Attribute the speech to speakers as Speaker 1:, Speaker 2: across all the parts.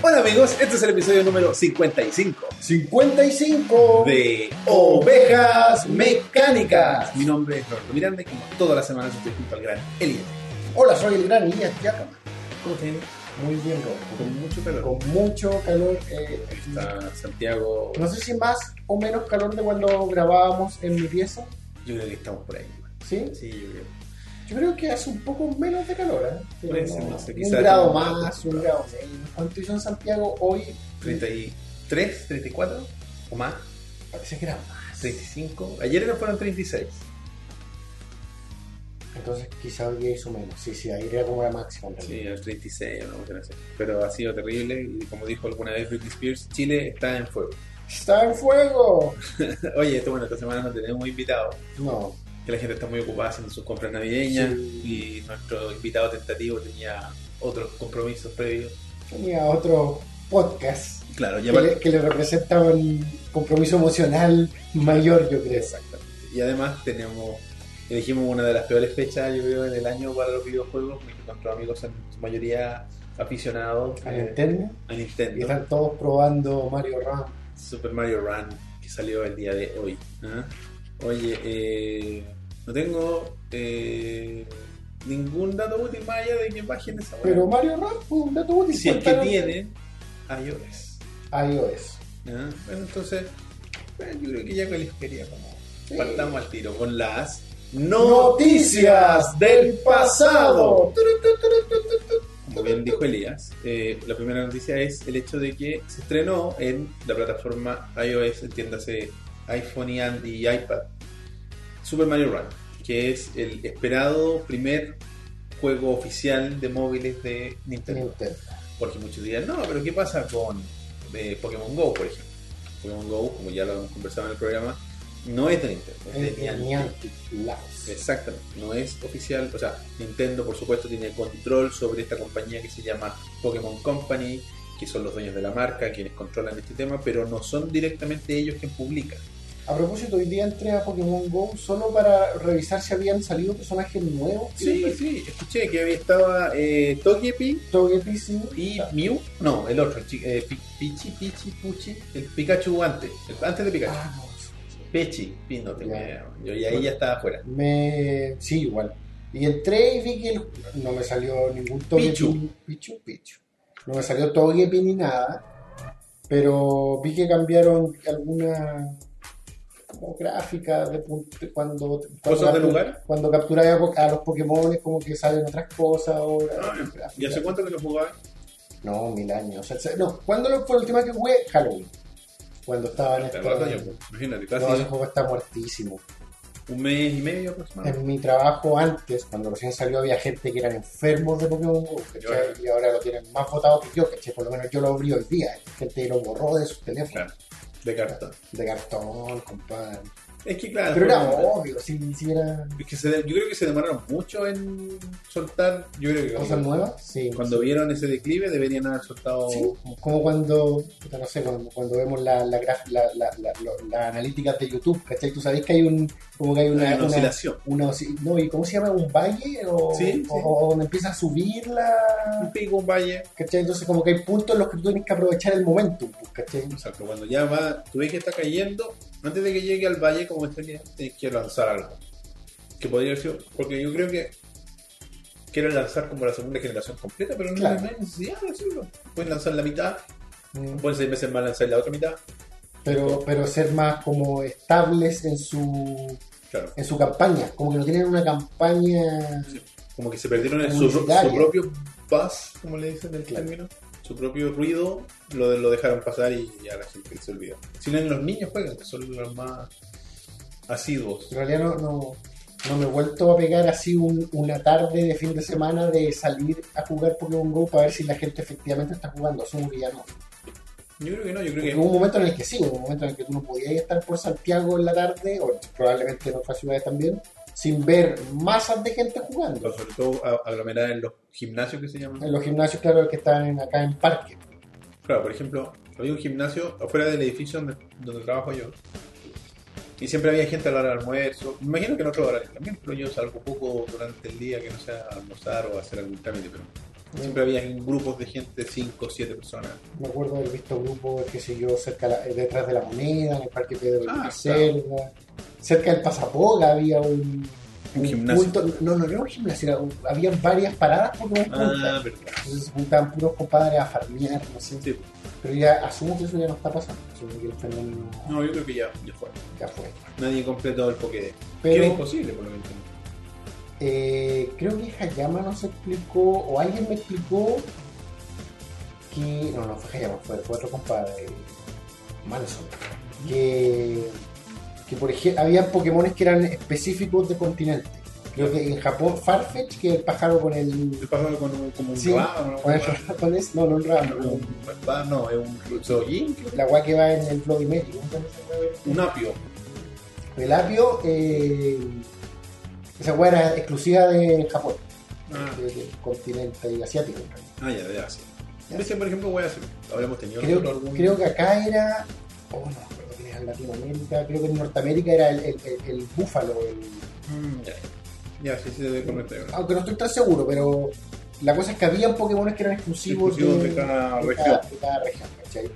Speaker 1: Bueno amigos, este es el episodio número 55
Speaker 2: 55
Speaker 1: de
Speaker 2: Ovejas Mecánicas.
Speaker 1: Mi nombre es Roberto Miranda y como todas las semanas estoy junto al gran Elías.
Speaker 2: Hola, soy el gran Iñas Giacomo.
Speaker 1: ¿Cómo te llamas?
Speaker 2: Muy bien, Roberto.
Speaker 1: Con mucho calor.
Speaker 2: Con mucho calor. eh,
Speaker 1: Ahí está Santiago.
Speaker 2: no sé si más o menos calor de cuando grabábamos en mi pieza.
Speaker 1: Yo creo que estamos por ahí. güey.
Speaker 2: ¿sí?
Speaker 1: Sí, yo creo.
Speaker 2: Yo creo que hace un poco menos de calor. ¿eh? Pero
Speaker 1: Puede ser, Pues, no sé,
Speaker 2: un
Speaker 1: quizás
Speaker 2: grado
Speaker 1: no.
Speaker 2: más, un grado menos. ¿Cuánto hizo en Santiago hoy?
Speaker 1: 33, 34 o más.
Speaker 2: Parece Ah, que era más.
Speaker 1: 35. Ayer no fueron 36.
Speaker 2: Entonces quizá hoy día hizo menos. Sí, sí, ahí era como la máxima. en realidad.
Speaker 1: Sí, a 36, una cuestión así. Pero ha sido terrible y como dijo alguna vez Britney Spears, Chile está en fuego.
Speaker 2: ¡Está en fuego!
Speaker 1: Oye, esto, bueno, esta semana no tenemos invitados,
Speaker 2: No,
Speaker 1: que la gente está muy ocupada haciendo sus compras navideñas
Speaker 2: Sí.
Speaker 1: y nuestro invitado tentativo tenía otros compromisos previos.
Speaker 2: tenía otro podcast.
Speaker 1: Claro, ya
Speaker 2: que le, que le representa un compromiso emocional mayor, yo creo.
Speaker 1: Exactamente. Y además tenemos, elegimos una de las peores fechas, yo creo, en el año para los videojuegos. Nuestros amigos son en su mayoría aficionados
Speaker 2: A
Speaker 1: eh,
Speaker 2: Nintendo.
Speaker 1: a
Speaker 2: Y
Speaker 1: Nintendo.
Speaker 2: están todos probando Mario Ram.
Speaker 1: Super Mario Run, que salió el día de hoy. ¿ah? Oye, eh, no tengo eh, ningún dato útil más allá de que bajen esa web.
Speaker 2: Pero Mario Ram fue un dato útil.
Speaker 1: si es que
Speaker 2: Pues
Speaker 1: ah,
Speaker 2: cuéntanos.
Speaker 1: tienen iOS.
Speaker 2: iOS.
Speaker 1: ¿ah? pues, Bueno, entonces, eh, yo creo que ya calificaría como...
Speaker 2: Sí.
Speaker 1: Partamos al tiro con las
Speaker 2: Noticias del pasado.
Speaker 1: Como bien dijo Elías, eh, la primera noticia es el hecho de que se estrenó en la plataforma iOS, entiéndase iPhone y, and- y iPad, Super Mario Run, que es el esperado primer juego oficial de móviles de Nintendo.
Speaker 2: Nintendo.
Speaker 1: Porque muchos dirán, no, pero ¿qué pasa con eh, Pokémon Go, por ejemplo? Pokémon Go, como ya lo hemos conversado en el programa, no es de Nintendo, es de Niantic.
Speaker 2: eh, Niantic Labs.
Speaker 1: Exactamente, no es oficial, o sea, Nintendo por supuesto tiene control sobre esta compañía que se llama Pokémon Company, que son los dueños de la marca, quienes controlan este tema, pero no son directamente ellos quienes publican.
Speaker 2: A propósito, hoy día entré a Pokémon Go solo para revisar si habían salido personajes nuevos.
Speaker 1: Sí, sí, escuché que había estaba eh, Togepi
Speaker 2: Togepi, sí.
Speaker 1: y Mew, no, el otro, el chi- eh, Pi- Pichi, Pichi, Puchi, el Pikachu antes, el- antes de Pikachu.
Speaker 2: Ah, no, sí.
Speaker 1: Pechi, Pi, no tengo
Speaker 2: Ya.
Speaker 1: idea, yo y ahí ya estaba afuera.
Speaker 2: Me... Sí, igual. Y entré y vi que el- no me salió ningún toque.
Speaker 1: Pichu.
Speaker 2: Pichu, Pichu. No me salió Togepi ni nada. Pero vi que cambiaron alguna como gráfica de punto, cuando, cuando
Speaker 1: ¿Cosas de
Speaker 2: captu-
Speaker 1: lugar?
Speaker 2: Cuando capturáis a, po- a los Pokémon como que salen otras cosas ahora.
Speaker 1: Ah,
Speaker 2: gráficas.
Speaker 1: ¿Y hace cuánto que lo jugaba?
Speaker 2: No, mil años. O sea, se- no, ¿cuándo lo- fue la última que jugué? Halloween. Cuando estaba en
Speaker 1: Claro, dos años, pues, Imagínate, casi
Speaker 2: No, ese juego está muertísimo.
Speaker 1: un mes y medio aproximadamente.
Speaker 2: En mi trabajo antes, cuando recién salió, había gente que eran enfermos de Pokémon Go, ¿cachai? Y ahora lo tienen más votado que yo, ¿cachai? Por lo menos yo lo abrí hoy día. Hay Gente que lo borró de sus teléfonos.
Speaker 1: Claro. De cartón.
Speaker 2: De cartón, compadre.
Speaker 1: Es que claro.
Speaker 2: Pero era
Speaker 1: porque-
Speaker 2: obvio, si hiciera
Speaker 1: es que se de- yo creo que se demoraron mucho en soltar. Yo creo que
Speaker 2: cosas
Speaker 1: cuando,
Speaker 2: nuevas, sí.
Speaker 1: cuando vieron ese declive deberían haber soltado.
Speaker 2: Sí, como cuando, puta, no sé, cuando, cuando vemos la, la, graf- la, la, la- lo- las analíticas de YouTube, ¿cachai? Tú sabés que hay un, como que hay una,
Speaker 1: una,
Speaker 2: una-
Speaker 1: oscilación.
Speaker 2: una oscil- no, ¿y cómo se llama? ¿Un valle? O,
Speaker 1: Sí, sí.
Speaker 2: o- o donde empieza a subir la...
Speaker 1: Un pico, un valle.
Speaker 2: ¿Cachai? Entonces como que hay puntos en los que tú tienes que aprovechar el momentum, pues, ¿cachai?
Speaker 1: Exacto. Cuando ya va, tú ves que está cayendo, antes de que llegue al valle, como está que tienes que lanzar algo. Que podría haber sido. Porque yo creo que quieren lanzar como la segunda generación completa, pero no,
Speaker 2: Claro.
Speaker 1: no hay necesidad de hacerlo. Pueden lanzar la mitad,
Speaker 2: Mm.
Speaker 1: pueden seis meses más lanzar la otra mitad.
Speaker 2: Pero, pero ser más como estables en su,
Speaker 1: Claro.
Speaker 2: en su campaña, como que no tienen una campaña...
Speaker 1: como que se perdieron en su, su
Speaker 2: Publicitaria.
Speaker 1: propio buzz, como le dicen el
Speaker 2: Claro.
Speaker 1: término, su propio ruido, lo, de- lo dejaron pasar y ya la gente se olvidó. Si no, los niños juegan, que son los más asiduos.
Speaker 2: En realidad no, no, no me he vuelto a pegar así un- una tarde de fin de semana de salir a jugar Pokémon GO para ver si la gente efectivamente está jugando, asumo que ya no.
Speaker 1: Yo creo que no, yo creo
Speaker 2: Porque
Speaker 1: que
Speaker 2: hubo un momento en el que sí, hubo un momento en el que tú no podías estar por Santiago en la tarde, o probablemente en otras ciudades también, sin ver masas de gente jugando.
Speaker 1: pero sobre todo a- aglomerar en los gimnasios que se llaman.
Speaker 2: En los gimnasios, claro, que están en- acá en parque.
Speaker 1: Claro, por ejemplo, había un gimnasio afuera del edificio donde, donde trabajo yo. Y siempre había gente a la hora del almuerzo. Me imagino que en otros horarios también, pero yo salgo poco durante el día que no sea almorzar o hacer algún trámite, pero Siempre había en grupos de gente, 5 o 7 personas.
Speaker 2: Me acuerdo haber visto grupos, qué sé yo, cerca de la- eh, detrás de la moneda, en el Parque Pedro
Speaker 1: Ah,
Speaker 2: de Cerda, cerca del Pasapoga había un,
Speaker 1: Un gimnasio.
Speaker 2: culto- no, no, no era un gimnasio, era un- había varias paradas por unos
Speaker 1: Ah,
Speaker 2: puntas.
Speaker 1: verdad.
Speaker 2: Entonces se juntaban puros compadres a farmear, no sé.
Speaker 1: Sí.
Speaker 2: Pero ya asumo que eso ya no está pasando, asumo que el fenómeno
Speaker 1: No, yo creo que ya, ya fue.
Speaker 2: ya fue.
Speaker 1: Nadie completó el Pokédex. Que era
Speaker 2: Pero
Speaker 1: imposible, por lo que entiendo.
Speaker 2: Eh, creo que Hayama nos explicó, o alguien me explicó, que. No, no fue Hayama, fue, fue otro compadre, Manson. Que, que por ejemplo, había Pokémones que eran específicos de continente. Creo que en Japón, Farfetch, que es el pájaro con el.
Speaker 1: El pájaro con un, como un
Speaker 2: Sí.
Speaker 1: rábano, ¿no?
Speaker 2: Con el ¿cuál es? No, no, un
Speaker 1: Ah, no,
Speaker 2: ramo,
Speaker 1: un rábano, no, es un soyin, creo.
Speaker 2: La guay que va en el Bloody Mary. ¿no?
Speaker 1: un apio.
Speaker 2: El apio, eh, esa guay era exclusiva de Japón,
Speaker 1: Ah,
Speaker 2: del continente asiático. en realidad.
Speaker 1: ah, ya, de Asia. Ese, por ejemplo, voy a hacer. Habríamos tenido
Speaker 2: creo,
Speaker 1: nosotros algún-
Speaker 2: creo que acá era. Oh, no me acuerdo quién era en Latinoamérica. Creo que en Norteamérica era el, el, el- el búfalo. el-
Speaker 1: Mm, ya, ya, sí, sí, de conectar.
Speaker 2: aunque no estoy tan seguro, pero la cosa es que había Pokémones que eran exclusivos,
Speaker 1: Exclusivos de cada región.
Speaker 2: de cada región, ¿cachai?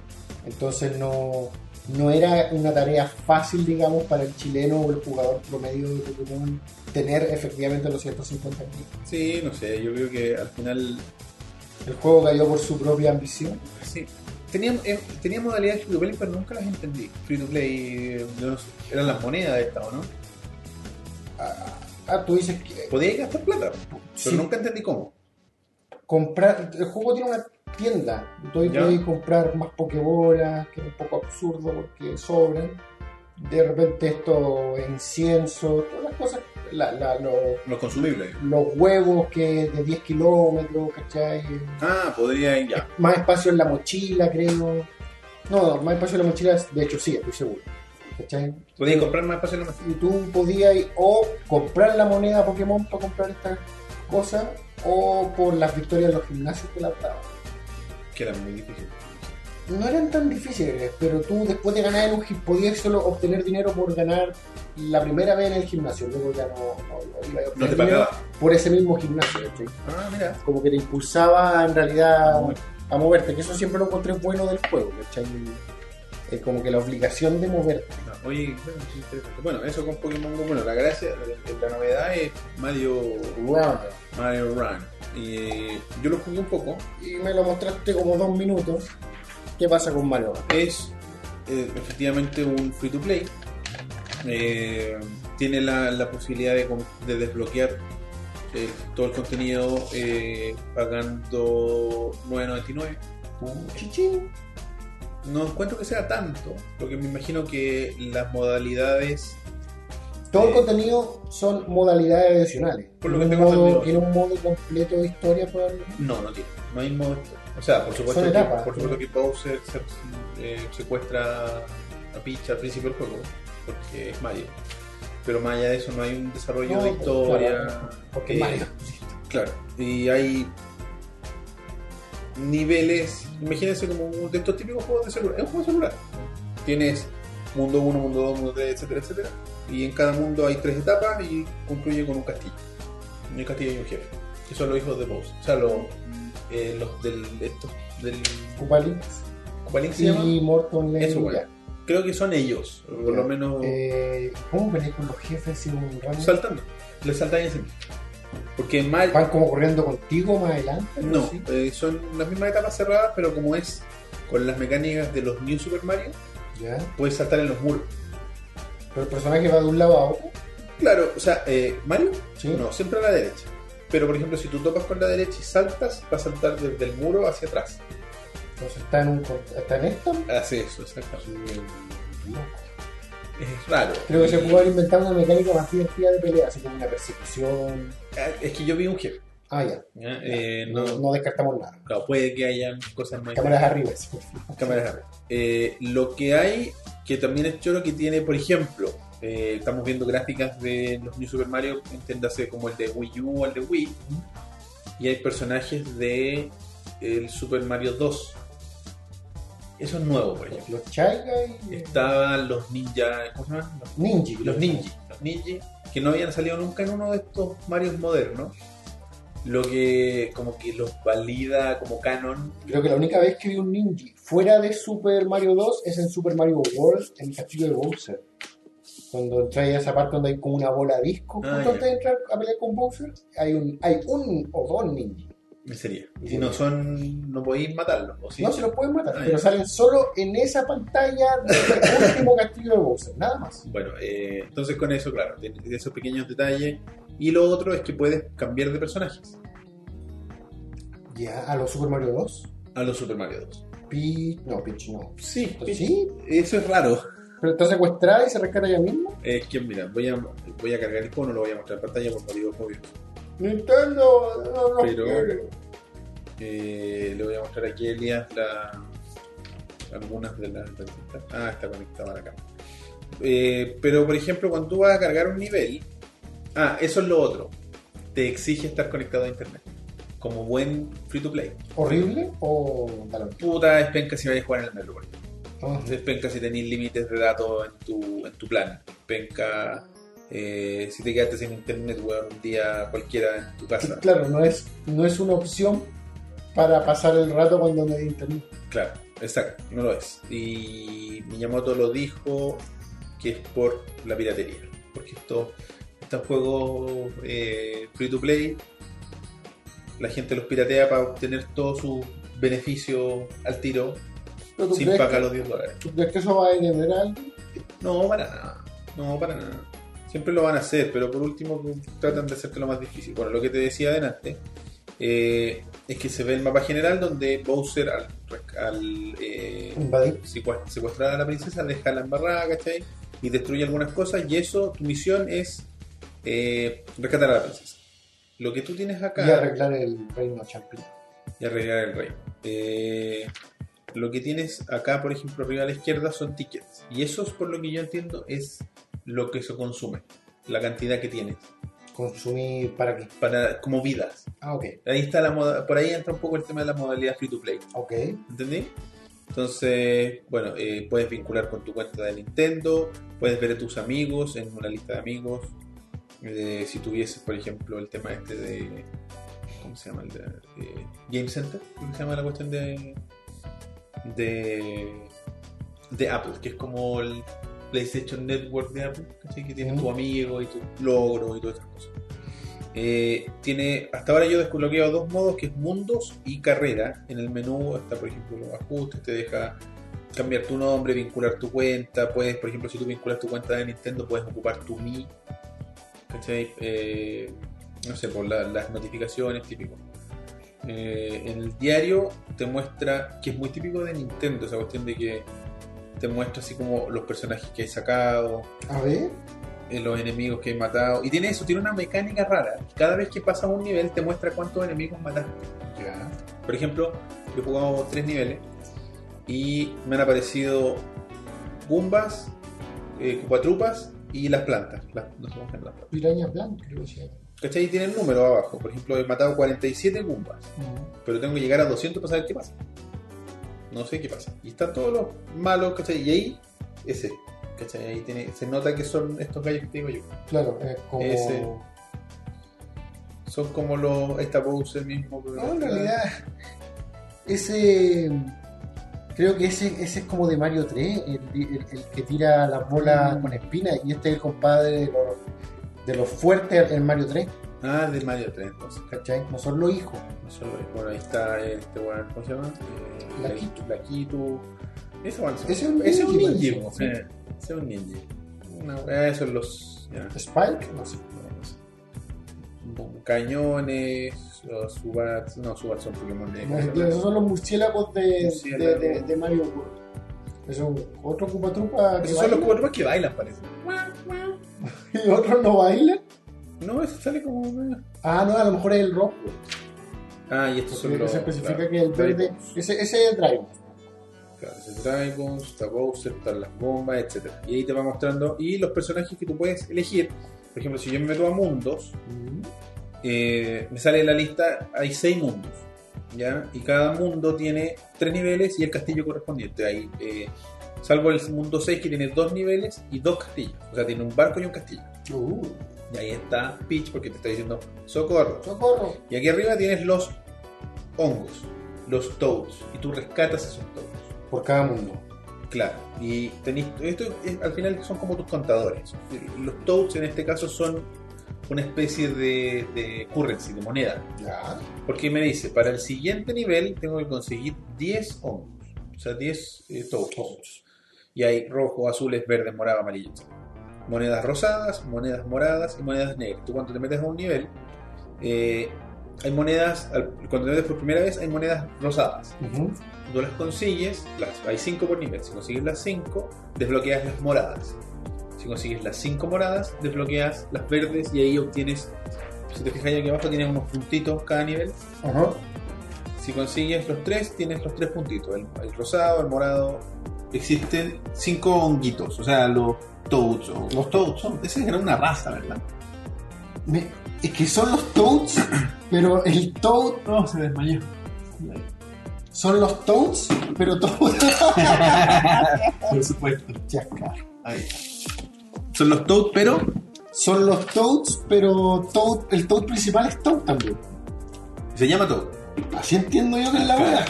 Speaker 2: Entonces no, no era una tarea fácil, digamos, para el chileno o el jugador promedio de Pokémon tener efectivamente los 150 mil.
Speaker 1: Sí, no sé, yo creo que al final
Speaker 2: El juego cayó por su propia ambición.
Speaker 1: Sí. Teníamos, eh, tenía modalidades free to play, pero nunca las entendí. Free to play, eh, yo no sé, eran las monedas esta, ¿o no?
Speaker 2: Ah, ah, tú dices que
Speaker 1: Podías gastar plata, pero
Speaker 2: Sí.
Speaker 1: nunca entendí cómo.
Speaker 2: comprar. El juego tiene una tienda. Entonces
Speaker 1: Ya.
Speaker 2: podéis comprar más pokebolas, que es un poco absurdo porque sobran. De repente esto, incienso, todas las cosas, la- la- los,
Speaker 1: Los consumibles.
Speaker 2: los huevos que de 10 kilómetros, ¿cachai?
Speaker 1: Ah, podría ir ya.
Speaker 2: Más espacio en la mochila, creo. No, no, más espacio en la mochila, de hecho sí, estoy seguro. ¿Cachai?
Speaker 1: Podías comprar más espacio en la
Speaker 2: Y tú podías ir o comprar la moneda Pokémon para comprar estas cosas, o por las victorias de los gimnasios que la daban.
Speaker 1: Que era muy difícil.
Speaker 2: no eran tan difíciles, pero tú después de ganar en un gimnasio podías solo obtener dinero por ganar la primera vez en el gimnasio, luego ya no, no, no iba a
Speaker 1: No
Speaker 2: obtener
Speaker 1: te
Speaker 2: dinero
Speaker 1: pagaba.
Speaker 2: por ese mismo gimnasio, ¿cachai?
Speaker 1: Ah, mira.
Speaker 2: como que te impulsaba en realidad
Speaker 1: Muy.
Speaker 2: a moverte, que eso siempre lo encontré bueno del juego, ¿cachai? Eh, como que la obligación de moverte.
Speaker 1: No, oye, bueno, qué interesante. Bueno, eso con Pokémon Go. Bueno, la gracia, la- la novedad es Mario, Mario Run. Y eh, yo lo jugué un poco.
Speaker 2: Y me lo mostraste como dos minutos. ¿Qué pasa con Mario?
Speaker 1: es eh, efectivamente un free to play. Eh, tiene la, la posibilidad de, com- de desbloquear eh, todo el contenido eh, pagando 9.99.
Speaker 2: Chichín.
Speaker 1: No encuentro que sea tanto, porque me imagino que las modalidades
Speaker 2: Todo el
Speaker 1: Eh,
Speaker 2: contenido son modalidades adicionales.
Speaker 1: Por lo que
Speaker 2: Tiene un
Speaker 1: tengo
Speaker 2: modo-
Speaker 1: entendido.
Speaker 2: Tiene un modo completo de historia probablemente.
Speaker 1: no, no tiene. No hay modo. O sea, por supuesto,
Speaker 2: Son
Speaker 1: que,
Speaker 2: etapas,
Speaker 1: por supuesto que Bowser se- eh, secuestra a Peach al principio del juego, porque es Mario. Pero más allá de eso, no hay un desarrollo
Speaker 2: No,
Speaker 1: de
Speaker 2: pues,
Speaker 1: historia.
Speaker 2: claro, porque
Speaker 1: eh,
Speaker 2: Mario.
Speaker 1: Claro, y hay niveles, imagínense como un- de estos típicos juegos de celular, es un juego de celular. Tienes mundo 1, mundo 2, mundo 3, etcétera, etcétera. Y en cada mundo hay tres etapas y concluye con un castillo. En el castillo hay un jefe, que son los hijos de Bowser. O sea, los, eh, los del, estos, del
Speaker 2: Kupalik
Speaker 1: Koopalink se llama.
Speaker 2: y Morton Lane.
Speaker 1: Eso, bueno. Creo que son ellos, o por lo menos
Speaker 2: Eh, ¿Cómo venís con los jefes y un rango?
Speaker 1: saltando. Le saltan encima. Porque en Mario-
Speaker 2: ¿Van como corriendo contigo más adelante?
Speaker 1: No,
Speaker 2: ¿Sí?
Speaker 1: eh, son las mismas etapas cerradas, pero como es con las mecánicas de los New Super Mario,
Speaker 2: ¿Ya?
Speaker 1: puedes saltar en los muros.
Speaker 2: ¿Pero el personaje va de un lado a otro?
Speaker 1: Claro, o sea, eh, Mario,
Speaker 2: ¿Sí?
Speaker 1: no, siempre a la derecha. Pero por ejemplo, si tú topas con la derecha y saltas, vas a saltar desde el muro hacia atrás.
Speaker 2: Entonces está en, un, cont- está en esto.
Speaker 1: Hace eso, exactamente. Es raro.
Speaker 2: Creo que se
Speaker 1: Y-
Speaker 2: pudo haber inventado una mecánica más divertida de pelea, así como una persecución.
Speaker 1: Ah, Es que yo vi un jefe.
Speaker 2: Ah, ya.
Speaker 1: ¿ya? Eh,
Speaker 2: no,
Speaker 1: no,
Speaker 2: no descartamos nada.
Speaker 1: claro, puede que hayan cosas más
Speaker 2: Cámaras arriba. sí, por favor.
Speaker 1: cámaras arriba. Eh, lo que hay, que también es choro, que tiene, por ejemplo, eh, estamos viendo gráficas de los New Super Mario, entiéndase como el de Wii U o el de Wii, y hay personajes de el Super Mario 2. Eso es nuevo, por ejemplo.
Speaker 2: Los Chaiga y.
Speaker 1: Estaban los ninja, ¿cómo se llaman? Los-
Speaker 2: Ninji.
Speaker 1: Los ninji, los ninji, que no habían salido nunca en uno de estos Marios modernos. lo que como que los valida como canon.
Speaker 2: Creo que la única vez que vi un ninja fuera de Super Mario 2 es en Super Mario World, en el castillo de Bowser. Cuando entráis a esa parte donde hay como una bola disco,
Speaker 1: Ah,
Speaker 2: justo
Speaker 1: ya.
Speaker 2: antes de entrar a pelear con Bowser, hay un, hay un o dos ninjas.
Speaker 1: Me sería. Si no son, no podéis matarlos. ¿o sí?
Speaker 2: No se los pueden matar,
Speaker 1: Ah, ya.
Speaker 2: pero salen solo en esa pantalla del último castillo de Bowser, nada más.
Speaker 1: Bueno, eh, entonces con eso, claro, de, de esos pequeños detalles. Y lo otro es que puedes cambiar de personajes
Speaker 2: Ya, a los Super Mario 2.
Speaker 1: a los Super Mario 2.
Speaker 2: Peach, no, Peach no.
Speaker 1: Sí,
Speaker 2: ¿Sí?
Speaker 1: eso es raro.
Speaker 2: ¿Pero está secuestrada y se rescata ella misma?
Speaker 1: Es que mira, voy a, voy a cargar el cono, lo voy a mostrar en pantalla por motivos obvios.
Speaker 2: Nintendo, no, no
Speaker 1: Pero-
Speaker 2: quiere.
Speaker 1: Eh, le voy a mostrar aquí a Elías la- algunas de las tarjetas. Ah, está conectada a la cámara. Eh, pero por ejemplo, cuando tú vas a cargar un nivel, ah, eso es lo otro. Te exige estar conectado a internet. Como buen free to play.
Speaker 2: ¿Horrible o talón?
Speaker 1: Puta, es penca si vayas a jugar en el network.
Speaker 2: Ah,
Speaker 1: Es penca si tenés límites de datos en tu, en tu plan. Es penca eh, si te quedaste sin internet, weón, un día cualquiera en tu
Speaker 2: sí,
Speaker 1: casa.
Speaker 2: Claro, no es, no es una opción para pasar el rato cuando no hay internet.
Speaker 1: Claro, exacto, no lo es. Y Miyamoto lo dijo que es por la piratería. Porque esto- estos juegos eh, free to play, la gente los piratea para obtener todos sus beneficios al tiro
Speaker 2: Pero tú
Speaker 1: sin
Speaker 2: crees
Speaker 1: pagar los 10 dólares.
Speaker 2: ¿Tú crees que eso va a detener a alguien?
Speaker 1: No, para nada. No, para nada. Siempre lo van a hacer, pero por último pues, tratan de hacerte lo más difícil. Bueno, lo que te decía adelante eh, es que se ve el mapa general donde Bowser al, al, eh,
Speaker 2: Invadir.
Speaker 1: secua- secuestrar a la princesa, deja la embarrada, ¿cachai? Y destruye algunas cosas y eso, tu misión es eh, rescatar a la princesa. Lo que tú tienes acá
Speaker 2: Y arreglar el reino champiñón.
Speaker 1: y arreglar el rey. Eh, lo que tienes acá, por ejemplo, arriba a la izquierda son tickets. Y eso es por lo que yo entiendo es lo que se consume, la cantidad que tienes,
Speaker 2: Consumir para qué.
Speaker 1: para, como vidas.
Speaker 2: Ah, ok,
Speaker 1: Ahí está la moda- por ahí entra un poco el tema de la modalidad free to play.
Speaker 2: ok.
Speaker 1: ¿Entendí? Entonces, bueno, eh, puedes vincular con tu cuenta de Nintendo, puedes ver a tus amigos en una lista de amigos. Eh, si tuvieses, por ejemplo, el tema este de. ¿Cómo se llama? El de, eh, Game Center, ¿cómo se llama la cuestión de. de. de Apple, que es como el PlayStation Network de Apple, ¿cachai? que tiene
Speaker 2: Mm.
Speaker 1: tu amigo y tu logro y todas esas cosas. Eh, tiene, hasta ahora yo he desbloqueado dos modos, que es mundos y carrera. En el menú está, por ejemplo, los ajustes, te deja cambiar tu nombre, vincular tu cuenta, puedes, por ejemplo, si tú vinculas tu cuenta de Nintendo, puedes ocupar tu Mi, ¿cachai? Eh, no sé, por la- las notificaciones, típico. Eh, en el diario te muestra, que es muy típico de Nintendo, esa cuestión de que te muestra así como los personajes que he sacado,
Speaker 2: A ver,
Speaker 1: eh, los enemigos que he matado. Y tiene eso, tiene una mecánica rara. Cada vez que pasas un nivel te muestra cuántos enemigos mataste.
Speaker 2: ya.
Speaker 1: Por ejemplo, yo he jugado tres niveles y me han aparecido Goombas, eh, Cuatrupas y las plantas. Las, no sé cómo se llaman las plantas.
Speaker 2: Piraña blanca, creo que se llama.
Speaker 1: ¿Cachai? Y tiene el número abajo. Por ejemplo, he matado 47 Goombas,
Speaker 2: Ujú.
Speaker 1: pero tengo que llegar a 200 para saber qué pasa. No sé qué pasa. Y están todos los malos, ¿cachai? Y ahí, ese. ¿Cachai? Ahí tiene, se nota que son estos gallos que te digo yo.
Speaker 2: Claro, es como.
Speaker 1: Ese. Son como los. Esta Bowser mismo. pero-
Speaker 2: No, en realidad, ese. Creo que ese, ese es como de Mario 3, el, el- el que tira las bolas con espinas, y este es el compadre de los, de los fuertes en Mario 3,
Speaker 1: Ah, de Mario 3, entonces.
Speaker 2: ¿cachai? No son los hijos.
Speaker 1: No solo es- Bueno, ahí está este weón, ¿cómo se llama? Eh,
Speaker 2: Lakitu.
Speaker 1: Lakitu. Ese weón
Speaker 2: Ese es un
Speaker 1: ese es un
Speaker 2: ninja,
Speaker 1: ninja.
Speaker 2: sí.
Speaker 1: po, eh. Ese es un ninja. Una- eh, esos los. ya,
Speaker 2: Spike, no sé.
Speaker 1: no sé. Cañones, los Subats. No, Subats son Pokémon de.
Speaker 2: No, claro, Esos son los murciélagos de, de,
Speaker 1: Murciélago.
Speaker 2: de- de Mario World. Es un- otro Cupatrupa que
Speaker 1: Esos son los
Speaker 2: baila,
Speaker 1: cuerpos que bailan, parece.
Speaker 2: y otro no baila.
Speaker 1: No, ese sale como. eh.
Speaker 2: Ah, no, a lo mejor es el rojo.
Speaker 1: Ah, y estos son
Speaker 2: Porque
Speaker 1: los.
Speaker 2: se especifica
Speaker 1: claro,
Speaker 2: que el verde.
Speaker 1: Dragons.
Speaker 2: Ese, ese es Dragon.
Speaker 1: Claro, es Dragons, está Bowser, están las bombas, etc. Y ahí te va mostrando. Y los personajes que tú puedes elegir. Por ejemplo, si yo me meto a mundos,
Speaker 2: Mm.
Speaker 1: eh, me sale en la lista, hay seis mundos. ¿ya? Y cada mundo tiene tres niveles y el castillo correspondiente. Ahí, eh, salvo el mundo 6 que tiene dos niveles y dos castillos. O sea, tiene un barco y un castillo.
Speaker 2: Uh,
Speaker 1: Y ahí está Peach porque te está diciendo socorro.
Speaker 2: ¡Socorro!
Speaker 1: Y aquí arriba tienes los hongos, los toads. Y tú rescatas esos toads.
Speaker 2: Por cada mundo.
Speaker 1: Claro. Y tenés, esto es- al final son como tus contadores. Los toads en este caso son una especie de, de currency, de moneda.
Speaker 2: Ya.
Speaker 1: Porque me dice, para el siguiente nivel tengo que conseguir 10 hongos. O sea, 10 eh, toads. Y hay rojo, azules, verdes, morado, amarillo, etc. Monedas rosadas, monedas moradas y monedas negras. Tú cuando te metes a un nivel, eh, hay monedas, al- cuando te metes por primera vez, hay monedas rosadas.
Speaker 2: Ujú.
Speaker 1: Cuando las consigues, las, hay 5 por nivel. Si consigues las 5, desbloqueas las moradas. Si consigues las 5 moradas, desbloqueas las verdes y ahí obtienes, si te fijas ahí aquí abajo, tienes unos puntitos cada nivel.
Speaker 2: Ajá.
Speaker 1: Si consigues los tres, tienes los tres puntitos: el, el rosado, el morado. Existen cinco honguitos, o sea, los toads. o- los toads, son, esa era una raza, ¿verdad?
Speaker 2: Me- es que son los Toads, pero el Toad
Speaker 1: No, se desmayó.
Speaker 2: son los Toads, pero Toad.
Speaker 1: Por supuesto.
Speaker 2: Ya, claro.
Speaker 1: Son los toads, pero.
Speaker 2: Son los Toads, pero Toad, el Toad principal es Toad también.
Speaker 1: Se llama toad.
Speaker 2: Así entiendo yo que es la wea.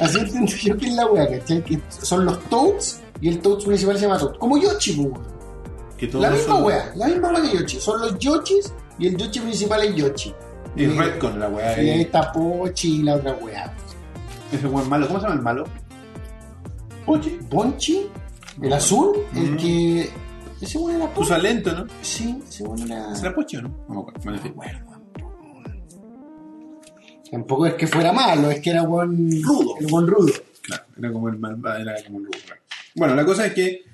Speaker 2: Así entiendo yo que es la wea, ¿cachai? Que son los Toads y el Toad principal se llama Toad. Como Yoshi, po, weón.
Speaker 1: Que todos
Speaker 2: La misma
Speaker 1: son-
Speaker 2: wea, la misma wea que Yoshi. Son los Yoshis y el Yoshi principal es Yoshi.
Speaker 1: Y Redcon, la weá.
Speaker 2: Y ahí
Speaker 1: eh.
Speaker 2: está Pochi y la otra wea.
Speaker 1: Ese buen malo. ¿Cómo se llama el malo? Oye.
Speaker 2: Bonchi, el azul, el
Speaker 1: Mm.
Speaker 2: que. Ese weón era
Speaker 1: Usa
Speaker 2: Pochi.
Speaker 1: lento, ¿no?
Speaker 2: Sí, ese weón era.
Speaker 1: ¿Será Pochi o no? No me acuerdo. Bueno, en fin.
Speaker 2: Tampoco es que fuera malo, es que era buen
Speaker 1: Rudo.
Speaker 2: El buen rudo.
Speaker 1: Claro, era como el malvado, era como el lugar. Bueno, la cosa es que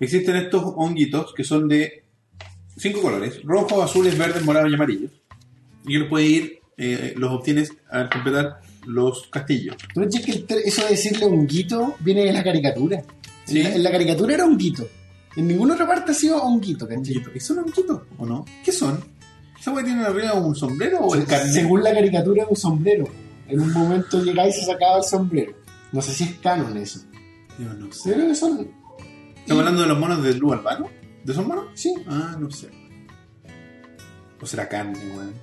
Speaker 1: existen estos honguitos que son de cinco colores: rojo, azules, verdes, morados y amarillos. Y uno puede ir, eh, los obtienes al completar los castillos.
Speaker 2: ¿Tú no crees que el ter- eso de decirle honguito viene de la caricatura?
Speaker 1: Sí.
Speaker 2: En, la, en la caricatura era honguito. En ninguna otra parte ha sido honguito, ¿cachai?
Speaker 1: ¿Y son honguitos o no? ¿Qué son? ¿Esa wey tiene arriba un sombrero o Oh, el carnet?
Speaker 2: Según la caricatura era un sombrero. En un momento llegaba y se sacaba el sombrero. No sé si es canon eso.
Speaker 1: Yo no sé.
Speaker 2: ¿Serio que son?
Speaker 1: ¿Estamos hablando de los monos del Lu Albano? ¿De esos monos?
Speaker 2: Sí.
Speaker 1: Ah, no sé. O será carne, weón.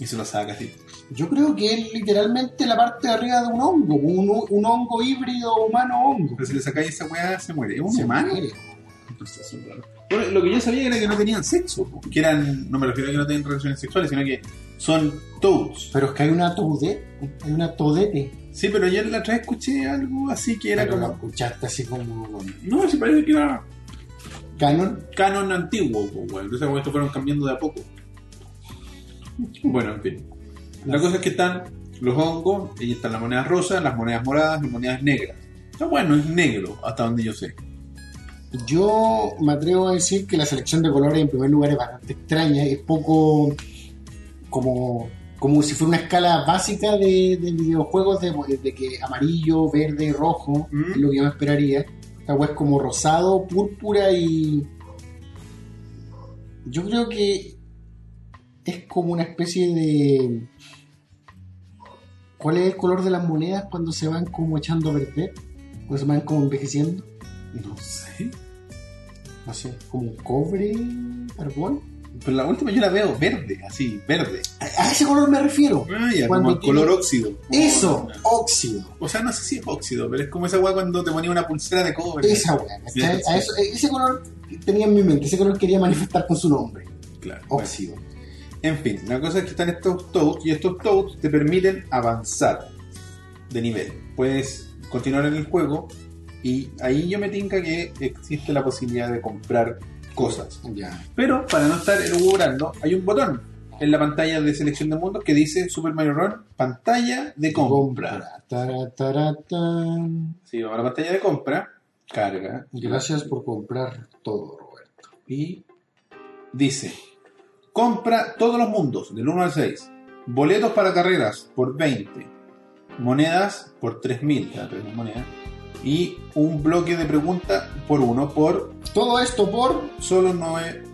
Speaker 1: Y se lo saca así.
Speaker 2: Yo creo que es literalmente la parte de arriba de un hongo, un, un hongo híbrido humano-hongo.
Speaker 1: Pero si le sacáis esa weá, se muere. ¿Es un
Speaker 2: Se
Speaker 1: humano?
Speaker 2: muere.
Speaker 1: Entonces, eso es raro. Bueno, lo que yo sabía era que no tenían sexo, po. que eran, no me refiero a que no tienen relaciones sexuales, sino que son toads.
Speaker 2: Pero es que hay una tode, hay una todete.
Speaker 1: Sí, pero ayer la otra vez escuché algo así que era
Speaker 2: Pero lo
Speaker 1: como.
Speaker 2: escuchaste así como
Speaker 1: No, se parece que era
Speaker 2: canon.
Speaker 1: canon antiguo, po, weón. Entonces, como esto fueron cambiando de a poco. Bueno, en fin. La cosa es que están los hongos, ahí están las monedas rosas, las monedas moradas, las monedas negras. Está bueno, es negro, hasta donde yo sé.
Speaker 2: Yo me atrevo a decir que la selección de colores en primer lugar es bastante extraña, es poco como, como si fuera una escala básica de, de videojuegos de, de que amarillo, verde, rojo,
Speaker 1: Mm.
Speaker 2: es lo que yo me esperaría. Esta wea es como rosado, púrpura y. Yo creo que es como una especie de. ¿Cuál es el color de las monedas cuando se van como echando a perder? Cuando se van como envejeciendo.
Speaker 1: No sé.
Speaker 2: No sé, como cobre, carbón.
Speaker 1: Pero la última yo la veo verde, así, verde.
Speaker 2: A, a ese color me refiero.
Speaker 1: Ah, ya,
Speaker 2: Cuando
Speaker 1: como el
Speaker 2: tiene-
Speaker 1: color óxido. Oh,
Speaker 2: Eso, óxido.
Speaker 1: O sea, no sé si es óxido, pero es como esa weá cuando te ponía una pulsera de cobre.
Speaker 2: Esa weá, ¿cachai?
Speaker 1: Sí,
Speaker 2: A
Speaker 1: sí.
Speaker 2: eso- e, ese color que tenía en mi mente, ese color quería manifestar con su nombre.
Speaker 1: Claro. bueno.
Speaker 2: Óxido.
Speaker 1: En fin, la cosa es que están estos toads y estos toads te permiten avanzar de nivel. Puedes continuar en el juego y ahí yo me tinca que existe la posibilidad de comprar cosas.
Speaker 2: Ya.
Speaker 1: Pero para no estar elucubrando, hay un botón en la pantalla de selección de mundos que dice Super Mario Run, pantalla de compra.
Speaker 2: Tara, tara, tan.
Speaker 1: Si vamos a la pantalla de compra, carga.
Speaker 2: Gracias por comprar todo, Roberto.
Speaker 1: Y dice, compra todos los mundos, del 1 al 6. Boletos para carreras por 20. Monedas por 3.000, cada tres mil monedas. Y un bloque de preguntas por uno por
Speaker 2: Todo esto por
Speaker 1: solo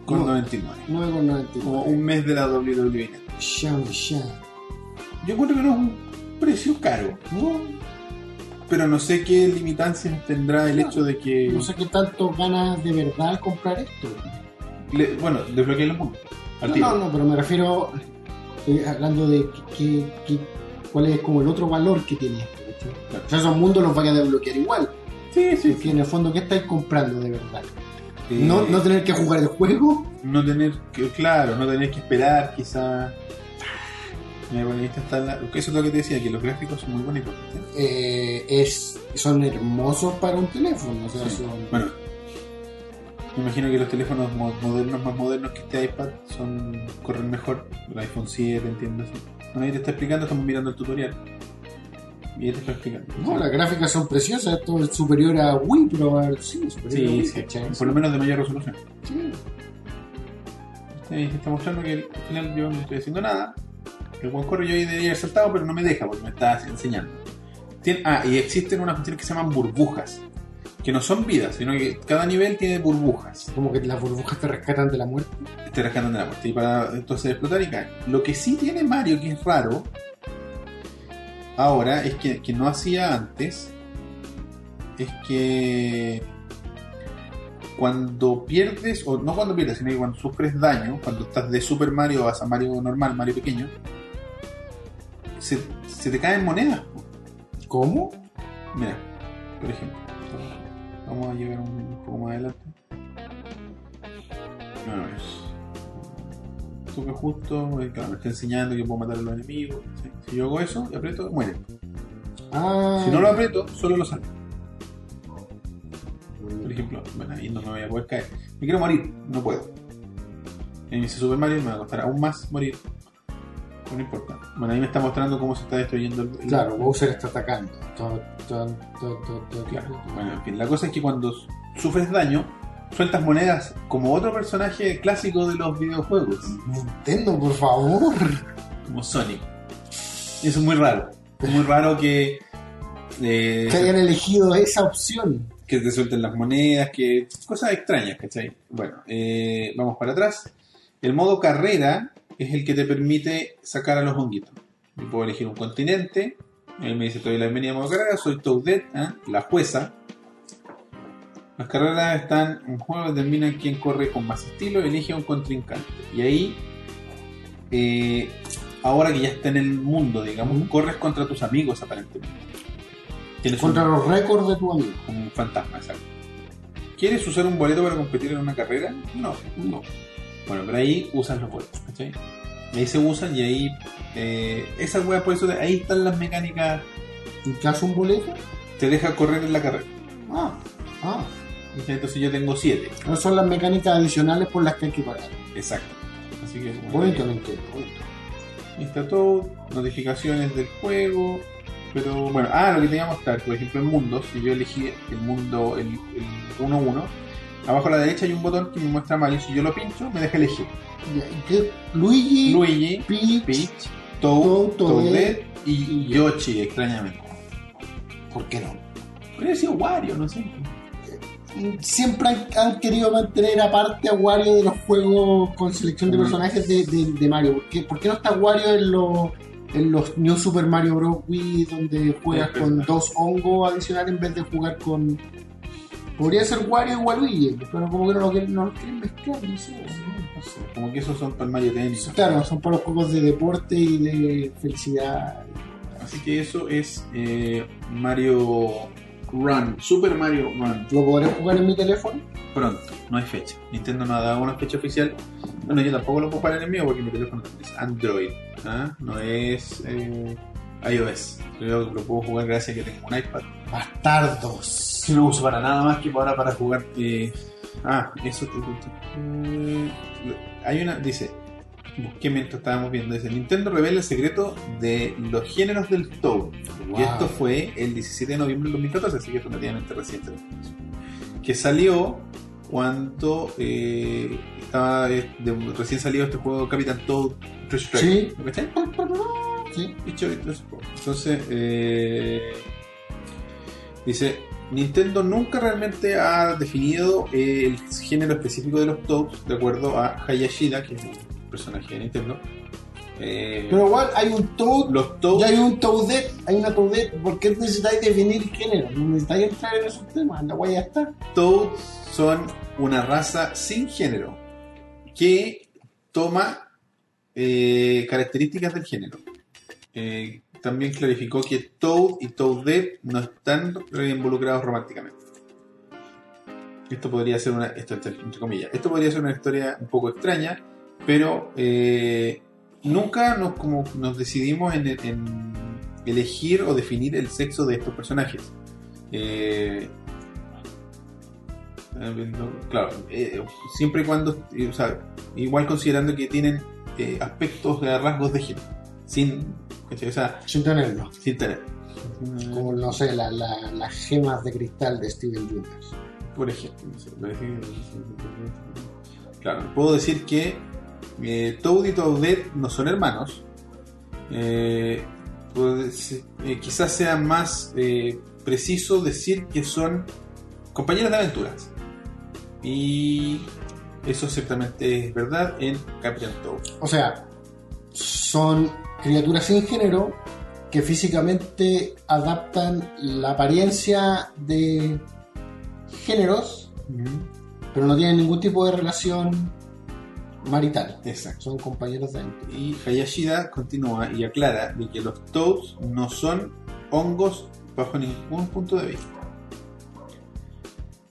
Speaker 1: 9,99.
Speaker 2: 9,99.
Speaker 1: Como un mes de la WWE.
Speaker 2: Shang Shang.
Speaker 1: Yo encuentro que no es un precio caro,
Speaker 2: No,
Speaker 1: pero no sé qué limitancias tendrá el
Speaker 2: Claro.
Speaker 1: hecho de que...
Speaker 2: no sé qué tanto ganas de verdad comprar esto.
Speaker 1: Le- bueno, desbloqueé los puntos. Al
Speaker 2: No,
Speaker 1: tiro.
Speaker 2: no, no, pero me refiero eh, hablando de que, que- cuál es como el otro valor que tiene esto. ¿cachai?
Speaker 1: Claro.
Speaker 2: O sea, esos mundos los vaya a desbloquear igual.
Speaker 1: Sí, sí.
Speaker 2: Porque en el fondo, ¿qué estáis comprando de verdad?
Speaker 1: Eh,
Speaker 2: No, no tener que jugar el juego.
Speaker 1: no tener que, claro, no tener que esperar quizás. Mira, bueno, ahí está- está la- Eso es lo que te decía, que los gráficos son muy bonitos. ¿sí?
Speaker 2: eh, es, son hermosos para un teléfono. O sea,
Speaker 1: Sí.
Speaker 2: son-
Speaker 1: Bueno, me imagino que los teléfonos mo- modernos, más modernos que este iPad, son corren mejor. El iPhone 7, entiendo. así. No, ahí te está explicando, estamos mirando el tutorial. Y ahí te está explicando.
Speaker 2: no, las gráficas son preciosas. Esto es superior a Wii, pero a- sí, superior a
Speaker 1: sí,
Speaker 2: Wii,
Speaker 1: sí,
Speaker 2: ¿cachai?
Speaker 1: por lo menos de mayor resolución.
Speaker 2: Sí.
Speaker 1: Ahí te está mostrando que al final yo no estoy haciendo nada. El buen corre yo ahí debería haber saltado, pero no me deja porque me está enseñando. Tien- ah, y existen unas cuestiones que se llaman burbujas. Que no son vidas, sino que cada nivel tiene burbujas.
Speaker 2: Como que las burbujas te rescatan de la muerte.
Speaker 1: te rescatan de la muerte y para entonces explotar y caer. Lo que sí tiene Mario, que es raro, ahora es que, que no hacía antes, es que cuando pierdes, o no cuando pierdes, sino que cuando sufres daño, cuando estás de Super Mario vas a Mario normal, Mario pequeño, se, se te caen monedas. po.
Speaker 2: ¿Cómo?
Speaker 1: Mira, por ejemplo. Vamos a llegar un, un poco más adelante. A ver. Tú que justo, eh, claro, me está enseñando que puedo matar a los enemigos. ¿sí? Si yo hago eso y aprieto, muere.
Speaker 2: Ah,
Speaker 1: Si no lo aprieto, solo lo salgo. Por ejemplo, bueno, ahí no me voy a poder caer. Me quiero morir, no puedo. En ese Super Mario me va a costar aún más morir. Pero no importa. Bueno, ahí me está mostrando cómo se está destruyendo el, el-
Speaker 2: Claro, Bowser está atacando. To- to- to- to- to-
Speaker 1: Claro. Bueno, en fin, la cosa es que cuando sufres daño, sueltas monedas como otro personaje clásico de los videojuegos,
Speaker 2: Nintendo, por favor.
Speaker 1: como Sonic. Eso es muy raro. Es muy raro que, eh,
Speaker 2: Que hayan elegido esa opción.
Speaker 1: que te suelten las monedas, que cosas extrañas, ¿cachai? Bueno, eh, vamos para atrás. El modo carrera es el que te permite sacar a los honguitos. Yo puedo elegir un continente. Él me dice, te doy la bienvenida a modo carrera, soy Toadette, ¿ah? la jueza. Las carreras están en juego, determinan quién corre con más estilo, elige a un contrincante. Y ahí, eh, ahora que ya está en el mundo, digamos, corres contra tus amigos aparentemente. Tienes un-
Speaker 2: Contra los récords de tu amigo.
Speaker 1: como un fantasma, exacto. ¿Quieres usar un boleto para competir en una carrera? No, no. Bueno, pero ahí usas los boletos, ¿cachai? Ahí se usan y ahí. Eh, esa wea, por eso, ahí están las mecánicas.
Speaker 2: ¿Hinchas un boleto?
Speaker 1: Te deja correr en la carrera.
Speaker 2: Ah, ah.
Speaker 1: ¿cachai? Entonces yo tengo 7.
Speaker 2: No son las mecánicas adicionales por las que hay que pagar.
Speaker 1: Exacto. Así que. bueno,
Speaker 2: Bonito
Speaker 1: ahí-
Speaker 2: Nintendo. bonito.
Speaker 1: Insta todo, notificaciones del juego. Pero bueno, ah, lo que tenía que mostrar, por ejemplo, en mundos, si yo elegí el mundo, el el 1-1, abajo a la derecha hay un botón que me muestra Mario. Si yo lo pincho, me deja elegir.
Speaker 2: Ya, ¿y qué? Luigi,
Speaker 1: Luigi,
Speaker 2: Peach,
Speaker 1: Peach, Toad,
Speaker 2: Toad, Toadette
Speaker 1: Toadette y Yoshi, extrañamente.
Speaker 2: ¿por qué no?
Speaker 1: Pero sido Wario, no sé.
Speaker 2: Siempre han, han querido mantener aparte a Wario de los juegos con selección de
Speaker 1: Mm.
Speaker 2: personajes de, de- de Mario. ¿Por qué, por qué no está Wario en los, en los New Super Mario Bros. Wii, donde juegas
Speaker 1: Es
Speaker 2: con
Speaker 1: verdad.
Speaker 2: dos hongos adicionales en vez de jugar con. Podría ser Wario igual Luigi, pero como que no lo quieren, no lo quieren mezclar, no sé.
Speaker 1: No sé, Como que esos son para el Mario Tennis.
Speaker 2: Claro, son para los juegos de deporte y de felicidad.
Speaker 1: Así que eso es eh, Mario Run, Super Mario Run.
Speaker 2: ¿Lo podré jugar en mi teléfono?
Speaker 1: Pronto, no hay fecha. Nintendo no ha dado una fecha oficial. Bueno, yo tampoco lo puedo parar en el mío porque mi teléfono es Android, ¿ah? no es eh, iOS. Yo lo puedo jugar gracias a que tengo un iPad.
Speaker 2: Bastardos.
Speaker 1: Si no uso para nada más que para, para jugar. eh, ah, eso te pregunto. Eh, Hay una, dice, busqué mientras estábamos viendo, dice, Nintendo revela el secreto de los géneros del Toad.
Speaker 2: Wow.
Speaker 1: Y esto fue el 17 de noviembre del 2014, así que es relativamente reciente. Que salió cuando eh, estaba eh, de- recién salido este juego Capitán Toad Treasure Tracker.
Speaker 2: Sí.
Speaker 1: ¿Lo cachai?
Speaker 2: Sí.
Speaker 1: Y Chorito es poco. Entonces, eh, dice, Nintendo nunca realmente ha definido eh, el género específico de los Toads, de acuerdo a Hayashida, que es un personaje de Nintendo. Eh,
Speaker 2: Pero igual hay un Toad
Speaker 1: los Toads...
Speaker 2: Ya hay un Toadette, hay una Toadette. ¿Por qué necesitáis definir género? No necesitáis entrar en esos temas, la wea ya está.
Speaker 1: Toads son una raza sin género. que toma eh, características del género. Eh, también clarificó que Toad y Toadette no están eh, involucrados románticamente. Esto podría ser una, esto entre, entre comillas, esto podría ser una historia un poco extraña, pero eh, nunca nos, como nos decidimos en, en elegir o definir el sexo de estos personajes. Eh, eh, no, claro, eh, siempre y cuando, eh, o sea, igual considerando que tienen eh, aspectos, eh, rasgos de género, sin, ¿cachai? o sea,
Speaker 2: Sin tenerlo.
Speaker 1: sin tener.
Speaker 2: Como, no sé, la- la- las gemas de cristal de Steven Universe.
Speaker 1: Por ejemplo, no sé, por ejemplo, claro, puedo decir que eh, Toad y Toadette no son hermanos. Eh, puedo decir- eh, quizás sea más eh, preciso decir que son compañeras de aventuras. Y eso ciertamente es verdad en Captain Toad.
Speaker 2: O sea, son criaturas sin género que físicamente adaptan la apariencia de géneros, pero no tienen ningún tipo de relación marital.
Speaker 1: Exacto.
Speaker 2: Son compañeros de aventura.
Speaker 1: Y Hayashida continúa y aclara de que los Toads no son hongos bajo ningún punto de vista.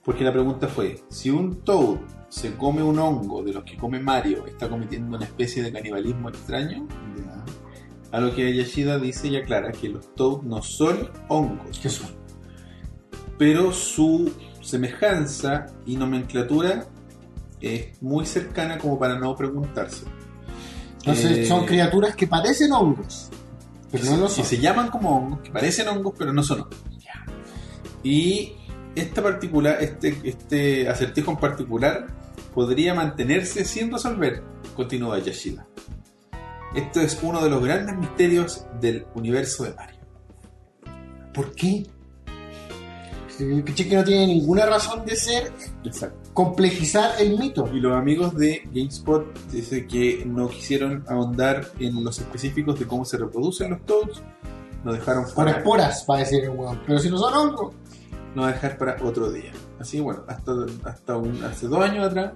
Speaker 1: Porque la pregunta fue, si un Toad se come un hongo de los que come Mario, ¿está cometiendo una especie de canibalismo extraño? A lo que Hayashida dice y aclara que los Toads no son hongos,
Speaker 2: ¿Qué son?
Speaker 1: pero su semejanza y nomenclatura es muy cercana como para no preguntarse.
Speaker 2: Entonces,
Speaker 1: Eh,
Speaker 2: son criaturas que parecen hongos, pero no lo
Speaker 1: que
Speaker 2: son.
Speaker 1: se llaman como hongos, que parecen hongos, pero no son hongos. Y esta particular, este, este acertijo en particular podría mantenerse sin resolver, continúa Yashida. Esto es uno de los grandes misterios del universo de Mario.
Speaker 2: ¿Por qué? El piché que no tiene ninguna razón de ser
Speaker 1: Exacto.
Speaker 2: complejizar el mito.
Speaker 1: Y los amigos de GameSpot dicen que no quisieron ahondar en los específicos de cómo se reproducen los Toads. Lo dejaron
Speaker 2: Por
Speaker 1: fuera.
Speaker 2: esporas, va a decir el weón. Pero si no son hongos.
Speaker 1: Lo va a dejar para otro día. Así que bueno, hasta, hasta un- hace dos años atrás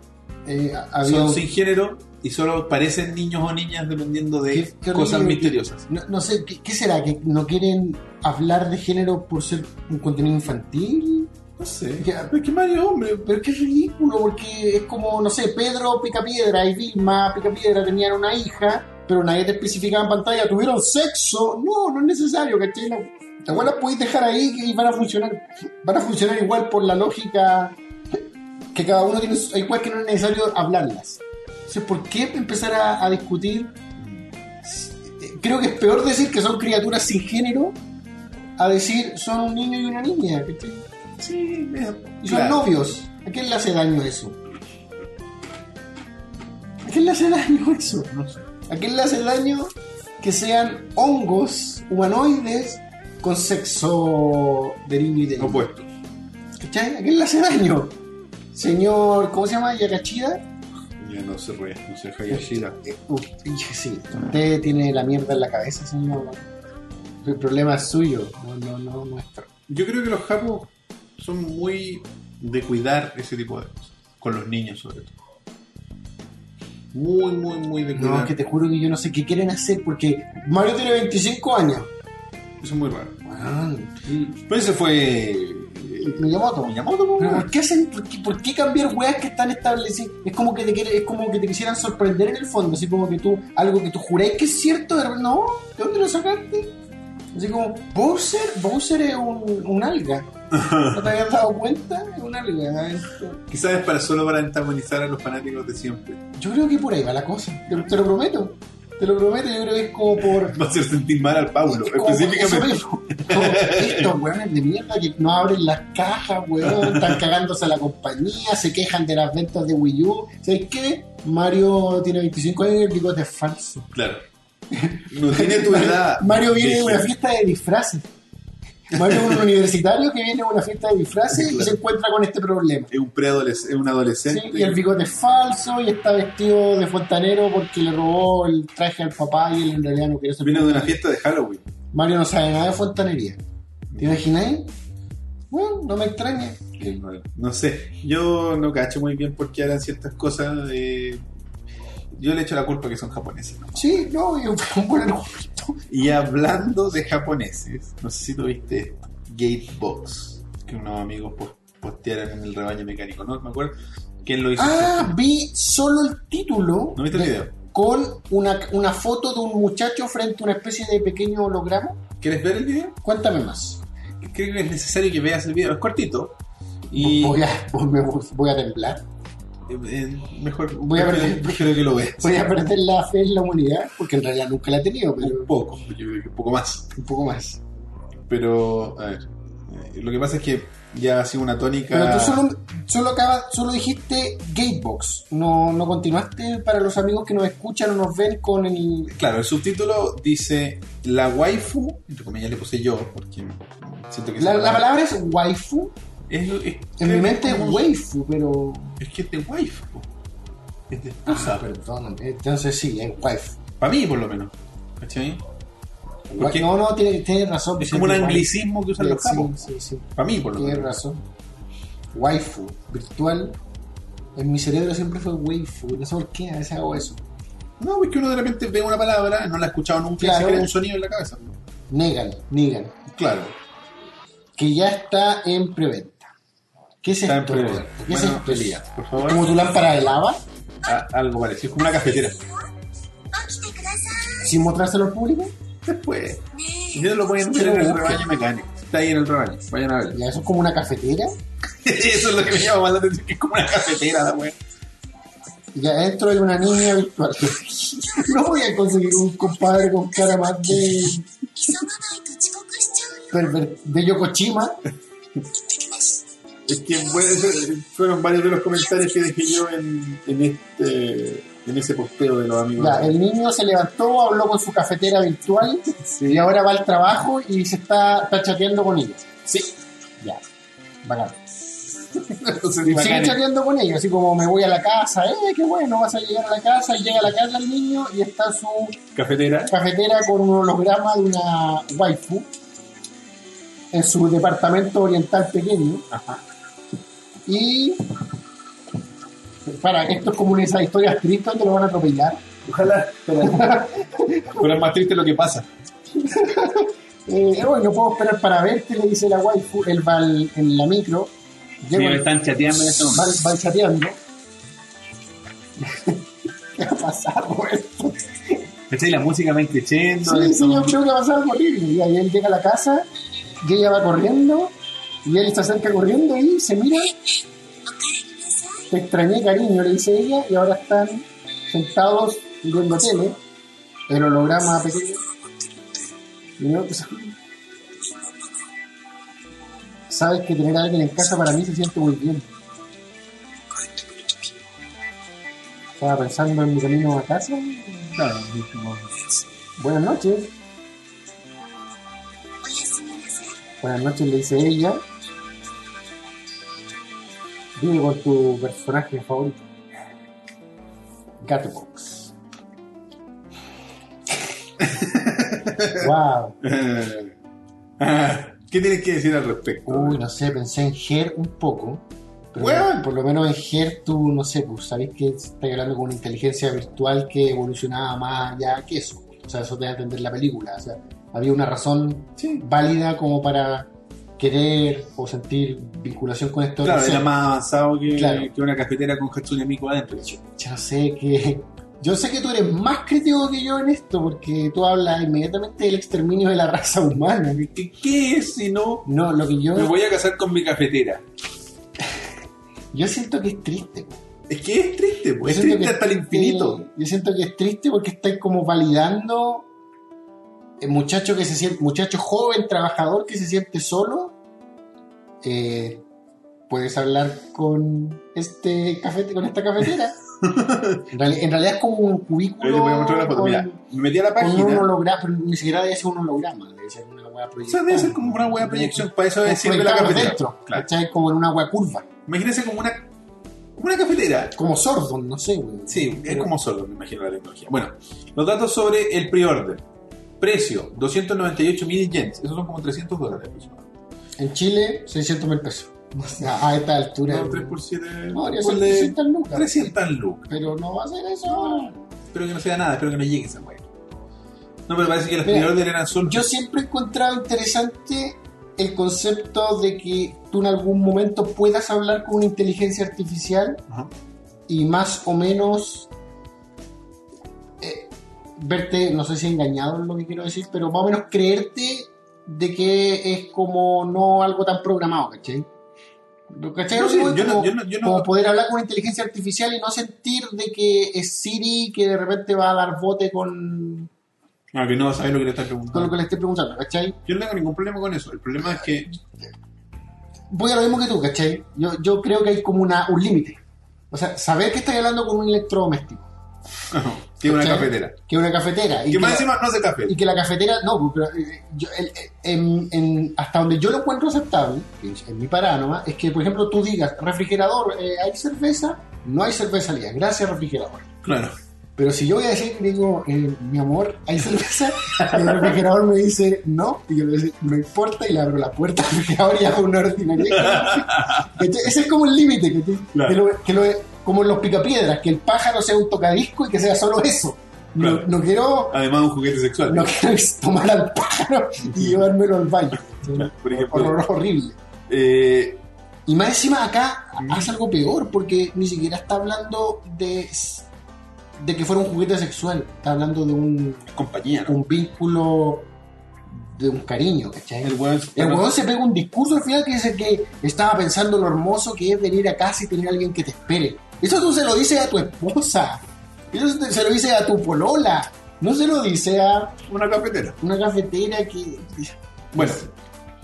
Speaker 2: Eh, había
Speaker 1: son
Speaker 2: un-
Speaker 1: sin género y solo parecen niños o niñas dependiendo de
Speaker 2: Qué- qué
Speaker 1: cosas
Speaker 2: horrible.
Speaker 1: misteriosas.
Speaker 2: no, no sé, ¿qué, qué será? ¿Que no quieren hablar de género por ser un contenido infantil?
Speaker 1: No sé.
Speaker 2: Ya.
Speaker 1: Es que Mario es hombre.
Speaker 2: Pero qué ridículo, porque es como, no sé, Pedro Picapiedra y Vilma Picapiedra tenían una hija, pero nadie te especificaba en pantalla, ¿tuvieron sexo? No, no es necesario, ¿cachai? La, la weá la podéis dejar ahí y van a funcionar, van a funcionar igual por la lógica que cada uno tiene, su- igual que no es necesario hablarlas. Entonces, ¿por qué empezar a, a discutir? Eh, Creo que es peor decir que son criaturas sin género a decir son un niño y una niña, ¿cachai?
Speaker 1: Sí, es-
Speaker 2: Y son
Speaker 1: claro.
Speaker 2: novios. ¿A quién le hace daño eso? ¿A quién le hace daño eso?
Speaker 1: No sé.
Speaker 2: ¿A quién le hace daño que sean hongos humanoides con sexo de niño y de niña?
Speaker 1: Opuesto.
Speaker 2: ¿Cachai? ¿A quién le hace daño? Señor, ¿cómo se llama? Yakachida.
Speaker 1: Ya no se re, no se Hayashida.
Speaker 2: Eh, uf, dije, sí, usted tiene la mierda en la cabeza, señor. El problema es suyo, no, no, no nuestro.
Speaker 1: Yo creo que los japos son muy de cuidar ese tipo de cosas. Con los niños sobre todo. Muy, muy, muy de
Speaker 2: No,
Speaker 1: cuidar.
Speaker 2: es que te juro que yo no sé qué quieren hacer porque Mario tiene 25 años.
Speaker 1: Eso es muy raro.
Speaker 2: Weón,
Speaker 1: Pero ese fue... eh,
Speaker 2: Miyamoto.
Speaker 1: Miyamoto, ¿no?
Speaker 2: ¿Pero por qué hacen, por qué, por qué cambiar weas que están establecidas? Es como que te quiere- es como que te quisieran sorprender en el fondo, así como que tú, algo que tú juráis que es cierto, de repente, no, ¿de dónde lo sacaste? Así como, Bowser, Bowser es un, un alga. ¿No te habías dado cuenta? Es un alga. es-
Speaker 1: Quizás es para solo para antagonizar a los fanáticos de siempre.
Speaker 2: Yo creo que por ahí va la cosa. Te, te lo prometo. Te lo prometo, yo creo que es como por.
Speaker 1: Va a hacer sentir mal al Pablo,
Speaker 2: Es como
Speaker 1: específicamente.
Speaker 2: eso mismo. Como Estos weones de mierda que no abren las cajas, weón, están cagándose a la compañía, se quejan de las ventas de Wii U. ¿Sabes qué? Mario tiene 25 años y el bigote es falso.
Speaker 1: Claro. No tiene tu edad.
Speaker 2: Mario viene de
Speaker 1: Dije,
Speaker 2: una fiesta de disfraces. Mario es un universitario que viene de una fiesta de disfraces y
Speaker 1: Claro.
Speaker 2: se encuentra con este problema.
Speaker 1: Es un preadolescente, es un
Speaker 2: Sí,
Speaker 1: adolescente.
Speaker 2: y el bigote es falso y está vestido de fontanero porque le robó el traje al papá y él en realidad no quería ser
Speaker 1: Viene de una fiesta de Halloween.
Speaker 2: Mario no sabe nada de fontanería. ¿Te imagináis? Bueno, no me extraña.
Speaker 1: No sé, yo no cacho muy bien por qué harán ciertas cosas. eh, Yo le echo la culpa que son japoneses. ¿no?
Speaker 2: Sí, no, es un- un buen argumento.
Speaker 1: Y hablando de japoneses, no sé si tuviste esto, Gatebox, que unos amigos pues, postearon en el rebaño mecánico, ¿no? Me acuerdo quién lo hizo.
Speaker 2: Ah, vi solo el título.
Speaker 1: ¿No viste el
Speaker 2: de-
Speaker 1: video?
Speaker 2: Con una, una foto de un muchacho frente a una especie de pequeño holograma.
Speaker 1: ¿Quieres ver el video?
Speaker 2: Cuéntame más.
Speaker 1: Creo que es necesario que veas el video, es cortito. Y
Speaker 2: Voy, a, me voy- voy a temblar.
Speaker 1: eh, eh, mejor
Speaker 2: Voy a ver-
Speaker 1: prefiero- prefiero que lo veas.
Speaker 2: Voy a perder la fe en la humanidad, porque en realidad nunca la he tenido, pero
Speaker 1: Un poco, yo creo que un poco más.
Speaker 2: un poco más.
Speaker 1: Pero, a ver, eh, lo que pasa es que ya ha sido una tónica.
Speaker 2: Pero tú solo, solo, acabas, solo dijiste Gatebox. No, no continuaste para los amigos que nos escuchan o nos ven con el.
Speaker 1: Claro, el subtítulo dice La waifu, entre comillas le puse yo, porque siento que
Speaker 2: La,
Speaker 1: esa
Speaker 2: la palabra es waifu.
Speaker 1: es, es-
Speaker 2: En mi mente es
Speaker 1: como-
Speaker 2: waifu, pero.
Speaker 1: Es que es de waifu. Es de esposa.
Speaker 2: Ah, perdón. Entonces sí, es waifu.
Speaker 1: Para mí, por lo menos. ¿Cachai?
Speaker 2: Wa-
Speaker 1: qué?
Speaker 2: No, no, tienes tienes razón.
Speaker 1: Es como un
Speaker 2: porque
Speaker 1: anglicismo que usan
Speaker 2: waifu-
Speaker 1: los capos.
Speaker 2: Sí, sí, sí.
Speaker 1: Para mí, por lo
Speaker 2: Tienes
Speaker 1: menos.
Speaker 2: razón. Waifu, virtual. En mi cerebro siempre fue waifu. No sé por qué a veces hago eso.
Speaker 1: No, es que uno de repente ve una palabra, no la ha escuchado nunca, y
Speaker 2: Claro.
Speaker 1: se crea un sonido en la cabeza.
Speaker 2: Negan, Negan.
Speaker 1: Claro.
Speaker 2: Que ya está en preventa. ¿Qué es
Speaker 1: Está en
Speaker 2: esto?
Speaker 1: preventa.
Speaker 2: Roberto? ¿Qué
Speaker 1: Bueno,
Speaker 2: es esto?
Speaker 1: Elías, por favor.
Speaker 2: ¿Como tu lámpara de lava?
Speaker 1: A- algo parecido. Es como una cafetera.
Speaker 3: 起きてくださ
Speaker 2: ¿Sin mostrárselo al público?
Speaker 1: Después.
Speaker 3: いねえ
Speaker 1: Ustedes lo pueden ver en el rebaño mecánico. Está ahí en el rebaño. Vayan a verlo.
Speaker 2: Ya, eso es como una cafetera.
Speaker 1: Eso es lo que me llama más la atención, que es como una cafetera, la wea.
Speaker 2: Y adentro hay una niña virtual. no voy a conseguir un compadre con cara más de,
Speaker 3: 急がないと遅刻しちゃうよ
Speaker 2: perver- de Yokochima.
Speaker 1: Es que bueno, eso- fueron varios de los comentarios que dejé yo en, en este en ese posteo de los amigos.
Speaker 2: Ya, el niño se levantó, habló con su cafetera virtual y ahora va al trabajo y se está, está chateando con ellos.
Speaker 1: Sí.
Speaker 2: Ya, bacán.
Speaker 1: Entonces,
Speaker 2: Y sigue
Speaker 1: bacán.
Speaker 2: chateando con ellos, así como me voy a la casa, eh, qué bueno, vas a llegar a la casa, y llega a la casa el niño y está su
Speaker 1: Cafetera.
Speaker 2: cafetera con un holograma de una waifu en su departamento oriental pequeño.
Speaker 1: Ajá.
Speaker 2: Y para, esto es como una de esas historias tristes donde lo van a atropellar.
Speaker 1: Ojalá. Pero, pero es más triste lo que pasa.
Speaker 2: Eh, eh, bueno, no puedo esperar para verte, le dice la waifu. Él va al- en la micro. Llega-
Speaker 1: Mira, me están chateando en este
Speaker 2: va,
Speaker 1: momento.
Speaker 2: va chateando. ¿Qué va a pasar, güey?
Speaker 1: ¿Cachai? La música va increciendo.
Speaker 2: Sí, sí, yo
Speaker 1: entonces-
Speaker 2: creo que va a pasar algo horrible. Y ahí él llega a la casa, y ella va corriendo, y él se acerca corriendo y se mira. Te extrañé, cariño, le dice ella, y ahora están sentados viendo tele, el holograma pequeño. Y no, pues, Sabes que tener a alguien en casa para mí se siente muy bien. Estaba pensando en mi camino a casa.
Speaker 1: Claro, es como-
Speaker 2: Buenas noches.
Speaker 3: おやすみなさい
Speaker 2: Buenas noches, le dice ella. Vive con tu personaje favorito. Gatobox. wow.
Speaker 1: Ah, Eh, ¿Qué tienes que decir al respecto?
Speaker 2: Uy, no sé, pensé en Ger un poco. Pero
Speaker 1: Weón.
Speaker 2: por lo menos en Ger tú, no sé, pues sabés que estás hablando con una inteligencia virtual que evolucionaba más allá que eso. O sea, eso te da a entender la película. O sea, había una razón
Speaker 1: Sí.
Speaker 2: válida como para querer o sentir vinculación con esto.
Speaker 1: Claro, era más avanzado que,
Speaker 2: Claro.
Speaker 1: que una cafetera con Hatsune Miku adentro.
Speaker 2: Yo sé que. Yo sé que tú eres más crítico que yo en esto, porque tú hablas inmediatamente del exterminio de la raza humana.
Speaker 1: ¿Qué, qué es si no
Speaker 2: No, lo que yo.
Speaker 1: me voy a casar con mi cafetera?
Speaker 2: Yo siento que es triste. po.
Speaker 1: Es que es triste,
Speaker 2: Yo
Speaker 1: pues. es
Speaker 2: siento
Speaker 1: triste
Speaker 2: que
Speaker 1: hasta el infinito.
Speaker 2: eh, yo siento que es triste porque estáis como validando el muchacho que se siente, muchacho joven, trabajador que se siente solo. Eh, puedes hablar con este cafete, con esta cafetera. en, reali- en realidad es como un cubículo.
Speaker 1: Yo te voy a mostrar una foto.
Speaker 2: con-
Speaker 1: Mira, me metí a la
Speaker 2: Con un
Speaker 1: página.
Speaker 2: holograma, pero ni siquiera debe ser un holograma, debe ser una hueá
Speaker 1: O sea,
Speaker 2: proyección.
Speaker 1: debe ser como una hueá proyección. Para eso
Speaker 2: Como
Speaker 1: debe sirve la
Speaker 2: proyectado
Speaker 1: cafetera.
Speaker 2: dentro,
Speaker 1: Claro.
Speaker 2: ¿cachai? Como en una hueá curva,
Speaker 1: Imagínense como una, como una cafetera.
Speaker 2: como sordo, no sé, güey.
Speaker 1: Sí, es
Speaker 2: Pero-
Speaker 1: como solo, me imagino la tecnología. Bueno, los datos sobre el pre-order. Precio, pues. 298.000 yens. Esos son como 300 dólares aproximadamente.
Speaker 2: En Chile, 600 mil pesos. O sea, a esta altura.
Speaker 1: No, 3 por 7.
Speaker 2: No, debería ser
Speaker 1: ponle
Speaker 2: 300 lucas.
Speaker 1: 300 lucas.
Speaker 2: Pero no va a ser eso.
Speaker 1: Espero que no sea nada, espero que no llegue esa weá. No, pero parece que el
Speaker 2: Mira,
Speaker 1: escritor de Elena Sol.
Speaker 2: Yo siempre he encontrado interesante el concepto de que tú en algún momento puedas hablar con una inteligencia artificial
Speaker 1: Ajá.
Speaker 2: y más o menos eh, verte, no sé si engañado es lo que quiero decir, pero más o menos creerte de que es como no algo tan programado, ¿cachai? ¿Lo ¿Cachai?
Speaker 1: No,
Speaker 2: Lo que
Speaker 1: sí,
Speaker 2: voy
Speaker 1: yo no-
Speaker 2: como-
Speaker 1: yo no- yo no-
Speaker 2: como poder hablar con una inteligencia artificial y no sentir de que es Siri que de repente va a dar bote con,
Speaker 1: Ah, que no sabes lo que le estás
Speaker 2: con lo que
Speaker 1: preguntando.
Speaker 2: le esté preguntando, ¿cachai?
Speaker 1: Yo no tengo ningún problema con eso. El problema es que
Speaker 2: voy a lo mismo que tú, ¿cachai? Yo, yo creo que hay como una, un límite. O sea, saber que estás hablando con un electrodoméstico.
Speaker 1: tiene una
Speaker 2: ¿cachai?
Speaker 1: cafetera.
Speaker 2: Que una cafetera. Y
Speaker 1: Que
Speaker 2: que,
Speaker 1: más
Speaker 2: la,
Speaker 1: encima no hace café.
Speaker 2: y que la cafetera, no, pero eh, yo- el- eh, en- en- hasta donde yo lo encuentro aceptable, que es en mi parada nomás, es que, por ejemplo, tú digas, refrigerador, eh, ¿hay cerveza? No hay cerveza, Lía. Gracias, refrigerador.
Speaker 1: Claro.
Speaker 2: Pero si yo voy a decir, digo, eh, mi amor, ¿hay cerveza? Y el refrigerador me dice, no. Y yo le digo, no importa, y le abro la puerta al refrigerador y hago una ordinaria. Entonces, Ese es como el límite, que, tú-
Speaker 1: Claro.
Speaker 2: que lo- que lo- como en los picapiedras, que el pájaro sea un tocadisco y que sea solo eso. No,
Speaker 1: Claro.
Speaker 2: no quiero,
Speaker 1: Además, un juguete sexual.
Speaker 2: no quiero tomar al pájaro y llevármelo al baño.
Speaker 1: Claro, Por ejemplo,
Speaker 2: Horror, horrible.
Speaker 1: eh,
Speaker 2: Y más encima acá
Speaker 1: Mm.
Speaker 2: hace algo peor, porque ni siquiera está hablando de, de que fuera un juguete sexual, está hablando de un,
Speaker 1: compañía, ¿no?
Speaker 2: un vínculo, de un cariño, ¿cachai?
Speaker 1: El weón.
Speaker 2: El huevón se pega un discurso al final que dice que estaba pensando lo hermoso que es venir a casa y tener a alguien que te espere. Eso tú se lo dices a tu esposa, eso se se lo dices a tu polola, no se lo dice a
Speaker 1: Una cafetera.
Speaker 2: una cafetera que...
Speaker 1: Bueno,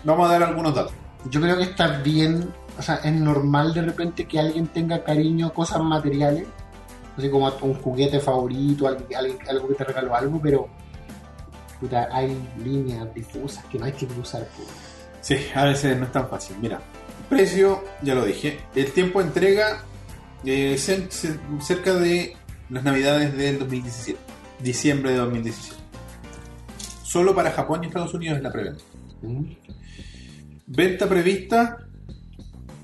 Speaker 1: vamos a dar algunos datos.
Speaker 2: Yo creo que está bien, o sea, es normal de repente que alguien tenga cariño a cosas materiales, así como a un juguete favorito, al- al- algo que te regaló algo, pero puta, hay líneas difusas que no hay que cruzar. pues.
Speaker 1: Sí, a veces no es tan fácil. Mira, precio, ya lo dije. El tiempo de entrega eh, cer- cer- cerca de las navidades del 2017. Diciembre de 2017. Solo para Japón y Estados Unidos es la preventa.
Speaker 2: ¿Mm?
Speaker 1: Venta prevista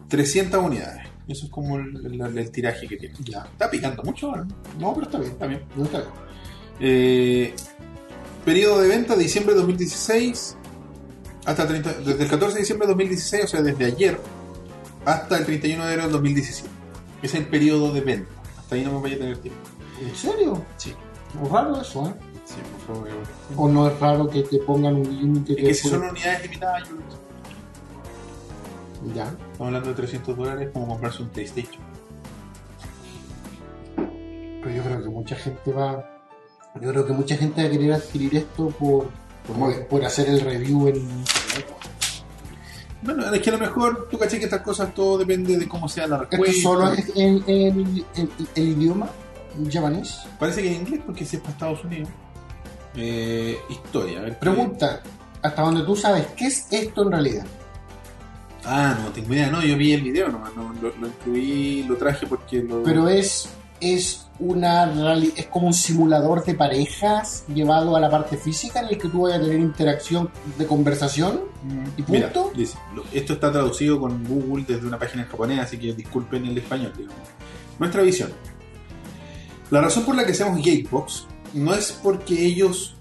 Speaker 1: 300 unidades. Eso es como el, el- el tiraje que tiene.
Speaker 2: Ya,
Speaker 1: Está picando mucho ahora.
Speaker 2: no, pero está bien,
Speaker 1: Está bien.
Speaker 2: no está bien.
Speaker 1: Eh, periodo de venta diciembre de 2016 hasta 30 desde el 14 de diciembre de 2016, o sea, desde ayer hasta el 31 de enero del 2017. Es el periodo de venta. Hasta ahí no me vaya a tener tiempo.
Speaker 2: ¿En serio?
Speaker 1: Sí.
Speaker 2: Es raro eso, ¿eh?
Speaker 1: Sí, por favor.
Speaker 2: O no es raro que te pongan un límite
Speaker 1: Es que si son unidades limitadas, yo no sé.
Speaker 2: Ya,
Speaker 1: estamos hablando de 300 dólares, como comprarse un PlayStation.
Speaker 2: pero yo creo que mucha gente va... Yo creo que mucha gente va a querer adquirir esto por, por, por hacer el review en internet.
Speaker 1: Bueno, es que a lo mejor tú caché que estas cosas todo depende de cómo sea la
Speaker 2: ¿Esto
Speaker 1: respuesta.
Speaker 2: solo es en, en- en- el idioma japonés?
Speaker 1: Parece que en inglés, porque si es para Estados Unidos. Eh, historia, a ver.
Speaker 2: Pregunta, hasta donde tú sabes, ¿qué es esto en realidad?
Speaker 1: Ah, no tengo idea, no, yo vi el video nomás, no, lo, lo incluí, lo traje porque lo...
Speaker 2: Pero es, es, una reali- es como un simulador de parejas llevado a la parte física en el que tú vayas a tener interacción de conversación.
Speaker 1: Mm,
Speaker 2: ¿y punto?
Speaker 1: Mira, dice, lo- esto está traducido con Google desde una página en japonés, así que disculpen el español, digamos. Nuestra visión. La razón por la que hacemos Gatebox no es porque ellos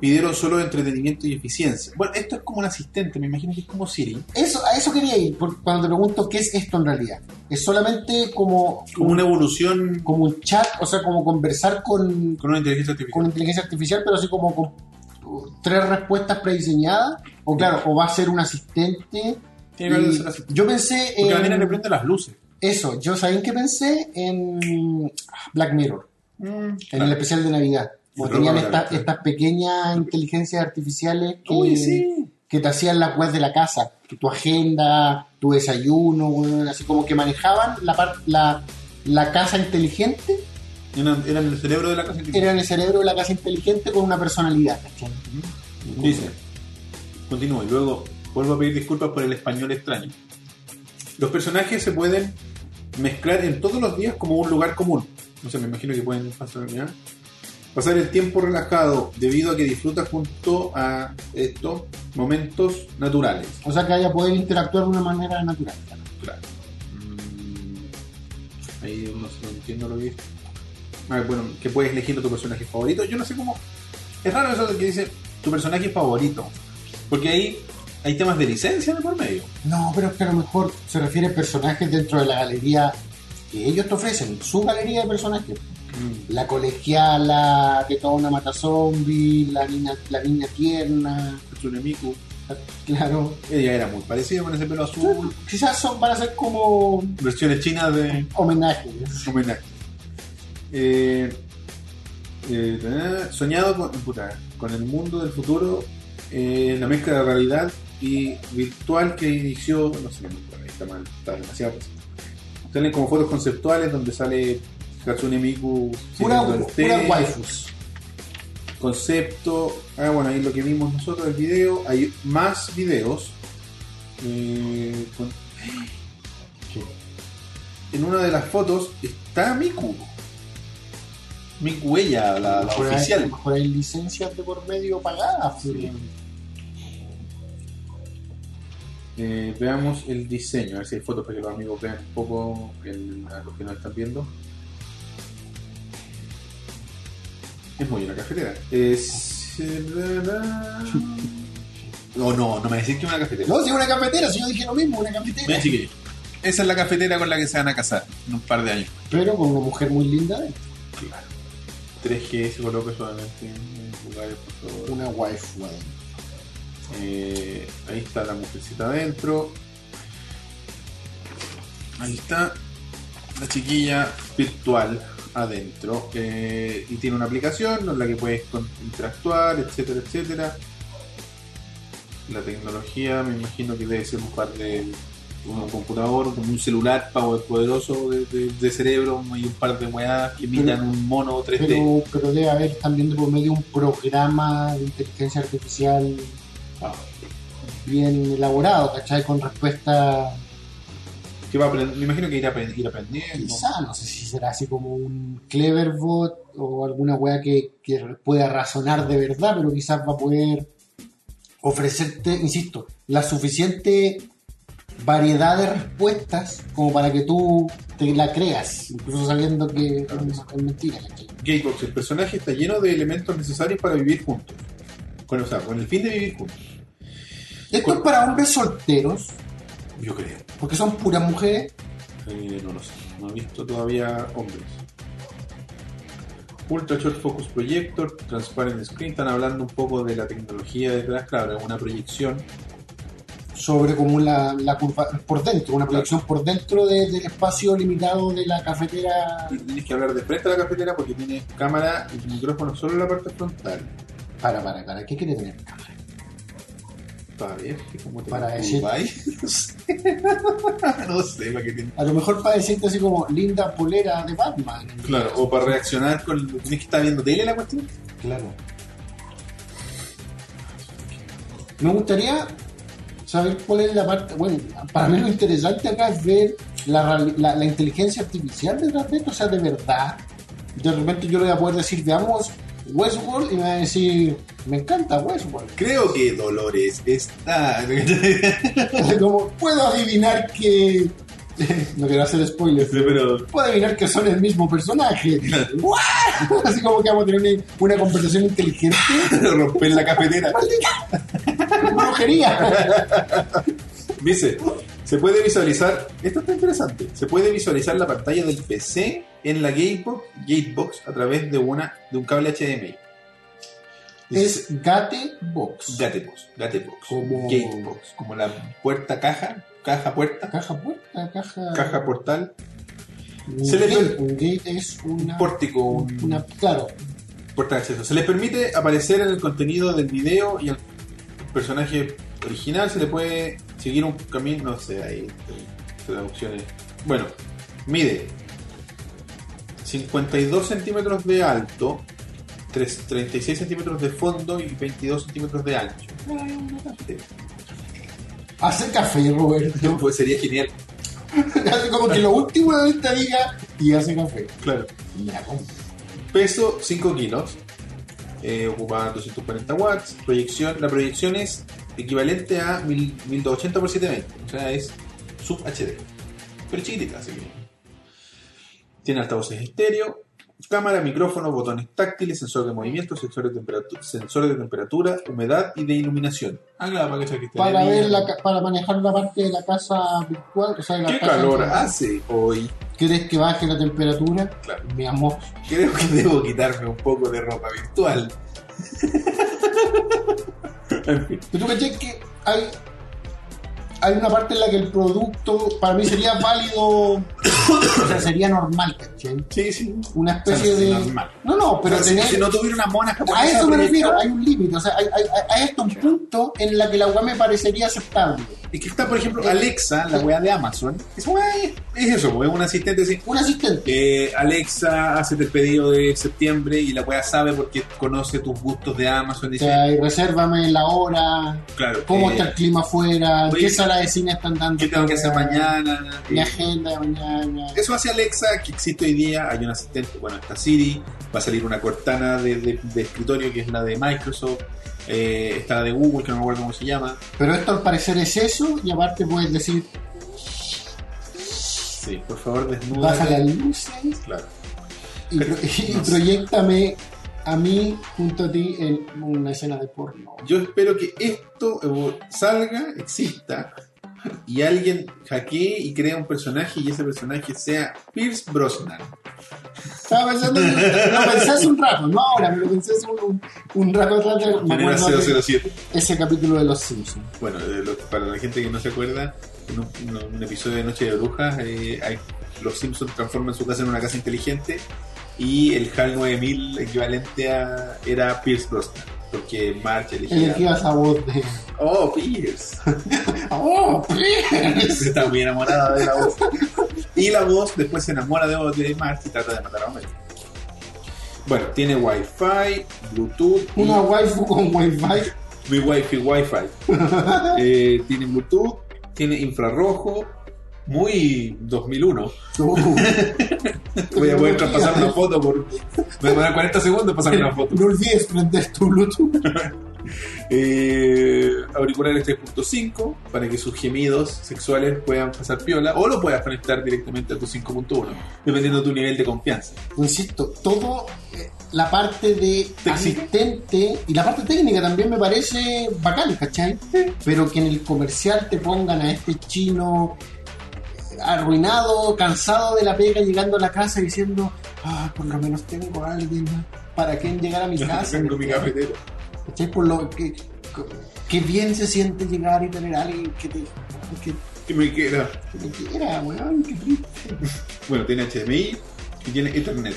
Speaker 1: pidieron solo entretenimiento y eficiencia. Bueno, esto es como un asistente, me imagino que es como Siri.
Speaker 2: Eso, a eso quería ir por- cuando te pregunto qué es esto en realidad. Es solamente como,
Speaker 1: Como una evolución
Speaker 2: como un chat, o sea, como conversar con,
Speaker 1: con una inteligencia artificial.
Speaker 2: con inteligencia artificial, pero así como con tres respuestas prediseñadas, o claro, o va a ser un asistente.
Speaker 1: Tiene que
Speaker 2: Y
Speaker 1: haber un asistente.
Speaker 2: yo pensé
Speaker 1: Porque la mina le
Speaker 2: en
Speaker 1: prende las luces.
Speaker 2: eso, yo sabía en qué pensé en Black Mirror,
Speaker 1: Mm,
Speaker 2: en
Speaker 1: claro.
Speaker 2: el especial de Navidad. Como
Speaker 1: Pero
Speaker 2: tenían
Speaker 1: no,
Speaker 2: esta-
Speaker 1: claro.
Speaker 2: estas pequeñas inteligencias artificiales que,
Speaker 1: Uy, sí.
Speaker 2: que te hacían la web de la casa, tu agenda, tu desayuno, weón, así como que manejaban la, par- la, la casa inteligente,
Speaker 1: Eran, eran el cerebro de la casa artificial.
Speaker 2: eran el cerebro de la casa inteligente con una personalidad. ¿cachai?
Speaker 1: Dice, continúo y luego vuelvo a pedir disculpas por el español extraño. Los personajes se pueden mezclar en todos los días como un lugar común. No sé, me imagino que pueden pasar, ¿ya? pasar el tiempo relajado debido a que disfrutas junto a estos momentos naturales.
Speaker 2: O sea que haya poder interactuar de una manera natural. ¿no?
Speaker 4: Claro.
Speaker 1: Mm, Ahí no, sé, no entiendo lo que es. Ah, bueno, que puedes elegir tu personaje favorito. Yo no sé cómo. Es raro eso de que dice tu personaje favorito. Porque ahí hay temas de licencia de por medio.
Speaker 2: No, pero es que a lo mejor se refiere a personajes dentro de la galería que ellos te ofrecen, su galería de personajes. La colegiala, que toda una mata zombie, la niña, la niña tierna,
Speaker 1: Tsunemiku.
Speaker 2: claro.
Speaker 1: Ella era muy parecida con ese pelo azul.
Speaker 2: Quizás son para ser como
Speaker 1: Versiones chinas de
Speaker 2: homenajes.
Speaker 1: homenaje. Eh, eh, ta- soñado con, puta, con el mundo del futuro, eh, la mezcla de realidad y virtual que inició. No sé, ahí está mal, está demasiado. pues. Salen como fotos conceptuales donde sale Katsune Miku
Speaker 2: Pura,
Speaker 1: sirviendo el té,
Speaker 2: pura waifus.
Speaker 1: concepto. Ah, bueno, ahí lo que vimos nosotros, el video. Hay más videos. eh, con- En una de las fotos está Miku. Miku ella, la, la
Speaker 2: Por ahí- a
Speaker 1: oficial.
Speaker 2: lo mejor hay licencias de por medio pagadas.
Speaker 1: Eh, veamos el diseño, a ver si hay fotos para que los amigos vean un poco el- a los que nos están viendo. Es muy una cafetera. Es... eh, No, Oh, no, no me decís que es una cafetera.
Speaker 2: No, si una cafetera, si yo dije lo mismo, una cafetera.
Speaker 1: Ven, chiquillos. Esa es la cafetera con la que se van a casar en un par de años.
Speaker 2: Pero con una mujer muy linda,
Speaker 1: 3G se coloca solamente en lugares, por favor.
Speaker 2: una waifu. adentro.
Speaker 1: Eh, ahí está la mujercita adentro. Ahí está la chiquilla virtual adentro. Eh, y tiene una aplicación con la que puedes con- interactuar, etcétera, etcétera. La tecnología me imagino que debe ser un par de un computador, como un celular power poderoso de, de- de cerebro y un par de weas que imitan
Speaker 2: Pero-
Speaker 1: un mono 3D.
Speaker 2: Pero, pero debe haber también de por medio un programa de inteligencia artificial
Speaker 1: Ah,
Speaker 2: bien elaborado, ¿cachai? Con respuesta
Speaker 1: que va a aprend- me imagino que irá aprend- ir aprendiendo.
Speaker 2: quizá, no sé si será así como un clever bot o alguna wea que, que pueda razonar de verdad, pero quizás va a poder ofrecerte, insisto, la suficiente variedad de respuestas como para que tú te la creas, incluso sabiendo que es, es mentira, ¿cachai?
Speaker 1: Gatebox, el personaje está lleno de elementos necesarios para vivir juntos. Con, o sea, con el fin de vivir juntos.
Speaker 2: Esto es para hombres solteros,
Speaker 1: Yo creo.
Speaker 2: porque son puras mujeres.
Speaker 1: Eh, no lo sé. No he visto todavía hombres. Ultra Short Focus Projector, Transparent Screen, están hablando un poco de la tecnología detrás, claro, es una proyección.
Speaker 2: sobre como la, la curva por dentro, una proyección por dentro de- del espacio limitado de la cafetera
Speaker 1: Y tienes que hablar de frente a la cafetera porque tiene cámara y micrófono solo en la parte frontal.
Speaker 2: para para para qué quiere tener cámara
Speaker 1: Para ver cómo te
Speaker 2: Para
Speaker 1: va en
Speaker 2: decir-
Speaker 1: Dubái. no sé. no sé para qué tiene.
Speaker 2: a lo mejor para decirte así como linda polera de Batman
Speaker 1: Claro, o para reaccionar con. Tienes que estar viendo tele la cuestión.
Speaker 2: claro me gustaría saber cuál es la parte bueno para mí lo interesante acá es ver la, reali- la, la inteligencia artificial detrás de esto o sea de verdad de repente yo le voy a poder decir veamos Westworld y me va a decir me encanta Westworld
Speaker 1: Creo que Dolores está.
Speaker 2: Entonces, como puedo adivinar que no quiero hacer spoilers
Speaker 1: pero.
Speaker 2: puedo adivinar que son el mismo personaje ¡Guau! así como que vamos a tener una, una conversación inteligente
Speaker 1: Romper la cafetera.
Speaker 2: brujería
Speaker 1: Dice, se puede visualizar. Esto está interesante. Se puede visualizar la pantalla del PC en la Gatebox, Gatebox a través de una de un cable HDMI.
Speaker 2: es Gate Box
Speaker 1: Gatebox, Gatebox,
Speaker 2: Como-
Speaker 1: Gatebox, como la puerta caja, caja puerta,
Speaker 2: caja puerta caja
Speaker 1: caja portal,
Speaker 2: un,
Speaker 1: Se le
Speaker 2: gate,
Speaker 1: ve-
Speaker 2: un gate es una
Speaker 1: un pórtico, un-
Speaker 2: Ah. una claro
Speaker 1: puerta de acceso. Se les permite aparecer en el contenido del video y al personaje original se le puede seguir un camino, no sé, hay traducciones. Bueno, mide 52 centímetros de alto, tres- 36 centímetros de fondo y 22 centímetros de ancho. Ay, una cafetera.
Speaker 2: hace café Roberto
Speaker 1: Pues sería genial,
Speaker 2: hace como que lo último de esta diga y hace café
Speaker 1: claro.
Speaker 2: mira cómo
Speaker 1: Peso 5 kilos. Eh, ocupa 240 watts. Proyección, la proyección es equivalente a 1000 1280 x 720. O sea, es sub HD. pero chiquitita, así que. Tiene altavoces estéreo, cámara, micrófono, botones táctiles, sensor de movimiento, sensor de, temperatu- sensor de temperatura, humedad y de iluminación. Ah, claro, para que sea que esté
Speaker 2: Para,
Speaker 1: de día.
Speaker 2: ver la ca- para manejar una parte de la casa virtual, o sea, de la
Speaker 1: ¿Qué
Speaker 2: casa
Speaker 1: calor
Speaker 2: que-
Speaker 1: hace hoy?
Speaker 2: ¿Quieres que baje la temperatura?
Speaker 1: Claro.
Speaker 2: Veamos.
Speaker 1: Creo que debo quitarme un poco de ropa virtual. En fin.
Speaker 2: Pero tú caché que hay, hay una parte en la que el producto para mí sería válido, o sea, sería normal, ¿cachai?
Speaker 1: Sí, sí.
Speaker 2: Una
Speaker 1: O sea,
Speaker 2: especie
Speaker 1: no es
Speaker 2: de.
Speaker 1: normal.
Speaker 2: No, no, pero
Speaker 1: Pero si,
Speaker 2: tener-
Speaker 1: si no tuviera una mona japonesa
Speaker 2: A eso me refiero,
Speaker 1: proyectada-
Speaker 2: hay un límite, o sea, hay, hay, hay hasta un punto en la que la weá me parecería aceptable.
Speaker 1: Es que está, por
Speaker 2: Eh.
Speaker 1: ejemplo, Alexa, la weá de Amazon. Es, weá, es eso, weá, un asistente así.
Speaker 2: Un asistente.
Speaker 1: Eh, Alexa, hace el pedido de septiembre y la weá sabe porque conoce tus gustos de Amazon.
Speaker 2: O
Speaker 1: Dice,
Speaker 2: sea, y resérvame la hora,
Speaker 1: claro,
Speaker 2: cómo
Speaker 1: eh,
Speaker 2: está el clima afuera,
Speaker 1: oye,
Speaker 2: qué sala de cine están dando.
Speaker 1: ¿qué tengo que hacer mañana?
Speaker 2: Mi
Speaker 1: Eh,
Speaker 2: agenda de mañana.
Speaker 1: Eso hace Alexa, que existe hoy día. Hay un asistente, bueno, está Siri, va a salir una cortana de, de- de escritorio que es la de Microsoft, eh, está la de Google, que no me acuerdo cómo se llama.
Speaker 2: Pero esto al parecer es eso, y aparte puedes decir,
Speaker 1: Sí, por favor, desnuda.
Speaker 2: baja las luces
Speaker 1: Claro.
Speaker 2: y, pro- y
Speaker 1: No sé.
Speaker 2: proyectame a mí junto a ti en una escena de porno.
Speaker 1: Yo espero que esto eh, salga, exista, y alguien hackee y crea un personaje y ese personaje sea Pierce Brosnan.
Speaker 2: Estaba pensando, en- lo pensé hace un rato, no ahora, me lo pensé hace un, un, un rato atrás. de- Me
Speaker 1: Genera
Speaker 2: acuerdo de
Speaker 1: 007.
Speaker 2: ese capítulo de Los Simpsons.
Speaker 1: Bueno, de lo- para la gente que no se acuerda, en un, en un episodio de Noche de Brujas, eh, hay- los Simpsons transforman su casa en una casa inteligente y el HAL 9000 equivalente a era Pierce Brosnan, porque March elegía.
Speaker 2: Elegía esa voz de.
Speaker 1: Oh, Pierce.
Speaker 2: ¡Oh, Pierce!
Speaker 1: Está muy enamorada de la voz. Y la voz después se enamora de, de March y trata de matar a Homero. Bueno, tiene Wi-Fi, Bluetooth. y-
Speaker 2: Una waifu con wifi.
Speaker 1: Mi Wi-Fi, Wi-Fi. Eh, tiene Bluetooth, tiene infrarrojo, muy 2001. Voy a poder traspasar una foto por. Me va a dar 40 segundos pasarme una foto.
Speaker 2: No olvides prender tu Bluetooth.
Speaker 1: Eh, auriculares 3.5 para que sus gemidos sexuales puedan pasar piola o lo puedas conectar directamente a tu 5.1, dependiendo de tu nivel de confianza.
Speaker 2: Insisto, todo eh, la parte de
Speaker 1: Técnica.
Speaker 2: asistente y la parte técnica también me parece bacán, ¿cachai? Pero que en el comercial te pongan a este chino eh, arruinado, cansado de la pega, llegando a la casa diciendo, ah, por lo menos tengo a alguien para quien llegar a mi casa.
Speaker 1: Tengo mi cafetero.
Speaker 2: ¿Cachai? Por lo que, que bien se siente llegar y tener a alguien que te, que,
Speaker 1: Que me queda.
Speaker 2: que te quiera, weón, qué triste.
Speaker 1: Bueno, tiene HDMI y tiene Ethernet.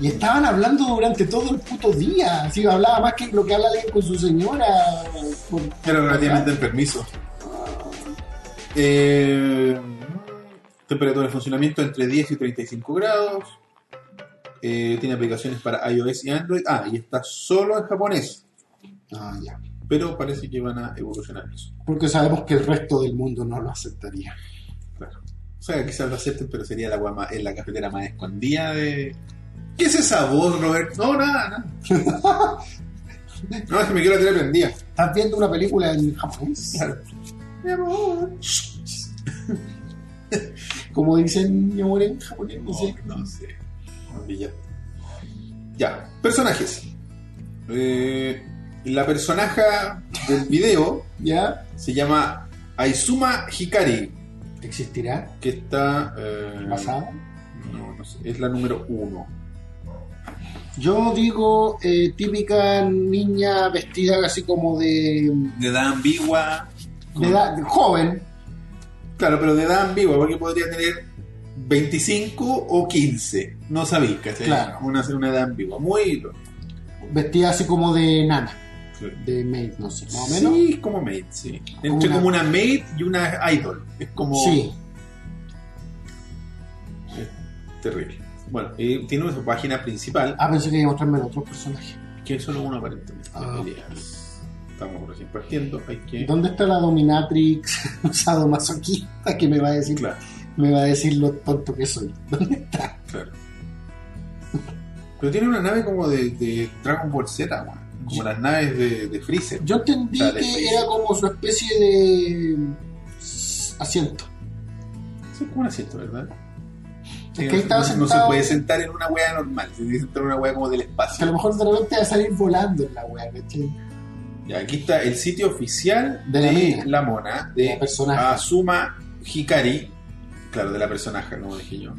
Speaker 2: Y estaban hablando durante todo el puto día. Así hablaba más que lo que habla alguien con su señora. por-
Speaker 1: Era relativamente enfermizo. Eh, temperatura de funcionamiento entre 10 y 35 grados. Eh, tiene aplicaciones para iOS y Android. Ah, y está solo en japonés.
Speaker 2: Ah, ya.
Speaker 1: Pero parece que van a evolucionar eso.
Speaker 2: Porque sabemos que el resto del mundo no lo aceptaría.
Speaker 1: O sea, quizás lo acepten, pero sería la, agua más- en la cafetera más escondida de... ¿Qué es esa voz, Robert? No, nada, nada. no, es que me quiero la tele prendida.
Speaker 2: ¿Estás viendo una película en japonés?
Speaker 1: Claro. Mi amor.
Speaker 2: Como dicen mi amor en japonés.
Speaker 1: No,
Speaker 2: No sé.
Speaker 1: no sé. Maravilla. Ya, personajes. Eh, la personaja del video
Speaker 2: ¿Ya?
Speaker 1: se llama Aizuma Hikari,
Speaker 2: ¿Existirá?
Speaker 1: que está... eh,
Speaker 2: ¿Pasada?
Speaker 1: No, no sé, es la número uno.
Speaker 2: Yo digo eh, típica niña vestida así como de,
Speaker 1: De edad ambigua.
Speaker 2: de edad de joven.
Speaker 1: Claro, pero de edad ambigua, porque podría tener 25 o 15. No sabía, ¿cachai?
Speaker 2: Claro.
Speaker 1: Una, una edad ambigua. Muy...
Speaker 2: Vestida así como de nana. De maid, no sé. Más o menos.
Speaker 1: Sí, es como maid, sí. Entre
Speaker 2: una-
Speaker 1: como una maid y una idol. Es como...
Speaker 2: Sí.
Speaker 1: Terrible. Bueno, eh, tiene su página principal,
Speaker 2: Ah, pensé que iba a mostrarme el otro personaje.
Speaker 1: que es solo uno aparentemente.
Speaker 2: Ah.
Speaker 1: Yes. Estamos recién partiendo, hay que...
Speaker 2: ¿Dónde está la dominatrix sadomasoquista que me va a decir,
Speaker 1: Claro,
Speaker 2: me va a decir lo tonto que soy? ¿Dónde está?
Speaker 1: claro. Pero tiene una nave como de, de Dragon Ball Z, weón. Como las naves de, de Freezer.
Speaker 2: Yo entendí
Speaker 1: Dale,
Speaker 2: que
Speaker 1: please.
Speaker 2: era como su especie de s- mm, asiento.
Speaker 1: Sí, es como un asiento, ¿verdad? Sí,
Speaker 2: que ahí
Speaker 1: no,
Speaker 2: estaba
Speaker 1: no se
Speaker 2: sentado.
Speaker 1: puede sentar en una wea normal, se tiene que sentar en una wea como del
Speaker 2: Que a
Speaker 1: espacio.
Speaker 2: lo mejor de repente va a salir volando en la wea, ¿cachai?
Speaker 1: Y aquí está el sitio oficial
Speaker 2: De la mina.
Speaker 1: la mona,
Speaker 2: De
Speaker 1: de
Speaker 2: personaje.
Speaker 1: Asuma Ah, Hikari. Claro, de la personaje, no dije yo.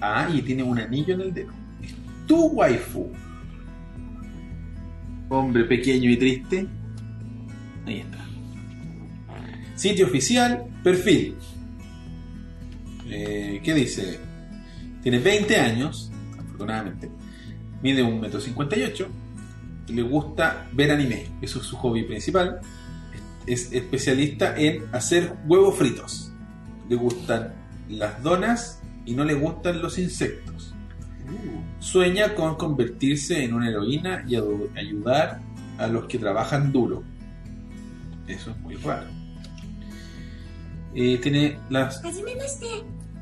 Speaker 1: Ah, y tiene un anillo en el dedo. Es tu waifu. Hombre pequeño y triste. Ahí está. Sitio oficial, perfil. Eh, ¿Qué dice? Tiene 20 años, afortunadamente. Mide 1,58m. Le gusta ver anime. Eso es su hobby principal es especialista en hacer huevos fritos. Le gustan las donas y no le gustan los insectos.
Speaker 2: Mm.
Speaker 1: Sueña con convertirse en una heroína y adu- ayudar a los que trabajan duro. Eso es muy raro. Eh, tiene las,
Speaker 5: はじめまして。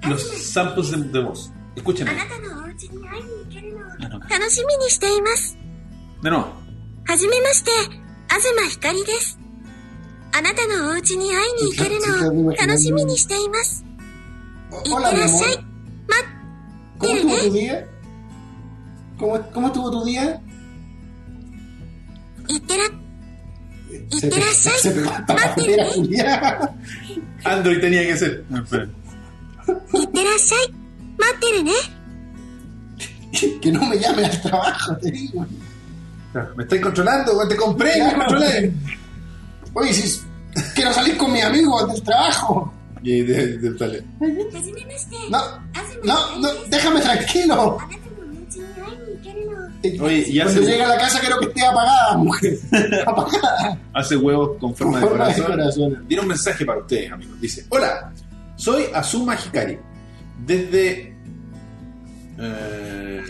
Speaker 5: あず
Speaker 1: los samples de, de voz.
Speaker 5: ま
Speaker 1: Escúchenme.
Speaker 5: あなたのお家に会いに行けるのを
Speaker 1: No, no, no.
Speaker 5: 楽しみにしています。
Speaker 1: De nuevo.
Speaker 5: はじめまして。あずまひかりです。あなたのお家に会いに行けるのを楽しみにしています。
Speaker 2: O-
Speaker 5: いっ
Speaker 2: Oh, Hola,
Speaker 5: て
Speaker 2: mi
Speaker 5: らっし
Speaker 2: amor.
Speaker 5: ゃい。
Speaker 2: ¿Cómo estuvo tu día? ¿Cómo, cómo estuvo tu día?
Speaker 5: いってら、いっ
Speaker 2: Se
Speaker 5: て
Speaker 2: te,
Speaker 5: らっしゃい。
Speaker 2: se te falta la bandera, Julián.
Speaker 1: Android tenía que ser. Ah, espera.
Speaker 5: いってらっしゃい。待ってるね。
Speaker 2: Que no me llamen al trabajo, te digo.
Speaker 1: Ah, Me estáis controlando, weón, te compré, me controlé.
Speaker 2: Oye, si quiero salir con mis amigos del trabajo.
Speaker 1: Y de, de- dale.
Speaker 5: はじめまして。
Speaker 2: No,
Speaker 5: あず
Speaker 2: no, no, déjame tranquilo.
Speaker 5: あなたのお家に会いに行けるのを
Speaker 1: Oye, y
Speaker 2: Cuando
Speaker 1: hace,
Speaker 2: llegue a la casa quiero que esté apagada, mujer. Apagada.
Speaker 1: hace huevos con forma,
Speaker 2: Con forma de
Speaker 1: de corazón.
Speaker 2: corazón.
Speaker 1: Tiene un mensaje para ustedes, amigos. Dice: Hola, soy Azuma Hikari. Desde. eh,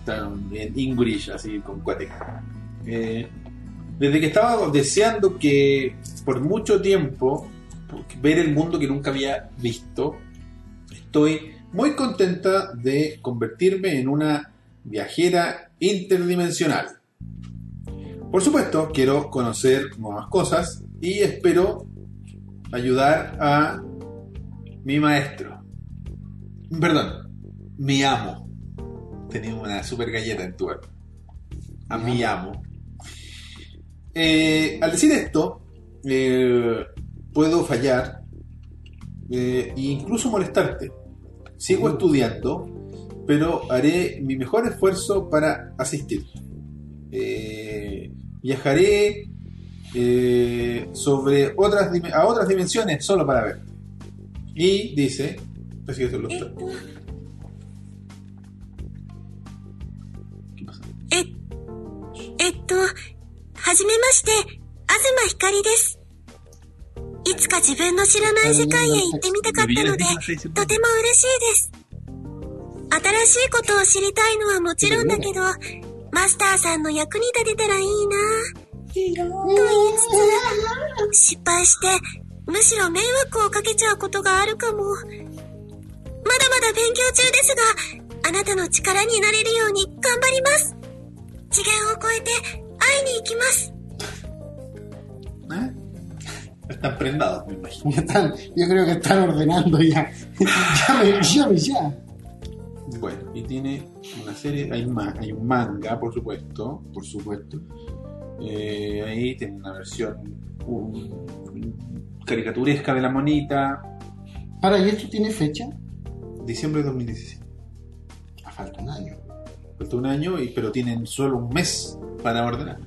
Speaker 1: está en English, así con cuate. Eh, desde que estaba deseando que por mucho tiempo ver el mundo que nunca había visto, estoy muy contenta de convertirme en una viajera interdimensional. Por supuesto, quiero conocer nuevas cosas y espero ayudar a mi maestro. Perdón, mi amo. Tenía una super galleta en tu mano. A mi amo. Eh, al decir esto, eh, puedo fallar eh, e incluso molestarte. Sigo estudiando, pero haré mi mejor esfuerzo para asistir. Eh, viajaré eh, sobre otras dim- a otras dimensiones solo para ver. Y dice, este parece que esto lo está-
Speaker 5: えっと、えっと、はじめまして、東ひかりです。いつか自分の知らない世界へ行ってみたかったので、とても嬉しいです。新しいことを知りたいのはもちろんだけど、マスターさんの役に立てたらいいなぁと言いつつ、失敗して、むしろ迷惑をかけちゃうことがあるかも。まだまだ勉強中ですが、あなたの力になれるように頑張ります。次元を超えて会いに行きます。
Speaker 1: ¿Eh? Están prendados, me imagino.
Speaker 2: Ya están- yo creo que están ordenando ya. Llame, llame ya.
Speaker 1: Bueno, y tiene una serie, hay, ma- hay un manga, por supuesto, por supuesto. Eh, ahí tiene una versión um, caricaturesca de la monita,
Speaker 2: Ahora, ¿y esto tiene fecha?
Speaker 1: diciembre de 2017.
Speaker 2: Ah, falta un año.
Speaker 1: Falta un año, y, pero tienen solo un mes para ordenar.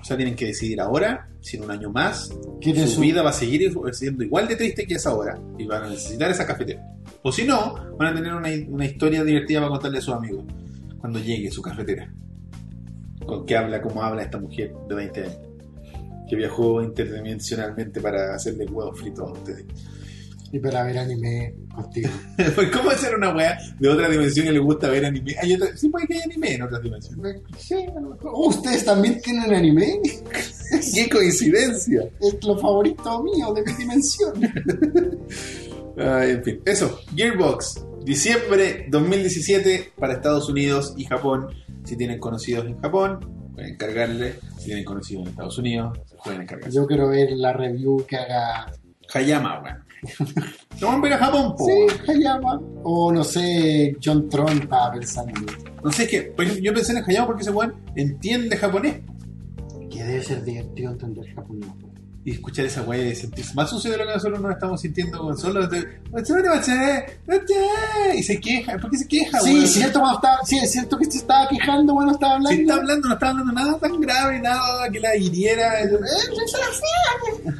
Speaker 1: O sea, tienen que decidir ahora, si en un año más,
Speaker 2: ¿Quiere
Speaker 1: su vida va a seguir siendo igual de triste que es ahora. Y van a necesitar esa cafetera. O si no, van a tener una, una historia divertida para contarle a sus amigos cuando llegue su cafetera. Con que habla como habla esta mujer de 20 años. Que viajó interdimensionalmente para hacerle huevos fritos a ustedes.
Speaker 2: Y para ver anime contigo.
Speaker 1: Pues, ¿cómo hacer una wea de otra dimensión que le gusta ver anime? Hay otra- sí, puede que haya anime en otras dimensiones.
Speaker 2: Sí, a lo mejor. Oh, ¿Ustedes también tienen anime?
Speaker 1: ¡Qué coincidencia!
Speaker 2: Es lo favorito mío de mi dimensión.
Speaker 1: Ay, en fin, eso, Gearbox, diciembre 2017 para Estados Unidos y Japón. Si tienen conocidos en Japón, pueden encargarle. Si tienen conocido en Estados Unidos, se pueden encargar.
Speaker 2: Yo quiero ver la review que haga
Speaker 1: Hayama, weón. Vamos a ir a Japón, po.
Speaker 2: sí,
Speaker 1: weón.
Speaker 2: Hayama o no sé, John Tron estaba pensando
Speaker 1: No sé, es que por ejemplo, yo pensé en Hayama porque ese weón entiende japonés.
Speaker 2: que debe ser divertido entender japonés.
Speaker 1: Y escuchar esa weá y sentirse más sucio de lo que nosotros nos estamos sintiendo con solo. de- "Ochone, ochone, ochone", Y se queja. ¿Por qué se queja,
Speaker 2: Sí,
Speaker 1: weón?
Speaker 2: es cierto, cuando estaba, sí, es cierto que se estaba quejando, bueno, estaba
Speaker 1: Si
Speaker 2: hablando.
Speaker 1: está hablando, no está hablando nada tan grave, nada que la hiriera. eh,
Speaker 2: eh,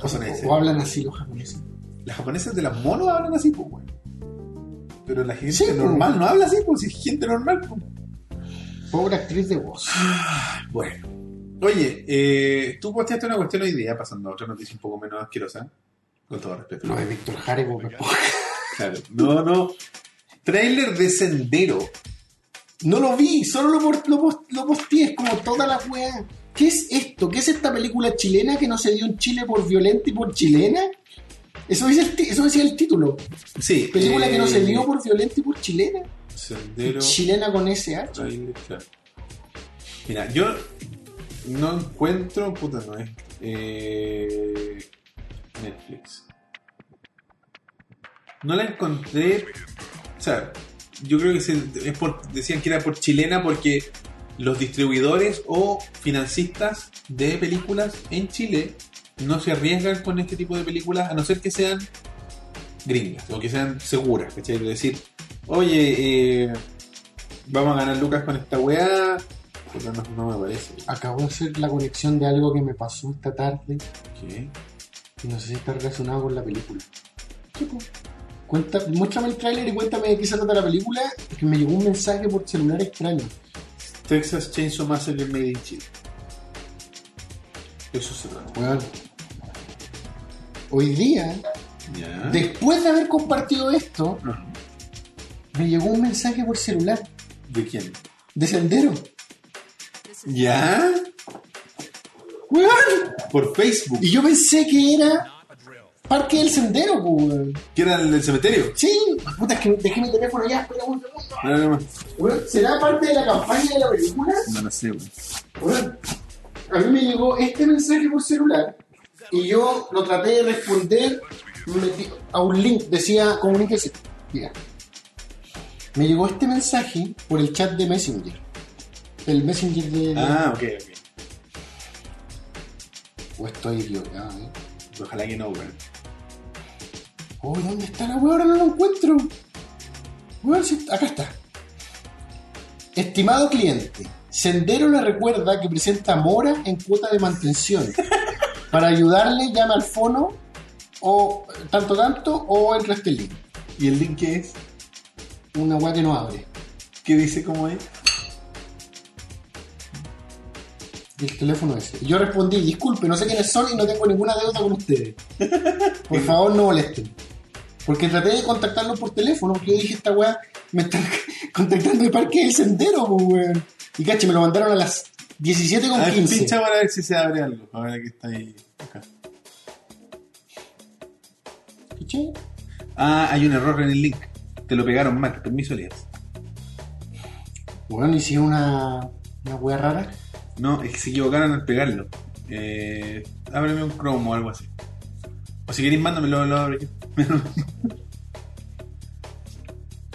Speaker 1: Cosas de ese.
Speaker 2: o hablan así los japoneses.
Speaker 1: Las japonesas de las monos hablan así, pues, weón. Pero la gente
Speaker 2: Sí, pues.
Speaker 1: normal no habla así, pues, si es gente normal, pues.
Speaker 2: Pobre actriz de voz.
Speaker 1: Bueno. Oye, eh, tú posteaste una cuestión hoy día, pasando a otra noticia un poco menos asquerosa, con todo respeto.
Speaker 2: No, es Víctor Jara, como que-
Speaker 1: Claro. No, no. Trailer de Sendero.
Speaker 2: No lo vi, solo lo, por- lo, pos- lo posteé, es como toda la weá. ¿Qué es esto? ¿Qué es esta película chilena que no se dio en Chile por violenta y por chilena? Eso, dice el ti- eso decía el título.
Speaker 1: Sí.
Speaker 2: Película que no se pues. dio
Speaker 1: vio
Speaker 2: por violenta y por chilena.
Speaker 1: Sendero.
Speaker 2: Chilena con ese
Speaker 1: Trailer, claro. Mira, yo no encuentro. Puta, no es. eh, Netflix. No la encontré. O sea, yo creo que se- es por- decían que era por chilena porque los distribuidores o financistas de películas en Chile no se arriesgan con este tipo de películas a no ser que sean gringas o que sean seguras, ¿cachai? Es decir, oye, eh, vamos a ganar lucas con esta weá. Puta, no, no me parece.
Speaker 2: Acabo de hacer la conexión de algo que me pasó esta tarde
Speaker 1: ¿Qué?
Speaker 2: y no sé si está relacionado con la película. Cuenta, muéstrame el tráiler y cuéntame de qué se trata la película, que me llegó un mensaje por celular extraño.
Speaker 1: Texas Chainsaw Massacre Made in Chile. Eso se trata.
Speaker 2: Weón. Hoy día,
Speaker 1: Ya.
Speaker 2: después de haber compartido esto,
Speaker 1: Ajá.
Speaker 2: me llegó un mensaje por celular
Speaker 1: ¿De quién?
Speaker 2: de Sendero.
Speaker 1: ¿Ya?
Speaker 2: ¡Weón!
Speaker 1: Por Facebook.
Speaker 2: Y yo pensé que era Parque del Sendero, po, weón.
Speaker 1: ¿Qué era el del cementerio?
Speaker 2: Sí, puta, es que dejé mi teléfono allá, espera un segundo.
Speaker 1: No, no, no.
Speaker 2: Weón, ¿Será parte de la campaña de la película?
Speaker 1: No lo sé, weón.
Speaker 2: Weón, a mí me llegó este mensaje por celular y yo lo traté de responder me metí a un link, decía comuníquese. Ya. Me llegó este mensaje por el chat de Messenger. El Messenger de.
Speaker 1: Ah, ok, ok.
Speaker 2: O estoy equivocado, ¿eh?
Speaker 1: Pues Ojalá que no, weón.
Speaker 2: Oh, ¿dónde está la weá? Ahora no lo encuentro. Weón, si- acá está. Estimado cliente, Sendero le recuerda que presenta mora en cuota de mantención. Para ayudarle, llama al fono o tanto tanto o entra a este link.
Speaker 1: ¿Y el link qué es?
Speaker 2: Una weá que no abre.
Speaker 1: ¿Qué dice cómo es?
Speaker 2: Y el teléfono ese. Y yo respondí, disculpe, no sé quiénes son y no tengo ninguna deuda con ustedes. Por favor, no molesten. Porque traté de contactarlos por teléfono, porque yo dije, esta weá me están contactando de Parque del Sendero, pues, weón. Y caché, me lo mandaron a las 17 con
Speaker 1: A ver,
Speaker 2: 15.
Speaker 1: pincha para ver si se abre algo. Ahora que está ahí. Acá.
Speaker 2: ¿Cachai?
Speaker 1: Ah, hay un error en el link. Te lo pegaron mal. Permiso, Elías.
Speaker 2: Weón, hice una, una weá rara.
Speaker 1: No, es que se equivocaron al pegarlo. Eh, ábreme un Chrome o algo así. O si queréis, mándamelo, lo abro yo.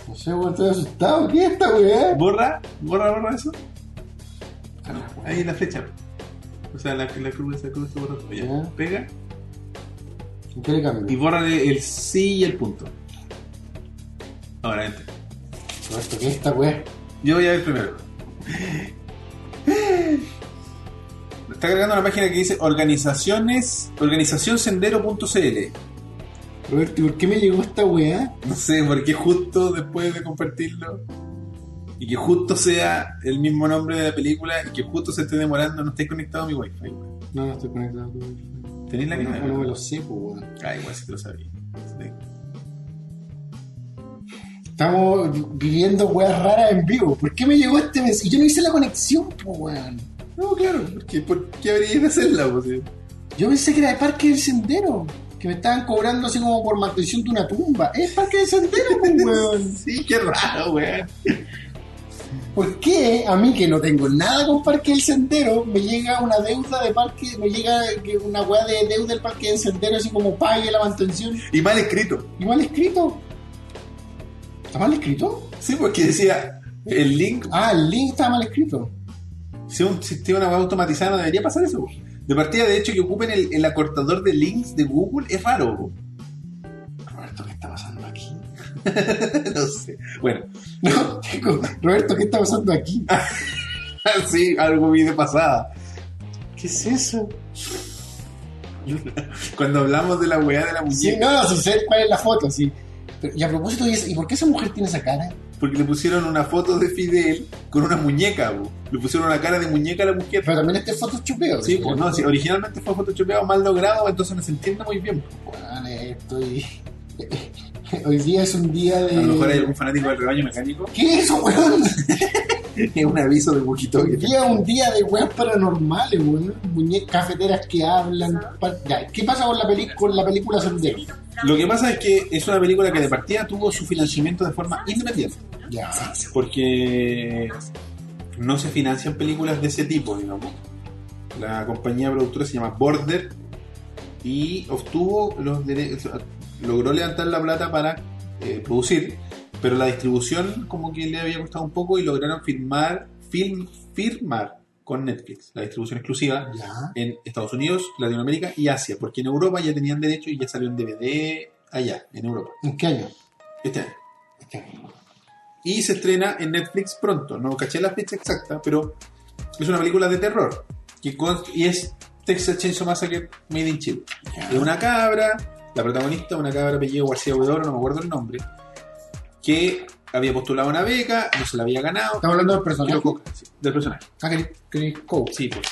Speaker 2: No sé, weón, estoy asustado. ¿Qué es esta weá?
Speaker 1: Borra, borra, borra eso. Ahí la flecha. O sea, la, la cruz, esa cruz, se borra. todo. Ya.
Speaker 2: Ya.
Speaker 1: Pega
Speaker 2: ¿En qué le cambio?
Speaker 1: y borra el sí y el punto. Ahora, entra.
Speaker 2: Roberto, ¿qué es esta weá?
Speaker 1: Yo voy a ver primero. Está cargando una página que dice organizaciones, organizacionsendero.cl.
Speaker 2: Roberto, ¿y por qué me llegó esta weá?
Speaker 1: No sé, porque justo después de compartirlo y que justo sea el mismo nombre de la película y que justo se esté demorando, no estáis conectado a mi wifi. weón.
Speaker 2: No, no estoy conectado. No,
Speaker 1: ¿Tenéis la clave?
Speaker 2: no me lo sé, pues, weón.
Speaker 1: Ah, igual si te lo sabía. Sí.
Speaker 2: Estamos viviendo weas raras en vivo. ¿Por qué me llegó este mensaje? Y yo no hice la conexión, po, weón.
Speaker 1: No, claro, porque ¿por qué habría que hacerla? pues, sí?
Speaker 2: Yo pensé que era de Parque del Sendero. Que me estaban cobrando así como por mantención de una tumba. Es Parque del Sendero, po, weón.
Speaker 1: Sí, qué raro, weón.
Speaker 2: ¿Por qué a mí que no tengo nada con Parque del Sendero me llega una deuda de parque, me llega que una weá de deuda del Parque del Sendero así como pague la mantención?
Speaker 1: Y mal escrito.
Speaker 2: ¿Y mal escrito? ¿Está mal escrito?
Speaker 1: Sí, porque decía el link.
Speaker 2: Ah, el link está mal escrito.
Speaker 1: Si un sistema una web automatizada no debería pasar eso. De partida, de hecho, que ocupen el, el acortador de links de Google es raro. Roberto, ¿qué está pasando aquí? no sé. Bueno,
Speaker 2: No, tengo- Roberto, ¿qué está pasando aquí?
Speaker 1: sí, algo vi de pasada. ¿Qué es eso? Cuando hablamos de la weá de la
Speaker 2: Sí,
Speaker 1: muñeca,
Speaker 2: no, no, sí sé cuál es la foto, sí. Pero, y a propósito, ¿y esa- ¿y por qué esa mujer tiene esa cara?
Speaker 1: porque le pusieron una foto de Fidel con una muñeca, bo. le pusieron una cara de muñeca a la mujer.
Speaker 2: Pero también este foto chupeo.
Speaker 1: Sí, pues no, sí, originalmente fue photoshopeado mal logrado, entonces no se entiende muy bien.
Speaker 2: Bueno, estoy... Hoy día es un día de...
Speaker 1: A lo mejor hay algún fanático del rebaño mecánico.
Speaker 2: ¿Qué es eso, weón?
Speaker 1: Es un aviso de Mujito.
Speaker 2: Hoy día es un día de weas paranormales, weón. Muñecas cafeteras que hablan. pa- Ya, ¿Qué pasa con la, peli- con la película Sendero?
Speaker 1: Lo que pasa es que es una película que de partida tuvo su financiamiento de forma independiente.
Speaker 2: Ya.
Speaker 1: porque no se financian películas de ese tipo, digamos. La compañía productora se llama Border y obtuvo los derechos, logró levantar la plata para eh, producir, pero la distribución como que le había costado un poco y lograron firmar, film, firmar con Netflix, la distribución exclusiva
Speaker 2: Ya.
Speaker 1: en Estados Unidos, Latinoamérica y Asia, porque en Europa ya tenían derecho y ya salió en DVD allá, en Europa.
Speaker 2: ¿En qué año?
Speaker 1: Este año.
Speaker 2: Este año.
Speaker 1: Y se estrena en Netflix pronto. No caché la fecha exacta, pero es una película de terror. que con- y es Texas Chainsaw Massacre Made in Chile.
Speaker 2: Ya.
Speaker 1: Es una cabra, la protagonista, una cabra apellido García Huidoro, no me acuerdo el nombre, que había postulado una beca, no se la había ganado.
Speaker 2: Estamos hablando del
Speaker 1: y
Speaker 2: personaje.
Speaker 1: lo coca, sí, del personaje.
Speaker 2: Ah, Chris- Chris Coates.
Speaker 1: Sí, pues.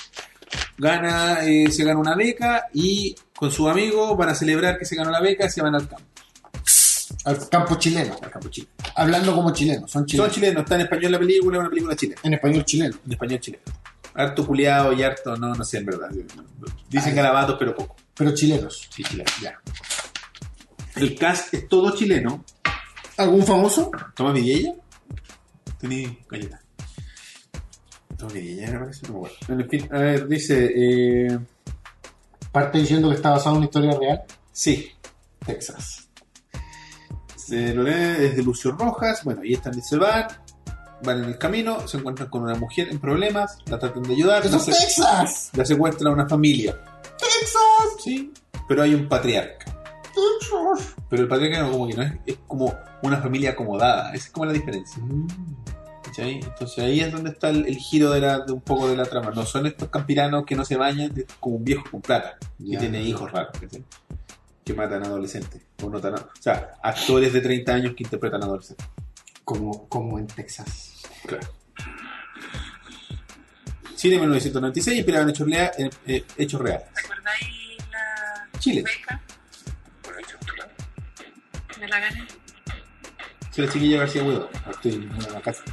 Speaker 1: Gana, eh, se gana una beca y con su amigo, para celebrar que se ganó la beca, se van al campo.
Speaker 2: Al campo chileno.
Speaker 1: Al campo chileno.
Speaker 2: Hablando como chileno. Son
Speaker 1: Son
Speaker 2: chilenos.
Speaker 1: chilenos, está en español la película, es una película chilena.
Speaker 2: En español chileno.
Speaker 1: en español chileno. Harto culiado y harto, no, no sé, en verdad. Dicen
Speaker 2: Ay.
Speaker 1: garabatos, pero poco.
Speaker 2: Pero chilenos.
Speaker 1: Ah, Sí, chileno, ya. El cast es todo chileno.
Speaker 2: ¿Algún famoso?
Speaker 1: ¿Toma vidilla? Tení galleta. Toma vidilla, me parece. No, me acuerdo. Bueno, en fin, a ver, dice. eh,
Speaker 2: Parte diciendo que está basado en una historia real.
Speaker 1: sí,
Speaker 2: Texas.
Speaker 1: se lo lee desde Lucio Rojas. Bueno, ahí están, se van. Van en el camino, se encuentran con una mujer en problemas, la tratan de ayudar,
Speaker 2: ¡Eso
Speaker 1: la,
Speaker 2: es
Speaker 1: se-
Speaker 2: Texas!
Speaker 1: la secuestran a una familia.
Speaker 2: ¡Texas!
Speaker 1: Sí, pero hay un patriarca.
Speaker 2: ¡Texas!
Speaker 1: Pero el patriarca no, como que no es, es como una familia acomodada, esa es como la diferencia. ¿cachai? Entonces ahí es donde está el, el giro de, la, de un poco de la trama. No son estos campiranos que no se bañan, es como un viejo con plata y
Speaker 2: Ya.
Speaker 1: tiene hijos raros, ¿cachai? Que matan a adolescentes. O, no tan a- o sea, actores de 30 años que interpretan a adolescentes.
Speaker 2: Como, como en Texas.
Speaker 1: Claro. Chile 1996, inspirado en hechos, lea- en- eh, hechos reales.
Speaker 6: ¿Recordáis la
Speaker 1: Chile.
Speaker 6: beca? Me la gané.
Speaker 1: Si la chiquilla García Huevo. No estoy en ninguna casa.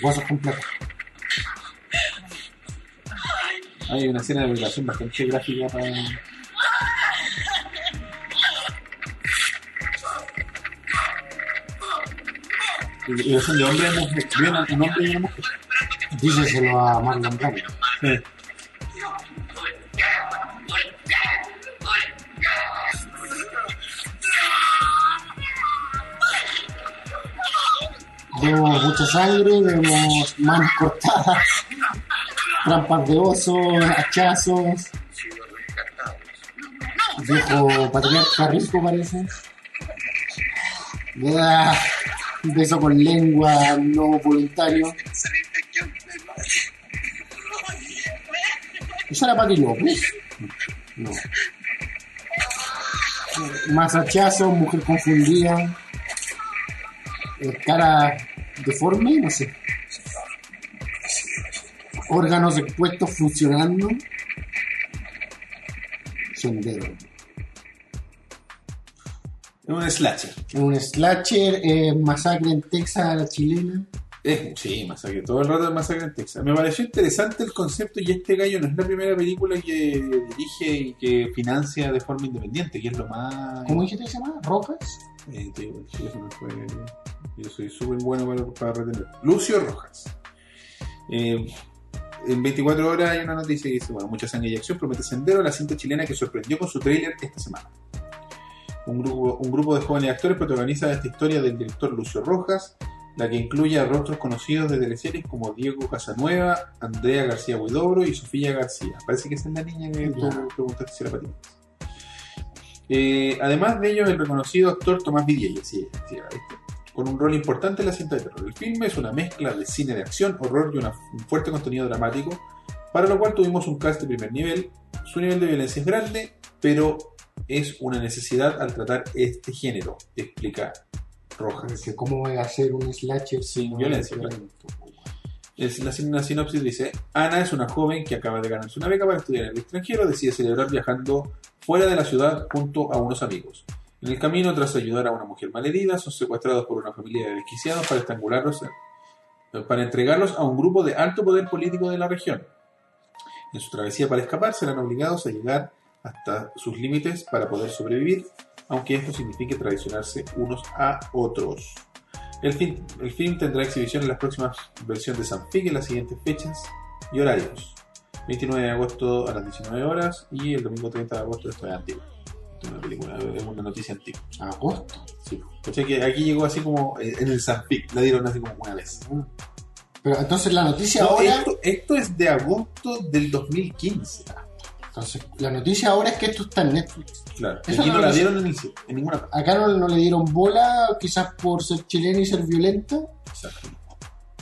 Speaker 2: Guasos con plata.
Speaker 1: Hay una escena de violación bastante gráfica para. Violación de hombre a mujer. Violan un hombre y una mujer.
Speaker 2: Díselo a Marlon Brando.
Speaker 1: Eh,
Speaker 2: Vemos mucha sangre, vemos manos cortadas, trampas de oso, hachazos. Viejo patriarca rico parece. Le da un beso con lengua no voluntario. ¿Esa era Pati López? pues. No. Más hachazos, mujer confundida eh, cara deforme, no sé. Órganos expuestos funcionando. Sendero.
Speaker 1: Es un slasher.
Speaker 2: Un slasher, eh, masacre en Texas a la chilena.
Speaker 1: Es- sí, masacre. Todo el rato es masacre en Texas. Me pareció interesante el concepto y este gallo no es la primera película que dirige y que financia de forma independiente, que es lo más...
Speaker 2: ¿Cómo dijiste que se llama? ¿Rojas?
Speaker 1: Eh, te digo, el teléfono fue- Yo soy súper bueno para, para retener. Lucio Rojas. Eh, en 24 horas hay una noticia que dice, bueno, mucha sangre y acción promete sendero a la cinta chilena que sorprendió con su tráiler esta semana. Un grupo, un grupo de jóvenes actores protagoniza esta historia del director Lucio Rojas, la que incluye a rostros conocidos de teleseries como Diego Casanueva, Andrea García Huidobro y Sofía García. Parece que esa es la niña que tú
Speaker 2: Ya.
Speaker 1: preguntaste si era para ti. Eh, además de ello, el reconocido actor Tomás Vidiella, sí, sí, ahí está, con un rol importante en la cinta de terror. El filme es una mezcla de cine de acción, horror y una- un fuerte contenido dramático, para lo cual tuvimos un cast de primer nivel. Su nivel de violencia es grande, pero es una necesidad al tratar este género, explica Rojas.
Speaker 2: Porque ¿Cómo voy a hacer un slasher
Speaker 1: Sin
Speaker 2: no
Speaker 1: violencia,
Speaker 2: es
Speaker 1: claro.
Speaker 2: violento?
Speaker 1: Es- la, sin- la sinopsis dice, Ana es una joven que acaba de ganarse una beca para estudiar en el extranjero, decide celebrar viajando fuera de la ciudad junto a unos amigos. En el camino, tras ayudar a una mujer malherida, son secuestrados por una familia de desquiciados para estrangularlos, eh, para entregarlos a un grupo de alto poder político de la región. En su travesía para escapar, serán obligados a llegar hasta sus límites para poder sobrevivir, aunque esto signifique traicionarse unos a otros. El film, el film tendrá exhibición en las próximas versiones de San Figue en las siguientes fechas y horarios. 29 de agosto a las 19 horas y el domingo 30 de agosto esto es antiguo. Esto es una película, es una noticia antigua.
Speaker 2: Ah, Agosto.
Speaker 1: Sí. O sea que aquí llegó así como eh, en el San Figue, la dieron así como una vez.
Speaker 2: Pero entonces la noticia
Speaker 1: No,
Speaker 2: ahora.
Speaker 1: esto, esto es de agosto del 2015.
Speaker 2: Entonces, la noticia ahora es que esto está en Netflix.
Speaker 1: Claro.
Speaker 2: Eso
Speaker 1: Aquí no
Speaker 2: no
Speaker 1: la
Speaker 2: lo-
Speaker 1: dieron en, el cine, en ninguna parte.
Speaker 2: A Carol no le dieron bola, quizás por ser chilena y ser violenta,
Speaker 1: Exacto.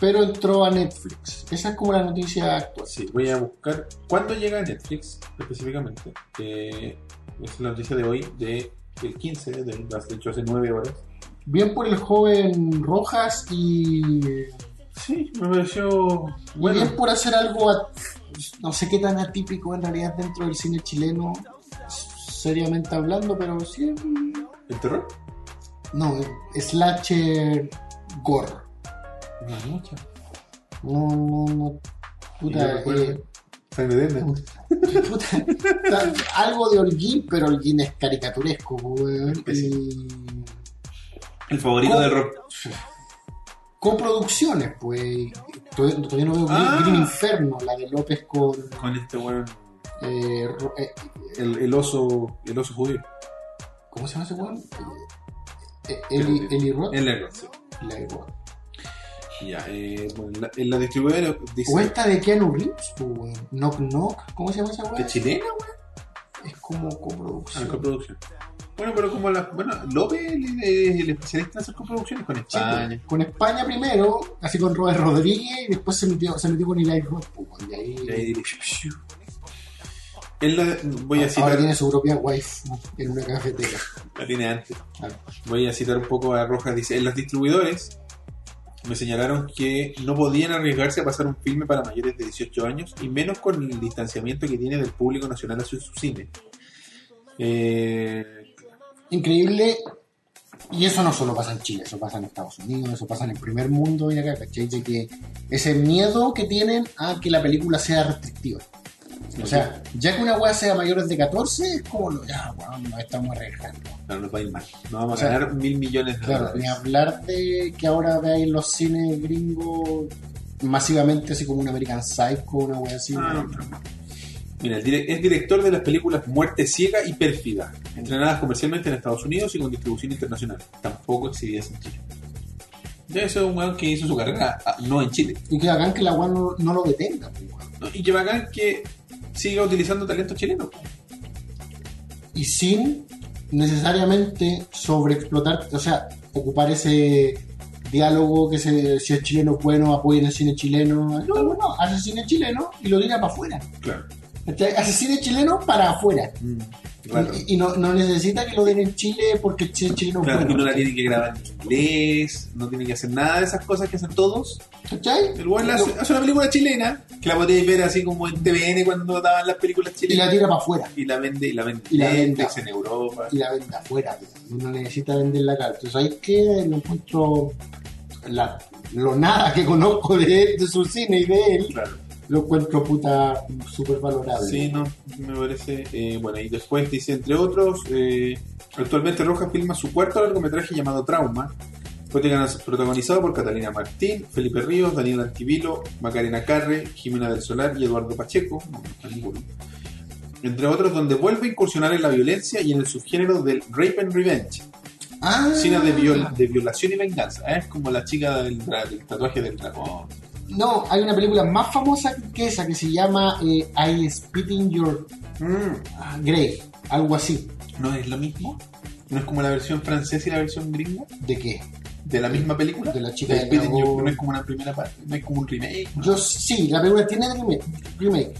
Speaker 2: pero entró a Netflix. Esa es como la noticia actual.
Speaker 1: Pues Sí, voy a buscar. ¿Cuándo llega a Netflix específicamente? Eh, es la noticia de hoy, de el 15, de, de hecho hace 9 horas.
Speaker 2: Bien por el joven Rojas y
Speaker 1: Sí, me pareció
Speaker 2: Bueno.
Speaker 1: bueno.
Speaker 2: por hacer algo, at- no sé qué tan atípico en realidad dentro del cine chileno, seriamente hablando, pero sí.
Speaker 1: ¿El terror?
Speaker 2: No, slasher gore.
Speaker 1: No, mucha.
Speaker 2: No, no, no.
Speaker 1: Yo
Speaker 2: Puta,
Speaker 1: recuerdo-
Speaker 2: eh,
Speaker 1: Sangre verde.
Speaker 2: puta, ta- algo de Holguín, pero Holguín es caricaturesco, weón. Y
Speaker 1: El favorito
Speaker 2: Oh.
Speaker 1: del rock.
Speaker 2: coproducciones, pues. Todavía, todavía no veo Green,
Speaker 1: Ah.
Speaker 2: Green Inferno, la de López con.
Speaker 1: Con este weón.
Speaker 2: eh, Ro- eh,
Speaker 1: El, el oso. El oso judío.
Speaker 2: ¿Cómo se llama ese weón? Eh, eh, Eli, Eli Roth.
Speaker 1: El negro, sí.
Speaker 2: La de Roth.
Speaker 1: Ya, eh, bueno, la, en la distribuidora dice.
Speaker 2: O esta de Keanu Reeves, pues, weón. Knock Knock, ¿cómo se llama esa weón?
Speaker 1: ¿Es chilena?
Speaker 2: Es como
Speaker 1: Ah,
Speaker 2: coproducción.
Speaker 1: coproducción. Bueno, pero como la. Bueno, López el- es el especialista en hacer coproducciones con
Speaker 2: Sí,
Speaker 1: España.
Speaker 2: Con España primero, así con Robert Rodríguez, y después se metió, se metió con Eli Roth, pues, weón, y ahí,
Speaker 1: Y ahí dirige. Él la, voy a
Speaker 2: Ah, ahora
Speaker 1: citar.
Speaker 2: tiene su propia wife en una cafetera.
Speaker 1: La tiene antes.
Speaker 2: Claro.
Speaker 1: Voy a citar un poco a Rojas. Dice, en los distribuidores me señalaron que no podían arriesgarse a pasar un filme para mayores de 18 años y menos con el distanciamiento que tiene del público nacional hacia su cine. Eh,
Speaker 2: Increíble. Y eso no solo pasa en Chile, eso pasa en Estados Unidos, eso pasa en el primer mundo y acá, ¿cachai? De que ese miedo que tienen a que la película sea restrictiva. O sea, ya que una weá sea mayores de 14, es como lo, ya, weón, nos estamos arriesgando.
Speaker 1: no nos va a ir mal. No vamos a
Speaker 2: O sea,
Speaker 1: ganar mil millones de
Speaker 2: Claro,
Speaker 1: dólares.
Speaker 2: ni hablar de que ahora veáis los cines gringos masivamente, así como un American Psycho, una weá así.
Speaker 1: Ah, no. Mira, el dire- es director de las películas Muerte Ciega y Pérfida, estrenadas comercialmente en Estados Unidos y con distribución internacional. Tampoco exhibidas en Chile. Debe ser un weón que hizo su carrera ah, no en Chile.
Speaker 2: Y que hagan que la weá no, no lo detenga, pues, weón.
Speaker 1: ¿no? Y que bacán que siga utilizando talento chileno.
Speaker 2: y sin necesariamente sobreexplotar, o sea, ocupar ese diálogo que se, si es chileno es bueno, apoyen el cine chileno. No, no, no, hace cine chileno y lo tira para afuera.
Speaker 1: Claro.
Speaker 2: ¿Cachai? Hace cine chileno para afuera.
Speaker 1: Claro.
Speaker 2: Mm. Y, y no, no necesita que lo den en Chile porque el cine chileno es
Speaker 1: Claro, que
Speaker 2: bueno.
Speaker 1: no la tiene que grabar en inglés, no tiene que hacer nada de esas cosas que hacen todos.
Speaker 2: ¿Cachai?
Speaker 1: El weón la hace, hace una película chilena, que la podéis ver así como en TVN cuando daban las películas
Speaker 2: Y la
Speaker 1: chilenas.
Speaker 2: tira para afuera.
Speaker 1: Y la vende, y la vende
Speaker 2: Y la
Speaker 1: en
Speaker 2: vende.
Speaker 1: Netflix, en Europa.
Speaker 2: Y la vende afuera. pues. No necesita venderla acá. Entonces, ¿sabéis que Lo encuentro la, lo nada que conozco de, él, de su cine y de él,
Speaker 1: Claro.
Speaker 2: lo encuentro puta súper valorable.
Speaker 1: Sí, no, me parece. eh, bueno, y después dice, entre otros, eh, actualmente Rojas filma su cuarto largometraje llamado Trauma, protagoniz- protagonizado por Catalina Martín, Felipe Ríos, Daniel Antivilo, Macarena Carre, Jimena del Solar y Eduardo Pacheco, no, no, ninguno. entre otros, donde vuelve a incursionar en la violencia y en el subgénero del Rape and Revenge,
Speaker 2: Ah,
Speaker 1: cine de, viol- de violación y venganza. ¿eh? Es como la chica del, dra- del tatuaje del dragón.
Speaker 2: No, hay una película más famosa que esa que se llama eh, I Spit in Your
Speaker 1: Mm,
Speaker 2: ah, Grave, algo así.
Speaker 1: ¿No es lo mismo? ¿No es como la versión francesa y la versión gringa?
Speaker 2: ¿De qué?
Speaker 1: de la misma película
Speaker 2: De la chica
Speaker 1: de
Speaker 2: del
Speaker 1: Spitting
Speaker 2: dragón.
Speaker 1: Joke, no es como una primera parte no es como un remake ¿no?
Speaker 2: Yo sí, la película tiene remake, remake,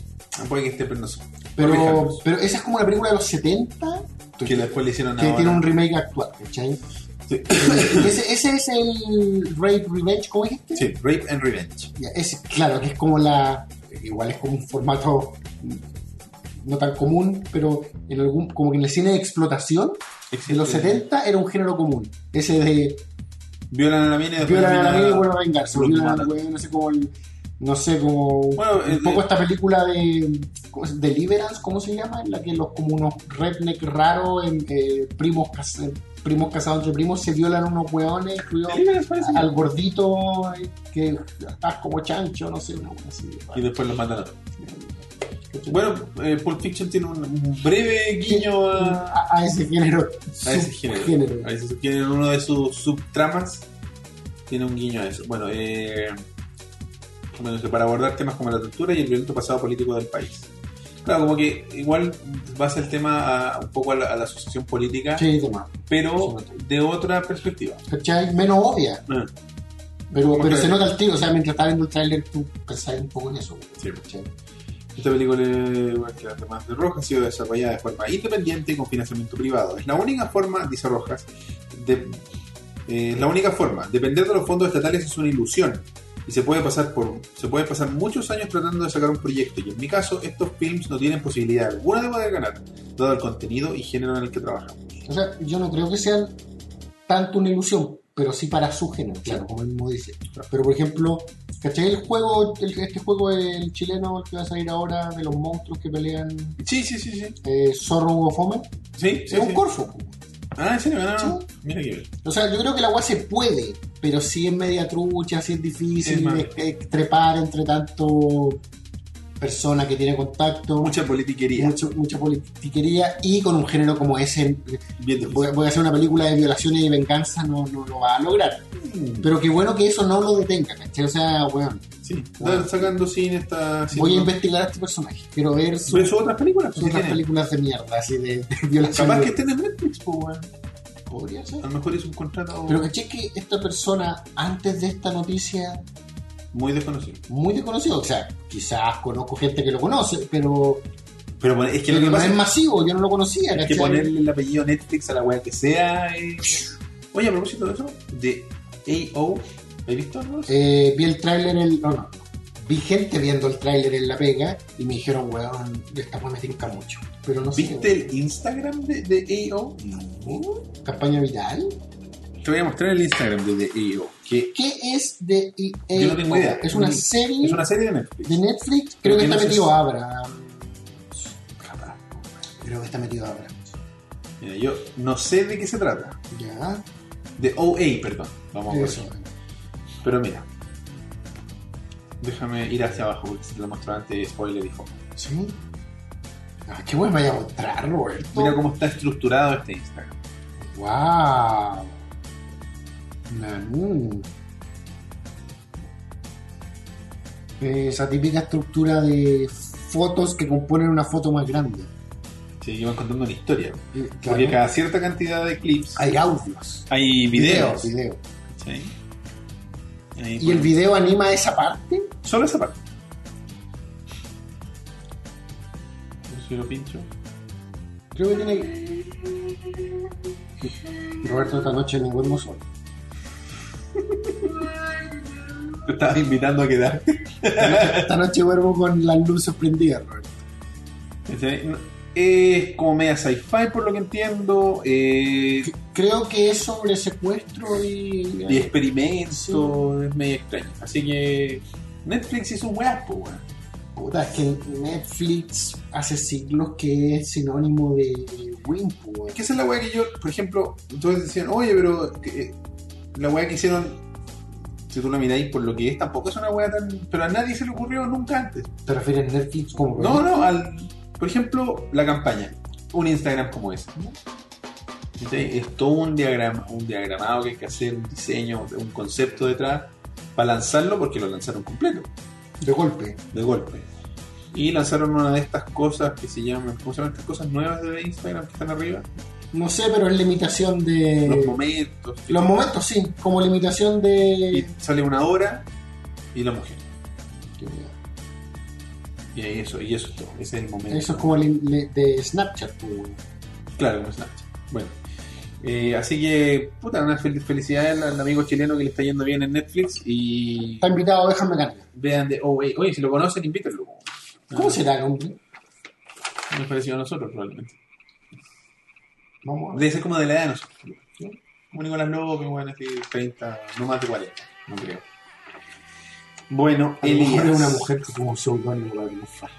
Speaker 1: puede que esté pero no sé
Speaker 2: pero,
Speaker 1: Corríjanos.
Speaker 2: pero esa es como una película de los 70
Speaker 1: que después le hicieron
Speaker 2: que
Speaker 1: ahora.
Speaker 2: tiene un remake actual, ¿cachai?
Speaker 1: Sí.
Speaker 2: Eh, ese, ese es el Rape Revenge, ¿cómo dijiste?
Speaker 1: sí Rape and Revenge
Speaker 2: Ya, Es, claro, que es como la. Igual es como un formato mm, no tan común, pero en algún, como que en el cine de explotación
Speaker 1: Existe.
Speaker 2: de los 70 era un género común. Ese de
Speaker 1: violan a la mina y después
Speaker 2: violan a la
Speaker 1: terminan-
Speaker 2: mina y vuelven a vengarse.
Speaker 1: lo
Speaker 2: Violan a
Speaker 1: matan.
Speaker 2: la mina, no sé cómo. el- No sé cómo.
Speaker 1: Bueno, eh,
Speaker 2: un
Speaker 1: es de-
Speaker 2: poco esta película de. ¿cómo es? Deliverance, ¿cómo se llama? En la que los como unos redneck raros, en, eh, primos, cas- eh, primos casados entre primos, se violan unos hueones, incluido
Speaker 1: Sí, les parece.
Speaker 2: Pues, al gordito eh, que estás como chancho, no sé, una hueá así.
Speaker 1: y después los matan a todos. bueno eh, Pulp Fiction tiene un, un breve guiño a,
Speaker 2: a, a ese género.
Speaker 1: a ese género
Speaker 2: subgénero.
Speaker 1: a ese subgénero uno de sus subtramas tiene un guiño a eso bueno eh, bueno, dice, para abordar temas como la tortura y el violento pasado político del país claro como que igual vas el tema a- un poco a la, a la asociación política
Speaker 2: Sí, tema.
Speaker 1: pero de otra perspectiva
Speaker 2: ¿Cachai? Menos obvia.
Speaker 1: Ah,
Speaker 2: Pero,
Speaker 1: Como
Speaker 2: pero
Speaker 1: que-
Speaker 2: se nota el tiro, o sea, mientras estás viendo el tráiler tú pensás un poco en eso.
Speaker 1: Sí.
Speaker 2: ¿cachai?
Speaker 1: Esta película, igual que las demás de Rojas, ha sido desarrollada de forma independiente y con financiamiento privado. Es la única forma, dice Rojas, de, eh, la única forma. Depender de los fondos estatales es una ilusión. Y se puede, pasar por, se puede pasar muchos años tratando de sacar un proyecto. Y en mi caso, estos films no tienen posibilidad alguna de poder ganar, dado el contenido y género en el que trabajan.
Speaker 2: O sea, yo no creo que sea tanto una ilusión, pero sí para su género, claro, como él mismo dice. Pero por ejemplo, ¿cachai? El juego, el- este juego el chileno el que va a salir ahora de los monstruos que pelean
Speaker 1: Sí, sí, sí, sí.
Speaker 2: eh, Zorro o Fome,
Speaker 1: Sí, sí,
Speaker 2: es un
Speaker 1: sí.
Speaker 2: corfo.
Speaker 1: Ah, en serio, no, no, no. Mira que bien.
Speaker 2: O sea, yo creo que la agua se puede, pero sí es media trucha, sí es
Speaker 1: Es
Speaker 2: difícil
Speaker 1: más-
Speaker 2: es- es trepar entre tanto personas que tiene contacto.
Speaker 1: Mucha politiquería.
Speaker 2: mucho- mucha politiquería y con un género como ese,
Speaker 1: Bien difícil.
Speaker 2: voy, a- voy a hacer una película de violaciones y venganza, no, no lo va a lograr. Pero qué bueno que eso no lo detenga, ¿cachai? O sea, bueno,
Speaker 1: Sí, Están sacando cine, está
Speaker 2: voy a
Speaker 1: haciendo-
Speaker 2: investigar a este personaje, quiero ver
Speaker 1: Pero
Speaker 2: sus,
Speaker 1: son otras películas.
Speaker 2: sus
Speaker 1: sí
Speaker 2: otras
Speaker 1: tienen.
Speaker 2: películas de mierda, así de, de violaciones.
Speaker 1: Pues, Capaz que estén en Netflix, pues, weón.
Speaker 2: Podría ser.
Speaker 1: A lo mejor hizo un contrato
Speaker 2: Pero caché que esta persona, antes de esta noticia,
Speaker 1: muy desconocido.
Speaker 2: muy desconocido, o sea, quizás conozco gente que lo conoce, pero,
Speaker 1: Pero bueno, es que lo que
Speaker 2: pero no
Speaker 1: pasa
Speaker 2: es
Speaker 1: es
Speaker 2: masivo, yo no lo conocía,
Speaker 1: que
Speaker 2: ¿cachai?
Speaker 1: ponerle el apellido Netflix a la weá que sea. eh. Oye, a propósito de eso, de AO, ¿has visto algo?
Speaker 2: Eh, vi el tráiler, el... no, no, vi gente viendo el tráiler en La Pega y me dijeron, weón, esta weá me tinca mucho. Pero no sé,
Speaker 1: ¿Viste el Instagram de, de AO?
Speaker 2: weón. ¿Campaña viral?
Speaker 1: Te voy a mostrar el Instagram de, de AO, que
Speaker 2: ¿Qué es de EA?
Speaker 1: Yo no tengo idea.
Speaker 2: Es una
Speaker 1: Mm.
Speaker 2: serie
Speaker 1: es una serie de Netflix.
Speaker 2: de Netflix, creo que
Speaker 1: Yo
Speaker 2: está
Speaker 1: no sé
Speaker 2: metido
Speaker 1: si-
Speaker 2: Abra. Creo que está metido Abra.
Speaker 1: Mira, yo no sé de qué se trata.
Speaker 2: Ya,
Speaker 1: De OA, perdón. Vamos a ver.
Speaker 2: eso.
Speaker 1: Pero mira. Déjame ir hacia abajo, porque si te lo mostró antes, spoiler dijo.
Speaker 2: ¿Sí? Ah, qué weón me vaya a mostrar, Roberto.
Speaker 1: Mira cómo está estructurado este Instagram.
Speaker 2: ¡Wow! Nanú. Eh, Esa típica estructura de fotos que componen una foto más grande.
Speaker 1: Sí, iban contando una historia.
Speaker 2: Y,
Speaker 1: Porque
Speaker 2: claro,
Speaker 1: cada cierta cantidad de clips hay,
Speaker 2: hay audios.
Speaker 1: videos.
Speaker 2: video.
Speaker 1: ¿sí? Ahí
Speaker 2: ¿Y
Speaker 1: ponen-
Speaker 2: el video anima esa parte?
Speaker 1: Solo esa parte. Si lo pincho.
Speaker 2: Creo que tiene. Roberto, esta noche ningún hermoso.
Speaker 1: Te estabas invitando a quedar.
Speaker 2: Esta noche duermo con las luces prendidas, Roberto.
Speaker 1: ¿sí? No- Es como media sci-fi, por lo que entiendo. eh,
Speaker 2: creo que es sobre secuestro y.
Speaker 1: Y experimento, es medio extraño. Así que Netflix hizo un weá, po, weón.
Speaker 2: Puta, es que Netflix hace siglos que es sinónimo de Wimpo.
Speaker 1: Es que esa es la weá que yo, por ejemplo, entonces decían, oye, pero eh, la weá que hicieron, si tú la miráis por lo que es, tampoco es una weá tan. Pero a nadie se le ocurrió nunca antes.
Speaker 2: ¿Te refieres a Netflix como.?
Speaker 1: No, no, al, por ejemplo, la campaña. Un Instagram como ese. ¿Cachai? Es todo un diagrama, un diagramado que hay que hacer, un diseño, un concepto detrás, para lanzarlo, porque lo lanzaron completo,
Speaker 2: De golpe.
Speaker 1: de golpe. Y lanzaron una de estas cosas que se llaman, ¿cómo se llaman estas cosas nuevas de Instagram que están arriba?
Speaker 2: No sé, pero es limitación de.
Speaker 1: los momentos.
Speaker 2: Eh, Los momentos, sí, como limitación
Speaker 1: Y
Speaker 2: de.
Speaker 1: sale una hora y la mujer. Y ahí eso, y eso es todo. Ese es el momento.
Speaker 2: Eso es como li- li- de Snapchat, pues, weón.
Speaker 1: Claro, como Snapchat. Bueno. Eh, así que, puta, una fel- felicidad al, al amigo chileno que le está yendo bien en Netflix y
Speaker 2: Está invitado a Ovejas Mecánicas.
Speaker 1: vean de... oh, eh, oye, si lo conocen, invítenlo. Ah,
Speaker 2: ¿Cómo será, hombre?
Speaker 1: Nos pareció a nosotros, probablemente.
Speaker 2: Vamos a ver.
Speaker 1: Debe ser como de la edad de nosotros. ¿no? Como Nicolás Lobo, que bueno, así 30, no más de 40, no creo. Bueno,
Speaker 2: A lo mejor
Speaker 1: Elías.
Speaker 2: es una mujer que como pseudónimo la triunfar.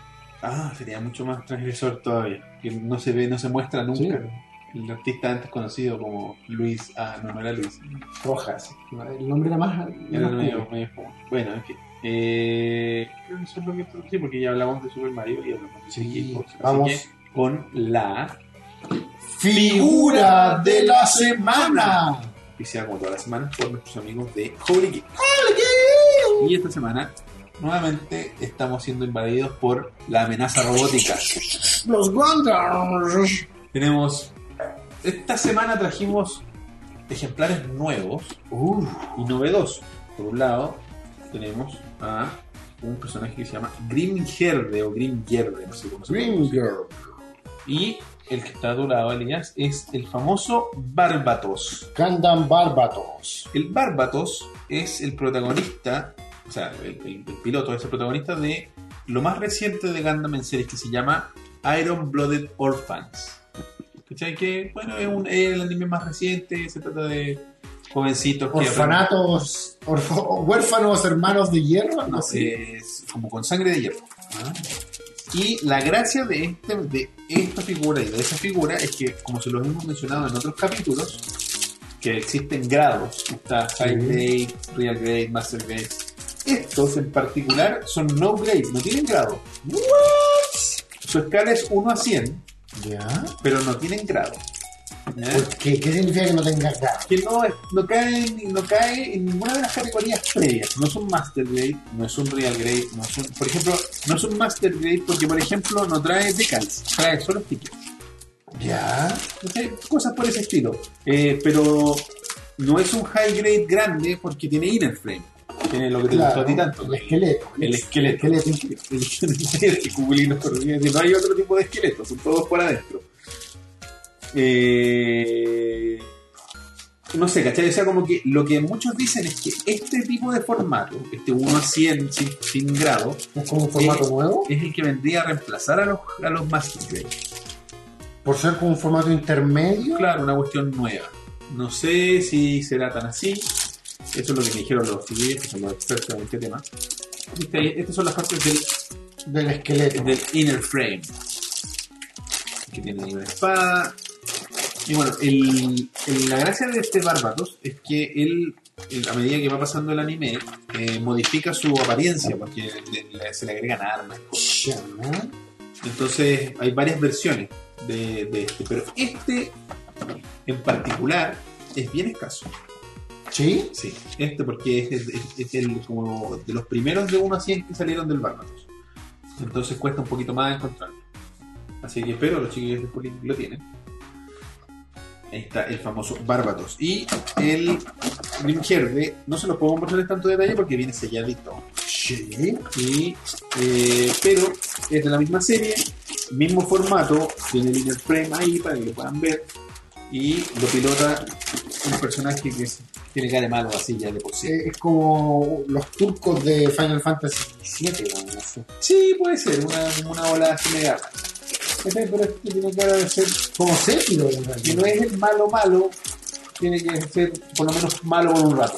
Speaker 1: Ah, sería mucho más transgresor todavía. Que no se ve, no se muestra nunca. El artista antes conocido como Luis. Ah, no, no era Luis.
Speaker 2: Rojas. El nombre era más.
Speaker 1: Era
Speaker 2: más
Speaker 1: medio,
Speaker 2: común.
Speaker 1: medio fome. Bueno, en fin. Eh, creo que eso es lo que sí, porque ya hablamos de Super Mario y hablamos de
Speaker 2: Sí,
Speaker 1: Xbox. Así
Speaker 2: vamos.
Speaker 1: que, con la.
Speaker 2: ¡Figura de la semana!
Speaker 1: Y sea como todas las semanas por nuestros amigos de Holy Geek. Y esta semana, nuevamente, estamos siendo invadidos por la amenaza robótica.
Speaker 2: Los Wonders.
Speaker 1: Tenemos. Esta semana trajimos ejemplares nuevos
Speaker 2: Uh,
Speaker 1: y novedosos. Por un lado, tenemos a un personaje que se llama Grimgerde o Grimgerde, no sé cómo se llama.
Speaker 2: Dream Girl.
Speaker 1: Y el que está a tu lado, Elías, es el famoso Barbatos.
Speaker 2: Gundam Barbatos.
Speaker 1: El Barbatos es el protagonista, o sea, el, el- el piloto es el protagonista de lo más reciente de Gundam en series que se llama Iron Blooded Orphans. ¿Cachai? Que, bueno, es, un, es el anime más reciente, se trata de jovencitos que...
Speaker 2: Orfanatos. orfo- huérfanos hermanos de hierro. No sé.
Speaker 1: es como con sangre de hierro. ¿ah? Y la gracia de, este, de esta figura y de esa figura es que, como se los hemos mencionado en otros capítulos, que existen grados. Está High
Speaker 2: Sí.
Speaker 1: Grade, Real Grade, Master Grade. Estos en particular son no grade, no tienen grado. Su escala es 1 a 100,
Speaker 2: ¿Ya?
Speaker 1: pero no tienen grado. ¿Ya?
Speaker 2: ¿Por qué? ¿Qué significa que no tenga grado?
Speaker 1: que no, no, cae, en- no cae en ninguna de las categorías previas. No es un Master Grade, no es un Real Grade, no es un, por ejemplo, no es un Master Grade porque, por ejemplo, no trae decals, trae solo stickers.
Speaker 2: ¿Ya?
Speaker 1: No sé, Cosas por ese estilo. Eh, pero no es un High Grade grande porque tiene Inner Frame. Tiene lo que te gustó a ti tanto.
Speaker 2: el esqueleto.
Speaker 1: El esqueleto.
Speaker 2: El esqueleto.
Speaker 1: El que Kugelin nos corría, que No hay otro tipo de esqueletos, son todos por adentro. Eh, no sé, ¿cachai? O sea, como que lo que muchos dicen es que este tipo de formato, este 1 a 100 sin, sin grado,
Speaker 2: Es como un formato
Speaker 1: Eh,
Speaker 2: nuevo.
Speaker 1: es el que vendría a reemplazar a los, a los Master Grade.
Speaker 2: Por ser como un formato intermedio.
Speaker 1: Claro, una cuestión nueva. No sé si será tan así. Eso es lo que me dijeron los civiles, que son los expertos en este tema. Este- estas son las partes del
Speaker 2: Del esqueleto.
Speaker 1: del inner frame que tiene una espada y bueno el- el- la gracia de este Barbatos es que él él, a medida que va pasando el anime eh, modifica su apariencia porque le- le- se le agregan armas
Speaker 2: Ya, ¿no?
Speaker 1: entonces hay varias versiones de, de este pero este en particular es bien escaso
Speaker 2: ¿Sí?
Speaker 1: sí este porque es, es- es el como de los primeros de 1 a 100 que salieron del Barbatos entonces cuesta un poquito más encontrarlo. Así que espero los chiquillos de Pulling lo tienen. Ahí está el famoso Barbatos. Y el Grimgerde, no se los puedo mostrar en tanto detalle porque viene selladito. Y, eh, pero es de la misma serie, mismo formato, tiene el inner frame ahí para que lo puedan ver. Y lo pilota un personaje que es- tiene cara de malo así ya de por sí.
Speaker 2: Eh, Es como los turcos de Final Fantasy VII, weón, no sé.
Speaker 1: Sí, puede ser, una, una ola así media rara. Este, Pero este tiene cara de ser
Speaker 2: Como Sepiro,
Speaker 1: que
Speaker 2: en realidad.
Speaker 1: no es el malo malo, tiene que ser por lo menos malo por un rato.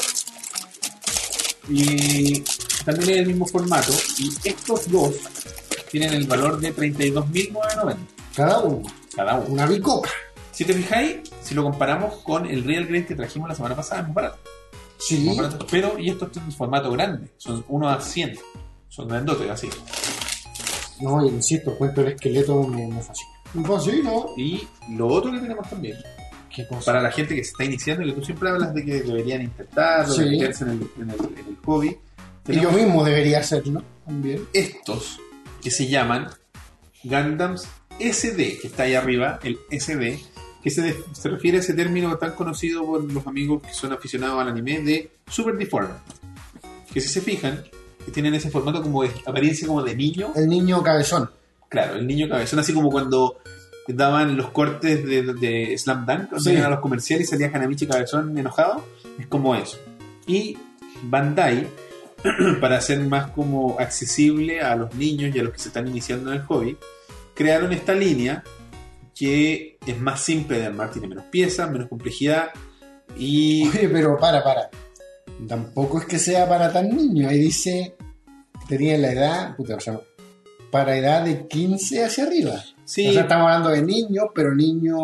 Speaker 1: Y también es el mismo formato. Y estos dos tienen el valor de 32.990
Speaker 2: Cada uno.
Speaker 1: cada uno.
Speaker 2: Una bicoca.
Speaker 1: Si te fijáis, si lo comparamos con el Real Grade que trajimos la semana pasada, es más barato.
Speaker 2: Sí.
Speaker 1: Más barato. Pero, y estos tienen un formato grande, son 1 a 100. Son grandotes, así.
Speaker 2: No, insisto, cuento el esqueleto me, me fascina. Me fascina.
Speaker 1: Y lo otro que tenemos también,
Speaker 2: Qué cosa.
Speaker 1: para la gente que se está iniciando, que tú siempre hablas de que deberían intentarlo, de
Speaker 2: Sí.
Speaker 1: meterse en el, en el- en el hobby,
Speaker 2: Y yo
Speaker 1: tenemos
Speaker 2: mismo debería hacerlo también.
Speaker 1: estos que se llaman Gundams SD, que está ahí arriba, el SD, que se, de- se refiere a ese término tan conocido por los amigos que son aficionados al anime de Super Deformed. Que si se fijan, que tienen ese formato como de apariencia como de niño.
Speaker 2: El niño cabezón.
Speaker 1: Claro, el niño cabezón, así como cuando daban los cortes de, de Slam Dunk, cuando
Speaker 2: Sí.
Speaker 1: iban a los comerciales y salía Hanamichi cabezón enojado, es como eso. Y Bandai, para ser más como accesible a los niños y a los que se están iniciando en el hobby, crearon esta línea que es más simple de armar, tiene menos piezas, menos complejidad y...
Speaker 2: Oye, pero para, para. Tampoco es que sea para tan niño. Ahí dice, tenía la edad, puta, o sea, para edad de 15 hacia arriba.
Speaker 1: Sí,
Speaker 2: O sea, estamos hablando de niños, pero niños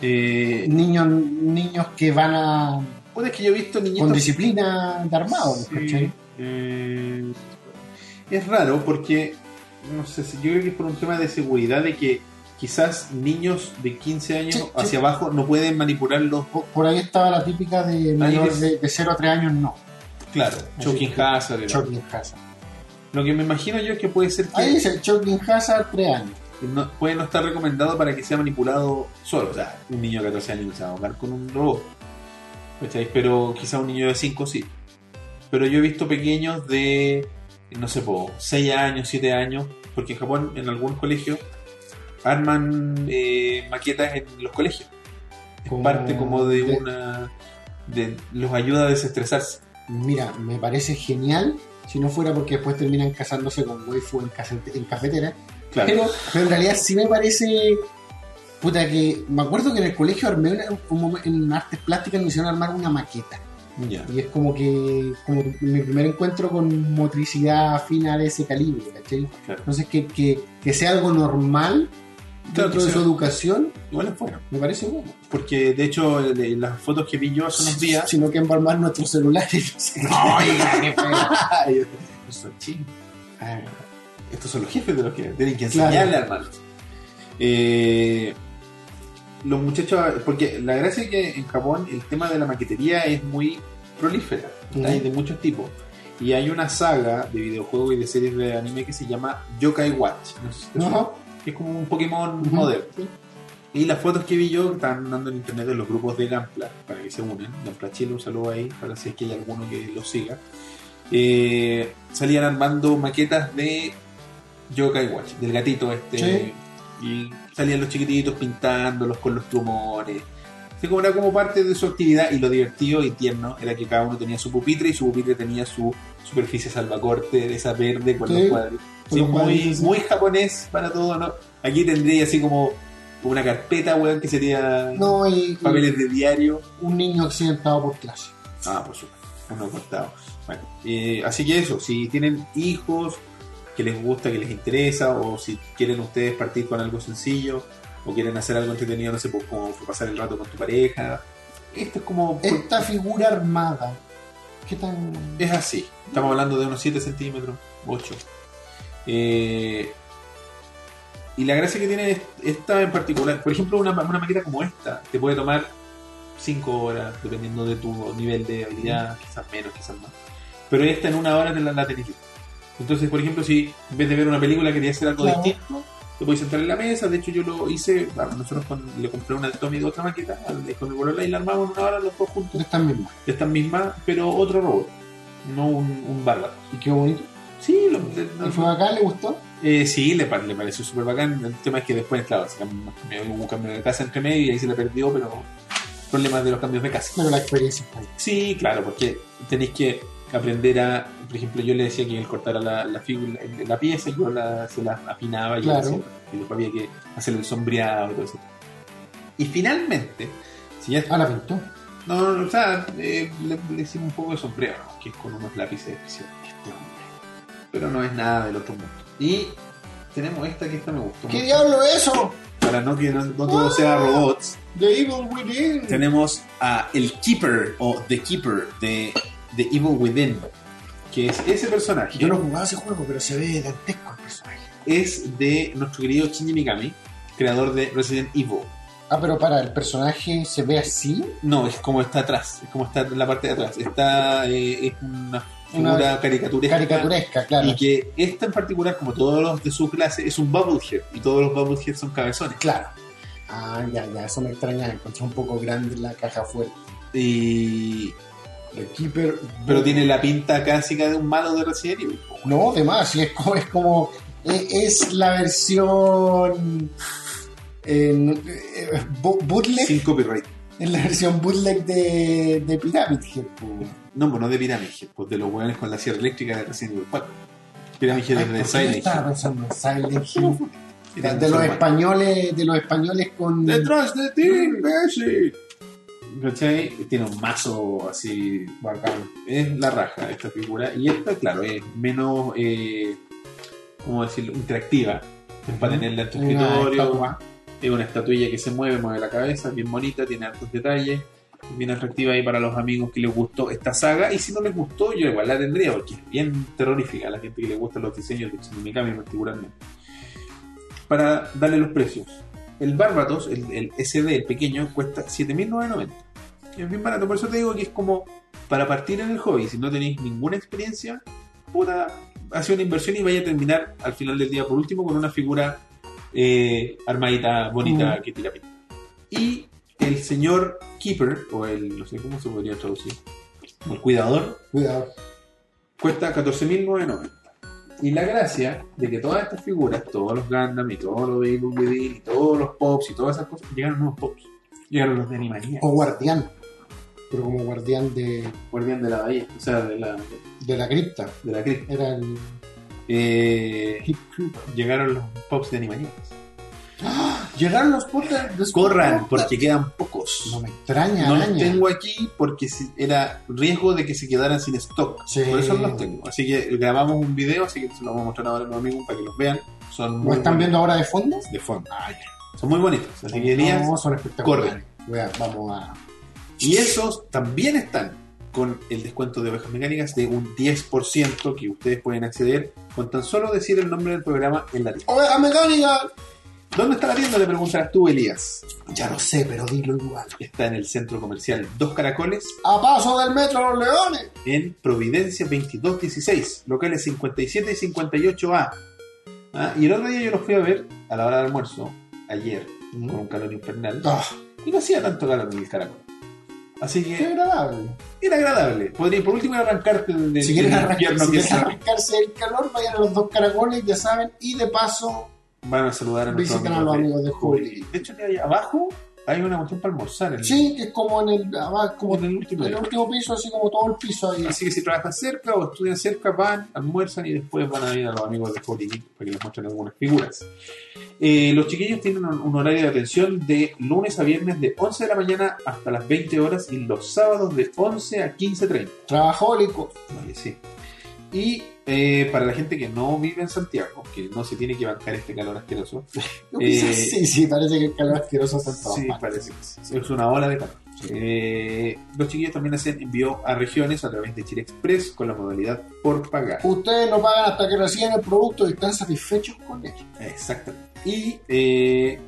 Speaker 1: eh,
Speaker 2: niños niños que van a
Speaker 1: puta, es que yo he visto
Speaker 2: con
Speaker 1: niñitos
Speaker 2: disciplina de armado,
Speaker 1: Sí,
Speaker 2: ¿cachai?
Speaker 1: eh, es raro porque, no sé, si- yo creo que es por un tema de seguridad de que quizás niños de 15 años
Speaker 2: Sí, sí.
Speaker 1: hacia abajo no pueden manipularlos.
Speaker 2: Po- Por ahí estaba la típica de menor
Speaker 1: es.
Speaker 2: de, de 0 a 3 años, no.
Speaker 1: Claro, choking
Speaker 2: que-
Speaker 1: hazard. era.
Speaker 2: Choking Hazard.
Speaker 1: Lo que me imagino yo es que puede ser que
Speaker 2: Ahí dice Choking Hazard 3 años.
Speaker 1: no, puede no estar recomendado para que sea manipulado solo. O sea, un niño de 14 años no se va a ahogar con un robot. ¿Cachai? Pero quizás un niño de 5 sí. Pero yo he visto pequeños de, no sé, 6 años, 7 años, porque en Japón, en algún colegio, arman eh, maquetas en los colegios. Es
Speaker 2: Como-
Speaker 1: parte como de
Speaker 2: de-
Speaker 1: una... De, los ayuda a desestresarse.
Speaker 2: Mira, me parece genial. Si no fuera porque después terminan casándose con waifu en, casete- en cafetera.
Speaker 1: Claro.
Speaker 2: Pero, pero en realidad sí me parece. Puta, que me acuerdo que en el colegio armé una- un momen- en artes plásticas me hicieron armar una maqueta.
Speaker 1: Ya.
Speaker 2: Y es como que como mi primer encuentro con motricidad fina de ese calibre, ¿cachai?
Speaker 1: Claro.
Speaker 2: Entonces que, que, que sea algo normal
Speaker 1: Claro,
Speaker 2: dentro
Speaker 1: que
Speaker 2: de su
Speaker 1: sea-
Speaker 2: educación,
Speaker 1: Igual es bueno.
Speaker 2: me parece bueno.
Speaker 1: Porque de hecho, el- el- las fotos que vi yo hace unos días...
Speaker 2: Sino que embalmar nuestros celulares. no sé.
Speaker 1: Ay, eso, ching.
Speaker 2: Ah,
Speaker 1: Estos son los jefes de los que tienen que
Speaker 2: Claro.
Speaker 1: enseñarle a armarlos. Eh, los muchachos, porque la gracia es que en Japón el tema de la maquetería es muy prolífera,
Speaker 2: Ujú.
Speaker 1: hay de muchos tipos. Y hay una saga de videojuegos y de series de anime que se llama Yokai Watch. No sé si te suena.
Speaker 2: Ajá.
Speaker 1: Es como un Pokémon
Speaker 2: Ujú.
Speaker 1: moderno. Y las fotos que vi yo están dando en internet de los grupos de Gampla para que se unen. Gampla Chile, un saludo ahí para si es que hay alguno que lo siga. Eh, salían armando maquetas de Yokai Watch, del gatito este.
Speaker 2: Sí.
Speaker 1: Y salían los chiquititos pintándolos con los tumores. Se como era como parte de su actividad y lo divertido y tierno era que cada uno tenía su pupitre y su pupitre tenía su superficie salvacorte, de esa verde con
Speaker 2: Sí.
Speaker 1: los cuadros. Sí,
Speaker 2: Con los
Speaker 1: muy,
Speaker 2: cuadritos, sí.
Speaker 1: muy japonés para todo, ¿no? Aquí tendría así como una carpeta, weón, que sería
Speaker 2: No, y, y
Speaker 1: papeles de diario.
Speaker 2: un niño accidentado por clase.
Speaker 1: Ah, por supuesto, uno cortado. Bueno, eh, así que eso, si tienen hijos que les gusta, que les interesa, o si quieren ustedes partir con algo sencillo, o quieren hacer algo entretenido, no sé, pues, como pasar el rato con tu pareja, esto es como...
Speaker 2: Esta figura armada, ¿qué tan...?
Speaker 1: Es así. Estamos hablando de unos 7 centímetros, 8. Eh, y la gracia que tiene es- esta en particular, por ejemplo, una, una maqueta como esta, te puede tomar 5 horas, dependiendo de tu nivel de habilidad, quizás menos, quizás más. Pero esta en una hora te la, la tenés lista. Entonces, por ejemplo, si en vez de ver una película querías hacer algo
Speaker 2: Claro.
Speaker 1: distinto, te puedes sentar en la mesa. De hecho, yo lo hice, bueno, nosotros con- le compré una al Tommy de otra maqueta, al- con mi bolola y la armamos en una hora los dos juntos
Speaker 2: Tú estás mismo.
Speaker 1: de estas mismas, pero otro robot, no un, un bárbaro.
Speaker 2: Y qué bonito.
Speaker 1: Sí, lo- de- no-
Speaker 2: Y fue acá, le gustó.
Speaker 1: eh, sí le, pa- le pareció súper bacán. El tema es que después, claro, se cam- me hubo un cambio de casa entre medio y ahí se le perdió, pero problemas de los cambios de casa.
Speaker 2: Pero la experiencia está ahí.
Speaker 1: Sí, claro, porque tenéis que aprender a. Por ejemplo, yo le decía que él cortara la, la, figura, la pieza y yo la, se la apinaba y,
Speaker 2: Claro.
Speaker 1: hacía- y después había que hacerle el sombreado y todo eso. Y finalmente, si Si ya está-
Speaker 2: Ah, la pintó.
Speaker 1: No, no, no, o sea, eh, le, le hicimos un poco de sombrero, ¿no? que es con unos lápices especiales. Este hombre. Pero no es nada del otro mundo. Y tenemos esta que esta me gustó.
Speaker 2: ¿Qué
Speaker 1: mucho.
Speaker 2: diablo Ah. es eso?
Speaker 1: Para no que no, no todo sea robots.
Speaker 2: The Evil Within.
Speaker 4: Tenemos a El Keeper o The Keeper de The Evil Within,
Speaker 1: Que es ese personaje.
Speaker 2: Yo no he jugado ese juego, pero se ve dantesco el personaje.
Speaker 1: Es de nuestro querido Shinji Mikami, creador de Resident Evil.
Speaker 2: Ah, pero para, ¿el personaje se ve así?
Speaker 1: No, es como está atrás, es como está en la parte de atrás. Está, eh, es una
Speaker 2: Una
Speaker 1: figura caricaturesca.
Speaker 2: Caricaturesca, claro.
Speaker 1: Y que esta en particular, como todos los de su clase, es un bubblehead. Y todos los bubbleheads son cabezones.
Speaker 2: Claro. Ah, ya, ya, eso me extraña. Encontré un poco grande la caja fuerte.
Speaker 1: Y...
Speaker 2: The Keeper.
Speaker 1: Pero tiene la pinta clásica de un malo de Resident Evil. po.
Speaker 2: No, de más, sí, es como. Es, como, e- es la versión. eh, no- eh, bu- bootleg.
Speaker 1: Sin copyright.
Speaker 2: Es la versión bootleg de, de Pyramid Head. po.
Speaker 1: No, pues no de Pyramid Head, pues de los hueones con la sierra eléctrica de Resident Evil 4. Pyramid Head es
Speaker 2: Ay, ¿por qué
Speaker 1: de
Speaker 2: yo
Speaker 1: Silent
Speaker 2: estaba
Speaker 1: Hill.
Speaker 2: pensando en Silent Hill.
Speaker 1: Era
Speaker 2: De,
Speaker 1: un
Speaker 2: de los
Speaker 1: humano.
Speaker 2: españoles, de los españoles con.
Speaker 1: ¡Detrás de ti, imbécil! ¿Cachai? Tiene un mazo así bacán. Es la raja esta figura. Y esta, claro, es menos, eh, ¿cómo decirlo?, interactiva. Es para tenerla en tu
Speaker 2: Una
Speaker 1: escritorio.
Speaker 2: estatua.
Speaker 1: Es una estatuilla que se mueve, mueve la cabeza, bien bonita, tiene hartos detalles. Bien atractiva ahí para los amigos que les gustó esta saga. Y si no les gustó, yo igual la tendría, porque es bien terrorífica a la gente que le gustan los diseños de Shin Mikami particularmente. Para darle los precios. El Barbatos, el, el SD, el pequeño, cuesta 7.990. Es bien barato, por eso te digo que es como para partir en el hobby. Si no tenéis ninguna experiencia, puta, hace una inversión y vaya a terminar al final del día, por último, con una figura eh, armadita bonita que tira pinta. Y el señor Keeper, o el, no sé cómo se podría traducir, o el cuidador,
Speaker 2: Cuidado.
Speaker 1: cuesta 14.990. Y la gracia de que todas estas figuras, todos los Gundam y todos los Evil Within y todos los Pops y todas esas cosas, llegaron nuevos Pops. Llegaron los de Animanía,
Speaker 2: O guardián. Pero como guardián de,
Speaker 1: guardián de la bahía, o sea, de la,
Speaker 2: de la cripta.
Speaker 1: de la cripta.
Speaker 2: Era el.
Speaker 1: Eh, llegaron los Pops de Animanía.
Speaker 2: Llegaron los putas. los
Speaker 1: Corran,
Speaker 2: putas.
Speaker 1: porque quedan pocos.
Speaker 2: No me extraña,
Speaker 1: No los
Speaker 2: araña.
Speaker 1: tengo aquí porque si- era riesgo de que se quedaran sin stock.
Speaker 2: Sí.
Speaker 1: Por eso los tengo. Así que grabamos un video, así que se los vamos a mostrar ahora a los amigos para que los vean. Son
Speaker 2: ¿Lo
Speaker 1: muy
Speaker 2: están
Speaker 1: bonitos.
Speaker 2: viendo ahora de fondo?
Speaker 1: de fondo. Son muy bonitos. Así que Elías-
Speaker 2: No, son espectaculares. Weá, vamos a.
Speaker 1: Y esos también están con el descuento de ovejas mecánicas de un 10% que ustedes pueden acceder con tan solo decir el nombre del programa en la tienda.
Speaker 2: ¡Oveja mecánica!
Speaker 1: ¿Dónde está la tienda? Le preguntarás tú, Elías.
Speaker 2: Ya lo sé, pero dilo igual.
Speaker 1: Está en el centro comercial Dos Caracoles,
Speaker 2: ¡A paso del metro los leones!
Speaker 1: en Providencia 2216, locales 57 y 58A. Ah, Y el otro día yo los fui a ver a la hora del almuerzo, ayer, con
Speaker 2: Mm.
Speaker 1: un calor infernal,
Speaker 2: Ah,
Speaker 1: y no hacía tanto calor en el caracol. Así
Speaker 2: ¡Qué
Speaker 1: que
Speaker 2: agradable!
Speaker 1: era agradable. Podría, por último, arrancarte del del
Speaker 2: si quieren, arrancar-
Speaker 1: invierno
Speaker 2: si
Speaker 1: que
Speaker 2: quieren
Speaker 1: es-
Speaker 2: arrancarse el calor, vayan a los dos caracoles, ya saben, y de paso
Speaker 1: Van a saludar a nuestros
Speaker 2: visiten a los amigos de Juli.
Speaker 1: De hecho, ahí abajo hay una cuestión para almorzar. en-
Speaker 2: Sí, que es como en el, abajo, como
Speaker 1: en el último
Speaker 2: en el
Speaker 1: día.
Speaker 2: último piso, así como todo el piso ahí.
Speaker 1: Así que si trabajan cerca o estudian cerca, van, almuerzan y después van a ir a los amigos de Holy Geek para que les muestren algunas figuras. Eh, los chiquillos tienen un, un horario de atención de lunes a viernes de 11 de la mañana hasta las 20 horas y los sábados de 11 a 15.30.
Speaker 2: Trabajólico.
Speaker 1: Vale, sí. Y eh, para la gente que no vive en Santiago, que no se tiene que bancar este calor asqueroso,
Speaker 2: Yo
Speaker 1: Eh,
Speaker 2: quizás sí, sí, parece que el calor asqueroso está en todas
Speaker 1: Sí,
Speaker 2: partes.
Speaker 1: parece que sí. Es una ola de calor. Eh, los chiquillos también hacen envío a regiones a través de Chile Express con la modalidad por pagar.
Speaker 2: Ustedes no pagan hasta que reciben el producto y están satisfechos con él.
Speaker 1: Exactamente. Y eh,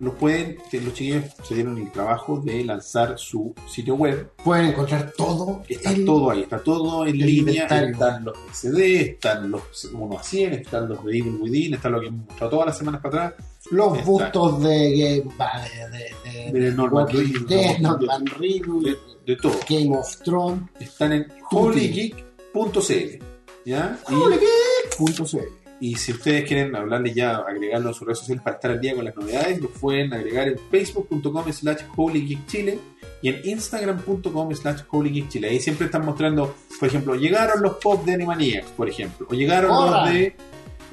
Speaker 1: los pueden, que los chiquillos se dieron el trabajo de lanzar su sitio web.
Speaker 2: Pueden encontrar todo.
Speaker 1: Está
Speaker 2: el-
Speaker 1: todo ahí, está todo en
Speaker 2: el
Speaker 1: línea.
Speaker 2: inventario.
Speaker 1: Están los SD, están los 1 a 100, están los de Evil Within, está lo que hemos mostrado todas las semanas para atrás.
Speaker 2: Los
Speaker 1: Está.
Speaker 2: bustos de Game va, de, de, de,
Speaker 1: De Norman
Speaker 2: Walking
Speaker 1: Reedus,
Speaker 2: Dead,
Speaker 1: Norman
Speaker 2: Norman Reedus,
Speaker 1: De todo.
Speaker 2: Game of Thrones.
Speaker 1: Están en holygeek.cl. ¿Ya?
Speaker 2: Ah,
Speaker 1: Y-
Speaker 2: Punto C.
Speaker 1: Y si ustedes quieren hablarle ya, agregarlo en sus redes sociales para estar al día con las novedades, lo pueden agregar en facebook.com slash holygeekchile y en instagram.com slash holygeekchile. Ahí siempre están mostrando, por ejemplo, llegaron los pop de Animaniacs, por ejemplo, o llegaron
Speaker 2: Corran.
Speaker 1: los de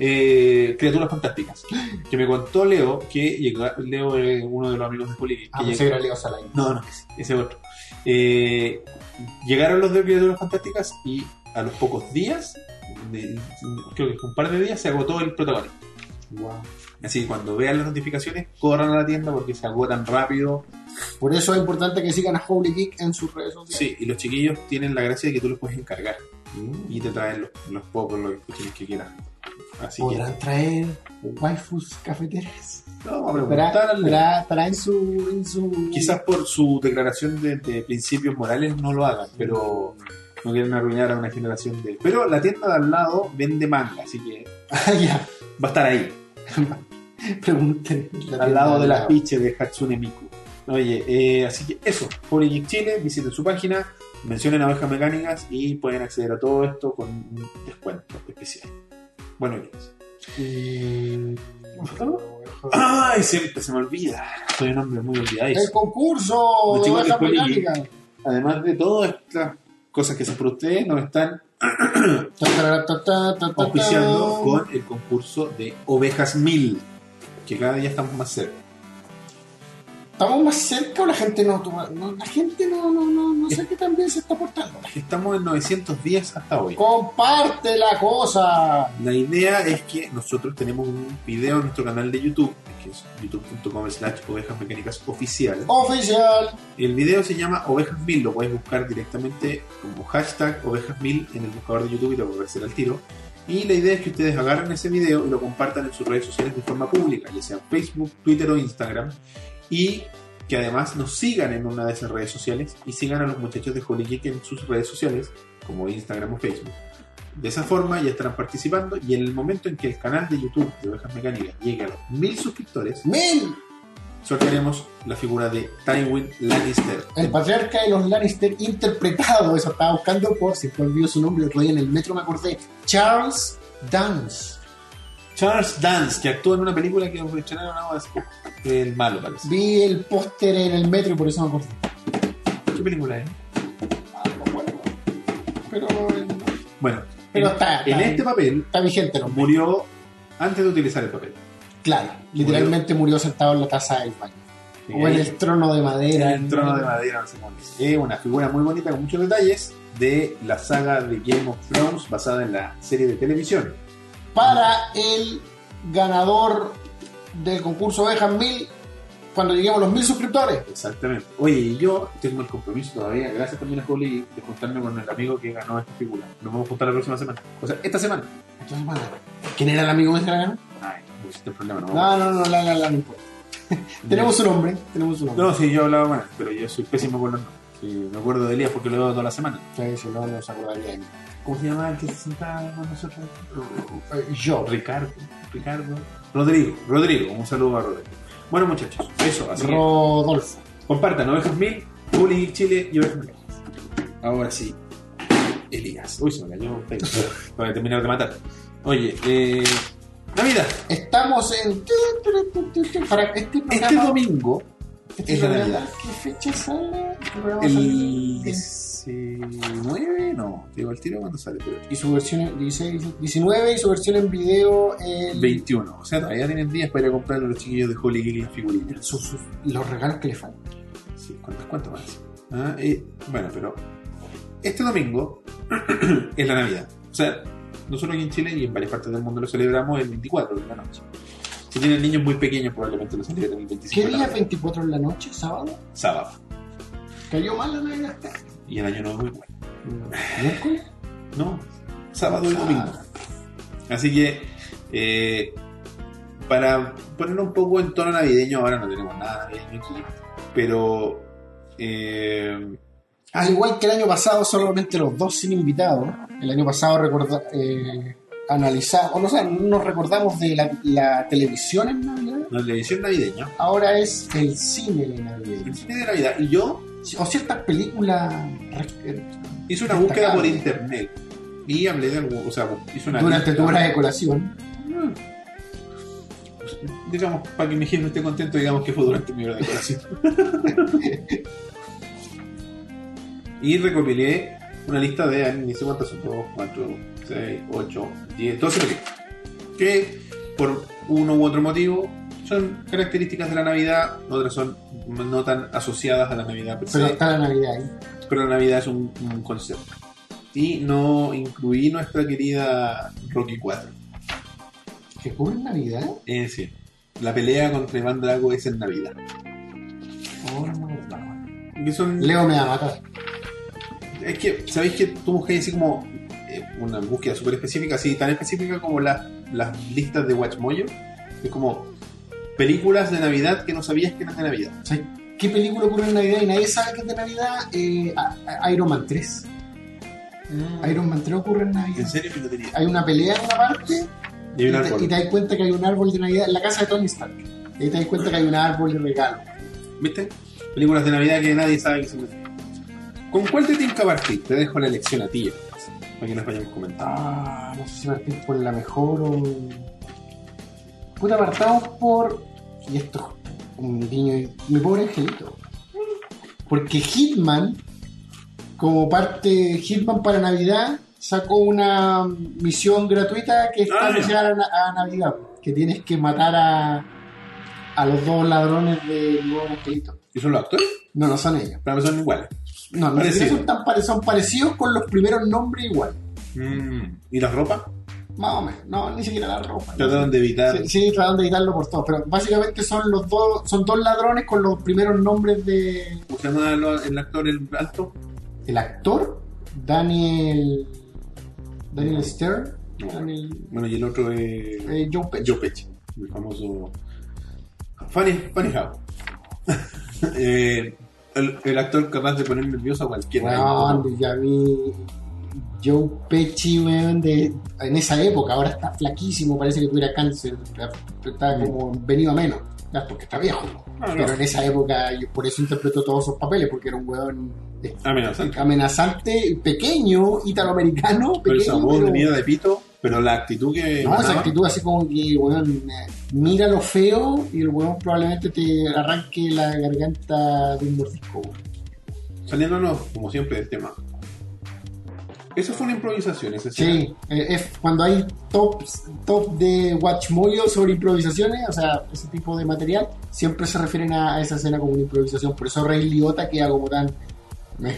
Speaker 1: eh, Criaturas Fantásticas. Que me contó Leo, que llega- Leo es uno de los amigos de Juli.
Speaker 2: Ah,
Speaker 1: que
Speaker 2: pensé que era Leo Salai.
Speaker 1: no, no, ese- ese otro. Eh, llegaron los de Criaturas Fantásticas y a los pocos días, de- creo que un par de días, se agotó el protagonista.
Speaker 2: Wow.
Speaker 1: Así que cuando vean las notificaciones, corran a la tienda porque se agotan rápido.
Speaker 2: Por eso es importante que sigan a Holy Geek en sus redes sociales.
Speaker 1: Sí, y los chiquillos tienen la gracia de que tú los puedes encargar
Speaker 2: Mm.
Speaker 1: y te traen los, los pocos, los cuestiones que quieras. Así que
Speaker 2: ¿Podrán traer waifus cafeteras?
Speaker 1: vamos a
Speaker 2: ¿Tra-
Speaker 1: preguntarle.
Speaker 2: tra- ¿Traen su, en su...?
Speaker 1: Quizás por su declaración de, de principios morales no lo hagan, pero no quieren arruinar a una generación de... Pero la tienda de al lado vende manga, así que
Speaker 2: Ah, ya.
Speaker 1: va a estar ahí,
Speaker 2: Pregunten. La
Speaker 1: al lado de las
Speaker 2: tienda.
Speaker 1: piches de Hatsune Miku. Oye, eh, así que eso, Holy Geek Chile, visiten su página, mencionen abejas mecánicas y pueden acceder a todo esto con un descuento especial. Bueno, y eso.
Speaker 2: Y-
Speaker 1: ¡Ay! Siempre se me olvida. Soy un hombre muy olvidadizo.
Speaker 2: ¡El concurso!
Speaker 1: Los
Speaker 2: de
Speaker 1: chicos de
Speaker 2: Baja
Speaker 1: Holy
Speaker 2: Mecánica.
Speaker 1: Además de todas estas cosas que se por ustedes, nos están
Speaker 2: Ta, ta, ta, ta, ta, ta.
Speaker 1: auspiciando con el concurso de Ovejas Mil, que cada día estamos más cerca.
Speaker 2: ¿Estamos más cerca o la gente no, toma- no- la gente no, no, no, no sé qué también se está portando?
Speaker 1: Estamos en 910 hasta hoy.
Speaker 2: ¡Comparte la cosa!
Speaker 1: La idea es que nosotros tenemos un video en nuestro canal de YouTube, que es youtube.com slash ovejas mecánicas oficial.
Speaker 2: Oficial.
Speaker 1: El video se llama Ovejas Mil, lo puedes buscar directamente como hashtag Ovejas Mil en el buscador de YouTube y te aparecerá al tiro. Y la idea es que ustedes agarren ese video y lo compartan en sus redes sociales de forma pública, ya sea Facebook, Twitter o Instagram. Y que además nos sigan en una de esas redes sociales y sigan a los muchachos de Holy Geek en sus redes sociales, como Instagram o Facebook. De esa forma ya estarán participando y en el momento en que el canal de YouTube de Ovejas Mecánicas llegue a los mil suscriptores,
Speaker 2: ¡Mil!
Speaker 1: sortearemos la figura de Tywin Lannister.
Speaker 2: El patriarca de los Lannister interpretado, eso estaba buscando por si fue olvidó su nombre, el otro día en el metro me acordé. Charles Dance.
Speaker 1: Charles Dance, que actúa en una película que estrenaron ahora hace poco. El malo, parece.
Speaker 2: Vi el póster en el metro y por eso me acordé.
Speaker 1: ¿Qué película es?
Speaker 2: Pero,
Speaker 1: Bueno,
Speaker 2: Pero
Speaker 1: en,
Speaker 2: está-
Speaker 1: en
Speaker 2: está-
Speaker 1: este papel
Speaker 2: está vigente, ¿no?
Speaker 1: murió antes de utilizar el papel.
Speaker 2: Claro, literalmente murió sentado en la taza del baño. O en el trono de
Speaker 1: En
Speaker 2: madera.
Speaker 1: el trono de madera, no sé cómo es. Es una figura muy bonita con muchos detalles de la saga de Game of Thrones basada en la serie de televisión.
Speaker 2: Para el ganador del concurso Ovejas Mil, cuando lleguemos a los mil suscriptores.
Speaker 1: Exactamente. Oye, y yo tengo el compromiso todavía, gracias también a Holly, de juntarme con el amigo que ganó esta figura. Nos vamos a juntar la próxima semana. O sea, esta semana.
Speaker 2: Entonces, bueno, ¿Quién era el amigo que se la ganó?
Speaker 1: Ay, no existe el problema, no.
Speaker 2: No, no, no, la, la, la, no importa. Ah, Tenemos su nombre, tenemos su nombre.
Speaker 1: No, sí, yo hablaba mal, pero yo soy pésimo con los nombres. Sí, me acuerdo de Elías porque lo veo toda la semana.
Speaker 2: Sí, si no, no se acordaría de mí.
Speaker 1: ¿Cómo se llamaba el que se sentaba con nosotros?
Speaker 2: Eh, Yo,
Speaker 1: Ricardo, Ricardo. Rodrigo, Rodrigo, un saludo a Rodrigo. Bueno, muchachos, eso, así que
Speaker 2: Rodolfo.
Speaker 1: compartan Ovejas Mil, Bullying Geek Chile y Ovejas Mil. Ahora sí, Elías. Uy, se me cayó. Para terminar de matar. Oye, eh, Navidad,
Speaker 2: Estamos en. Para este programa.
Speaker 1: este domingo,
Speaker 2: este
Speaker 1: es la
Speaker 2: programa,
Speaker 1: Navidad.
Speaker 2: ¿Qué fecha sale? Este programa
Speaker 1: el
Speaker 2: sale-
Speaker 1: 19, no, te digo al tiro cuando sale, pero
Speaker 2: Y su versión en 16, 19 y su versión en video. El,
Speaker 1: 21. O sea, todavía tienen días para ir a comprar a los chiquillos de Holy Geek las figuritas.
Speaker 2: sus- sus- los regalos que le faltan.
Speaker 1: Sí, ¿cuánto, cuánto más? Ah, eh, bueno, pero este domingo es la Navidad. O sea, nosotros aquí en Chile y en varias partes del mundo lo celebramos el 24 de la noche. Si tienen niños muy pequeños, probablemente lo celebren el 25
Speaker 2: ¿Qué
Speaker 1: de la
Speaker 2: día
Speaker 1: noche.
Speaker 2: 24 en la noche? ¿Sábado?
Speaker 1: Sábado.
Speaker 2: ¿Cayó mal la Navidad?
Speaker 1: Y el año nuevo es muy bueno.
Speaker 2: ¿Miércoles?
Speaker 1: No, sábado y
Speaker 2: Ah.
Speaker 1: domingo. Así que, eh, para poner un poco en tono navideño, ahora no tenemos nada navideño aquí, pero. eh,
Speaker 2: Al Ah, igual que el año pasado, solamente los dos sin invitados. El año pasado recorda, eh, analizamos, o no sé, nos recordamos de la, la televisión en Navidad.
Speaker 1: la televisión navideña,
Speaker 2: Ahora es el cine de Navidad.
Speaker 1: el cine de Navidad, y yo
Speaker 2: O ciertas películas eh, re-
Speaker 1: hice una búsqueda por
Speaker 2: Destacable.
Speaker 1: internet y hablé de algo, o sea, hice una.
Speaker 2: durante
Speaker 1: lista.
Speaker 2: tu hora de colación.
Speaker 1: Mm. Digamos, para que mi jefe esté contento, digamos que fue durante mi hora de colación. y recopilé una lista de, ni sé cuántas son, 2, 4, 6, 8, 10, 12 películas. que por uno u otro motivo son características de la Navidad, otras son no tan asociadas a la Navidad. per se,
Speaker 2: Pero está la Navidad ahí.
Speaker 1: pero la Navidad es un, un concepto. Y no incluí nuestra querida Rocky 4.
Speaker 2: ¿Que ocurre en Navidad?
Speaker 1: Es decir, Eh, la pelea contra Iván Drago es en Navidad.
Speaker 2: Oh, no.
Speaker 1: Que son-
Speaker 2: Leo me va a matar.
Speaker 1: es que, ¿sabéis que tú buscáis así como eh, una búsqueda súper específica, así tan específica como la- las listas de Watchmojo? Es como películas de Navidad que no sabías que eran de Navidad.
Speaker 2: O sea, ¿Qué película ocurre en Navidad y nadie sabe que es de Navidad? Eh, a- a- Iron Man 3. Iron Man 3 ocurre en
Speaker 1: ¿En
Speaker 2: Navidad.
Speaker 1: serio que no tenía?
Speaker 2: Hay una pelea en una parte
Speaker 1: Y hay un
Speaker 2: y te-
Speaker 1: árbol.
Speaker 2: y te das cuenta que hay un árbol de Navidad en la casa de Tony Stark. Y ahí te das cuenta que hay un árbol de regalo.
Speaker 1: ¿Viste? Películas de Navidad que nadie sabe que son de ¿Con cuál te tienes que partir? Te dejo la elección a ti, para que nos vayamos comentando.
Speaker 2: Ah, no sé si partir por la mejor o. Puta, partamos por. Y esto es un guiño. y- Mi pobre angelito. Porque Hitman, como parte de Hitman para Navidad, sacó una misión gratuita que está
Speaker 1: Ah, ya.
Speaker 2: asociada a, Na- a Navidad. Que tienes que matar a, a los dos ladrones de mi pobre angelito.
Speaker 1: ¿Y son los actores?
Speaker 2: No, no son ellos.
Speaker 1: Pero no son iguales.
Speaker 2: No, no
Speaker 1: Parecido.
Speaker 2: son, tan pare- son parecidos con los primeros nombres igual.
Speaker 1: Mm. ¿Y las ropas?
Speaker 2: Más o menos. No, ni siquiera la ropa.
Speaker 1: Trataron de evitar.
Speaker 2: Sí, sí, trataron de evitarlo por todo, pero básicamente son los dos, son dos ladrones con los primeros nombres de
Speaker 1: ¿Cómo se llama lo- el actor el alto?
Speaker 2: el actor Daniel Daniel Stern,
Speaker 1: No.
Speaker 2: Daniel
Speaker 1: Bueno, y el otro es.
Speaker 2: eh, Joe Pesci.
Speaker 1: Joe Pesci, el famoso. Funny, funny How. Eh, el, el actor capaz de poner nervioso a cualquiera.
Speaker 2: Weón, ya vi Joe Pesci, weón, de, en esa época, ahora está flaquísimo, parece que tuviera cáncer, está como venido a menos, ya, porque está viejo.
Speaker 1: Ah,
Speaker 2: Pero
Speaker 1: no.
Speaker 2: en esa época, yo por eso interpretó todos esos papeles, porque era un weón de
Speaker 1: Amenazante.
Speaker 2: amenazante, pequeño, italoamericano,
Speaker 1: Pero el
Speaker 2: pequeño,
Speaker 1: sabor de
Speaker 2: pero...
Speaker 1: mierda de pito, pero la actitud que.
Speaker 2: No, esa
Speaker 1: manaba,
Speaker 2: actitud así como que, weón, eh, mira lo feo y el weón probablemente te arranque la garganta de un mordisco. weón.
Speaker 1: Saliéndonos, como siempre, del tema. Eso fue una improvisación, ese
Speaker 2: Sí, eh, es cuando hay tops, top de Watchmojo sobre improvisaciones, o sea, ese tipo de material, siempre se refieren a, a esa escena como una improvisación. Por eso Rey Liotta queda como tan... Me,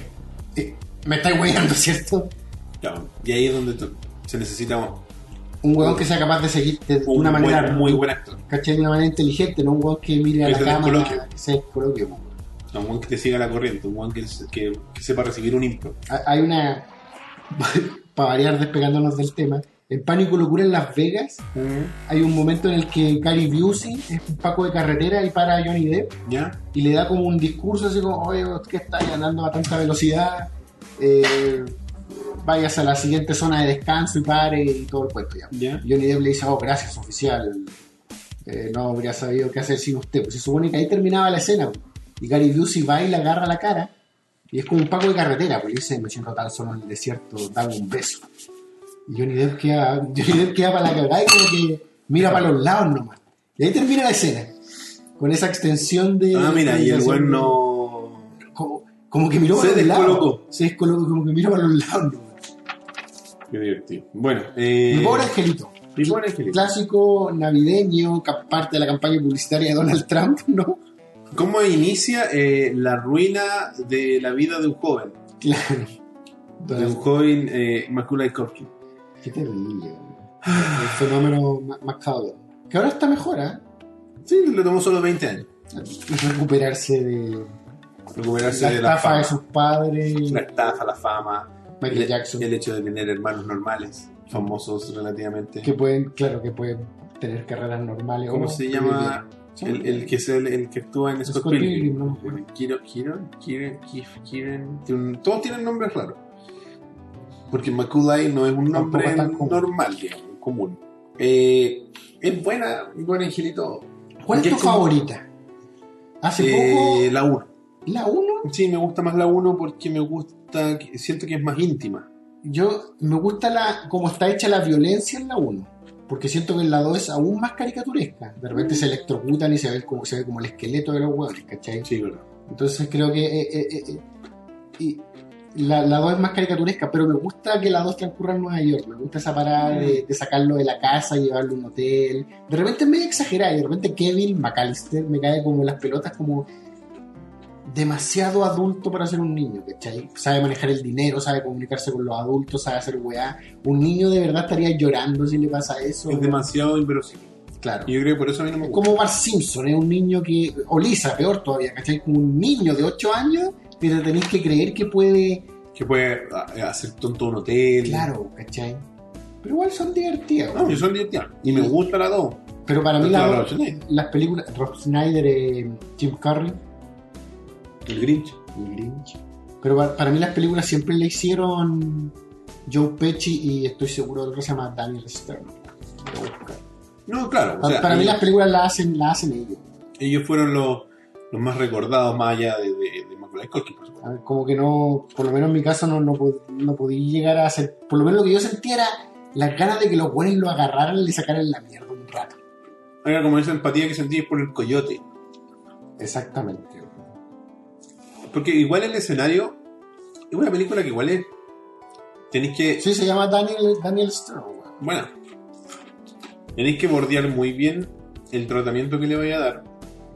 Speaker 2: eh, me estáis weyando, ¿cierto?
Speaker 1: Ya, Y ahí es donde to- se necesita un,
Speaker 2: Un weón que sea capaz de seguirte de una
Speaker 1: un buen-
Speaker 2: manera
Speaker 1: muy buen actor.
Speaker 2: ¿cachai? De una manera inteligente, no un weón que mire a
Speaker 1: Que
Speaker 2: la
Speaker 1: se
Speaker 2: cámara,
Speaker 1: descoloque.
Speaker 2: que se descoloque. po.
Speaker 1: Un buen que te siga la corriente, un buen que, se- que, que sepa recibir un impro.
Speaker 2: Ha- Hay una, para variar despegándonos del tema, en Pánico y Locura en Las Vegas hay un momento en el que Gary Busey es un paco de carretera y para a Johnny Depp
Speaker 1: ¿Ya?
Speaker 2: y le da como un discurso así como, oye, vos que estás andando a tanta velocidad, eh, vayas a la siguiente zona de descanso y pare y todo el cuento ya.
Speaker 1: ¿Ya?
Speaker 2: Johnny Depp le dice, oh, gracias, oficial. Eh, no habría sabido qué hacer sin usted. Pues se supone que ahí terminaba la escena. pues. Y Gary Busey va y le agarra la cara. Y es como un paco de carretera. Pues le dice, me siento tan solo en el desierto, dame un beso. Y Johnny Depp queda, Johnny Depp queda para la cagada y como que mira para los lados nomás. Y ahí termina la escena. Con esa extensión de...
Speaker 1: Ah, mira, y el buen no.
Speaker 2: Como, como que miró para
Speaker 1: Se
Speaker 2: los lados.
Speaker 1: descolocó.
Speaker 2: Se descolocó. Como que miró para los lados nomás.
Speaker 1: Qué divertido. Bueno, eh.
Speaker 2: Mi pobre angelito.
Speaker 1: Mi pobre angelito.
Speaker 2: clásico navideño, ca- parte de la campaña publicitaria de Donald Trump, ¿no?
Speaker 1: ¿Cómo inicia eh, la ruina de la vida de un joven?
Speaker 2: Claro.
Speaker 1: De un
Speaker 2: Donald,
Speaker 1: joven eh, Macaulay Culkin.
Speaker 2: qué terrible. ¿no? El fenómeno ma- macabro. Que ahora está mejor, ¿eh?
Speaker 1: Sí, le tomó solo 20 años.
Speaker 2: Recuperarse de
Speaker 1: Recuperarse
Speaker 2: la
Speaker 1: de la
Speaker 2: estafa
Speaker 1: fama.
Speaker 2: de sus padres,
Speaker 1: La estafa, la fama.
Speaker 2: Michael
Speaker 1: el,
Speaker 2: Jackson,
Speaker 1: el hecho de tener hermanos normales, famosos relativamente.
Speaker 2: que pueden, claro, que pueden tener carreras normales.
Speaker 1: ¿Cómo
Speaker 2: o
Speaker 1: se llama? El, el que es el, el que actúa en Scott,
Speaker 2: Scott
Speaker 1: Pilgrim.
Speaker 2: Pilgrim, no me acuerdo.
Speaker 1: Kiro- Kieran, Kieran, Keith, Kieran, tiene un- todos tienen nombres raros. Porque Maculay no es un
Speaker 2: Tampoco
Speaker 1: nombre
Speaker 2: es tan común.
Speaker 1: normal, digamos, común. Eh, es buena, buen angelito.
Speaker 2: ¿Cuál es tu
Speaker 1: Jackson-
Speaker 2: favorita? Hace
Speaker 1: Eh,
Speaker 2: poco,
Speaker 1: la 1.
Speaker 2: la 1,
Speaker 1: Sí, me gusta más la 1 porque me gusta, que- siento que es más íntima.
Speaker 2: yo me gusta la cómo está hecha la violencia en la 1 porque siento que en la 2 es aún más caricaturesca de repente se electrocutan y se ve como se ve como el esqueleto de los huevos ¿cachai?
Speaker 1: Sí, verdad.
Speaker 2: entonces creo que eh, eh, eh, eh, y la, la 2 es más caricaturesca, pero me gusta que la 2 transcurra en Nueva York. Me gusta esa parada
Speaker 1: Mm.
Speaker 2: de, de sacarlo de la casa, llevarlo a un hotel. De repente es medio exagerada y de repente Kevin McAllister me cae como las pelotas como demasiado adulto para ser un niño, ¿cachai? Sabe manejar el dinero, sabe comunicarse con los adultos, sabe hacer weá. Un niño de verdad estaría llorando si le pasa eso.
Speaker 1: Es demasiado inverosímil.
Speaker 2: Claro.
Speaker 1: Y yo creo que por eso a mí no me
Speaker 2: Es
Speaker 1: gusta.
Speaker 2: como Bart Simpson, es un niño que. O Lisa, peor todavía, ¿cachai? Como un niño de 8 años que te tenés que creer que puede.
Speaker 1: Que puede ah, hacer tonto un hotel.
Speaker 2: Claro, ¿cachai? Pero igual son divertidos.
Speaker 1: No, yo soy divertido. Y me gusta la 2.
Speaker 2: Pero para mí
Speaker 1: Claro,
Speaker 2: la-
Speaker 1: Rob Schneider.
Speaker 2: las películas. Rob Schneider, eh, Jim Carrey,
Speaker 1: El Grinch.
Speaker 2: el Grinch. Pero para, para mí las películas siempre le hicieron Joe Pesci y estoy seguro de otro que se llama Daniel Stern. Lo voy a buscar.
Speaker 1: No, claro. o
Speaker 2: Para,
Speaker 1: sea,
Speaker 2: para mí
Speaker 1: ellos,
Speaker 2: las películas las hacen, las hacen ellos.
Speaker 1: ellos fueron los, los más recordados, más allá de, de, de Macaulay Culkin, por supuesto.
Speaker 2: A ver, Ah, Como que no, por lo menos en mi caso no, no, pod- no podía llegar a hacer, por lo menos lo que yo sentía era las ganas de que los buenos lo agarraran y le sacaran la mierda un rato.
Speaker 1: Era como esa empatía que sentí por el coyote.
Speaker 2: Exactamente.
Speaker 1: Porque igual el escenario es una película que igual es. Tenéis que.
Speaker 2: Sí, se llama Daniel, Daniel Stern. weón.
Speaker 1: Bueno. Tenéis que bordear muy bien el tratamiento que le vaya a dar.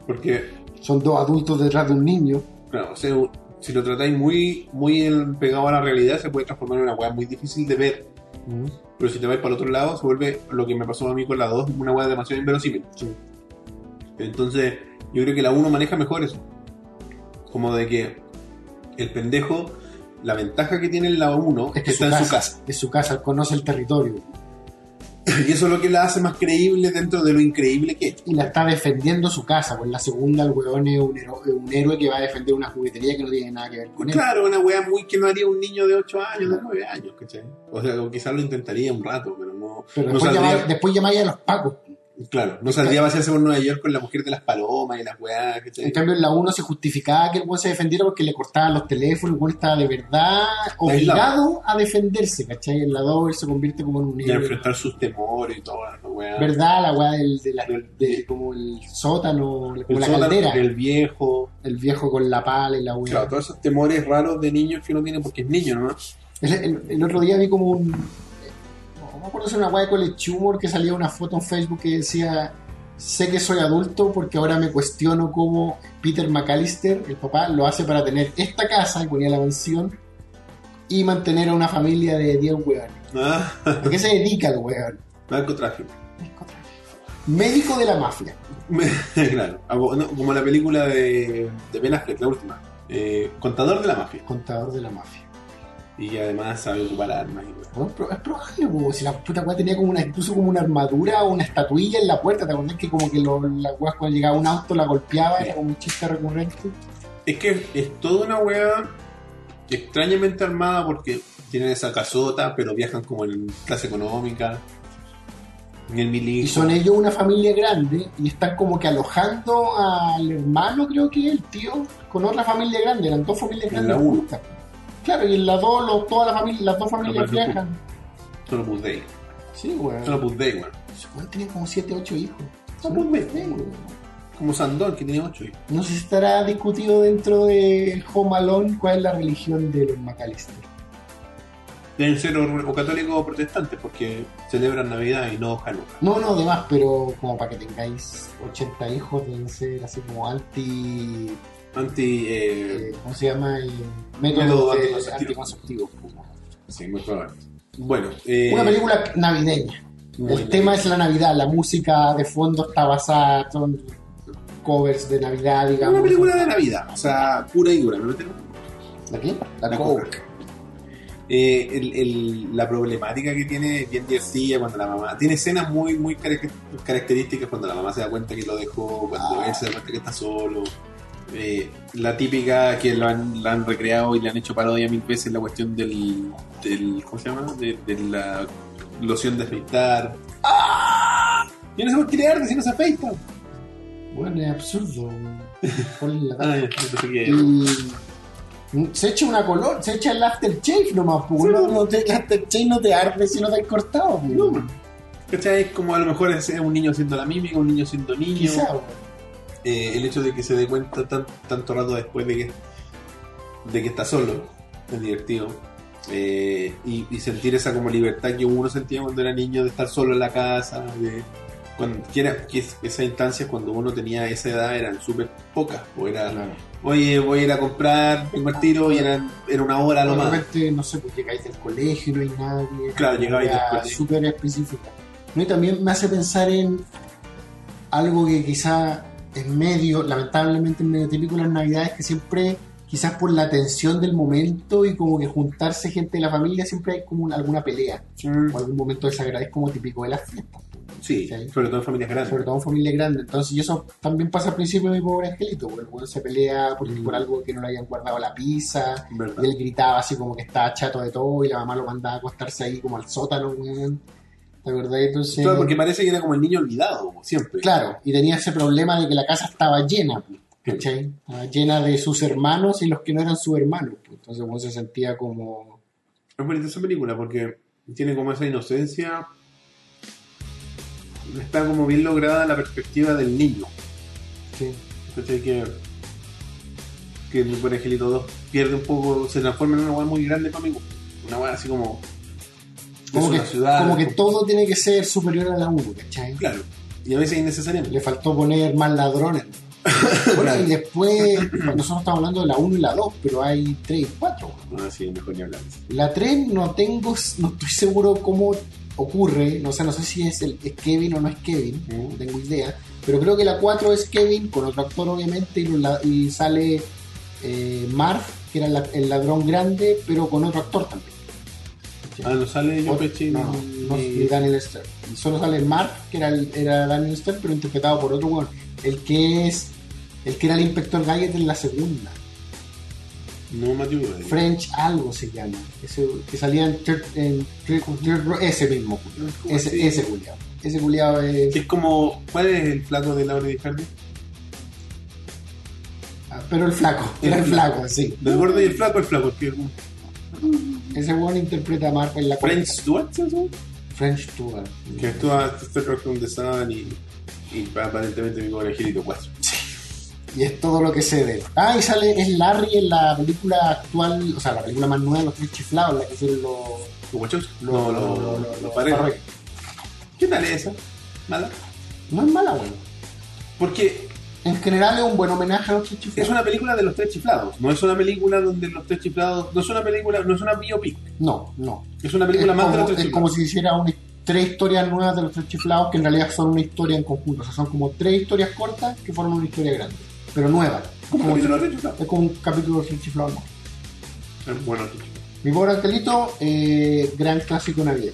Speaker 1: Porque,
Speaker 2: Son dos adultos detrás de un niño.
Speaker 1: claro, o sea, si lo tratáis muy, muy en- pegado a la realidad, se puede transformar en una weá muy difícil de ver. Pero si te vas para el otro lado, se vuelve lo que me pasó a mí con la 2, una weá demasiado inverosímil.
Speaker 2: Sí.
Speaker 1: Entonces, yo creo que la 1 maneja mejor eso. Como de que el pendejo, la ventaja que tiene en la 1 es que
Speaker 2: su
Speaker 1: está en su casa.
Speaker 2: Es su casa, conoce el territorio.
Speaker 1: Y eso es lo que la hace más creíble dentro de lo increíble que es.
Speaker 2: Y la está defendiendo su casa. Pues en la segunda el weón es un, hero- un héroe que va a defender una juguetería que no tiene nada que ver con él.
Speaker 1: Claro, una weá muy que no haría un niño de 8 años, de 9 años, ¿cachai? O sea, o quizás lo intentaría un rato, pero no,
Speaker 2: Pero
Speaker 1: no
Speaker 2: después,
Speaker 1: saldría.
Speaker 2: llamáis- después llamáis a los pacos.
Speaker 1: Claro, no saldría a vaciarse por Nueva York con la mujer de las palomas y las weá,
Speaker 2: En
Speaker 1: ¿cachai?
Speaker 2: cambio, en la 1 se justificaba que el weón se defendiera porque le cortaban los teléfonos, el weón estaba de verdad obligado a defenderse, ¿cachai? En la 2 él se convierte como en un
Speaker 1: Y
Speaker 2: héroe.
Speaker 1: enfrentar sus temores y toda la weá.
Speaker 2: ¿Verdad? La weá del, de la-
Speaker 1: Del-
Speaker 2: de como el sótano, como
Speaker 1: El
Speaker 2: la
Speaker 1: sótano,
Speaker 2: caldera, el...
Speaker 1: el viejo.
Speaker 2: viejo con la pala y la weá.
Speaker 1: Claro, todos esos temores raros de niños que uno tiene porque es niño, ¿no?
Speaker 2: El, el- el otro día vi como un. No me acuerdo si era una guay con el humor que salía una foto en Facebook que decía: Sé que soy adulto porque ahora me cuestiono cómo Peter McAllister, el papá, lo hace para tener esta casa, y ponía la mansión, y mantener a una familia de 10 hueones.
Speaker 1: Ah,
Speaker 2: ¿A qué se dedica el hueón?
Speaker 1: narcotráfico.
Speaker 2: Médico de la mafia.
Speaker 1: claro, abo- no, como la película de, de Ben Affleck, la última. Eh, contador de la mafia.
Speaker 2: Contador de la mafia.
Speaker 1: Y además sabe ocupar armas y weá.
Speaker 2: Bueno, pero es probable, po, si la puta weá tenía como una, incluso como una armadura o una estatuilla en la puerta, ¿te acordás que como que lo- la weá cuando llegaba un auto la golpeaba, era como un chiste recurrente?
Speaker 1: Es que es toda una wea extrañamente armada porque tienen esa casota, pero viajan como en clase económica, en el
Speaker 2: Y
Speaker 1: milico.
Speaker 2: son ellos una familia grande y están como que alojando al hermano, creo que es, el tío, con otra familia grande, eran dos familias
Speaker 1: En
Speaker 2: grandes
Speaker 1: la uno.
Speaker 2: juntas. Claro, y en la dos, lo- toda la familia, las dos familias
Speaker 1: parece
Speaker 2: viajan.
Speaker 1: Son Opus Dei.
Speaker 2: Sí, weón.
Speaker 1: Son Opus Dei, weón.
Speaker 2: Supongo tenían como 7, 8 hijos.
Speaker 1: Son
Speaker 2: Sí,
Speaker 1: muy bestias,
Speaker 2: weón.
Speaker 1: Como Sandor, que tiene ocho. hijos.
Speaker 2: No sé si estará discutido dentro de Home Alone cuál es la religión de los McAllister.
Speaker 1: Deben ser o, o católicos o protestantes porque celebran Navidad y no Hanukkah.
Speaker 2: No, no, demás, pero como para que tengáis 80 hijos, deben ser así como anti.
Speaker 1: Anti. Eh,
Speaker 2: eh, ¿Cómo se llama? El
Speaker 1: Método
Speaker 2: método de-
Speaker 1: anticonceptivo.
Speaker 2: anticonceptivo.
Speaker 1: sí, muy probable. Bueno, eh,
Speaker 2: Una película navideña.
Speaker 1: muy
Speaker 2: El
Speaker 1: bien.
Speaker 2: tema es la Navidad, la música de fondo está basada en covers de Navidad, digamos.
Speaker 1: Una película de Navidad, o sea, pura y dura. ¿no?
Speaker 2: ¿La qué? La,
Speaker 1: La
Speaker 2: cover.
Speaker 1: coca. Eh, el- el- la problemática que tiene es bien divertida cuando la mamá tiene escenas muy muy carac- características cuando la mamá se da cuenta que lo dejó cuando él se da cuenta que está solo Eh, la típica que lo han, la han recreado y le han hecho parodia mil veces la cuestión del, del ¿cómo se llama? de, de la loción de afeitar yo no sé por qué le arde si no se afeita
Speaker 2: Bueno, es absurdo. Ponle la
Speaker 1: Ay, no sé qué.
Speaker 2: Y se echa una color, se echa el aftershave nomás, pues, no, no te- el aftershave no te arde si no te has cortado, pues.
Speaker 1: No, ¿Cachai? Es como a lo mejor es un niño siendo la mímica, un niño siendo niño.
Speaker 2: Quizá, pues.
Speaker 1: eh, el hecho de que se dé cuenta tan- tanto rato después de que, de que está solo es divertido. Eh, y, y sentir esa como libertad que uno sentía cuando era niño de estar solo en la casa, de cuando que era- que es- esas instancias cuando uno tenía esa edad eran súper pocas, o era oye voy a ir a comprar un martillo y eran, era una hora lo
Speaker 2: De
Speaker 1: más.
Speaker 2: repente, no sé, pues llegáis del colegio, no hay nadie.
Speaker 1: Claro, llegaba y
Speaker 2: Era
Speaker 1: del colegio.
Speaker 2: Súper específica. No, y también me hace pensar en algo que quizá en medio, lamentablemente en medio típico de las navidades, que siempre, quizás por la tensión del momento y como que juntarse gente de la familia, siempre hay como una- alguna pelea
Speaker 1: Mm,
Speaker 2: o algún momento desagradable como típico de las fiestas,
Speaker 1: Sí,
Speaker 2: Sí.
Speaker 1: sobre todo en familias grandes.
Speaker 2: sobre todo en familia grande. Entonces, y eso también pasa al principio de mi pobre angelito, porque el weón se pelea por,
Speaker 1: Mm.
Speaker 2: por algo que no le hayan guardado la pizza.
Speaker 1: ¿verdad?
Speaker 2: Y él gritaba así como que estaba chato de todo y la mamá lo mandaba a acostarse ahí como al sótano, weón. ¿Te acordás? Entonces,
Speaker 1: Claro, porque parece que era como el niño olvidado, siempre.
Speaker 2: claro, y tenía ese problema de que la casa estaba llena, pues, ¿cachai? Estaba llena de sus hermanos y los que no eran sus hermanos. pues. Entonces uno se sentía como...
Speaker 1: Es bonita esa película porque tiene como esa inocencia. Está como bien lograda la perspectiva del niño.
Speaker 2: Sí.
Speaker 1: ¿Cachai? Que, que el buen Angelito 2 pierde un poco, se transforma en una weá muy grande para mí. Una weá así como.
Speaker 2: Como,
Speaker 1: es
Speaker 2: que,
Speaker 1: una ciudad, pues.
Speaker 2: como que
Speaker 1: como-
Speaker 2: todo tiene que ser superior a la uno, ¿cachai?
Speaker 1: Claro. Y a veces innecesariamente.
Speaker 2: Le faltó poner más ladrones. Bueno, y después, nosotros estamos hablando de la 1 y la 2, pero hay 3 y 4.
Speaker 1: Ah, sí, mejor ni hablar.
Speaker 2: La 3 no tengo, no estoy seguro cómo ocurre, no, sé, no sé si es, el, es Kevin o no es Kevin, no tengo idea, pero creo que la 4 es Kevin con otro actor obviamente y, los la- y sale eh, Marv, que era la- el ladrón grande, pero con otro actor también.
Speaker 1: Ah, no sale yo
Speaker 2: Otro-
Speaker 1: peche.
Speaker 2: no, no, y Daniel Stern. Y Solo sale Marv, que era, el- era Daniel Stern, pero interpretado por otro weón, el que es el que era el inspector Gadget en la segunda.
Speaker 1: No, Matthew Broderick.
Speaker 2: French algo se llama, ese, que salía en, Third- en Third- Third Rock, ese mismo. pues.
Speaker 1: No, es como
Speaker 2: Ese,
Speaker 1: así.
Speaker 2: ese culiao. Ese culiao es.
Speaker 1: Que es como. ¿Cuál es el flaco de Laura Di Hardy?
Speaker 2: ah, Pero el flaco,
Speaker 1: El
Speaker 2: era el
Speaker 1: flaco.
Speaker 2: flaco, sí.
Speaker 1: Del gordo y el flaco, el flaco. Que es un
Speaker 2: Ese weón interpreta a Marco en la
Speaker 1: French Stewart, ¿sí?
Speaker 2: cuarta. French Tour.
Speaker 1: Que actúa este Star Rock from the Sun y, y aparentemente mi pobre Angelito 4.
Speaker 2: Y es todo lo que se ve. Ah, y sale, es Larry en la película actual, o sea, la película más nueva, Los Tres Chiflados, la que hicieron los.
Speaker 1: ¿Los guachos?
Speaker 2: los-
Speaker 1: No, los
Speaker 2: los-
Speaker 1: lo,
Speaker 2: los- los Farrell.
Speaker 1: ¿Qué tal es esa? ¿Mala?
Speaker 2: No es mala, weón.
Speaker 1: Porque
Speaker 2: En general es un buen homenaje a los Tres
Speaker 1: es
Speaker 2: Chiflados.
Speaker 1: una película de los tres chiflados. No es una película donde los tres chiflados. No es una película, no es una biopic.
Speaker 2: No, no.
Speaker 1: Es una
Speaker 2: Es
Speaker 1: película más de
Speaker 2: como,
Speaker 1: los tres
Speaker 2: es como
Speaker 1: chiflados.
Speaker 2: si hiciera una- tres historias nuevas de los tres chiflados que en realidad son una historia en conjunto. O sea, son como tres historias cortas que forman una historia grande, pero nueva.
Speaker 1: Como
Speaker 2: Como-
Speaker 1: el capítulo de los tres chiflados.
Speaker 2: Es como un capítulo de los chiflados nuevos.
Speaker 1: Es bueno, los tres chiflados.
Speaker 2: Mi pobre angelito, eh, gran clásico navideño.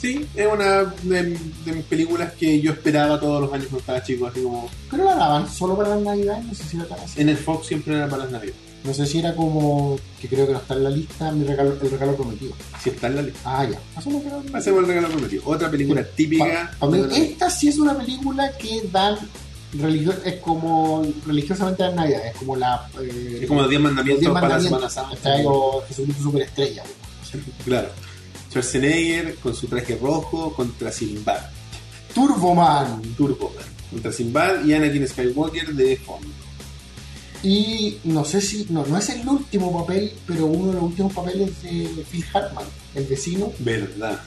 Speaker 1: Sí, es una de, de mis películas que yo esperaba todos los años cuando estaba chico. Así como
Speaker 2: Pero la daban solo para las navidades, no sé si era tan así.
Speaker 1: en el Fox siempre era para las navidades.
Speaker 2: No sé si era como, que creo que no está en la lista, mi regalo, el regalo prometido.
Speaker 1: Si está en la lista.
Speaker 2: Ah, ya. Hacemos el regalo prometido.
Speaker 1: Hacemos el regalo prometido. Otra película típica.
Speaker 2: Pa- pa' mí,
Speaker 1: de la-
Speaker 2: esta sí es una película que dan religio- es como religiosamente las navidades, es como la... eh,
Speaker 1: Es como los 10 mandamientos,
Speaker 2: Los diez
Speaker 1: para la Semana
Speaker 2: mandamientos,
Speaker 1: Santa.
Speaker 2: ¿cachai? O Jesucristo superestrella.
Speaker 1: Claro. Schwarzenegger con su traje rojo contra Sinbad.
Speaker 2: Turboman.
Speaker 1: Turbo. Contra Sinbad y Anakin Skywalker de fondo.
Speaker 2: Y no sé si, no, no es el último papel, pero uno de los últimos papeles de Phil Hartman, el vecino.
Speaker 1: Verdad.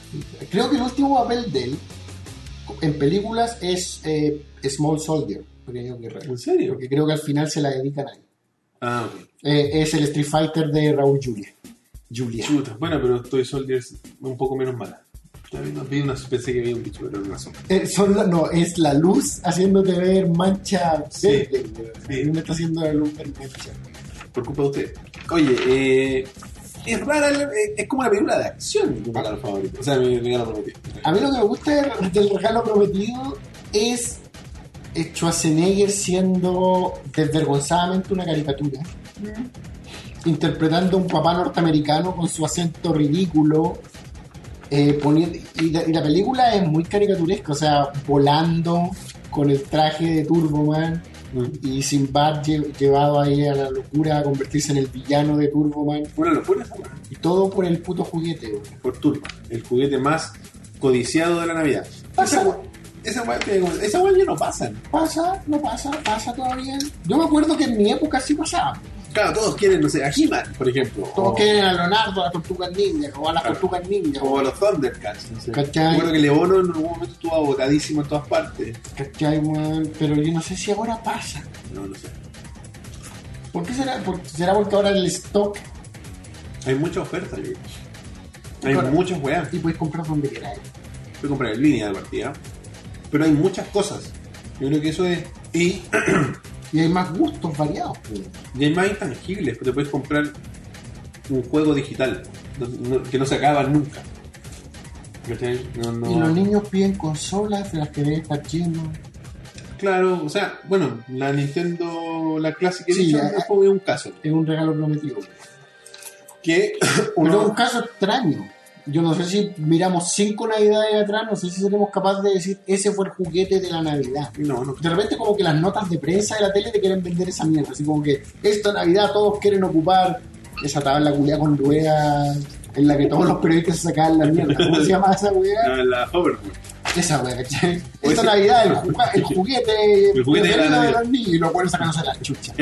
Speaker 2: Creo que el último papel de él en películas es eh, Small Soldier, Pequeño Guerrero.
Speaker 1: ¿En serio?
Speaker 2: Porque creo que al final se la dedican a él.
Speaker 1: Ah, ok.
Speaker 2: Eh, es el Street Fighter de Raúl Julia. Julia.
Speaker 1: Chuta. Bueno, pero Toy Soldier es un poco menos mala. Ya vi- vi una- pensé que había un bicho, pero era una sombra.
Speaker 2: Eh, son la- no, es la luz haciéndote ver mancha
Speaker 1: Sí,
Speaker 2: verde.
Speaker 1: sí.
Speaker 2: Sí. Me está haciendo la luz ver mancha.
Speaker 1: Por culpa de usted. Oye, eh, es rara, la- eh, es como una película de acción, mi regalo favorito. O sea, mi regalo prometido.
Speaker 2: A mí lo que me gusta del- del regalo prometido es eh, Schwarzenegger siendo desvergonzadamente una caricatura. Interpretando a un papá norteamericano con su acento ridículo. eh, poniendo- y, la, y la película es muy caricaturesca, o sea, volando con el traje de Turboman
Speaker 1: Mm.
Speaker 2: y Sinbad lle- llevado ahí a la locura a convertirse en el villano de Turboman.
Speaker 1: Una locura esa weá.
Speaker 2: Y todo por el puto juguete, güey.
Speaker 1: por turno, el juguete más codiciado de la Navidad.
Speaker 2: Pasa.
Speaker 1: Esa gua- Esa weá tiene como- esa weá ya no pasan.
Speaker 2: pasa, no pasa, pasa todavía. Yo me acuerdo que en mi época sí pasaba.
Speaker 1: Claro, todos quieren, no sé, a He-Man, por ejemplo.
Speaker 2: Todos
Speaker 1: o-
Speaker 2: quieren a Leonardo, a la Tortuga Ninja, o a
Speaker 1: Oh. Claro.
Speaker 2: las
Speaker 1: Oh.
Speaker 2: Tortugas Ninja,
Speaker 1: Como los Thundercats, no sé.
Speaker 2: ¿Cachai?
Speaker 1: Bueno, que Leono en algún momento estuvo agotadísimo en todas partes.
Speaker 2: ¿cachai, weón? Pero yo no sé si ahora pasa.
Speaker 1: No, no sé.
Speaker 2: ¿Por qué será? ¿Por- ¿Será porque ahora el stock
Speaker 1: Hay mucha oferta, yo creo. Hay
Speaker 2: Claro.
Speaker 1: muchas weas.
Speaker 2: y puedes comprar donde queráis?
Speaker 1: Voy a comprar en línea de partida. Pero hay muchas cosas. Yo creo que eso es. Y,
Speaker 2: Y hay más gustos variados, weón.
Speaker 1: y hay más intangibles. Te puedes comprar un juego digital no- no- que no se acaba nunca. ¿Cachai? No, no-
Speaker 2: Y los niños piden consolas de las que deben estar llenos.
Speaker 1: Claro, o sea, bueno, la Nintendo, la clásica
Speaker 2: Sí,
Speaker 1: edición
Speaker 2: ya-
Speaker 1: es como un caso.
Speaker 2: Es un regalo prometido.
Speaker 1: Que
Speaker 2: Pero es un
Speaker 1: uno.
Speaker 2: caso extraño. Yo no sé si miramos cinco navidades atrás, no sé si seremos capaces de decir ese fue el juguete de la Navidad.
Speaker 1: No, no.
Speaker 2: De repente como que las notas de prensa de la tele te quieren vender esa mierda, así como que esta Navidad todos quieren ocupar esa tabla culiada con ruedas en la que todos los periodistas se sacaban la mierda. ¿Cómo se llama esa weá?
Speaker 1: La, la Hoverboard.
Speaker 2: Esa weá, ¿cachai?
Speaker 1: O
Speaker 2: Esta
Speaker 1: ese-
Speaker 2: Navidad el, juga- el juguete
Speaker 1: El juguete de la
Speaker 2: preferido
Speaker 1: Navidad.
Speaker 2: los niños y los pueden sacarnos a la chucha.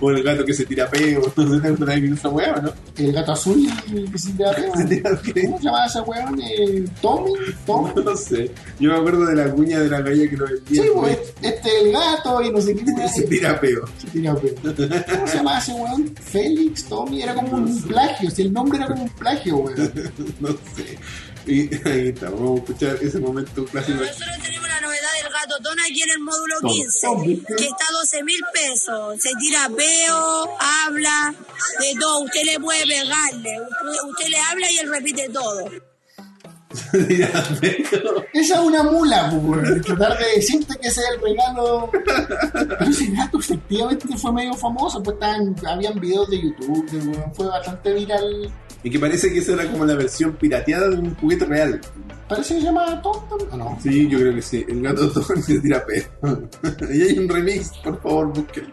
Speaker 1: O el gato que se tira peo. No sé, ¿te acuerdas de esa wea o no?
Speaker 2: El gato azul y el que se te da peo.
Speaker 1: Se tira peo.
Speaker 2: ¿Cómo se llama ese weón? Eh, Tommy, Tommy.
Speaker 1: No sé. Yo me acuerdo de la cuña de la galla que lo vendía.
Speaker 2: Sí,
Speaker 1: el
Speaker 2: pues, este el gato y no sé qué.
Speaker 1: güey. Se tira peo.
Speaker 2: Se tira peo. ¿Cómo se llama ese weón? Félix, Tommy, era como un plagio. Si el nombre era como un plagio, weón.
Speaker 1: No sé. Y ahí está. Vamos a escuchar ese momento clásico.
Speaker 7: Nosotros tenemos la novedad del gato Tona aquí en el módulo 15, que está a 12 mil pesos. Se tira peo, habla, de todo. Usted le puede pegarle, usted, usted le habla y él repite todo.
Speaker 1: Se tira peo.
Speaker 2: Esa es una mula, pues, weón. Tratar de decirte que ese es el regalo. Pero ese gato efectivamente fue medio famoso. Pues estaban, habían videos de YouTube, de weón. Fue bastante viral.
Speaker 1: Y que parece que esa era como la versión pirateada de un juguete real.
Speaker 2: Parece que se llamaba Tonto. Ah, no.
Speaker 1: Sí, yo creo que sí. El gato Don se tira peo. y hay un remix, por favor, búsquenlo.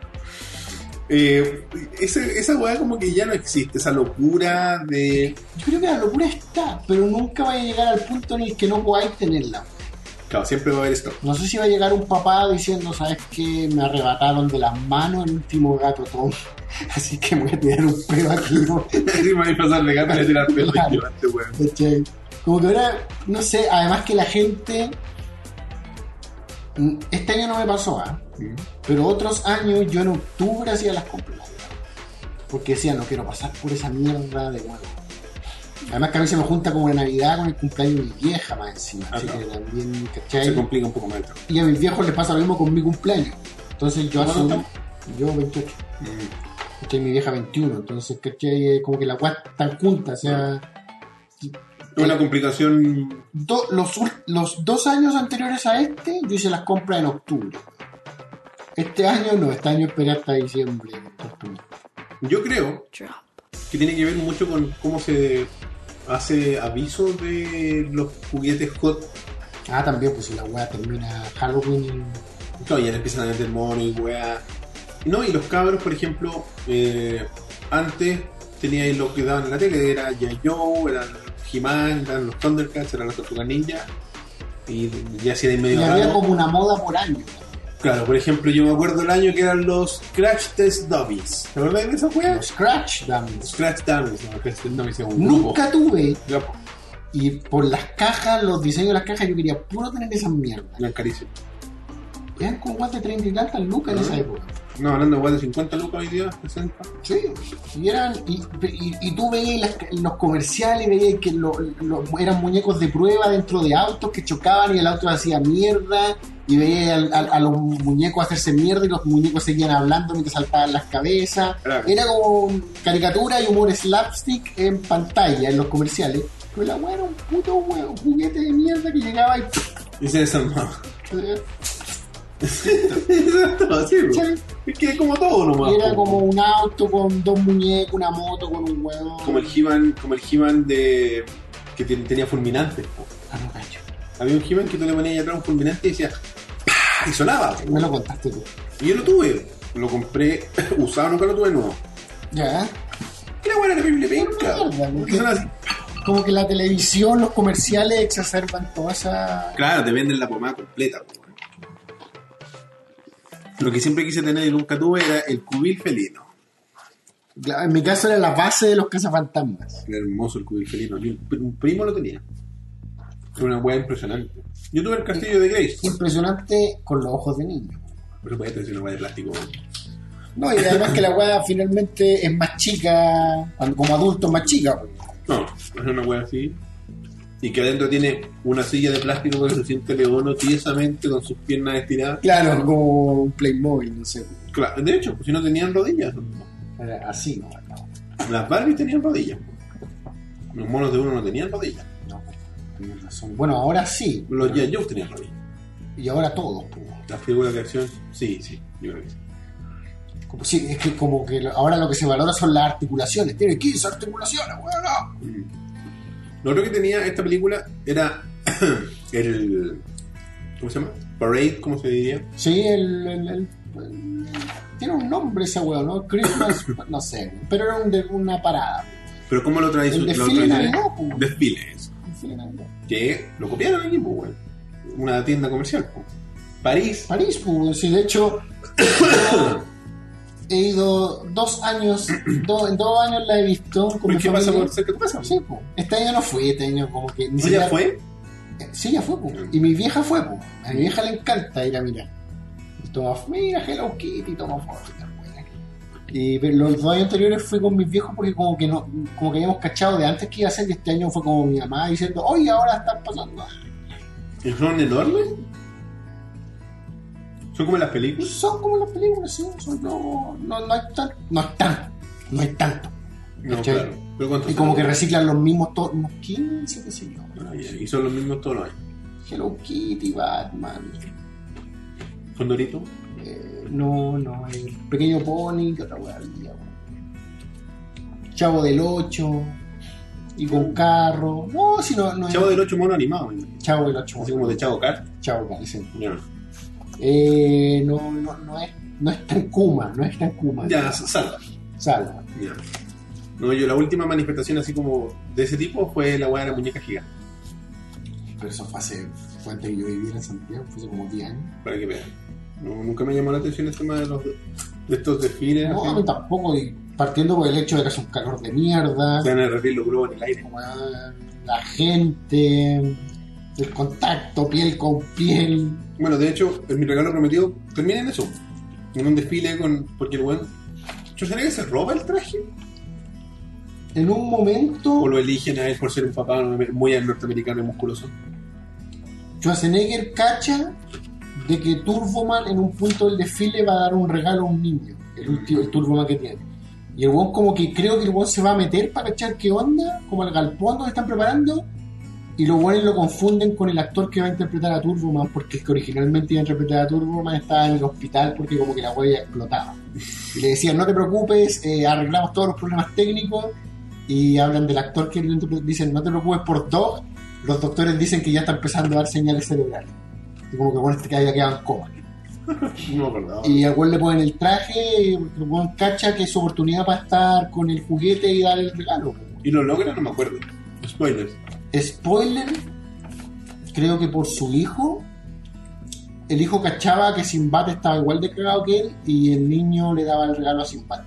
Speaker 1: Eh, ese- esa weá como que ya no existe, esa locura de...
Speaker 2: Yo creo que la locura está, pero nunca va a llegar al punto en el que no podáis tenerla.
Speaker 1: Claro, siempre va a haber esto.
Speaker 2: No sé si va a llegar un papá diciendo, ¿sabes qué? Me arrebataron de las manos el último gato Tom. Así que me voy a tirar un pedo aquí. ¿no?
Speaker 1: Y me va a pasarle gato de tirar peo.
Speaker 2: Claro.
Speaker 1: Y yo, este weón.
Speaker 2: ¿Cachai? Como que ahora, no sé, además que la gente... Mm, Este año no me pasó, ¿ah?
Speaker 1: Sí.
Speaker 2: Pero otros años yo en octubre hacía las compras. Porque decía, no quiero pasar por esa mierda de nuevo. Además que a mí se me junta como la Navidad con el cumpleaños de mi vieja más encima.
Speaker 1: Ah,
Speaker 2: así
Speaker 1: claro.
Speaker 2: que también, ¿cachai?
Speaker 1: Se complica un poco más el trabajo.
Speaker 2: Y a mis viejos les pasa lo mismo con mi cumpleaños. Entonces yo
Speaker 1: ¿Cuándo
Speaker 2: asumo. Yo 28. ¿cachai? mi vieja 21. Entonces, ¿cachai? Eh, Como que las guas están juntas. O sea,
Speaker 1: Es Una complicación.
Speaker 2: do- los, ul- los dos años anteriores a este, yo hice las compras en octubre. Este año no, este año esperé hasta diciembre. octubre.
Speaker 1: Yo creo que tiene que ver mucho con cómo se hace aviso de los juguetes hot.
Speaker 2: Ah, también, pues si la weá termina Halloween.
Speaker 1: Claro, ya le empiezan a meter mono y weá. No, y los cabros, por ejemplo, eh, antes tenía ahí lo que daban en la tele: era Yayo, eran He-Man, eran los Thundercats, eran las Tortugas Ninja. Y ya si de
Speaker 2: Y
Speaker 1: medio
Speaker 2: había
Speaker 1: raro.
Speaker 2: como una moda por año.
Speaker 1: Claro, por ejemplo, yo me acuerdo el año que eran los Crash Test Dummies. ¿Te acuerdas de esa weá?
Speaker 2: Los Scratch Dummies.
Speaker 1: Scratch Dummies, no, Scratch Dummies es un grupo.
Speaker 2: Nunca tuve.
Speaker 1: Ya, pues,
Speaker 2: Y por las cajas, los diseños de las cajas, yo quería puro tener esas mierdas.
Speaker 1: eran carísimos.
Speaker 2: Eran como guas de 30 y tantas lucas en esa época.
Speaker 1: No, hablando igual de 50 lucas hoy día, 60.
Speaker 2: Sí, y, eran, y, y- y tú veías las- los comerciales, veías que lo- lo- eran muñecos de prueba dentro de autos que chocaban y el auto hacía mierda, y veías al- al- a, los muñecos hacerse mierda y los muñecos seguían hablando mientras saltaban las cabezas.
Speaker 1: Claro.
Speaker 2: Era como caricatura y humor slapstick en pantalla, en los comerciales. Pero la weá era un puto hue- un juguete de mierda que llegaba y... eh,
Speaker 1: Y se desarmaba. Exacto, así, bro.
Speaker 2: ¿cachai?
Speaker 1: pues. Es que es como todo nomás.
Speaker 2: Y era
Speaker 1: po.
Speaker 2: como un auto con dos muñecos, una moto con un huevo.
Speaker 1: Como el He-Man, como el He-Man de. que ten- tenía fulminantes. po.
Speaker 2: Ah, no, cacho.
Speaker 1: Había un He-Man que tú le ponías ahí atrás un fulminante y decía. ¡Pah! Y sonaba. po.
Speaker 2: Me lo contaste tú.
Speaker 1: Y yo lo tuve. Lo compré usado, nunca lo tuve nuevo.
Speaker 2: Ya.
Speaker 1: Que la buena terrible penca.
Speaker 2: Mierda, ¿no?
Speaker 1: Porque son así.
Speaker 2: Como que la televisión, los comerciales exacerban toda esa.
Speaker 1: Claro, te venden la pomada completa. po. Lo que siempre quise tener y nunca tuve era el cubil felino.
Speaker 2: Claro, En mi caso era la base de los cazafantasmas.
Speaker 1: Era hermoso el cubil felino. Yo- un primo lo tenía. Era una weá impresionante. Yo tuve el castillo de Grace.
Speaker 2: Impresionante con los ojos de niño.
Speaker 1: Por supuesto, es una weá de plástico.
Speaker 2: No, y además que la weá finalmente es más chica, cuando- como adulto es más chica. pues.
Speaker 1: No, es una weá así. Y que adentro tiene una silla de plástico que se siente leono tiesamente con sus piernas estiradas.
Speaker 2: Claro, como un Playmobil, no sé.
Speaker 1: Cla- de hecho, pues si no tenían rodillas.
Speaker 2: Era así, no, no,
Speaker 1: Las Barbies tenían rodillas. Los monos de uno no tenían rodillas.
Speaker 2: no, tenés razón. Bueno, ahora sí,
Speaker 1: Los G.I. Joe tenían rodillas.
Speaker 2: y ahora todos. pues.
Speaker 1: Las figuras de acción, sí, sí, yo creo que sí.
Speaker 2: Como- sí, es que como que lo- ahora lo que se valora son las articulaciones. Tiene 15 articulaciones, weón. no.
Speaker 1: Mm. Lo otro que tenía esta película era el. ¿Cómo se llama? Parade, ¿cómo se diría?
Speaker 2: Sí, el, el- el- el- tiene un nombre ese weón, ¿no? Christmas, no sé. Pero era un de- una parada.
Speaker 1: Pero ¿cómo lo traes?
Speaker 2: El
Speaker 1: lo
Speaker 2: desfile de
Speaker 1: traes-
Speaker 2: Navidad, po.
Speaker 1: Desfiles.
Speaker 2: En fin, en
Speaker 1: Que lo copiaron aquí, pues, weón. Una tienda comercial, po. París.
Speaker 2: París, pues, sí, de hecho, he ido dos años, do- en dos años la he visto. con
Speaker 1: Uy,
Speaker 2: mi
Speaker 1: ¿Qué pasa
Speaker 2: familia.
Speaker 1: por cerca de tu casa?
Speaker 2: Sí, pues. Este año no fui, este año como que... ni
Speaker 1: ¿No
Speaker 2: siquiera-
Speaker 1: ya fue?
Speaker 2: Eh, Sí, ya fue, pues. Y mi vieja fue, pues. A mi vieja le encanta ir a mirar. Y toma, mira, Hello Kitty, toma fotos. y tal, weá. Y pero los dos años anteriores fui con mis viejos porque como que no, como que habíamos cachado de antes que iba a ser y este año fue como mi mamá diciendo, oye, ahora están pasando.
Speaker 1: ¿Y ¿Son enormes? ¿Son como en las películas?
Speaker 2: Son como las películas, sí, son- no, no, no hay tanto, no hay tanto, no hay tanto.
Speaker 1: No,
Speaker 2: ¿Cachai?
Speaker 1: claro. Pero ¿cuántos
Speaker 2: Y como
Speaker 1: son?
Speaker 2: que reciclan los mismos todos, unos 15, qué sé yo.
Speaker 1: Ah, ya, Y son los mismos todos los años.
Speaker 2: Hello Kitty, Batman,
Speaker 1: ¿Con Dorito?
Speaker 2: Eh, no, no, el pequeño pony, que otra weá había, weón. Chavo del 8, y con carro. No, si no, no es-
Speaker 1: Chavo del 8 mono animado. me imagino.
Speaker 2: Chavo del 8,
Speaker 1: Así como de Chavo Car.
Speaker 2: Chavo, parece.
Speaker 1: Ya,
Speaker 2: Eh, no, no, no es. No es tan Kuma, no es tan Kuma.
Speaker 1: ya salva.
Speaker 2: Salva.
Speaker 1: Ya. No, yo la última manifestación así como de ese tipo fue la weá de la muñeca gigante.
Speaker 2: Pero eso fue hace. Fue antes que yo viviera en Santiago, fue hace como 10 años.
Speaker 1: Para que vean. No, nunca me llamó la atención el tema de, los, de estos desfiles.
Speaker 2: No, a
Speaker 1: así.
Speaker 2: mí tampoco, y partiendo por el hecho de que hace un calor de mierda.
Speaker 1: Van a derretir los globos en el aire.
Speaker 2: weón, La gente. El contacto piel con piel.
Speaker 1: Bueno, de hecho, en mi regalo prometido termina en eso. En un desfile con. Porque el weón. ¿Yo sería que se roba el traje?
Speaker 2: En un
Speaker 1: ¿O
Speaker 2: momento,
Speaker 1: lo eligen a él por ser un papá muy norteamericano y musculoso?
Speaker 2: Schwarzenegger cacha de que Turboman en un punto del desfile va a dar un regalo a un niño, el, último, el Turboman que tiene. Y el weón como que creo que el weón se va a meter para echar qué onda, como al galpón donde están preparando, y los weones lo confunden con el actor que va a interpretar a Turboman, porque el que originalmente iba a interpretar a Turboman estaba en el hospital porque como que la huella explotaba. Y le decían, no te preocupes, eh, arreglamos todos los problemas técnicos, y hablan del actor que lo interpreta, dicen, no te preocupes por Dog, los doctores dicen que ya está empezando a dar señales cerebrales. Y como que bueno, este que había quedado en coma.
Speaker 1: No me acordaba.
Speaker 2: Y al cual le ponen el traje, y el weón cacha que es su oportunidad para estar con el juguete y dar el regalo.
Speaker 1: ¿Y lo logra? No me acuerdo. Spoilers.
Speaker 2: Spoiler, creo que por su hijo, el hijo cachaba que Sinbad estaba igual de cagado que él y el niño le daba el regalo a Sinbad.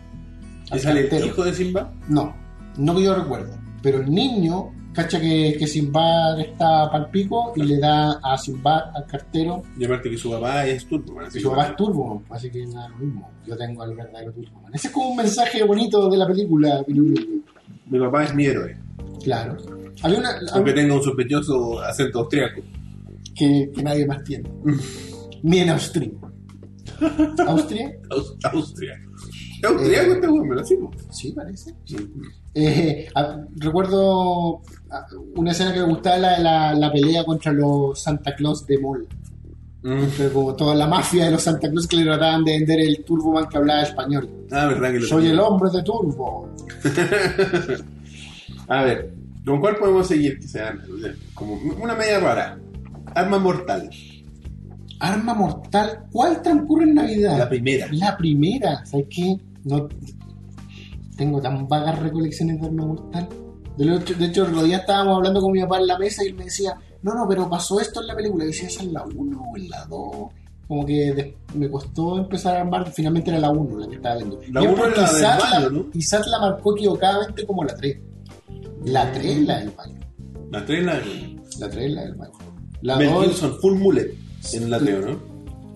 Speaker 1: ¿Y
Speaker 2: Al
Speaker 1: sale el
Speaker 2: cartero.
Speaker 1: hijo de Simba?
Speaker 2: No, no que yo recuerdo. Pero el niño cacha que, que Sinbad está pal pico y le da a Sinbad, al cartero,
Speaker 1: Y aparte que su papá es turco. bueno, así
Speaker 2: su
Speaker 1: que-
Speaker 2: papá es Turbo, así que nada, lo mismo. Yo tengo al verdadero Turbo. Ese es como un mensaje bonito de la película. Pirulú.
Speaker 1: Mi papá es mi héroe.
Speaker 2: Claro. Había una
Speaker 1: Aunque
Speaker 2: había-
Speaker 1: tenga un sospechoso acento austriaco.
Speaker 2: que, que nadie más tiene. Ni en Austria. ¿Austria?
Speaker 1: Aus- Austria. ¿Es austriaco
Speaker 2: Eh.
Speaker 1: este weón? Me lo sigo.
Speaker 2: Sí, parece. Eh, a- recuerdo a- una escena que me gustaba, la, la, la pelea contra los Santa Claus de Mall.
Speaker 1: Mm.
Speaker 2: Pero como toda la mafia de los Santa Claus que le trataban de vender el Turboman que hablaba español.
Speaker 1: Ah, verdad que lo
Speaker 2: Soy el hombre de Turbo.
Speaker 1: A ver, ¿con cuál podemos seguir? Que sean eh, como una media rara. Arma mortal.
Speaker 2: Arma mortal, ¿cuál transcurre en Navidad?
Speaker 1: La primera.
Speaker 2: La primera, ¿sabes qué? No tengo tan vagas recolecciones de arma mortal. De, lo- de hecho, el otro día estábamos hablando con mi papá en la mesa y él me decía, no, no, pero pasó esto en la película. Y decía, esa es la 1 o en la 2. Como que de- me costó empezar a armar, finalmente era la 1 la que estaba viendo.
Speaker 1: La
Speaker 2: Yo
Speaker 1: 1
Speaker 2: creo
Speaker 1: era la
Speaker 2: que
Speaker 1: del
Speaker 2: Isaac
Speaker 1: baño, ¿no?
Speaker 2: Isaac la marcó equivocadamente como la 3. La 3 es la del baño.
Speaker 1: La 3 la de
Speaker 2: La 3 es la del baño. La
Speaker 1: Mel
Speaker 2: 2,
Speaker 1: Gibson, full mullet en la 3, ¿no?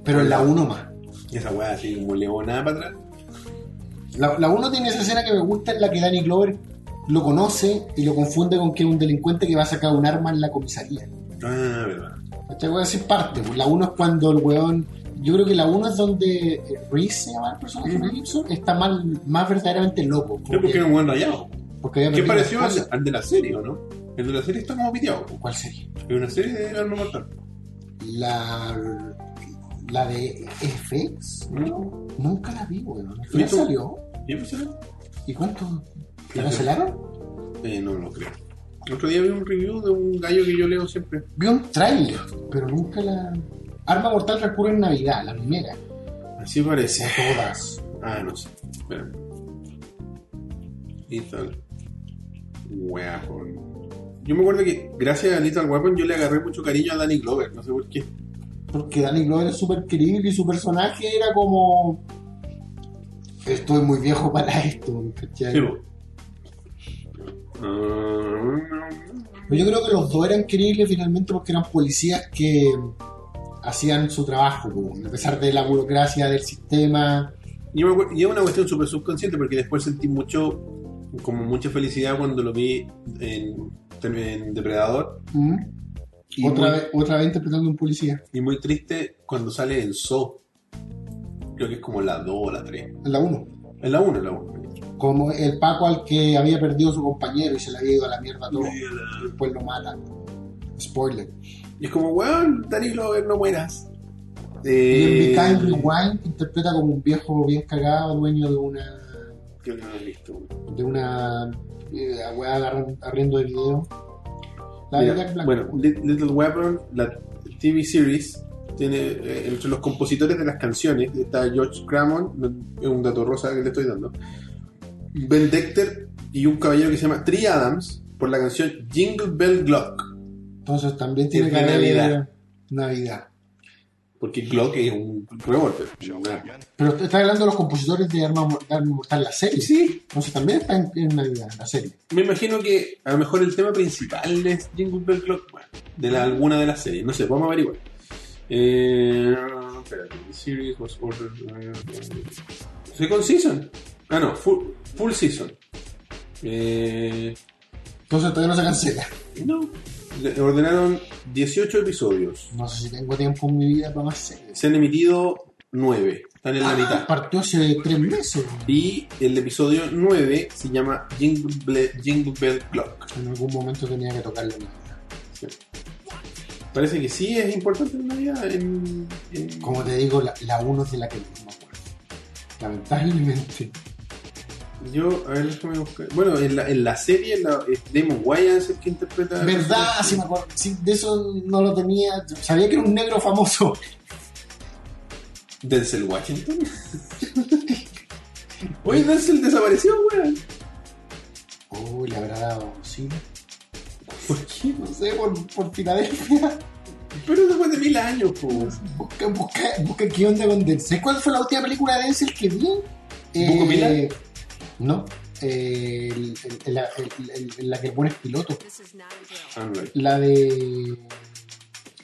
Speaker 2: pero es la 1 más.
Speaker 1: Y esa weá así como leonada para atrás.
Speaker 2: La, la 1 tiene esa escena que me gusta en la que Danny Glover lo conoce y lo confunde con que es un delincuente que va a sacar un arma en la comisaría.
Speaker 1: Ah, verdad.
Speaker 2: Esta weón sí parte. pues. La 1 es cuando el weón. Yo creo que la 1 es donde eh, Reese se llama el personaje de Mel Gibson, está mal, más verdaderamente loco.
Speaker 1: Yo porque era un buen rayado.
Speaker 2: porque había
Speaker 1: ¿Qué
Speaker 2: perdido
Speaker 1: pareció
Speaker 2: la
Speaker 1: al,
Speaker 2: esposa.
Speaker 1: al de la serie, o no? El de la serie está como piteado. po.
Speaker 2: ¿Cuál sería?
Speaker 1: Es una serie de arma mortal.
Speaker 2: La. La de FX.
Speaker 1: ¿No?
Speaker 2: Nunca la vi, weón. Al
Speaker 1: ¿Y
Speaker 2: final
Speaker 1: tú?
Speaker 2: salió.
Speaker 1: ¿Y empezó?
Speaker 2: ¿Y cuánto? ¿La
Speaker 1: Ujú.
Speaker 2: cancelaron?
Speaker 1: Eh, no lo creo. El otro día vi un review de un gallo que yo leo siempre.
Speaker 2: Vi un trailer, pero nunca la. Arma Mortal recurre en Navidad, la primera.
Speaker 1: Así parece.
Speaker 2: A todas.
Speaker 1: Ah, no sé. Espera. Lethal Weapon. Yo me acuerdo que gracias a Lethal Weapon yo le agarré mucho cariño a Danny Glover, no sé por qué.
Speaker 2: Porque Danny Glover es súper querido y su personaje era como. Estoy muy viejo para esto, ¿cachai?
Speaker 1: Sí, po. Ah,
Speaker 2: Pero yo creo que los dos eran queribles finalmente porque eran policías que hacían su trabajo, po, a pesar de la burocracia del sistema.
Speaker 1: Yo me acuer- y es una cuestión súper subconsciente porque después sentí mucho, como mucha felicidad cuando lo vi en, en Depredador.
Speaker 2: ¿Mm?
Speaker 1: Y
Speaker 2: Otra,
Speaker 1: muy,
Speaker 2: vez, otra vez interpretando a un policía.
Speaker 1: y muy triste cuando sale en So. Creo que es como la 2 o la 3.
Speaker 2: En la 1.
Speaker 1: En la 1, en la 1.
Speaker 2: Como el Paco al que había perdido su compañero y se le había ido a la mierda todo. Y después lo matan. Spoiler.
Speaker 1: Y es como, weón, Danny Glover, no mueras.
Speaker 2: Y en
Speaker 1: Eh,
Speaker 2: Behind Rewind interpreta como un viejo bien cagado, dueño de una.
Speaker 1: creo que no lo he visto, weón.
Speaker 2: de una. eh, weá de arren- arriendo de video. La
Speaker 1: Mira,
Speaker 2: de Jack Black.
Speaker 1: bueno, Lit- Little Weapon, la TV series, tiene eh, entre los compositores de las canciones está George Cramon, es un dato rosa que le estoy dando, Ben Dexter y un caballero que se llama Tree Adams por la canción Jingle Bell Glock,
Speaker 2: Entonces también
Speaker 1: Es
Speaker 2: tiene
Speaker 1: de
Speaker 2: que haber
Speaker 1: Navidad.
Speaker 2: Navidad.
Speaker 1: porque Glock es un revólver.
Speaker 2: Pero está hablando de los compositores de Arma, Mor- de Arma Mortal, la serie.
Speaker 1: Sí,
Speaker 2: Entonces también está en, en Navidad, la serie.
Speaker 1: me imagino que a lo mejor el tema principal es Jingle Bell Glock, bueno, de la- alguna de las series, no sé, vamos a averiguar. Eh, espérate, the series was ordered. eh, Second season. Ah, no, full, full season. Eh,
Speaker 2: Entonces todavía no se cancela.
Speaker 1: no. Le ordenaron 18 episodios.
Speaker 2: No sé si tengo tiempo en mi vida para más series.
Speaker 1: Se han emitido 9. Están en la mitad.
Speaker 2: Partió hace tres meses.
Speaker 1: Y el episodio 9 se llama Jingle, Ble- Jingle Bell Clock.
Speaker 2: En algún momento tenía que tocar la Navidad.
Speaker 1: Sí. Parece que sí es importante en Navidad. En, en-
Speaker 2: Como te digo, la, la uno es de la que no me acuerdo. Lamentablemente.
Speaker 1: Yo, a ver, déjame buscar. Bueno, en la, en la serie en la, es Damon Wayans el que interpreta.
Speaker 2: ¿Verdad? Sí, me acuerdo. Sí, de eso no lo tenía. Sabía que era un negro famoso.
Speaker 1: Denzel Washington. Oye, Denzel desapareció, weón.
Speaker 2: Uy, le habrá dado sí.
Speaker 1: ¿Por qué?
Speaker 2: No sé, por, por Filadelfia.
Speaker 1: Pero después de mil años, po.
Speaker 2: Busca, busca, busca qué onda con Denzel. ¿Cuál fue la última película de Denzel que vi? Eh,
Speaker 1: ¿Buco Pilar?
Speaker 2: No. Eh, el- el- el- el- el- el- la que el buen es piloto.
Speaker 1: Ah, no,
Speaker 2: La de.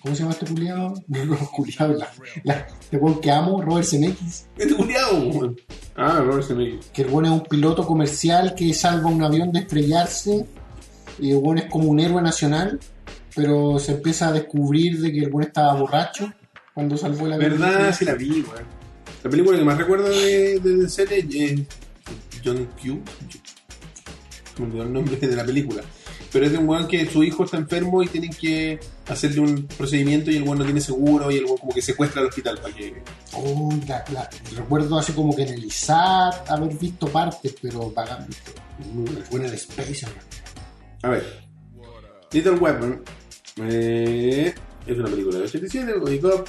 Speaker 2: ¿Cómo se llama este culiado? No, no, culiado. La, la, el buen que amo, Robert Zemeckis.
Speaker 1: Este culiado, weón. Ah, Robert Zemeckis.
Speaker 2: que el bueno es un piloto comercial que salva un avión de estrellarse y el bueno es como un héroe nacional pero se empieza a descubrir de que el bueno estaba borracho cuando salvó el avión
Speaker 1: ¿Verdad? Sí la vi, weón. La película que más recuerdo de, de Denzel es es John Q. Se Me olvidó el nombre de la película. Pero es de un weón que su hijo está enfermo y tienen que hacerle un procedimiento y el weón no tiene seguro y el weón como que secuestra al hospital para que...
Speaker 2: Oh, la- la- recuerdo así como que en el ISAT haber visto partes pero vagamente el bueno era Space
Speaker 1: A ver. Little Weapon eh, es una película de 87, Wake Up,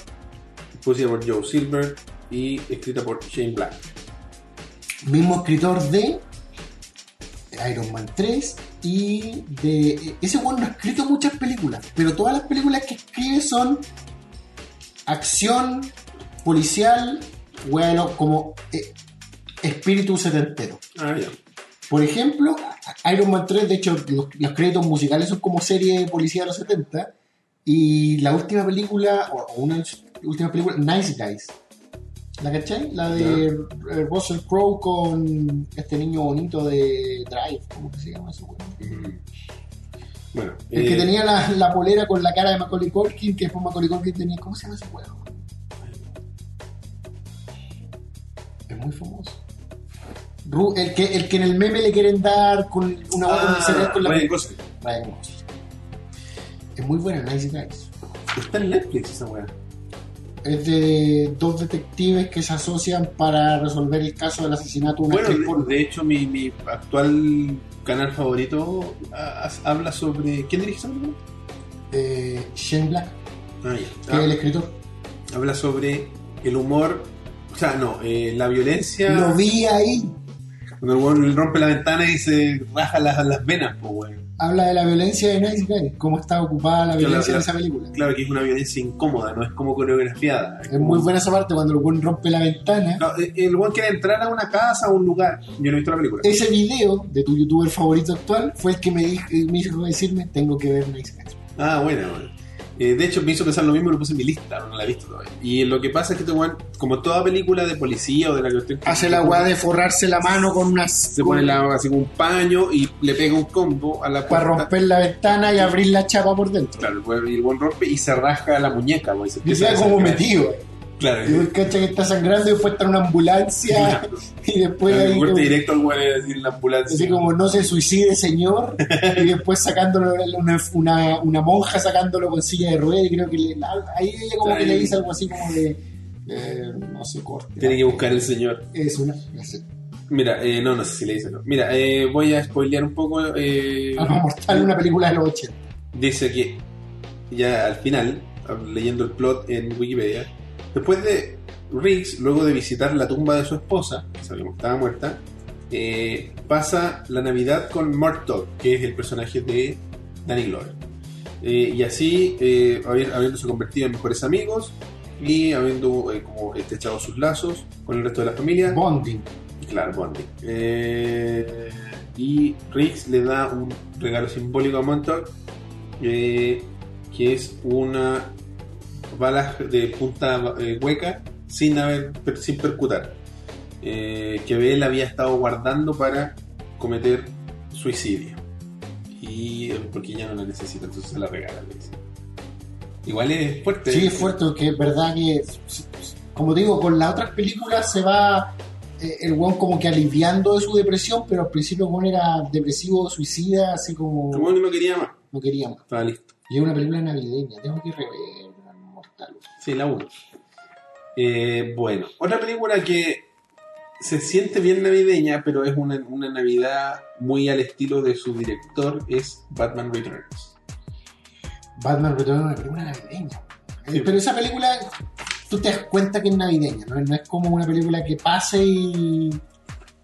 Speaker 1: producida por Joe Silver y escrita por Shane Black.
Speaker 2: mismo escritor de Iron Man 3 y de... Ese weón no ha escrito muchas películas, pero todas las películas que escribe son acción, policial, bueno, como eh, espíritu setentero.
Speaker 1: Ah, ya.
Speaker 2: Por ejemplo, Iron Man 3, de hecho, los, los créditos musicales son como serie de policía de los 70. Y la última película, o, o una de sus últimas películas, Nice Guys. ¿La cachai? La de eh, Russell Crowe con este niño bonito de Drive, ¿cómo que se llama ese weón?
Speaker 1: Mm. Bueno,
Speaker 2: El que
Speaker 1: eh,
Speaker 2: tenía la, la polera con la cara de Macaulay Culkin, que después Macaulay Culkin tenía... ¿Cómo se llama ese juego? Es muy famoso. Ru- el, que, el que en el meme le quieren dar con una hueá con el cereal
Speaker 1: Ah,
Speaker 2: con la...
Speaker 1: Ryan Gosling.
Speaker 2: Ryan Gosling. Es muy buena, Nice Guys.
Speaker 1: Está en Netflix esa weá.
Speaker 2: Es de dos detectives que se asocian para resolver el caso del asesinato de una
Speaker 1: Bueno,
Speaker 2: actriz
Speaker 1: de,
Speaker 2: porno.
Speaker 1: de hecho, mi, mi actual canal favorito ah, ah, habla sobre. ¿Quién dirige esa película?
Speaker 2: Eh, Shane Black,
Speaker 1: Ah, ya.
Speaker 2: que es el escritor.
Speaker 1: Ah, habla sobre el humor. O sea, no, eh, la violencia.
Speaker 2: Lo vi ahí.
Speaker 1: Cuando el weón rompe la ventana y se raja las, las venas, pues, weón.
Speaker 2: Habla de la violencia de Nice Guys, cómo está ocupada la violencia
Speaker 1: claro.
Speaker 2: en esa película.
Speaker 1: Claro que es una violencia incómoda, no es como coreografiada.
Speaker 2: Es muy buena esa parte cuando el buen rompe la ventana.
Speaker 1: No, eh, el weón quiere entrar a una casa, a un lugar. Yo no he visto la película.
Speaker 2: Ese video de tu youtuber favorito actual fue el que me, dijo, me hizo decirme tengo que ver Nice Guys.
Speaker 1: Ah, bueno, bueno. Eh, de hecho, me hizo pensar lo mismo y lo puse en mi lista, no la he visto todavía. Y lo que pasa es que este weón, como toda película de policía o de la que usted
Speaker 2: Hace la weá de forrarse la mano con unas...
Speaker 1: se pone la, así como un paño y le pega un combo a la
Speaker 2: Para romper la ventana y abrir la chapa por dentro.
Speaker 1: Claro, el weón- y el buen rompe y se rasca la muñeca, weón. y se
Speaker 2: Yo
Speaker 1: empieza
Speaker 2: estaba
Speaker 1: a
Speaker 2: como
Speaker 1: sangrar.
Speaker 2: metido.
Speaker 1: Claro,
Speaker 2: Y vos cacha que está sangrando y después está en una ambulancia.
Speaker 1: Claro.
Speaker 2: Y después
Speaker 1: el
Speaker 2: ahí
Speaker 1: golpe
Speaker 2: como,
Speaker 1: directo al weón es decir, en la ambulancia.
Speaker 2: así como no se suicide señor. y después sacándolo una, una, una monja sacándolo con silla de ruedas y creo que le, la- ahí ella como que le dice algo así como de eh, no sé, corte.
Speaker 1: Tiene que buscar el señor.
Speaker 2: Es una frase.
Speaker 1: Mira, eh, no, no sé si le dice no. Mira, eh, voy a spoilear un poco. eh,
Speaker 2: Alma Mortal, una película de los 80.
Speaker 1: dice que ya al final, leyendo el plot en Wikipedia, después de Riggs, luego de visitar la tumba de su esposa, que sabíamos que estaba muerta, eh, pasa la Navidad con Murtaugh, que es el personaje de Danny Glover. Eh, y así, eh, habi- habiéndose convertido en mejores amigos y habiendo eh, como estrechado sus lazos con el resto de la familia,
Speaker 2: Bonding.
Speaker 1: Claro, Bondi. Eh, y Riggs le da un regalo simbólico a Montauk, eh, que es una bala de punta eh, hueca sin, haber, per- sin percutar, eh, que él había estado guardando para cometer suicidio. Y eh, porque ya no la necesita, entonces se la regala. le dice. Igual es fuerte.
Speaker 2: Sí, es fuerte, porque es verdad que, como te digo, con las otras películas se va eh, el weón como que aliviando de su depresión, pero al principio el weón era depresivo, suicida, así
Speaker 1: El
Speaker 2: como
Speaker 1: weón no quería más.
Speaker 2: no queríamos.
Speaker 1: Estaba listo.
Speaker 2: Y es una película navideña, tengo que rever Mortal.
Speaker 1: Sí, la 1. bueno, otra película que se siente bien navideña, pero es una, una Navidad muy al estilo de su director, es Batman Returns.
Speaker 2: Batman Returns es una película navideña. Eh,
Speaker 1: Sí.
Speaker 2: Pero esa película, tú te das cuenta que es navideña, no, No es como una película que pase y,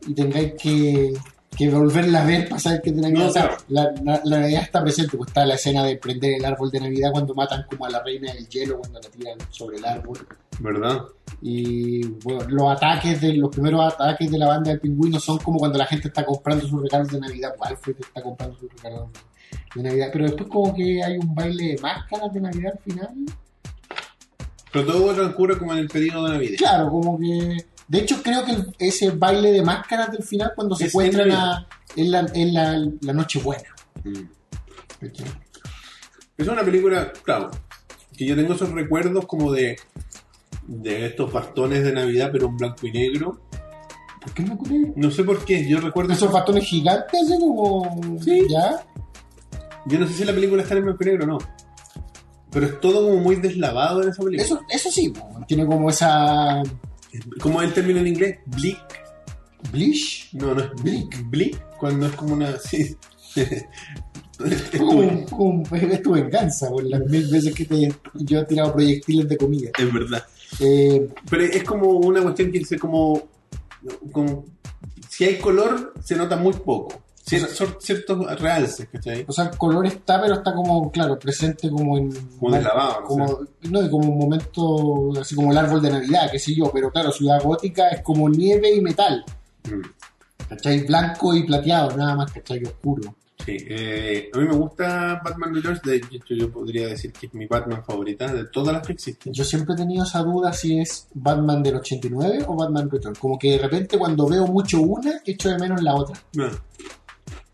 Speaker 2: y tengáis que, que volverla a ver para saber que es de Navidad.
Speaker 1: No,
Speaker 2: O sea,
Speaker 1: claro.
Speaker 2: la, la- la Navidad está presente, pues está la escena de prender el árbol de Navidad cuando matan como a la reina del hielo, cuando la tiran sobre el árbol.
Speaker 1: ¿Verdad?
Speaker 2: Y bueno, los ataques, de, los primeros ataques de la banda del pingüino son como cuando la gente está comprando sus regalos de Navidad. o Alfred está comprando sus regalos de Navidad. Pero después como que hay un baile de máscaras de Navidad al final.
Speaker 1: Pero todo transcurre como en el periodo de Navidad.
Speaker 2: Claro, como que... De hecho creo que el- ese baile de máscaras del final cuando se
Speaker 1: Es en
Speaker 2: encuentran
Speaker 1: Navidad.
Speaker 2: a- en la, en la, la noche buena.
Speaker 1: Mm. Es una película, claro, que yo tengo esos recuerdos como de, de estos bastones de Navidad, pero en blanco y negro.
Speaker 2: ¿Por qué no ocurre?
Speaker 1: No sé por qué, yo recuerdo
Speaker 2: Esos bastones gigantes, así como...
Speaker 1: Sí.
Speaker 2: ¿Ya?
Speaker 1: Yo no sé si la película está en blanco y negro o no. Pero es todo como muy deslavado en esa película.
Speaker 2: Eso, eso sí, tiene como esa...
Speaker 1: ¿Cómo es el término en inglés? Bleak.
Speaker 2: Blish.
Speaker 1: No, no es
Speaker 2: Bleak.
Speaker 1: bleak. Bleak, cuando es como una. Sí.
Speaker 2: Pum,
Speaker 1: Estuve.
Speaker 2: pum, es tu venganza por las mil veces que te, yo he tirado proyectiles de comida.
Speaker 1: Es verdad.
Speaker 2: Eh,
Speaker 1: Pero es como una cuestión que dice como, como. Si hay color, se nota muy poco. Cier- son ciertos realces, ¿cachai?
Speaker 2: O sea, el color está, pero está como, claro, presente como en.
Speaker 1: Como deslavado, no
Speaker 2: como, no, y como un momento, así como el árbol de Navidad, qué sé yo, pero claro, Ciudad Gótica es como nieve y metal,
Speaker 1: Mm.
Speaker 2: ¿cachai? Blanco y plateado, nada más, ¿cachai? Oscuro.
Speaker 1: Sí, eh, a mí me gusta Batman Returns, de hecho yo podría decir que es mi Batman favorita de todas las que existen.
Speaker 2: Yo siempre he tenido esa duda si es Batman del 89 o Batman Return. Como que de repente cuando veo mucho una, echo de menos la otra,
Speaker 1: No,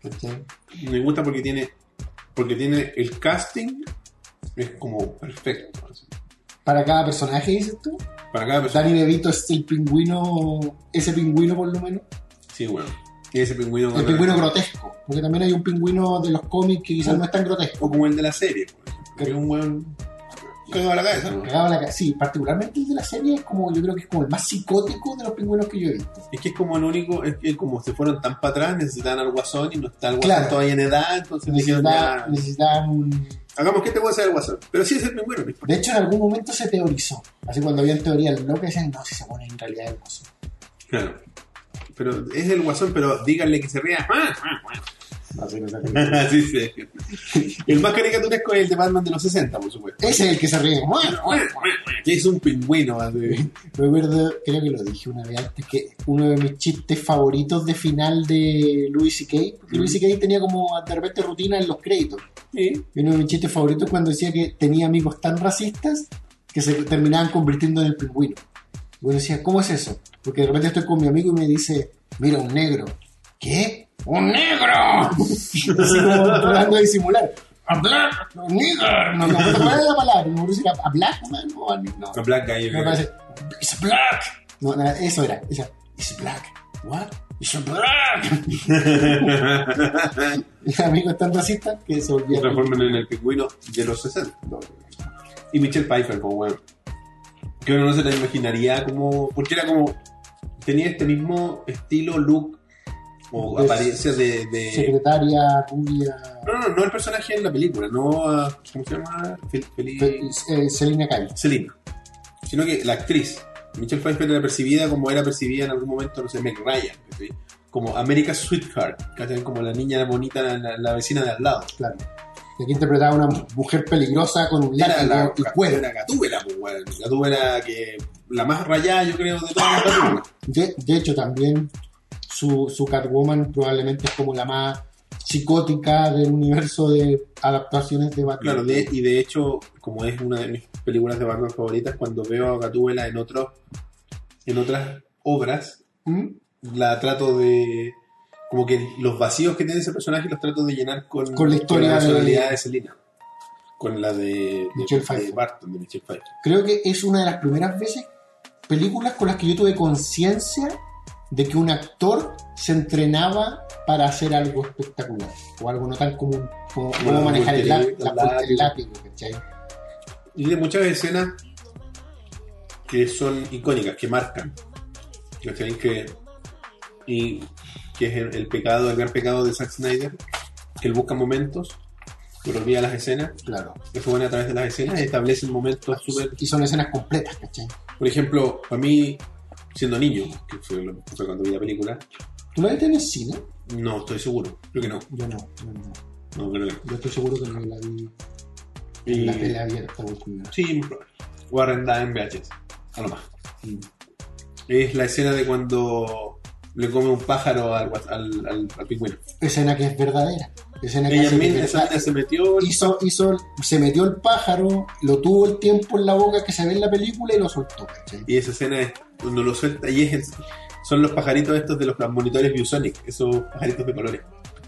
Speaker 2: ¿cachai?
Speaker 1: me gusta porque tiene porque tiene el casting es como perfecto. así.
Speaker 2: Para cada personaje, dices tú.
Speaker 1: Para cada persona.
Speaker 2: Danny DeVito es el pingüino, ese pingüino por lo menos.
Speaker 1: Sí, bueno. Y ese pingüino.
Speaker 2: El pingüino grotesco, porque también hay un pingüino de los cómics que quizás no es tan grotesco.
Speaker 1: O como el de la serie, por ejemplo, que es un weón cagado a la cabeza. ¿no?
Speaker 2: Cagaba la ca- Sí, particularmente el de la serie es como, yo creo que es como el más psicótico de los pingüinos que yo he visto.
Speaker 1: Es que es como el único, es que como se fueron tan para atrás, necesitan al guasón y no está el guasón
Speaker 2: Claro.
Speaker 1: todavía en edad, entonces dijeron,
Speaker 2: Necesitaba-
Speaker 1: ya,
Speaker 2: necesitaban un...
Speaker 1: hagamos que te voy a hacer el guasón. Pero sí es el pingüino, pues. no importa.
Speaker 2: De hecho, en algún momento se teorizó. Así cuando habían teoría del bloque decían, no, si se pone en realidad hermoso.
Speaker 1: Claro. Pero es el guasón, pero díganle que se ría. Ah,
Speaker 2: No, sí, no se ríe.
Speaker 1: Así se. El más caricaturesco es el de Batman de los 60, por supuesto.
Speaker 2: Ese es el que se ríe.
Speaker 1: Que es un pingüino. así.
Speaker 2: Recuerdo, creo que lo dije una vez antes, que uno de mis chistes favoritos de final de Louis C.K. porque Louis C.K. tenía como de repente rutina en los créditos. Y uno de mis chistes favoritos es cuando decía que tenía amigos tan racistas que se terminaban convirtiendo en el pingüino. Y uno decía, ¿cómo es eso? Porque de repente estoy con mi amigo y me dice, mira, un negro. ¿Qué? ¡Un negro! Así como tratando de disimular. ¡Hablar! ¡Un negro! No, no, no, no, es la palabra. No, no, era hablar, no, no, no.
Speaker 1: Con Black Guy. yo
Speaker 2: Me
Speaker 1: creo.
Speaker 2: parece, it's black. No, nada, eso era. Esa, it's black. What? It's black. Mis amigos tan racistas que se
Speaker 1: Se
Speaker 2: olvidaron.
Speaker 1: transforman en el pingüino de los 60. Y Michelle Pfeiffer, como weón. Que uno no se la imaginaría como. Porque era como. Tenía este mismo estilo, look o
Speaker 2: De-
Speaker 1: apariencia de. de-
Speaker 2: Secretaria, rubia,
Speaker 1: No, no, no el personaje en la película, no a. ¿Cómo se llama? Fel- Feliz.
Speaker 2: fe- eh, Selena Kyle.
Speaker 1: Selena. Sino que la actriz, Michelle Pfeiffer, era percibida como era percibida en algún momento, no sé, Meg Ryan, ¿cachai? como America's Sweetheart, ¿cachai? como la niña bonita, la, la- la vecina de al lado.
Speaker 2: Claro. Y aquí interpretaba a una mu- mujer peligrosa con un
Speaker 1: Era la
Speaker 2: látigo y cuero.
Speaker 1: era Gatúbela, pues, weón. Gatúbela que la más rayada, yo creo, de todas las Gatúbelas.
Speaker 2: De, de hecho, también su, su Catwoman probablemente es como la más psicótica del universo de adaptaciones de Batman.
Speaker 1: Claro, de- y de hecho, como es una de mis películas de Batman favoritas, cuando veo a Gatúbela en, otros en otras obras,
Speaker 2: ¿Mm?
Speaker 1: la trato de. Como que los vacíos que tiene ese personaje los trato de llenar con,
Speaker 2: Con la historia
Speaker 1: con la
Speaker 2: de-
Speaker 1: personalidad de, Selena. Con la de, de-
Speaker 2: Michelle
Speaker 1: de
Speaker 2: Pfeiffer.
Speaker 1: Barton, de Michelle Pfeiffer.
Speaker 2: creo que es una de las primeras veces películas con las que yo tuve conciencia de que un actor se entrenaba para hacer algo espectacular o algo no tan común como, como
Speaker 1: Bueno,
Speaker 2: manejar el,
Speaker 1: puntería,
Speaker 2: lá- la
Speaker 1: el
Speaker 2: punta- el
Speaker 1: látigo.
Speaker 2: lápiz, ¿cachai?
Speaker 1: Y tiene muchas escenas que son icónicas, que marcan. ¿Cachai? Que, y que es el, el pecado, el gran pecado de Zack Snyder, que él busca momentos, pero olvida las escenas,
Speaker 2: Claro.
Speaker 1: que se pone a través de las escenas y establece momentos súper
Speaker 2: Y son escenas completas, ¿cachai?
Speaker 1: Por ejemplo, para mí, siendo niño, que fue, lo- fue cuando vi la película,
Speaker 2: ¿Tú la viste en el cine?
Speaker 1: no estoy seguro. Creo que no.
Speaker 2: Yo no, yo no.
Speaker 1: No, creo que no.
Speaker 2: Yo estoy seguro que no la vi en la tele
Speaker 1: Y,
Speaker 2: abierta. por primera.
Speaker 1: sí, muy probable. O arrendada en VHS. A lo más.
Speaker 2: Mm.
Speaker 1: Es la escena de cuando le come un pájaro al, guas- al, al, al pingüino.
Speaker 2: Escena que es verdadera. Escena que
Speaker 1: Ella
Speaker 2: hace que
Speaker 1: misma
Speaker 2: verdad-
Speaker 1: esa mina se metió. y-
Speaker 2: hizo, hizo, se metió el pájaro, lo tuvo el tiempo en la boca que se ve en la película y lo soltó, ¿cachai?
Speaker 1: Y esa escena es cuando lo suelta y es el- son los pajaritos estos de los monitores ViewSonic, esos pajaritos de colores.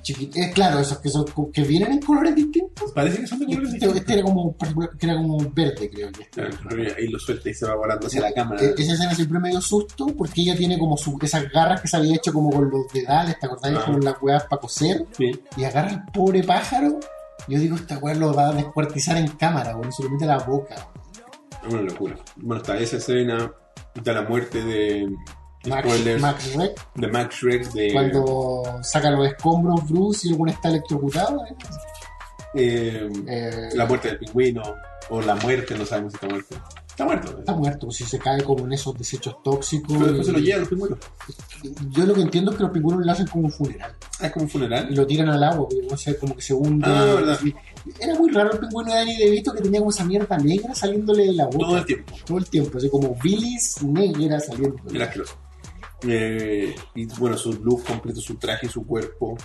Speaker 2: Chiqui- es claro, esos que, son, co- que vienen en colores distintos.
Speaker 1: Parece que son de colores
Speaker 2: Este, este era como, particular- que era como verde, creo que. este.
Speaker 1: distintos. Claro, Ahí lo suelta y se va volando hacia la cámara.
Speaker 2: E- Esa escena siempre me dio susto porque ella tiene como su- esas garras que se había hecho como con los dedales, ¿te acordás?
Speaker 1: Ah.
Speaker 2: Como las weas para coser.
Speaker 1: Sí.
Speaker 2: Y agarra el pobre pájaro. Yo digo, esta wea lo va a descuartizar en cámara, bueno, se lo mete a la boca.
Speaker 1: Es una locura. Bueno, está esa escena, está la muerte de.
Speaker 2: Max,
Speaker 1: spoilers,
Speaker 2: Max Rex
Speaker 1: de Max Rex, de.
Speaker 2: cuando saca los escombros Bruce y alguno está electrocutado. ¿eh?
Speaker 1: eh,
Speaker 2: Eh,
Speaker 1: la muerte del pingüino, o la muerte, no sabemos si está muerto. Está muerto.
Speaker 2: Está muerto, si se cae como en esos desechos tóxicos.
Speaker 1: Pero después
Speaker 2: y-
Speaker 1: se lo llevan los pingüinos.
Speaker 2: Yo lo que entiendo es que los pingüinos lo hacen como un funeral.
Speaker 1: Ah, es como un
Speaker 2: Y
Speaker 1: funeral.
Speaker 2: lo tiran al agua, o sea, como que se hunde.
Speaker 1: Ah, verdad.
Speaker 2: Era muy raro el pingüino de Danny DeVito que tenía como esa mierda negra saliéndole de la boca
Speaker 1: Todo el tiempo.
Speaker 2: todo el tiempo, así como bilis negra saliendo.
Speaker 1: Era asqueroso. Eh, y bueno, su look completo, su traje, su cuerpo.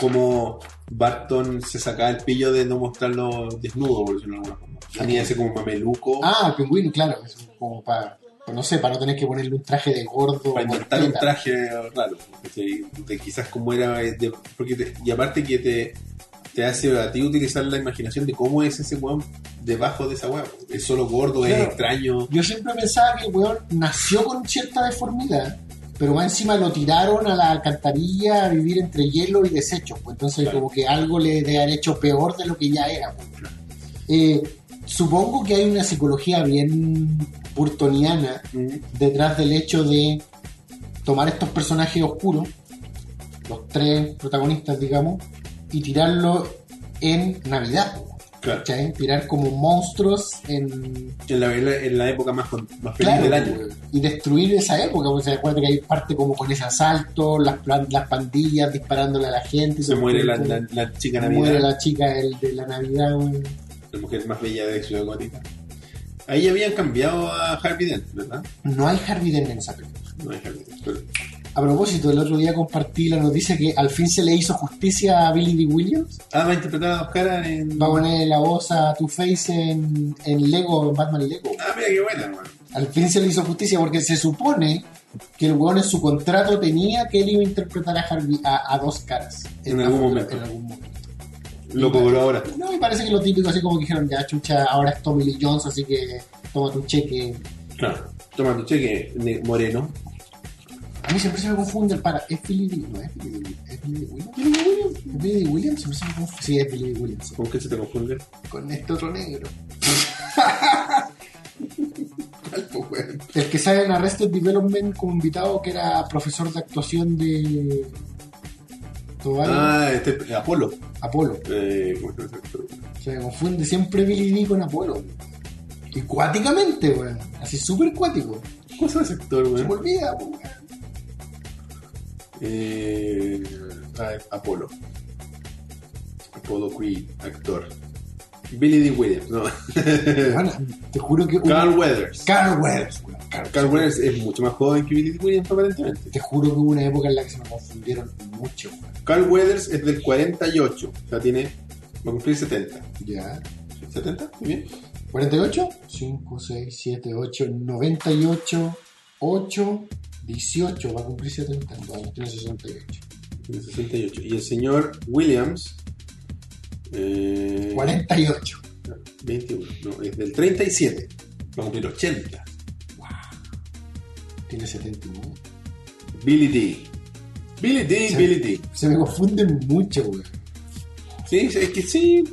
Speaker 1: Como Barton se sacaba el pillo de no mostrarlo desnudo, por decirlo de alguna forma. Tenía ese como mameluco.
Speaker 2: Ah, pingüino, claro, es como para, no sé, para no tener que ponerle un traje de gordo.
Speaker 1: para
Speaker 2: con
Speaker 1: inventar un
Speaker 2: teta.
Speaker 1: traje raro. ¿cachai? De quizás como era. eh, de- porque te- y aparte que te, te hace a ti utilizar la imaginación de cómo es ese weón debajo de esa weón. Es solo gordo, es
Speaker 2: Claro.
Speaker 1: extraño.
Speaker 2: Yo siempre pensaba que el weón nació con cierta deformidad, pero más encima lo tiraron a la alcantarilla a vivir entre hielo y desechos. pues, entonces,
Speaker 1: Claro.
Speaker 2: como que algo le de haber hecho peor de lo que ya era. pues. Eh, supongo que hay una psicología bien burtoniana detrás del hecho de tomar estos personajes oscuros, los tres protagonistas, digamos, y tirarlo en Navidad.
Speaker 1: Claro.
Speaker 2: ¿cachai? Tirar como monstruos en,
Speaker 1: En la, en la época más, con- más feliz
Speaker 2: claro,
Speaker 1: del año.
Speaker 2: y destruir esa época. Porque se acuerda que hay parte como con ese asalto, las, plan- las pandillas disparándole a la gente.
Speaker 1: Se muere la, la- la chica
Speaker 2: se
Speaker 1: Navidad,
Speaker 2: muere la chica del- de la Navidad. güey.
Speaker 1: la mujer más bella de Ciudad Gótica. Ahí habían cambiado a Harvey Dent, ¿verdad?
Speaker 2: No hay Harvey Dent en esa película.
Speaker 1: No es Harvey Dent, pero
Speaker 2: A propósito, el otro día compartí la noticia que al fin se le hizo justicia a Billy D. Williams.
Speaker 1: Ah, va a interpretar a dos caras en.
Speaker 2: Va a poner la voz a Two Face en, en Lego, en Batman y Lego.
Speaker 1: Ah, mira qué buena, weón.
Speaker 2: Al fin se le hizo justicia porque se supone que el weón en su contrato tenía que él iba a interpretar a Harvey a, a dos caras.
Speaker 1: En algún
Speaker 2: en-
Speaker 1: momento.
Speaker 2: en algún momento.
Speaker 1: Lo cobró ahora.
Speaker 2: No, y parece que lo típico, así como que dijeron, ya chucha, ahora es Tommy Lee Jones, así que toma tu cheque.
Speaker 1: Claro. Toma tu cheque, ne- Moreno.
Speaker 2: A mí siempre se me confunde el para. ¿Es Billy Dee- No, es Billy Dee- ¿Es Billy Dee Williams? ¿Billy Williams? ¿Es Billy Dee Williams? Siempre se me confunde. Sí, es Billy Dee Williams.
Speaker 1: ¿Con qué se te confunde?
Speaker 2: Con este otro negro.
Speaker 1: Alto, weón.
Speaker 2: El que sale en Arrested Development como invitado, que era profesor de actuación de. Tobago,
Speaker 1: Ah, este, Apolo.
Speaker 2: Apolo.
Speaker 1: Eh, ¿cómo se llama ese actor?
Speaker 2: Se me confunde siempre Billy Dee con Apolo. Y cuáticamente, weón. Así súper cuático.
Speaker 1: ¿Cómo se llama ese actor,
Speaker 2: Se me
Speaker 1: weón?
Speaker 2: olvida, weón.
Speaker 1: Eh, ah, Apolo. Apolo Creed, actor. Billy D. Williams, no.
Speaker 2: Weón, Te juro que.
Speaker 1: Carl Weathers.
Speaker 2: Carl Weathers, weón. Carl
Speaker 1: Carl Weathers es mucho más joven que Billy D. Williams, aparentemente.
Speaker 2: Te juro que hubo una época en la que se me confundieron mucho, weón.
Speaker 1: Carl Weathers es del 48, o sea, tiene. Va a cumplir 70.
Speaker 2: Ya.
Speaker 1: ¿70? Muy bien.
Speaker 2: ¿48? 5, 6, 7, 8, 98, 8, 18. Va a cumplir 70. Bueno, tiene 68.
Speaker 1: Tiene 68. Y el señor Williams. Eh,
Speaker 2: 48.
Speaker 1: 21. No, es del 37. Va a cumplir 80.
Speaker 2: Tiene 71.
Speaker 1: Billy D. Billy D,
Speaker 2: Sí.
Speaker 1: Billy D.
Speaker 2: Se me confunden mucho, weón.
Speaker 1: Sí, es que sí.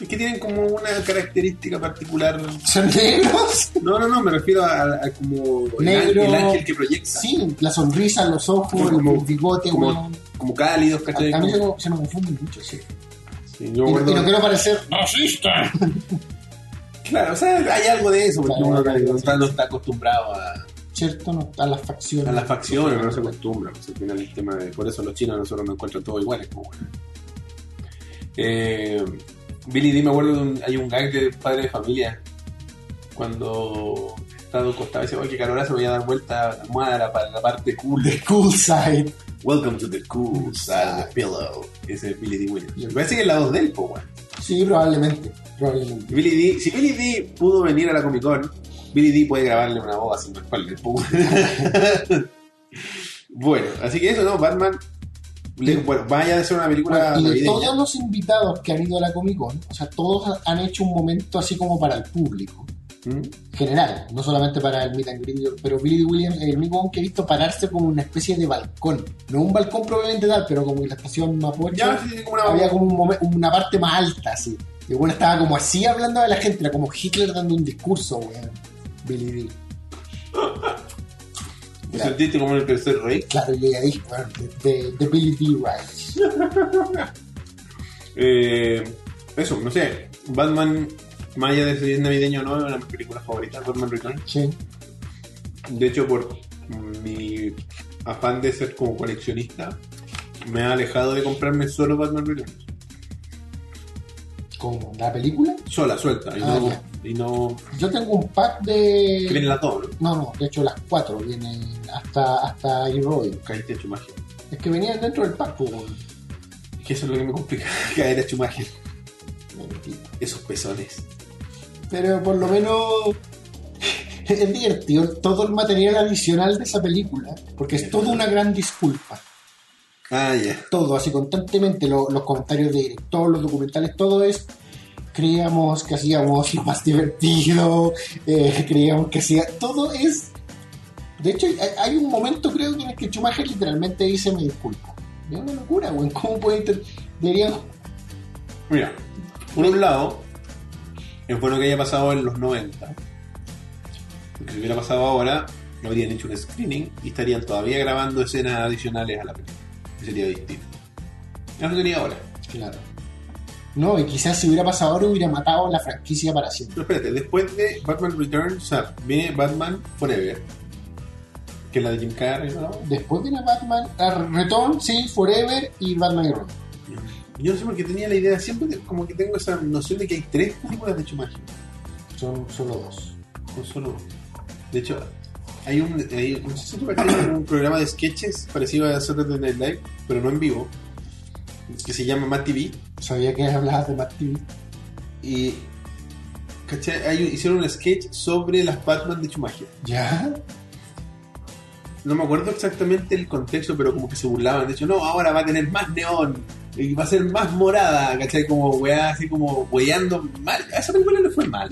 Speaker 1: Es que tienen como una característica particular.
Speaker 2: ¿Son negros?
Speaker 1: No, no, no, me refiero a, a como el,
Speaker 2: Negro.
Speaker 1: ángel- el ángel que proyecta.
Speaker 2: Sí, la sonrisa, los ojos, el bigote,
Speaker 1: Como-
Speaker 2: weón.
Speaker 1: Como cálidos,
Speaker 2: A,
Speaker 1: ¿cachai?
Speaker 2: a mí se,
Speaker 1: Como-
Speaker 2: me- se me confunden mucho, sí.
Speaker 1: Sí, yo
Speaker 2: Y, no-
Speaker 1: guardo-
Speaker 2: y no quiero parecer.
Speaker 1: Claro, o sea, hay algo de eso, porque
Speaker 2: Claro,
Speaker 1: uno
Speaker 2: claro,
Speaker 1: no
Speaker 2: sí,
Speaker 1: está,
Speaker 2: sí.
Speaker 1: no está acostumbrado a,
Speaker 2: ¿Cierto? No, a las facciones.
Speaker 1: a las facciones, no se acostumbra. pues, al final el tema de- por eso los chinos a nosotros nos encuentran todos iguales. Como, bueno. Eh, Billy D, me acuerdo de un, hay un gag de padre de familia. Cuando está Don Costa, dice, oye, qué calorazo, voy a dar vuelta a la almohada para la parte cool.
Speaker 2: The cool side.
Speaker 1: Welcome to the cool side of the pillow. Ese es Billy D. Williams. Parece que es la voz del po, weón.
Speaker 2: Sí, probablemente. Probablemente.
Speaker 1: Y Billy D, si Billy D pudo venir a la Comic Con, Billy D puede grabarle una voz así, cual del público. bueno, así que eso, ¿no? Batman, le- bueno, vaya a ser una película
Speaker 2: Bueno, y de
Speaker 1: navideña.
Speaker 2: todos los invitados que han ido a la Comic Con, o sea, todos han hecho un momento así como para el público
Speaker 1: ¿Mm?
Speaker 2: general, no solamente para el meet and greet, pero Billy Dee Williams es el único one que he visto pararse como una especie de balcón, no un balcón probablemente tal, pero como en la estación Mapocho
Speaker 1: Ya, sí, sí, como una
Speaker 2: había como un momen- una parte más alta así, y bueno estaba como así hablando a la gente, era como Hitler dando un discurso, weón, Billy Dee.
Speaker 1: Me sentiste como en el tercer rey.
Speaker 2: Claro, yo ya dije, weón, de, de- de Billy Dee Rice.
Speaker 1: Eh, eso, no sé. Batman Más allá de si es navideño o no, es una de mis películas favoritas, Batman Returns.
Speaker 2: Sí.
Speaker 1: De hecho, por mi afán de ser como coleccionista, me ha alejado de comprarme solo Batman Returns.
Speaker 2: ¿Cómo? ¿La película?
Speaker 1: Sola, suelta. Y
Speaker 2: Ah,
Speaker 1: no.
Speaker 2: ya.
Speaker 1: Y no
Speaker 2: Yo tengo un pack de.
Speaker 1: que viene la doble.
Speaker 2: No, no, de hecho las cuatro vienen hasta, hasta Heroic.
Speaker 1: Caíste a Schumacher.
Speaker 2: Es que venían dentro del pack, pues, weón.
Speaker 1: Que eso es lo que me complica. Caer a Schumacher.
Speaker 2: Mentira.
Speaker 1: Esos pezones.
Speaker 2: Pero por lo menos es divertido todo el material adicional de esa película, porque es toda una gran disculpa.
Speaker 1: Ah, ya.
Speaker 2: Todo, así constantemente, lo- los comentarios de director, los documentales, todo es. Creíamos que hacíamos lo más divertido, eh, creíamos que hacía. Todo es. De hecho, hay, hay un momento, creo, en el que Schumacher literalmente dice: Me disculpo. Es una locura, güey. ¿Cómo puede.? inter- Deberían
Speaker 1: Mira, por un lado, es bueno que haya pasado en los 90. Porque si hubiera pasado ahora, lo habrían hecho un screening y estarían todavía grabando escenas adicionales a la película. Y sería distinto. Eso sería ahora.
Speaker 2: Claro. No, y quizás si hubiera pasado ahora hubiera matado la franquicia para siempre.
Speaker 1: Pero espérate, después de Batman Returns, o sea, viene Batman Forever. Que es la de Jim Carrey, ¿no?
Speaker 2: Después de la Batman, la Return, sí, Forever y Batman y Robin.
Speaker 1: Yo no sé por qué tenía la idea, siempre de- como que tengo esa noción de que hay tres películas de Schumacher.
Speaker 2: Son solo dos.
Speaker 1: No solo. De hecho, hay un, hay- no sé si tú cachai, hay un programa de sketches parecido a Saturday Night Live, pero no en vivo, que se llama Matt TV.
Speaker 2: Sabía que hablabas de Martín.
Speaker 1: Y ¿cachai? Hay un- hicieron un sketch sobre las Batman de Schumacher.
Speaker 2: ¿Ya?
Speaker 1: No me acuerdo exactamente el contexto, pero como que se burlaban. De hecho, no, ahora va a tener más neón. Y va a ser más morada, ¿cachai? Como weá, así como weyando mal. A esa película le fue mal.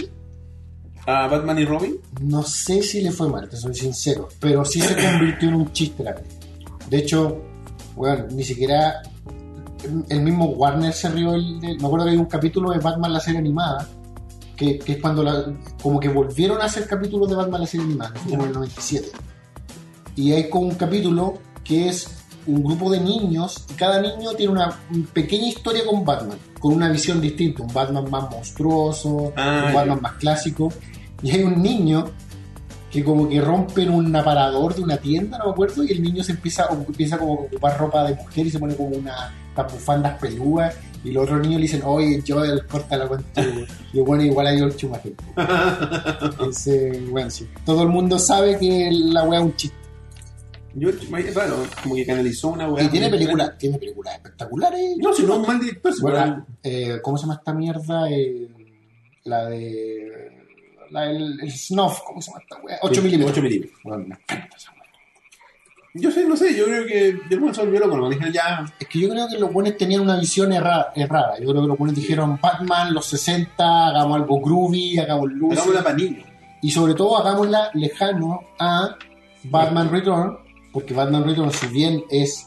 Speaker 1: A Batman y Robin.
Speaker 2: No sé si le fue mal, te soy sincero. Pero sí se convirtió en un chiste la película. De hecho, bueno, ni siquiera el mismo Warner se rió. del- del- me acuerdo que hay un capítulo de Batman la serie animada. Que, que es cuando la- como que volvieron a hacer capítulos de Batman la serie animada, que fue como en el 97. y hay como un capítulo que es un grupo de niños y cada niño tiene una pequeña historia con Batman, con una visión distinta, un Batman más monstruoso,
Speaker 1: Ah,
Speaker 2: un
Speaker 1: ya.
Speaker 2: Batman más clásico. Y hay un niño que como que rompen un aparador de una tienda, no me acuerdo, y el niño se empieza, empieza como a ocupar ropa de mujer y se pone como una unas bufandas pelúas y los otros niños le dicen, oye Joel, corta la cuenta. Y bueno, igual hay el chumaje. Entonces, bueno, sí. Todo el mundo sabe que la wea es un chiste.
Speaker 1: Yo, es raro, como que canalizó una weá.
Speaker 2: Y tiene
Speaker 1: muy
Speaker 2: películas, tiene películas espectaculares.
Speaker 1: No, si no es un mal director, si
Speaker 2: Bueno,
Speaker 1: fuera-
Speaker 2: eh, ¿cómo se llama esta mierda? Eh, la de. La del el Snuff, ¿cómo se llama esta wea? 8 milímetros.
Speaker 1: 8 eh, milímetros.
Speaker 2: Bueno, me encanta esa wea.
Speaker 1: Yo sé, no sé, yo creo que de alguna se volvió loco, lo dijeron ya.
Speaker 2: Es que yo creo que los buenos tenían una visión erra- errada. Yo creo que los buenos dijeron Batman, los 60, hagamos algo groovy, hagamos luz.
Speaker 1: Hagámosla para niños.
Speaker 2: Y sobre todo hagámosla lejano a Batman Return, porque Batman Return, si bien es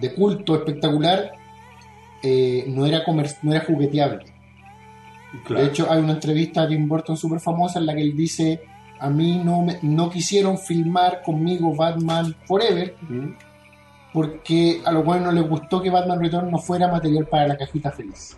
Speaker 2: de culto espectacular, eh, no, era comer- no era jugueteable.
Speaker 1: Claro.
Speaker 2: De hecho, hay una entrevista a Tim Burton súper famosa en la que él dice, a mí no, me- no quisieron filmar conmigo Batman Forever
Speaker 1: Mm.
Speaker 2: porque a los buenos no les gustó que Batman Return no fuera material para la cajita feliz.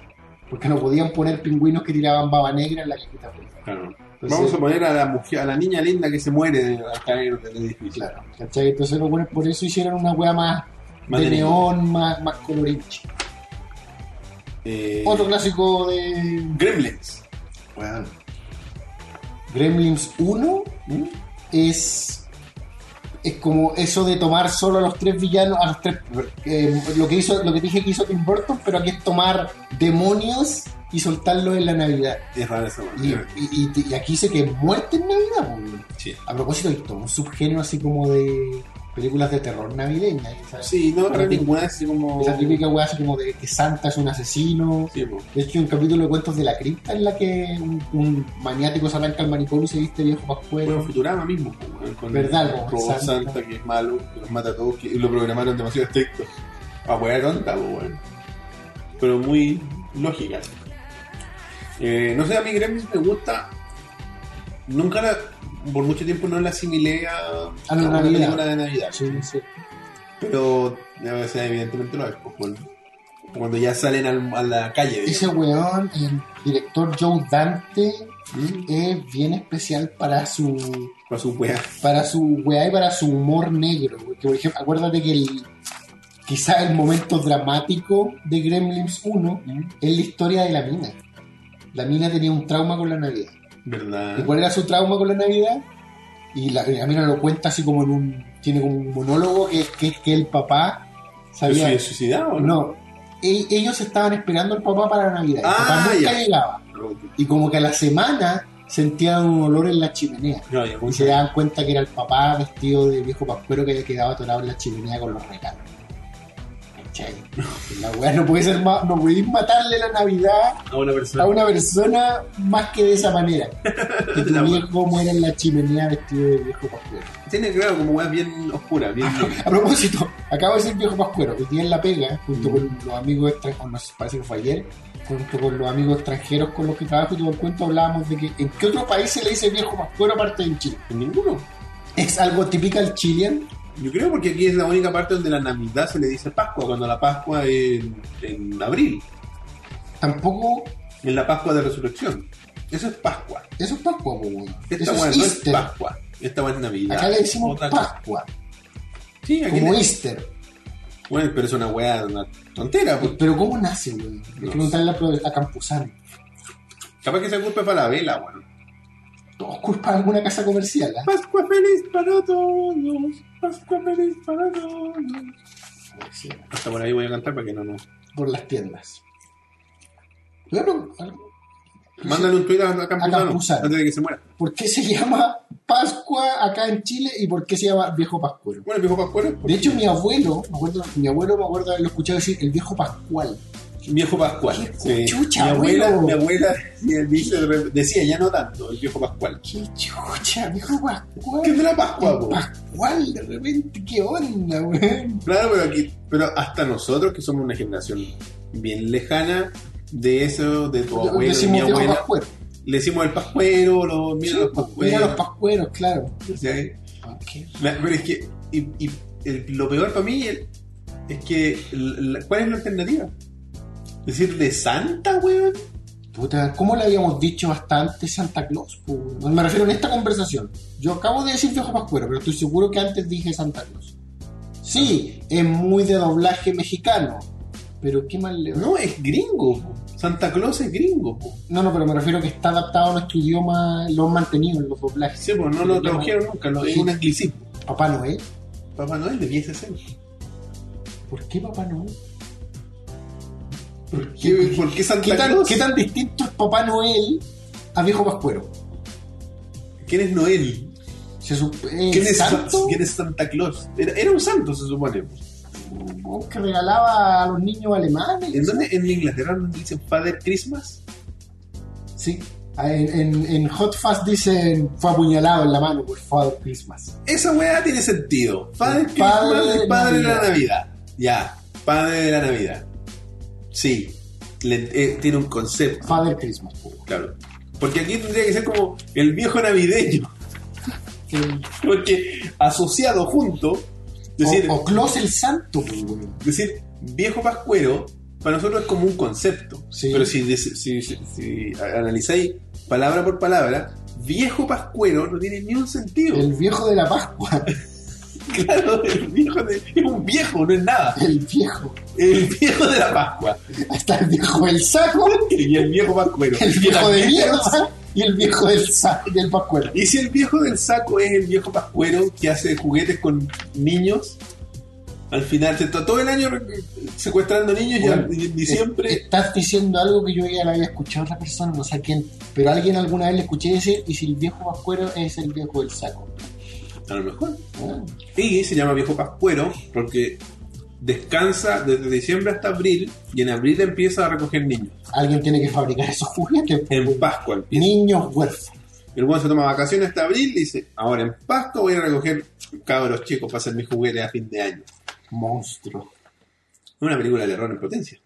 Speaker 2: Porque no podían poner pingüinos que tiraban baba negra en la cajita feliz.
Speaker 1: Claro.
Speaker 2: Entonces-
Speaker 1: Vamos a poner a la mujer, a la niña linda que se muere al caer del edificio.
Speaker 2: Claro, ¿cachai? Entonces los buenos por eso hicieron una wea más
Speaker 1: Más
Speaker 2: de
Speaker 1: de
Speaker 2: neón, más, más colorinche.
Speaker 1: Eh,
Speaker 2: Otro clásico de
Speaker 1: Gremlins.
Speaker 2: Gremlins 1
Speaker 1: ¿Mm?
Speaker 2: es es como eso de tomar solo a los tres villanos, a los tres eh, lo que hizo, lo que dije que hizo Tim Burton, pero aquí es tomar demonios y soltarlos en la Navidad.
Speaker 1: Es rara esa
Speaker 2: Y,
Speaker 1: manera.
Speaker 2: y- y- y aquí dice que es muerte en Navidad, po, weón.
Speaker 1: Sí.
Speaker 2: A propósito, hay todo un subgénero así como de películas de terror navideñas. ¿sabes?
Speaker 1: Sí, no
Speaker 2: Pero
Speaker 1: era
Speaker 2: ti-
Speaker 1: ninguna así como.
Speaker 2: Esa típica weá así como de que Santa es un asesino.
Speaker 1: Sí, po.
Speaker 2: De hecho, hay un capítulo de cuentos de la cripta en la que un, un maniático se arranca al manicomio y se viste viejo pascuero.
Speaker 1: Bueno, Futurama mismo, po, weón, con el
Speaker 2: Verdad, po,
Speaker 1: robot
Speaker 2: Santa.
Speaker 1: Santa. que es malo, que los mata a todos, que lo programaron demasiado estricto. A hueá tonta, po, weón. Pero muy lógica. Eh, no sé, a mí Gremlins me gusta. Nunca la, por mucho tiempo no la asimilé a,
Speaker 2: A la
Speaker 1: una
Speaker 2: Navidad.
Speaker 1: película de Navidad.
Speaker 2: Sí, sí.
Speaker 1: Pero, eh, o sea, evidentemente lo es, po, cuando- cuando ya salen al- a la calle.
Speaker 2: Ese
Speaker 1: digamos.
Speaker 2: weón en director Joe Dante es bien especial para su
Speaker 1: Para su weá.
Speaker 2: para su weá y para su humor negro. Porque, por ejemplo, acuérdate que el, quizá el momento dramático de Gremlins 1 es la historia de la mina. La mina tenía un trauma con la Navidad. ¿Y
Speaker 1: ¿Verdad?
Speaker 2: cuál era su trauma con la Navidad? Y la, la mina lo cuenta así como en un. Tiene como un monólogo que es que, que el papá
Speaker 1: ¿Pero
Speaker 2: sabía.
Speaker 1: se suicidado o no?
Speaker 2: No, e- ellos estaban esperando al papá para la Navidad. El
Speaker 1: Ah,
Speaker 2: papá nunca
Speaker 1: ya.
Speaker 2: llegaba. Y como que a la semana sentían un olor en la chimenea.
Speaker 1: No, ya,
Speaker 2: Y
Speaker 1: mucho.
Speaker 2: se daban cuenta que era el papá vestido de viejo pascuero que había quedado atorado en la chimenea con los regalos. ¿Cachai? La weá no puede ser más, no podéis matarle la Navidad
Speaker 1: A una persona.
Speaker 2: a una persona más que de esa manera. Que tu
Speaker 1: La wea.
Speaker 2: viejo muera en la chimenea vestido de viejo pascuero.
Speaker 1: Tiene, claro, como weá bien oscura, bien
Speaker 2: A propósito, acabo de ser viejo pascuero, que tiene la pega, junto con
Speaker 1: Mm.
Speaker 2: los amigos extranjeros, no sé, parece que fue ayer, junto con los amigos extranjeros con los que trabajo y tuve en cuenta hablábamos de que en qué otro país se le dice viejo pascuero aparte de en Chile.
Speaker 1: En ninguno.
Speaker 2: Es algo típico al chilean.
Speaker 1: Yo creo porque aquí es la única parte donde la Navidad se le dice Pascua, cuando la Pascua es en, en abril,
Speaker 2: Tampoco.
Speaker 1: en la Pascua de Resurrección. Eso es Pascua.
Speaker 2: Eso es Pascua, po, weón.
Speaker 1: Esta
Speaker 2: Eso
Speaker 1: weá
Speaker 2: es
Speaker 1: no es
Speaker 2: Easter.
Speaker 1: Pascua. Esta weá es Navidad.
Speaker 2: Acá le decimos
Speaker 1: Otra cosa.
Speaker 2: Pascua,
Speaker 1: Sí, aquí
Speaker 2: como
Speaker 1: le-
Speaker 2: Easter.
Speaker 1: Bueno, pero es una weá, una tontera. Pues.
Speaker 2: Pero ¿cómo nace, weón? Hay que
Speaker 1: No
Speaker 2: preguntarle a, pro- a Campuzano.
Speaker 1: Capaz que se culpe para la vela, weón.
Speaker 2: Todos culpan alguna casa comercial, ¿ah?
Speaker 1: Pascua feliz para todos. Pascua feliz para todos.
Speaker 2: Sí,
Speaker 1: Hasta por ahí voy a cantar para que no nos.
Speaker 2: por las tiendas. Claro,
Speaker 1: Mándale un tweet a, a
Speaker 2: A
Speaker 1: Campuzano
Speaker 2: Campuzano.
Speaker 1: antes de que se muera.
Speaker 2: ¿por qué se llama Pascua acá en Chile y por qué se llama Viejo Pascuero?
Speaker 1: Bueno, el viejo ¿eh? Pascuero. es por-
Speaker 2: De hecho, mi abuelo, me acuerdo, mi abuelo me acuerdo haberlo escuchado decir el viejo Pascual.
Speaker 1: Viejo Pascual.
Speaker 2: ¿Qué chucha,
Speaker 1: mi abuela,
Speaker 2: abuelo?
Speaker 1: mi abuela dice- decía, ya no tanto, el viejo Pascual.
Speaker 2: ¡Qué chucha, viejo Pascual!
Speaker 1: ¿Qué es de la Pascua, po?
Speaker 2: Pascual, de repente, ¿qué onda, weón?
Speaker 1: Claro, pero aquí, pero hasta nosotros que somos una generación bien lejana de eso, de tu abuelo, de mi
Speaker 2: Decimos viejo
Speaker 1: abuela,
Speaker 2: pascuero.
Speaker 1: le decimos el pascuero, los, mira
Speaker 2: Sí, pues,
Speaker 1: los
Speaker 2: Mira
Speaker 1: pascueros.
Speaker 2: los pascueros, claro.
Speaker 1: ¿sí?
Speaker 2: Ok.
Speaker 1: La- pero es que, y, y el- lo peor para mí el- es que, el- la- ¿cuál es la alternativa? Decirle Santa, weón.
Speaker 2: Puta, ¿cómo le habíamos dicho bastante Santa Claus? po? No me refiero en esta conversación. Yo acabo de decir viejo pascuero, pero estoy seguro que antes dije Santa Claus. Sí, es muy de doblaje mexicano. Pero qué mal le va.
Speaker 1: No, es gringo. po. Santa Claus es gringo. po.
Speaker 2: No, no, pero me refiero que está adaptado a nuestro idioma, lo han mantenido en los doblajes.
Speaker 1: Sí, pues no lo tradujeron nunca, lo- es
Speaker 2: Sí.
Speaker 1: un anglicismo.
Speaker 2: Papá Noel.
Speaker 1: Papá Noel debiese ser.
Speaker 2: ¿Por qué Papá Noel?
Speaker 1: ¿Por qué, por qué Santa
Speaker 2: ¿Qué tan,
Speaker 1: Claus?
Speaker 2: ¿Qué tan distinto es Papá Noel a viejo pascuero?
Speaker 1: ¿Quién es Noel?
Speaker 2: Se sup- eh,
Speaker 1: ¿Quién es,
Speaker 2: santo
Speaker 1: quién es Santa Claus? Era, era un santo, se supone.
Speaker 2: un oh, que regalaba a los niños alemanes.
Speaker 1: ¿En dónde? ¿En Inglaterra no dicen Father Christmas?
Speaker 2: Sí. Ah, En, en, en Hot Fast dicen fue apuñalado en la mano por Father Christmas.
Speaker 1: Esa weá tiene sentido. Father
Speaker 2: El
Speaker 1: Christmas,
Speaker 2: padre de
Speaker 1: el padre de la
Speaker 2: Navidad.
Speaker 1: Navidad. Ya, padre de la Navidad. Sí, le- eh, tiene un concepto,
Speaker 2: Father Christmas. po.
Speaker 1: claro. Porque aquí tendría que ser como el viejo navideño.
Speaker 2: Que-
Speaker 1: Porque asociado junto, decir,
Speaker 2: o, o Claus el Santo. po, güey.
Speaker 1: decir viejo pascuero para nosotros es como un concepto.
Speaker 2: Sí.
Speaker 1: Pero si, des- si, si- si analizáis palabra por palabra, viejo pascuero no tiene ni un sentido.
Speaker 2: El viejo de la Pascua.
Speaker 1: Claro, el viejo de- es un viejo, no es nada.
Speaker 2: El viejo.
Speaker 1: El viejo de la Pascua.
Speaker 2: Hasta el viejo del saco.
Speaker 1: Y el viejo pascuero.
Speaker 2: El viejo de
Speaker 1: Y la-
Speaker 2: mierda. Y el viejo del saco. Del pascuero.
Speaker 1: Y si el viejo del saco es el viejo pascuero que hace juguetes con niños, al final se está todo el año re- secuestrando niños
Speaker 2: Bueno,
Speaker 1: y al- y en diciembre.
Speaker 2: Eh, Estás diciendo algo que yo ya la había escuchado a otra persona, no sé a quién, pero a alguien alguna vez le escuché decir, y si el viejo pascuero es el viejo del saco. eh.
Speaker 1: A lo mejor.
Speaker 2: Ah,
Speaker 1: Y se llama Viejo Pascuero porque descansa desde diciembre hasta abril y en abril empieza a recoger niños.
Speaker 2: Alguien tiene que fabricar esos juguetes. po,
Speaker 1: En
Speaker 2: weón.
Speaker 1: Pascua empieza.
Speaker 2: Niños huérfanos.
Speaker 1: El buen se toma vacaciones hasta abril y dice, ahora en Pascua voy a recoger cabros chicos para hacer mis juguetes a fin de año.
Speaker 2: Monstruos.
Speaker 1: Una película de terror en potencia.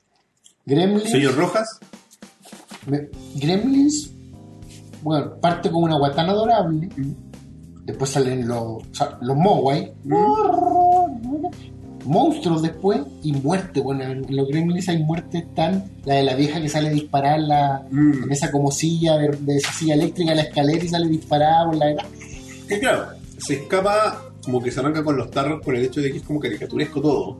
Speaker 2: Gremlins.
Speaker 1: Señor Rojas,
Speaker 2: me- Gremlins. Bueno, parte con una guatana adorable. Después salen los, o sea, los Mogwai. monstruos después y muerte. Bueno, en los Gremlins hay muerte tan. La de la vieja que sale a disparar la,
Speaker 1: Mm.
Speaker 2: en esa como silla de, de esa silla eléctrica, la escalera y sale disparada por la
Speaker 1: Que claro, se escapa como que se arranca con los tarros por el hecho de que es como caricaturesco todo.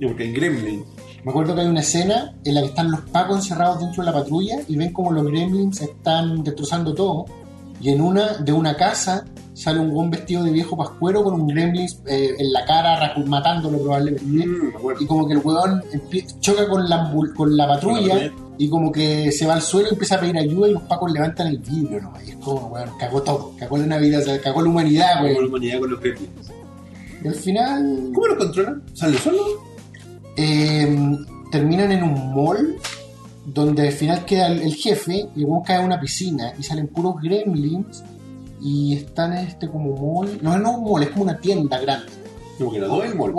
Speaker 1: Y porque el gremlin.
Speaker 2: Me acuerdo que hay una escena en la que están los pacos encerrados dentro de la patrulla y ven como los gremlins están destrozando todo. Y en una de una casa sale un buen vestido de viejo pascuero con un gremlin eh, en la cara, racu- matándolo probablemente.
Speaker 1: Mm, me acuerdo.
Speaker 2: Y como que el weón empie- choca con la, ambul- con la patrulla
Speaker 1: patrulla.
Speaker 2: y como que se va al suelo y empieza a pedir ayuda y los pacos levantan el vidrio nomás. Y es como, weón, cagó todo. Cagó la Navidad, o sea, cagó la humanidad,
Speaker 1: Como la
Speaker 2: weón.
Speaker 1: humanidad con los gremlins.
Speaker 2: Y al final
Speaker 1: ¿Cómo los controlan? ¿Salen solos?
Speaker 2: eh, terminan en un mall donde al final queda el, el jefe y luego cae a una piscina y salen puros gremlins y están en este como mall no no es un mall es como una tienda grande
Speaker 1: Como que la doy el mall.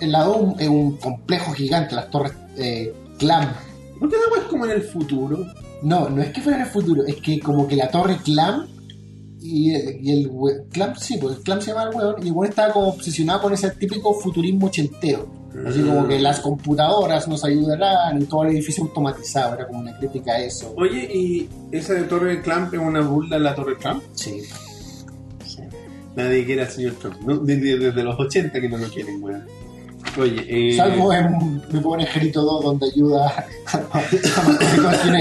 Speaker 2: el lado es un complejo gigante las torres eh, clam
Speaker 1: ¿Por qué esa weá es como en el futuro?
Speaker 2: no no es que fuera en el futuro es que como que la torre clam y, el- y el we- clam sí pues el clam se llama el weón y el weón estaba como obsesionado con ese típico futurismo ochentero Así
Speaker 1: Ah.
Speaker 2: como
Speaker 1: Eh.
Speaker 2: que las computadoras nos ayudarán y todo el edificio automatizado, era como una crítica a eso.
Speaker 1: Oye, ¿y esa de Torre Clamp es una burla de la Torre Clamp?
Speaker 2: Sí.
Speaker 1: Nadie quiere al señor Trump. ¿no? Desde, desde los 80 que no lo quieren, weón. Oye, eh,
Speaker 2: Salvo en Mi Pobre Angelito 2, donde ayuda a a- a-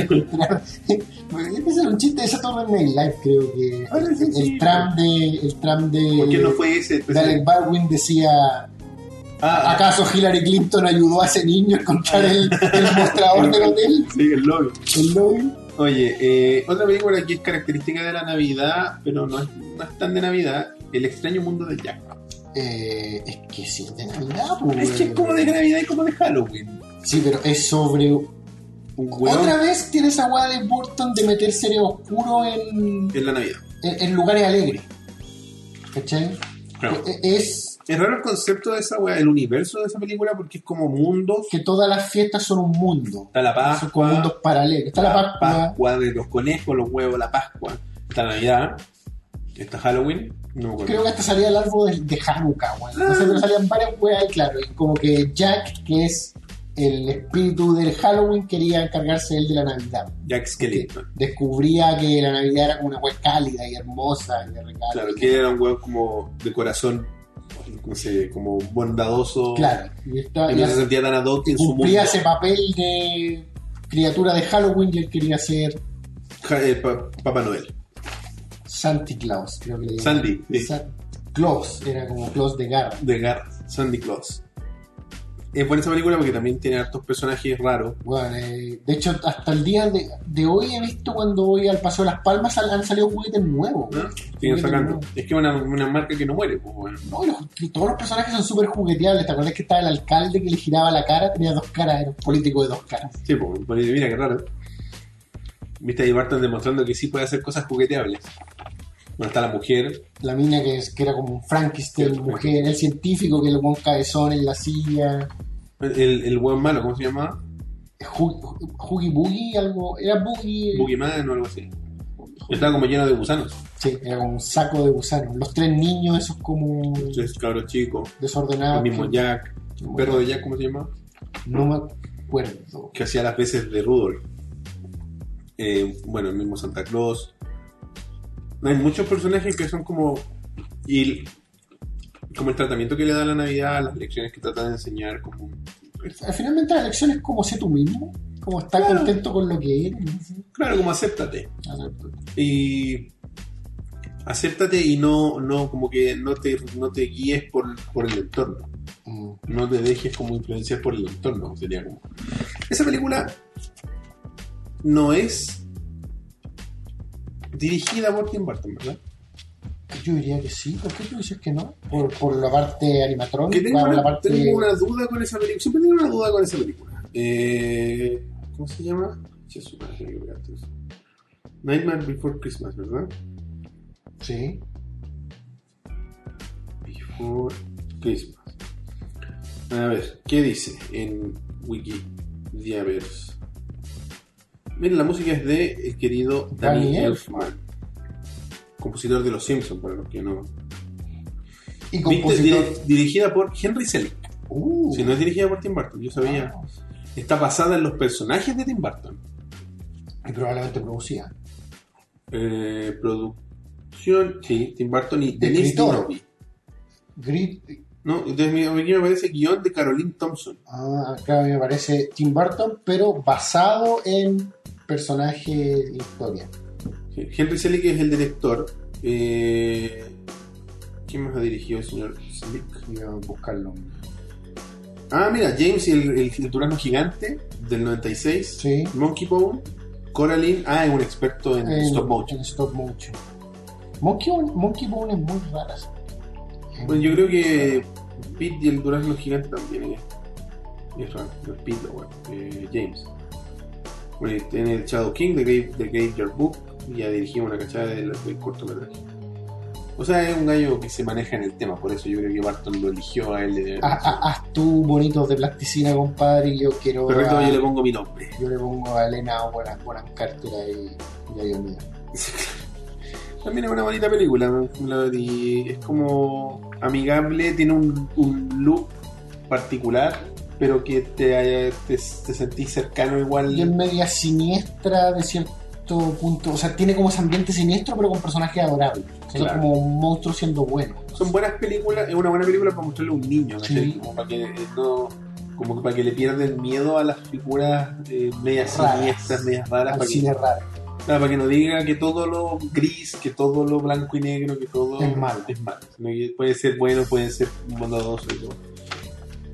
Speaker 2: Pues, Ese era un chiste de Saturday Night Live, creo que.
Speaker 1: Ah, sí,
Speaker 2: el,
Speaker 1: sí.
Speaker 2: tram de. El tram de.
Speaker 1: ¿Por qué no fue ese?
Speaker 2: de Alec Baldwin decía:
Speaker 1: Ah, acá.
Speaker 2: ¿Acaso Hillary Clinton ayudó a ese niño a encontrar el, el mostrador del hotel?
Speaker 1: Sí, el lobby.
Speaker 2: El lobby.
Speaker 1: Oye, eh, otra película que es característica de la Navidad, pero no es, no es tan de Navidad, El extraño mundo de Jack.
Speaker 2: Eh, es que sí, de Navidad, pues.
Speaker 1: Es que es como de Navidad y como de Halloween.
Speaker 2: Sí, pero es sobre
Speaker 1: Un hueón
Speaker 2: Otra vez tiene esa weá de Burton de meter seres oscuro en,
Speaker 1: en la Navidad.
Speaker 2: en, en lugares alegres. ¿Cachai?
Speaker 1: Claro.
Speaker 2: E- Es
Speaker 1: Eh, Es raro el concepto de esa weá, el universo de esa película, porque es como mundos.
Speaker 2: que todas las fiestas son un mundo.
Speaker 1: Está la
Speaker 2: Son como mundos
Speaker 1: Pascua,
Speaker 2: paralelos. Está la
Speaker 1: la
Speaker 2: Pascua.
Speaker 1: Pascua de los conejos, los huevos, la Pascua. Está Navidad, está Halloween, no me acuerdo.
Speaker 2: Creo que hasta salía el árbol de, de Hanukkah, weón.
Speaker 1: Ah.
Speaker 2: No sé, pero salían varias weas y claro, y como que Jack, que es el espíritu del Halloween, quería encargarse él de la Navidad.
Speaker 1: Jack Skellington.
Speaker 2: Descubría que la Navidad era como una wea cálida y hermosa y de regalo.
Speaker 1: Claro, que era un huevo como de corazón, no sé, como bondadoso.
Speaker 2: Claro. Y, está-
Speaker 1: Que
Speaker 2: y
Speaker 1: no
Speaker 2: hace-
Speaker 1: se sentía tan adulto en su mundo.
Speaker 2: cumplía ese papel de criatura de Halloween y él quería ser
Speaker 1: Ja- eh, pa- Papá Noel.
Speaker 2: Santi Claus, creo que le llaman.
Speaker 1: Sandy, sí,
Speaker 2: Sa- Claus, era como Claus de garra.
Speaker 1: de Garras. Sandy Claus. Es buena esa película porque también tiene hartos personajes raros.
Speaker 2: Bueno, eh, de hecho, hasta el día de, de hoy he visto cuando voy al Paseo de las Palmas sal- han salido juguetes nuevos.
Speaker 1: ¿no?
Speaker 2: güey.
Speaker 1: Siguen
Speaker 2: Juguetes
Speaker 1: sacando.
Speaker 2: nuevos.
Speaker 1: Es que es una, una marca que no muere. Pues, bueno.
Speaker 2: No, y los- y todos los personajes son súper jugueteables. ¿Te acuerdas que estaba el alcalde que le giraba la cara? Tenía dos caras, era un político de dos caras.
Speaker 1: Sí, pues, por ahí, mira qué raro. Viste ahí Barton demostrando que sí puede hacer cosas jugueteables. Bueno, está la mujer.
Speaker 2: La mina que, es- que era como un Frankenstein,
Speaker 1: Sí,
Speaker 2: mujer, el científico que le pone un cabezón en la silla.
Speaker 1: El, el buen malo, ¿cómo se llama?
Speaker 2: Ju- Huggy Boogie, algo. Era Boogie.
Speaker 1: Boogeyman o algo así. Estaba como lleno de gusanos.
Speaker 2: Sí, era como un saco de gusanos. Los tres niños, esos como
Speaker 1: Entonces, cabros chico.
Speaker 2: desordenados.
Speaker 1: El mismo
Speaker 2: que-
Speaker 1: Jack. El perro de Jack, ¿cómo se llama?
Speaker 2: No me acuerdo.
Speaker 1: que hacía las veces de Rudolph. Eh, bueno, el mismo Santa Claus. Hay muchos personajes que son como. Y el- como el tratamiento que le da la Navidad, las lecciones que tratan de enseñar, como.
Speaker 2: Al Finalmente la lección es como sé tú mismo, como estar
Speaker 1: Claro.
Speaker 2: contento con lo que eres. ¿no? Sí.
Speaker 1: Claro, como acéptate.
Speaker 2: A ver, pues,
Speaker 1: Y. Acéptate y no, no como que no te, no te guíes por, por el entorno.
Speaker 2: mm.
Speaker 1: No te dejes como influenciar por el entorno. Sería como. Esa película no es dirigida por Tim Burton, ¿verdad?
Speaker 2: Yo diría que sí, ¿por qué tú dices que no? Por, por la parte
Speaker 1: Que
Speaker 2: animatrónica,
Speaker 1: tengo,
Speaker 2: por
Speaker 1: una,
Speaker 2: la parte.
Speaker 1: tengo una duda con esa película. Siempre tengo una duda con esa película. Eh, ¿Cómo se llama? Che, su madre, que voy a hacer eso. Nightmare Before Christmas, ¿verdad?
Speaker 2: Sí.
Speaker 1: Before Christmas. A ver, ¿qué dice en Wikidivers? Miren, la música es de el querido Danny
Speaker 2: Danny
Speaker 1: Elfman, compositor de Los Simpsons, para los que no.
Speaker 2: Y
Speaker 1: Viste,
Speaker 2: compositor.
Speaker 1: dire- dirigida por Henry Selick.
Speaker 2: Uh,
Speaker 1: Si no es dirigida por Tim Burton, yo sabía.
Speaker 2: ah,
Speaker 1: Está basada en los personajes de Tim Burton.
Speaker 2: y probablemente producía.
Speaker 1: Eh, producción, sí, Tim Burton y Denise
Speaker 2: Escritor.
Speaker 1: Robbie.
Speaker 2: Grit,
Speaker 1: No, entonces mi- aquí me parece guión de Caroline Thompson.
Speaker 2: ah, acá me parece Tim Burton, pero basado en personajes e historia.
Speaker 1: Sí, Henry Selick es el director. Eh, ¿Quién más ha dirigido el señor Selick?
Speaker 2: Voy a buscarlo.
Speaker 1: Ah, mira, James y el, el, el Durazno Gigante del 96.
Speaker 2: Sí.
Speaker 1: Monkey Bone. Coraline, ah, es un experto en
Speaker 2: En-
Speaker 1: stop motion.
Speaker 2: en stop motion. Monkey Bone, Monkey Bone es muy rara.
Speaker 1: Bueno, Pues yo creo que Pete y el Durazno Gigante también eh. es. Es raro, no es Pete, no, bueno, eh, James. Bueno, y tiene el Shadow King, The, Grave, the Graveyard Book, y ya dirigimos una cachada del, del cortometraje. O sea, es un gallo que se maneja en el tema, por eso yo creo que Barton lo eligió a él. de-
Speaker 2: Haz, haz- haz Ah, tú bonitos de plasticina, compadre, y yo quiero.
Speaker 1: Correcto,
Speaker 2: a-
Speaker 1: yo le pongo mi nombre.
Speaker 2: yo le pongo a Elena Bonham, Bonham Carter ahí. Ya Dios mío.
Speaker 1: También es una bonita película, ¿no? La- y es como amigable, tiene un, un look particular, pero que te, te, te sentís cercano igual.
Speaker 2: Y es media siniestra de cierto punto. O sea, tiene como ese ambiente siniestro, pero con personajes adorables. O sea,
Speaker 1: Claro.
Speaker 2: como un monstruo siendo bueno.
Speaker 1: Son buenas películas, es una buena película para mostrarle a un niño, ¿cachai?
Speaker 2: Sí.
Speaker 1: Como para que eh, no como que para que le pierda el miedo a las figuras eh, medias
Speaker 2: Raras.
Speaker 1: siniestras, medias raras,
Speaker 2: Al
Speaker 1: para que,
Speaker 2: cine raro.
Speaker 1: claro, para que no diga que todo lo gris, que todo lo blanco y negro, que todo
Speaker 2: Es malo.
Speaker 1: es malo. sino que puede ser bueno, puede ser bondadoso. y todo.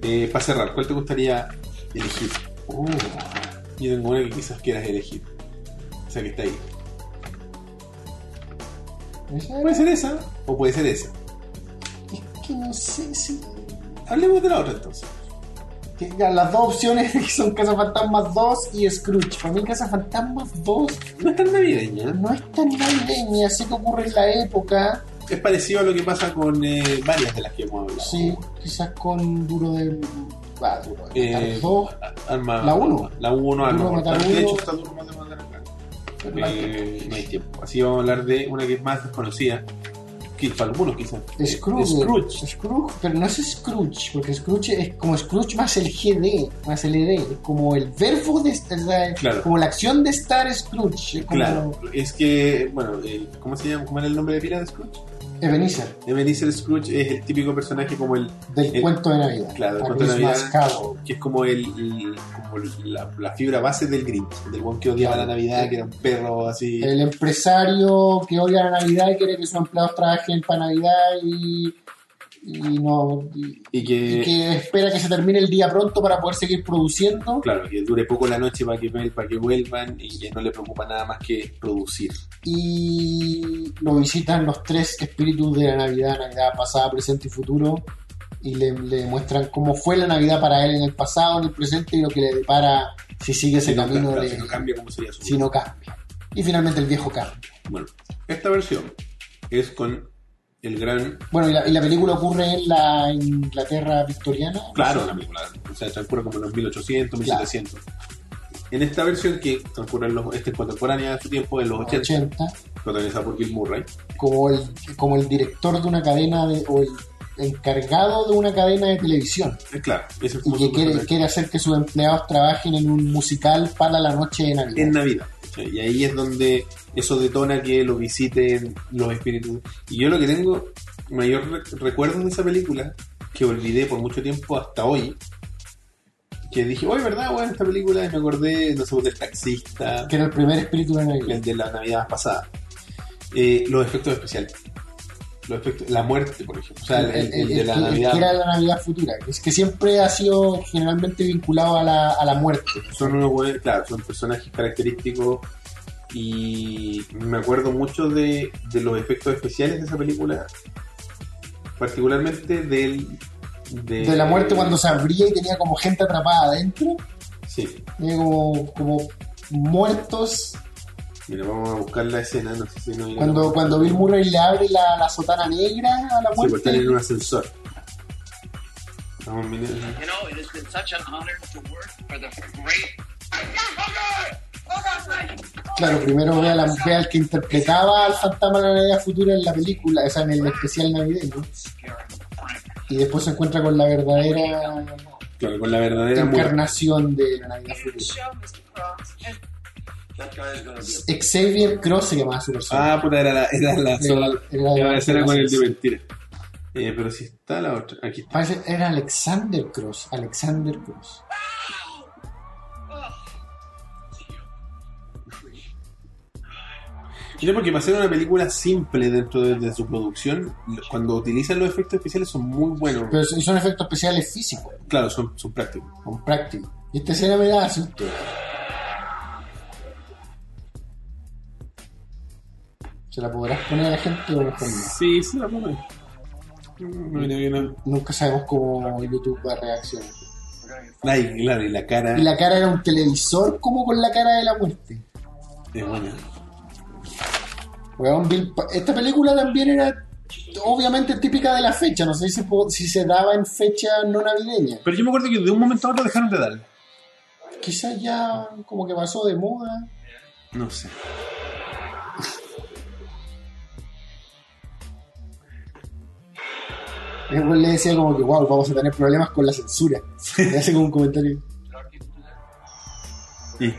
Speaker 1: Eh, para cerrar, ¿cuál te gustaría elegir?
Speaker 2: Uh,
Speaker 1: Yo tengo una que quizás quieras elegir. O sea, que está ahí.
Speaker 2: esa-
Speaker 1: Puede ser esa o puede ser esa.
Speaker 2: Es que no sé si.
Speaker 1: Hablemos de la otra entonces.
Speaker 2: que ya las dos opciones que son Cazafantasmas 2 y Scrooge. Para mí, Cazafantasmas 2
Speaker 1: No es tan navideña. ¿eh?
Speaker 2: no es tan navideña, así que ocurre en la época.
Speaker 1: Es parecido a lo que pasa con eh, varias de las que hemos hablado.
Speaker 2: Sí, quizás con Duro de. Va, Duro de Matar
Speaker 1: Eh,
Speaker 2: dos,
Speaker 1: Arma-
Speaker 2: La uno.
Speaker 1: La 1,
Speaker 2: Duro
Speaker 1: Arma
Speaker 2: de matar
Speaker 1: mortal. De
Speaker 2: uno.
Speaker 1: hecho, está duro de matar acá.
Speaker 2: pero la
Speaker 1: Eh, no hay tiempo. Así vamos a hablar de una que es más desconocida. Que para algunos quizás. Eh,
Speaker 2: Scrooge,
Speaker 1: Scrooge.
Speaker 2: Scrooge, pero no es Scrooge, porque Scrooge es como Scrooge más el GD, más el ED, es como el verbo de es la-
Speaker 1: Claro.
Speaker 2: como la acción de estar Scrooge, es como
Speaker 1: Claro, es que, bueno, eh, ¿cómo se llama? ¿Cómo era el nombre de pila de Scrooge?
Speaker 2: Ebenezer
Speaker 1: Ebenezer Scrooge es el típico personaje como el
Speaker 2: del
Speaker 1: Eh,
Speaker 2: cuento de Navidad.
Speaker 1: claro, del
Speaker 2: A
Speaker 1: cuento de
Speaker 2: Christmas
Speaker 1: Navidad.
Speaker 2: Carol.
Speaker 1: que es como el, el- como el- la, la fibra base del Grinch, del buen que odiaba la Navidad, que era un perro así.
Speaker 2: El empresario que odia la Navidad y quiere que sus empleados trabajen para Navidad y, y no y,
Speaker 1: y
Speaker 2: y
Speaker 1: que,
Speaker 2: que espera que se termine el día pronto para poder seguir produciendo
Speaker 1: claro, que dure poco la noche para que, vuel- para que vuelvan y que no le preocupa nada más que producir.
Speaker 2: y lo visitan los tres espíritus de la Navidad, Navidad pasada, presente y futuro, y le, le muestran cómo fue la Navidad para él en el pasado, en el presente y lo que le depara si sigue ese
Speaker 1: Si no,
Speaker 2: camino
Speaker 1: claro,
Speaker 2: de,
Speaker 1: si no cambia, ¿cómo sería su
Speaker 2: si no cambia. Y finalmente el viejo cambia.
Speaker 1: Bueno, esta versión es con el gran.
Speaker 2: Bueno, y la, y la película ocurre en la Inglaterra victoriana.
Speaker 1: Claro, la película. O sea, transcurre como en los 1800, 1700. En esta versión que transcurre en los, este, contemporánea de su tiempo, en los 80,
Speaker 2: 80,
Speaker 1: protagonizada por Bill Murray.
Speaker 2: como el, como el director de una cadena de, o el encargado de una cadena de televisión.
Speaker 1: Eh, Claro, ese es
Speaker 2: y
Speaker 1: como
Speaker 2: que
Speaker 1: su
Speaker 2: quiere,
Speaker 1: personaje.
Speaker 2: quiere hacer que sus empleados trabajen en un musical para la noche de Navidad.
Speaker 1: en Navidad. ¿cachai? Y ahí es donde eso detona que lo visiten los espíritus. Y yo lo que tengo mayor re- recuerdo de esa película, que olvidé por mucho tiempo hasta hoy, que dije, oye, ¿verdad? Bueno, esta película, y me acordé, no sé, del taxista,
Speaker 2: que era el primer espíritu de Navidad.
Speaker 1: el de la Navidad pasada. Eh, los efectos especiales. Los efectos, la muerte, por ejemplo. O sea, el, el- el de la
Speaker 2: que- el
Speaker 1: Navidad.
Speaker 2: que era la Navidad futura, que es que siempre ha sido generalmente vinculado a la, a la muerte.
Speaker 1: son unos hue- claro, son personajes característicos y me acuerdo mucho de, de los efectos especiales de esa película, particularmente del de,
Speaker 2: De la muerte cuando se abría y tenía como gente atrapada adentro,
Speaker 1: Sí,
Speaker 2: tenía como, como muertos.
Speaker 1: mira, vamos a buscar la escena, no sé si no
Speaker 2: Cuando, cuando Bill Murray le abre la, la sotana negra a la
Speaker 1: se
Speaker 2: muerte,
Speaker 1: en un ascensor. Vamos, mira,
Speaker 8: You know, it has been such an honor to work for the great.
Speaker 2: claro, primero ve, a la, ve al que interpretaba al fantasma de la Navidad futura en la película, o sea, en el especial navideño.
Speaker 8: Gary Frank.
Speaker 2: y después se encuentra con la verdadera
Speaker 1: Claro, con la verdadera muerte.
Speaker 2: encarnación de la Navidad futura.
Speaker 6: Show, Mr. Cross.
Speaker 9: That guy is gonna be a
Speaker 2: Xavier Cross se llamaba su personaje.
Speaker 1: Ah, puta, era la, era la,
Speaker 2: Era- era-
Speaker 1: era la escena con el de
Speaker 2: era-
Speaker 1: mentira. Eh, pero si está la otra. Aquí está.
Speaker 2: Parece- era Alexander Cross. Alexander Cross.
Speaker 1: Yo porque para hacer una película simple dentro de, de su producción, lo- cuando utilizan los efectos especiales son muy buenos.
Speaker 2: Pero son son efectos especiales físicos,
Speaker 1: claro, son, son prácticos.
Speaker 2: con práctico. Y esta escena me da susto. ¿Se la podrás poner a la gente o mejor no?
Speaker 1: Sí, sí, la pongo. No viene bien. a-
Speaker 2: Nunca sabemos cómo YouTube va a reaccionar.
Speaker 1: Ay, claro, y la cara
Speaker 2: Y la cara era un televisor como con la cara de la muerte.
Speaker 1: es buena.
Speaker 2: Weón, Bill Pa- esta película también era obviamente típica de la fecha. No sé si se, po- si se daba en fecha no navideña.
Speaker 1: Pero yo me acuerdo que de un momento a otro dejaron de darle.
Speaker 2: Quizás ya como que pasó de moda.
Speaker 1: No sé.
Speaker 2: Después le decía como que, wow, vamos a tener problemas con la censura. Le hace como un comentario.
Speaker 1: Y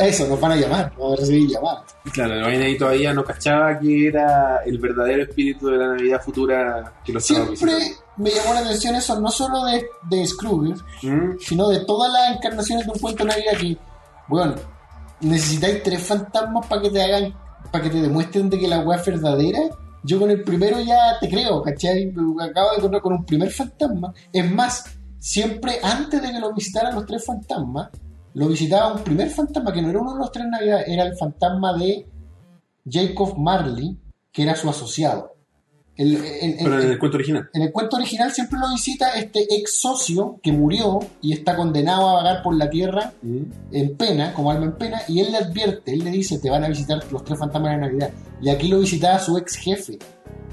Speaker 2: Eso, nos van a llamar, vamos a recibir llamadas.
Speaker 1: y claro, el vaina ahí todavía no cachaba que era el verdadero espíritu de la Navidad futura que lo estaba
Speaker 2: Siempre
Speaker 1: visitando.
Speaker 2: me llamó la atención eso, no solo de, de Scrooge,
Speaker 1: Mm,
Speaker 2: sino de todas las encarnaciones de un cuento de Navidad que, bueno, necesitáis tres fantasmas para que te hagan, para que te demuestren de que la weá es verdadera. Yo con el primero ya te creo, ¿cachai? Me Acabo de encontrar con un primer fantasma. Es más, siempre antes de que lo visitaran los tres fantasmas, lo visitaba un primer fantasma que no era uno de los tres Navidad, era el fantasma de Jacob Marley, que era su asociado. El- el- el-
Speaker 1: Pero en
Speaker 2: el-
Speaker 1: el cuento original.
Speaker 2: en el cuento original siempre lo visita este ex socio que murió y está condenado a vagar por la tierra
Speaker 1: Mm.
Speaker 2: en pena, como alma en pena, y él le advierte, él le dice, te van a visitar los tres fantasmas de Navidad. Y aquí lo visitaba su ex jefe,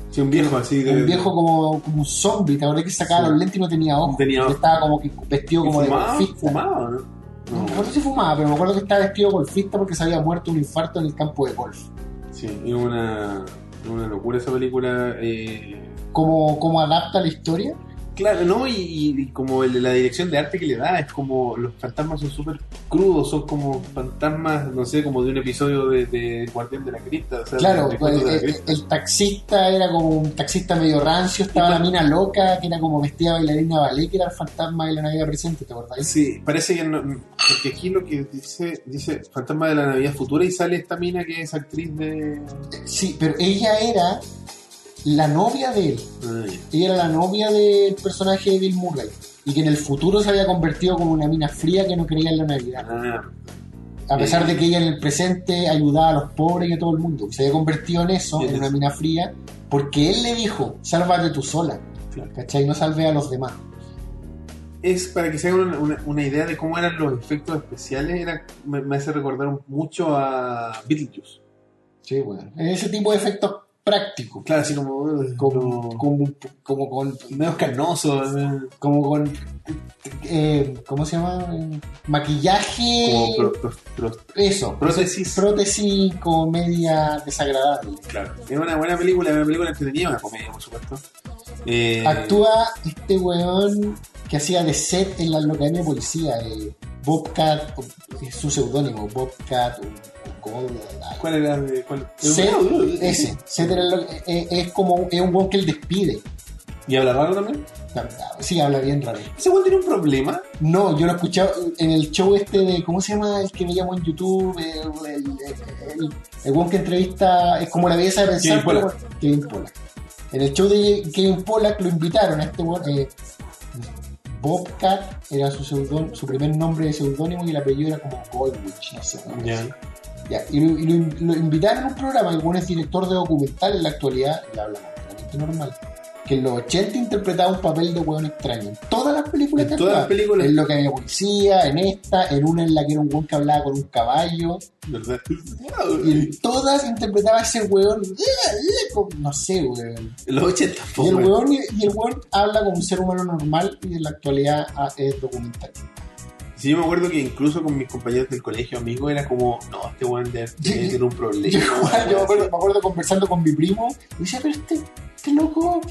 Speaker 1: Sí, un viejo así de.
Speaker 2: un viejo como, como un zombie, te acordás que sacaba
Speaker 1: Sí.
Speaker 2: los lentes y no tenía ojos,
Speaker 1: Tenía
Speaker 2: Y
Speaker 1: ojos.
Speaker 2: estaba como que vestido
Speaker 1: y
Speaker 2: como
Speaker 1: fumaba,
Speaker 2: de golfista.
Speaker 1: fumaba, ¿no?
Speaker 2: No,
Speaker 1: No,
Speaker 2: no sé si fumaba, pero me acuerdo que estaba vestido de golfista porque se había muerto un infarto en el campo de golf.
Speaker 1: sí, es una, es una locura esa película. eh,
Speaker 2: Como, como adapta la historia,
Speaker 1: Claro, ¿no? Y, y- y como el- la dirección de arte que le da, es como los fantasmas son súper crudos, son como fantasmas, no sé, como de un episodio de, de Guardián de la Cripta. o sea,
Speaker 2: Claro,
Speaker 1: de- de
Speaker 2: pues,
Speaker 1: Cuento de la
Speaker 2: el,
Speaker 1: Cripta.
Speaker 2: el taxista era como un taxista medio rancio, estaba la mina loca, que era como vestida bailarina de ballet, que era el fantasma de la Navidad presente, ¿te acordás?
Speaker 1: Sí, parece que no, porque aquí lo que dice, dice Fantasma de la Navidad Futura y sale esta mina que es actriz de...
Speaker 2: Sí, pero ella era la novia de él,
Speaker 1: Ay,
Speaker 2: ella era la novia del personaje de Bill Murray, y que en el futuro se había convertido como una mina fría que no creía en la Navidad,
Speaker 1: ah,
Speaker 2: a pesar de que ella en el presente ayudaba a los pobres y a todo el mundo, se había convertido en eso,
Speaker 1: Y en
Speaker 2: en una
Speaker 1: eso.
Speaker 2: mina fría, porque él le dijo, sálvate tú sola,
Speaker 1: Claro.
Speaker 2: ¿cachai? No salve a los demás.
Speaker 1: es para que se hagan una, una- una idea de cómo eran los efectos especiales, era, me, me hace recordar mucho a Beetlejuice.
Speaker 2: Sí, bueno. Ese tipo de efectos prácticos.
Speaker 1: Claro, así como... uh,
Speaker 2: Como,
Speaker 1: no-
Speaker 2: como, como con.
Speaker 1: medio carnoso. eh.
Speaker 2: Como con. eh, ¿Cómo se llama? Eh, Maquillaje.
Speaker 1: Como pro- pro- pro-
Speaker 2: eso.
Speaker 1: prótesis.
Speaker 2: Prótesis como media desagradable.
Speaker 1: Claro. Es una buena película, es una película entretenida, una comedia, por supuesto. Eh,
Speaker 2: Actúa este weón que hacía de set en la localidad de policía. eh, Bobcat. Es su seudónimo. Bobcat. o- o como-
Speaker 1: ¿Cuál era? de- cuál?
Speaker 2: Set,
Speaker 1: Eh,
Speaker 2: ese. Set era lo- eh, eh, es como. Es un weón que él despide.
Speaker 1: ¿Y habla raro también?
Speaker 2: Sí, habla bien raro.
Speaker 1: Ese güey tiene un problema.
Speaker 2: No, yo lo escuchaba en el show este de, ¿cómo se llama? El que me llamó en YouTube, el, el, el- el- el weón que entrevista, es como la belleza de pensar.
Speaker 1: Kevin Pollak.
Speaker 2: pero- Kevin Pollak. En el show de Kevin Pollak lo invitaron a este weón, eh, Bobcat era su seudón- su primer nombre de seudónimo y el apellido era como Goldwich, no sé. ¿no? Ya, y lo, y lo- lo invitaron a un programa, el weón es director de documental en la actualidad, le habla completamente normal. Que en los 80 interpretaba un papel de weón extraño. En todas las películas
Speaker 1: En
Speaker 2: que
Speaker 1: todas las
Speaker 2: actuaba.
Speaker 1: películas.
Speaker 2: En lo que había policía, en esta, en una en la que era un weón que hablaba con un caballo.
Speaker 1: ¿Verdad?
Speaker 2: Y en todas interpretaba a ese weón. eh, No sé, weón.
Speaker 1: Los 80
Speaker 2: Y el
Speaker 1: pues, güey.
Speaker 2: weón, y el weón habla como un ser humano normal y en la actualidad ah, es documental.
Speaker 1: Sí, yo me acuerdo que incluso con mis compañeros del colegio, amigos, era como, no, este weón debe debe tener un
Speaker 2: Yo,
Speaker 1: problema.
Speaker 2: igual, yo me, acuerdo,
Speaker 1: weón".
Speaker 2: me acuerdo conversando con mi primo y decía, pero este, este loco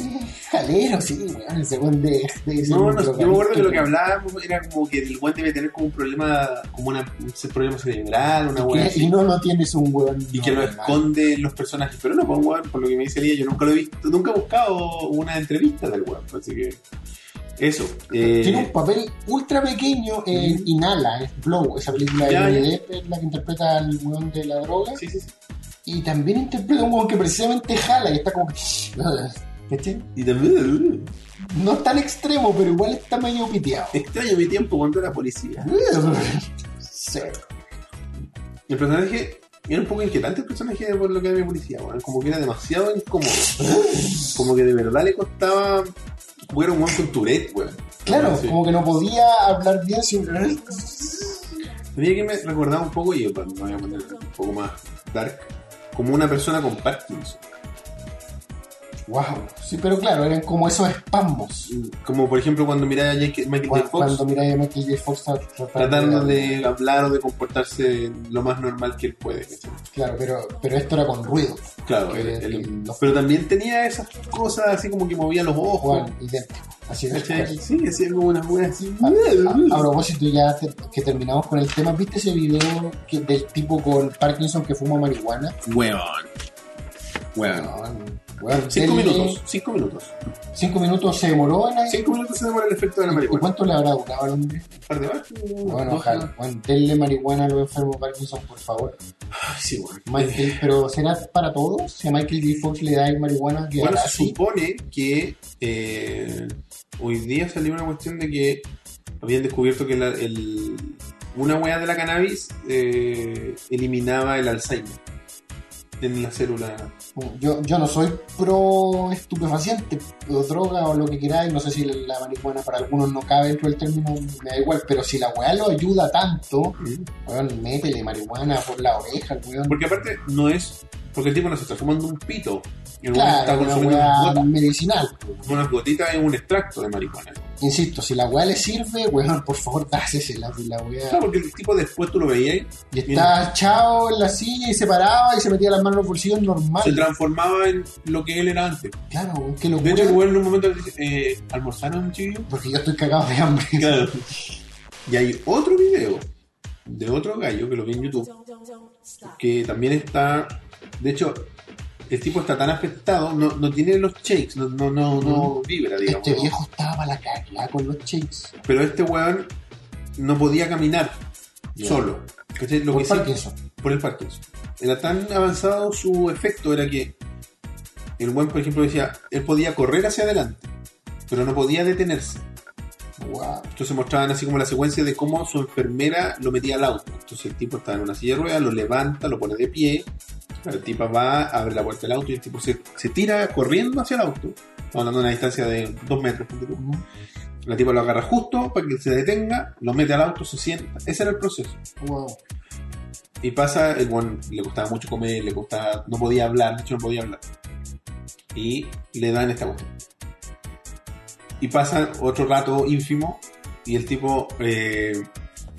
Speaker 2: eh, jalero, sí, weón, ese weón de, de ser
Speaker 1: No,
Speaker 2: un
Speaker 1: no, yo me acuerdo que lo que
Speaker 2: drogadicto,
Speaker 1: hablábamos era como que el weón debe tener como un problema, como una, un problema cerebral, una
Speaker 2: que-
Speaker 1: weón.
Speaker 2: Y no lo tienes un weón.
Speaker 1: Y que lo
Speaker 2: normal.
Speaker 1: esconde los personajes. Pero no, pues, weón, por lo que me dice ella, yo nunca lo he visto, nunca he buscado una entrevista del weón. pues, Así que. Eso. eh,
Speaker 2: Tiene un papel ultra pequeño en Inhala, en Blow, esa película
Speaker 1: Ya, ya.
Speaker 2: de Johnny Depp, es la que interpreta al weón de la droga.
Speaker 1: sí, sí, sí.
Speaker 2: Y también interpreta a un weón que precisamente jala y está como. ¿Cachai?
Speaker 1: Y también.
Speaker 2: No es tan extremo, pero igual está medio piteado.
Speaker 1: Extraño mi tiempo cuando era policía. Eh.
Speaker 2: Sí.
Speaker 1: El personaje era un poco inquietante el personaje por lo que había policía, weón. Como que era demasiado incómodo. Como que de verdad le costaba. Como que era un weón con Tourette, weón.
Speaker 2: Claro,
Speaker 1: Sí.
Speaker 2: como que no podía hablar bien sin.
Speaker 1: Tenía que me recordaba un poco, y yo pues, me voy a poner un poco más dark, como una persona con Parkinson.
Speaker 2: Wow. Sí, pero claro, eran como esos espasmos.
Speaker 1: Como por ejemplo cuando miraba a Jake- Michael J.
Speaker 2: Cuando,
Speaker 1: Fox
Speaker 2: cuando miráis a Michael J. Fox tra- tra-
Speaker 1: tratando de hablar o de comportarse lo más normal que él puede. ¿cachai?
Speaker 2: Claro, pero, pero esto era con ruido.
Speaker 1: Claro,
Speaker 2: Que
Speaker 1: él-
Speaker 2: era-
Speaker 1: él-
Speaker 2: que los-
Speaker 1: pero también tenía esas cosas así como que movía los ojos.
Speaker 2: Juan, idéntico. Así de
Speaker 1: ¿cachai? Sí, hacía como unas weas así.
Speaker 2: A, a propósito, ya te- que terminamos con el tema, ¿viste ese video que- del tipo con Parkinson que fuma marihuana?
Speaker 1: Weón. Weón.
Speaker 2: Weón, weón,
Speaker 1: Cinco
Speaker 2: denle-
Speaker 1: minutos, cinco minutos.
Speaker 2: Cinco minutos se demoró en ahí.
Speaker 1: Cinco minutos se demora el efecto de la
Speaker 2: ¿Y
Speaker 1: marihuana.
Speaker 2: cuánto le habrá durado al hombre?
Speaker 1: Un par de horas.
Speaker 2: Bueno,
Speaker 1: Dos,
Speaker 2: ojalá. Weón, denle marihuana a los enfermos de Parkinson, por favor.
Speaker 1: Ay, sí, weón.
Speaker 2: Michael, pero ¿será para todos? Si a Michael J. Fox le da el marihuana, que
Speaker 1: Bueno,
Speaker 2: ahora
Speaker 1: se
Speaker 2: sí.
Speaker 1: supone que eh, hoy día salió una cuestión de que habían descubierto que la- el- una hueá de la cannabis eh, eliminaba el Alzheimer en la célula.
Speaker 2: Yo, yo no soy pro estupefaciente o droga o lo que queráis, no sé si la, la marihuana para algunos no cabe dentro del término, me da igual, pero si la weá lo ayuda tanto, weón, métele marihuana por la oreja, weón.
Speaker 1: Porque aparte no es... Porque el tipo no se está fumando un pito. El weón está
Speaker 2: claro, una
Speaker 1: consumiendo unas
Speaker 2: weá
Speaker 1: gotas,
Speaker 2: medicinal.
Speaker 1: unas gotitas en un extracto de marihuana.
Speaker 2: Insisto, si la weá le sirve, weón, por favor, dásesela, si la
Speaker 1: Claro,
Speaker 2: weá.
Speaker 1: porque el tipo después tú lo veías y
Speaker 2: Y está chao en la silla y se paraba y se metía las manos en los bolsillos normal.
Speaker 1: se transformaba en lo que él era antes.
Speaker 2: Claro, weón,
Speaker 1: De
Speaker 2: qué locura.
Speaker 1: hecho, el weón en un momento le dice, eh, ¿almorzaron, chiquillos?
Speaker 2: porque yo estoy cagado de hambre.
Speaker 1: Claro. Y hay otro video de otro gallo que lo vi en YouTube, que también está, de hecho, el tipo está tan afectado, no, no tiene los shakes, no, no, no, no vibra, digamos.
Speaker 2: Este
Speaker 1: ¿no?
Speaker 2: viejo estaba para la cagada con los shakes.
Speaker 1: Pero este weón no podía caminar
Speaker 2: Ya.
Speaker 1: solo. ¿Cachai? Lo
Speaker 2: Por
Speaker 1: que sí-
Speaker 2: Parkinson.
Speaker 1: por el Parkinson. Era tan avanzado su efecto, era que el weón, por ejemplo, decía, él podía correr hacia adelante, pero no podía detenerse.
Speaker 2: Wow.
Speaker 1: Entonces mostraban así como la secuencia de cómo su enfermera lo metía al auto. Entonces el tipo está en una silla de ruedas, lo levanta, lo pone de pie. La tipa va, abre la puerta del auto y el tipo se, se tira corriendo hacia el auto. Estamos hablando de una distancia de dos metros. ponte tú. La tipa lo agarra justo para que se detenga, lo mete al auto, se sienta. Ese era el proceso.
Speaker 2: Wow.
Speaker 1: Y pasa, el buen le costaba mucho comer, le costaba, no podía hablar, de hecho no podía hablar. Y le dan esta cuestión. Y pasa otro rato ínfimo y el tipo eh,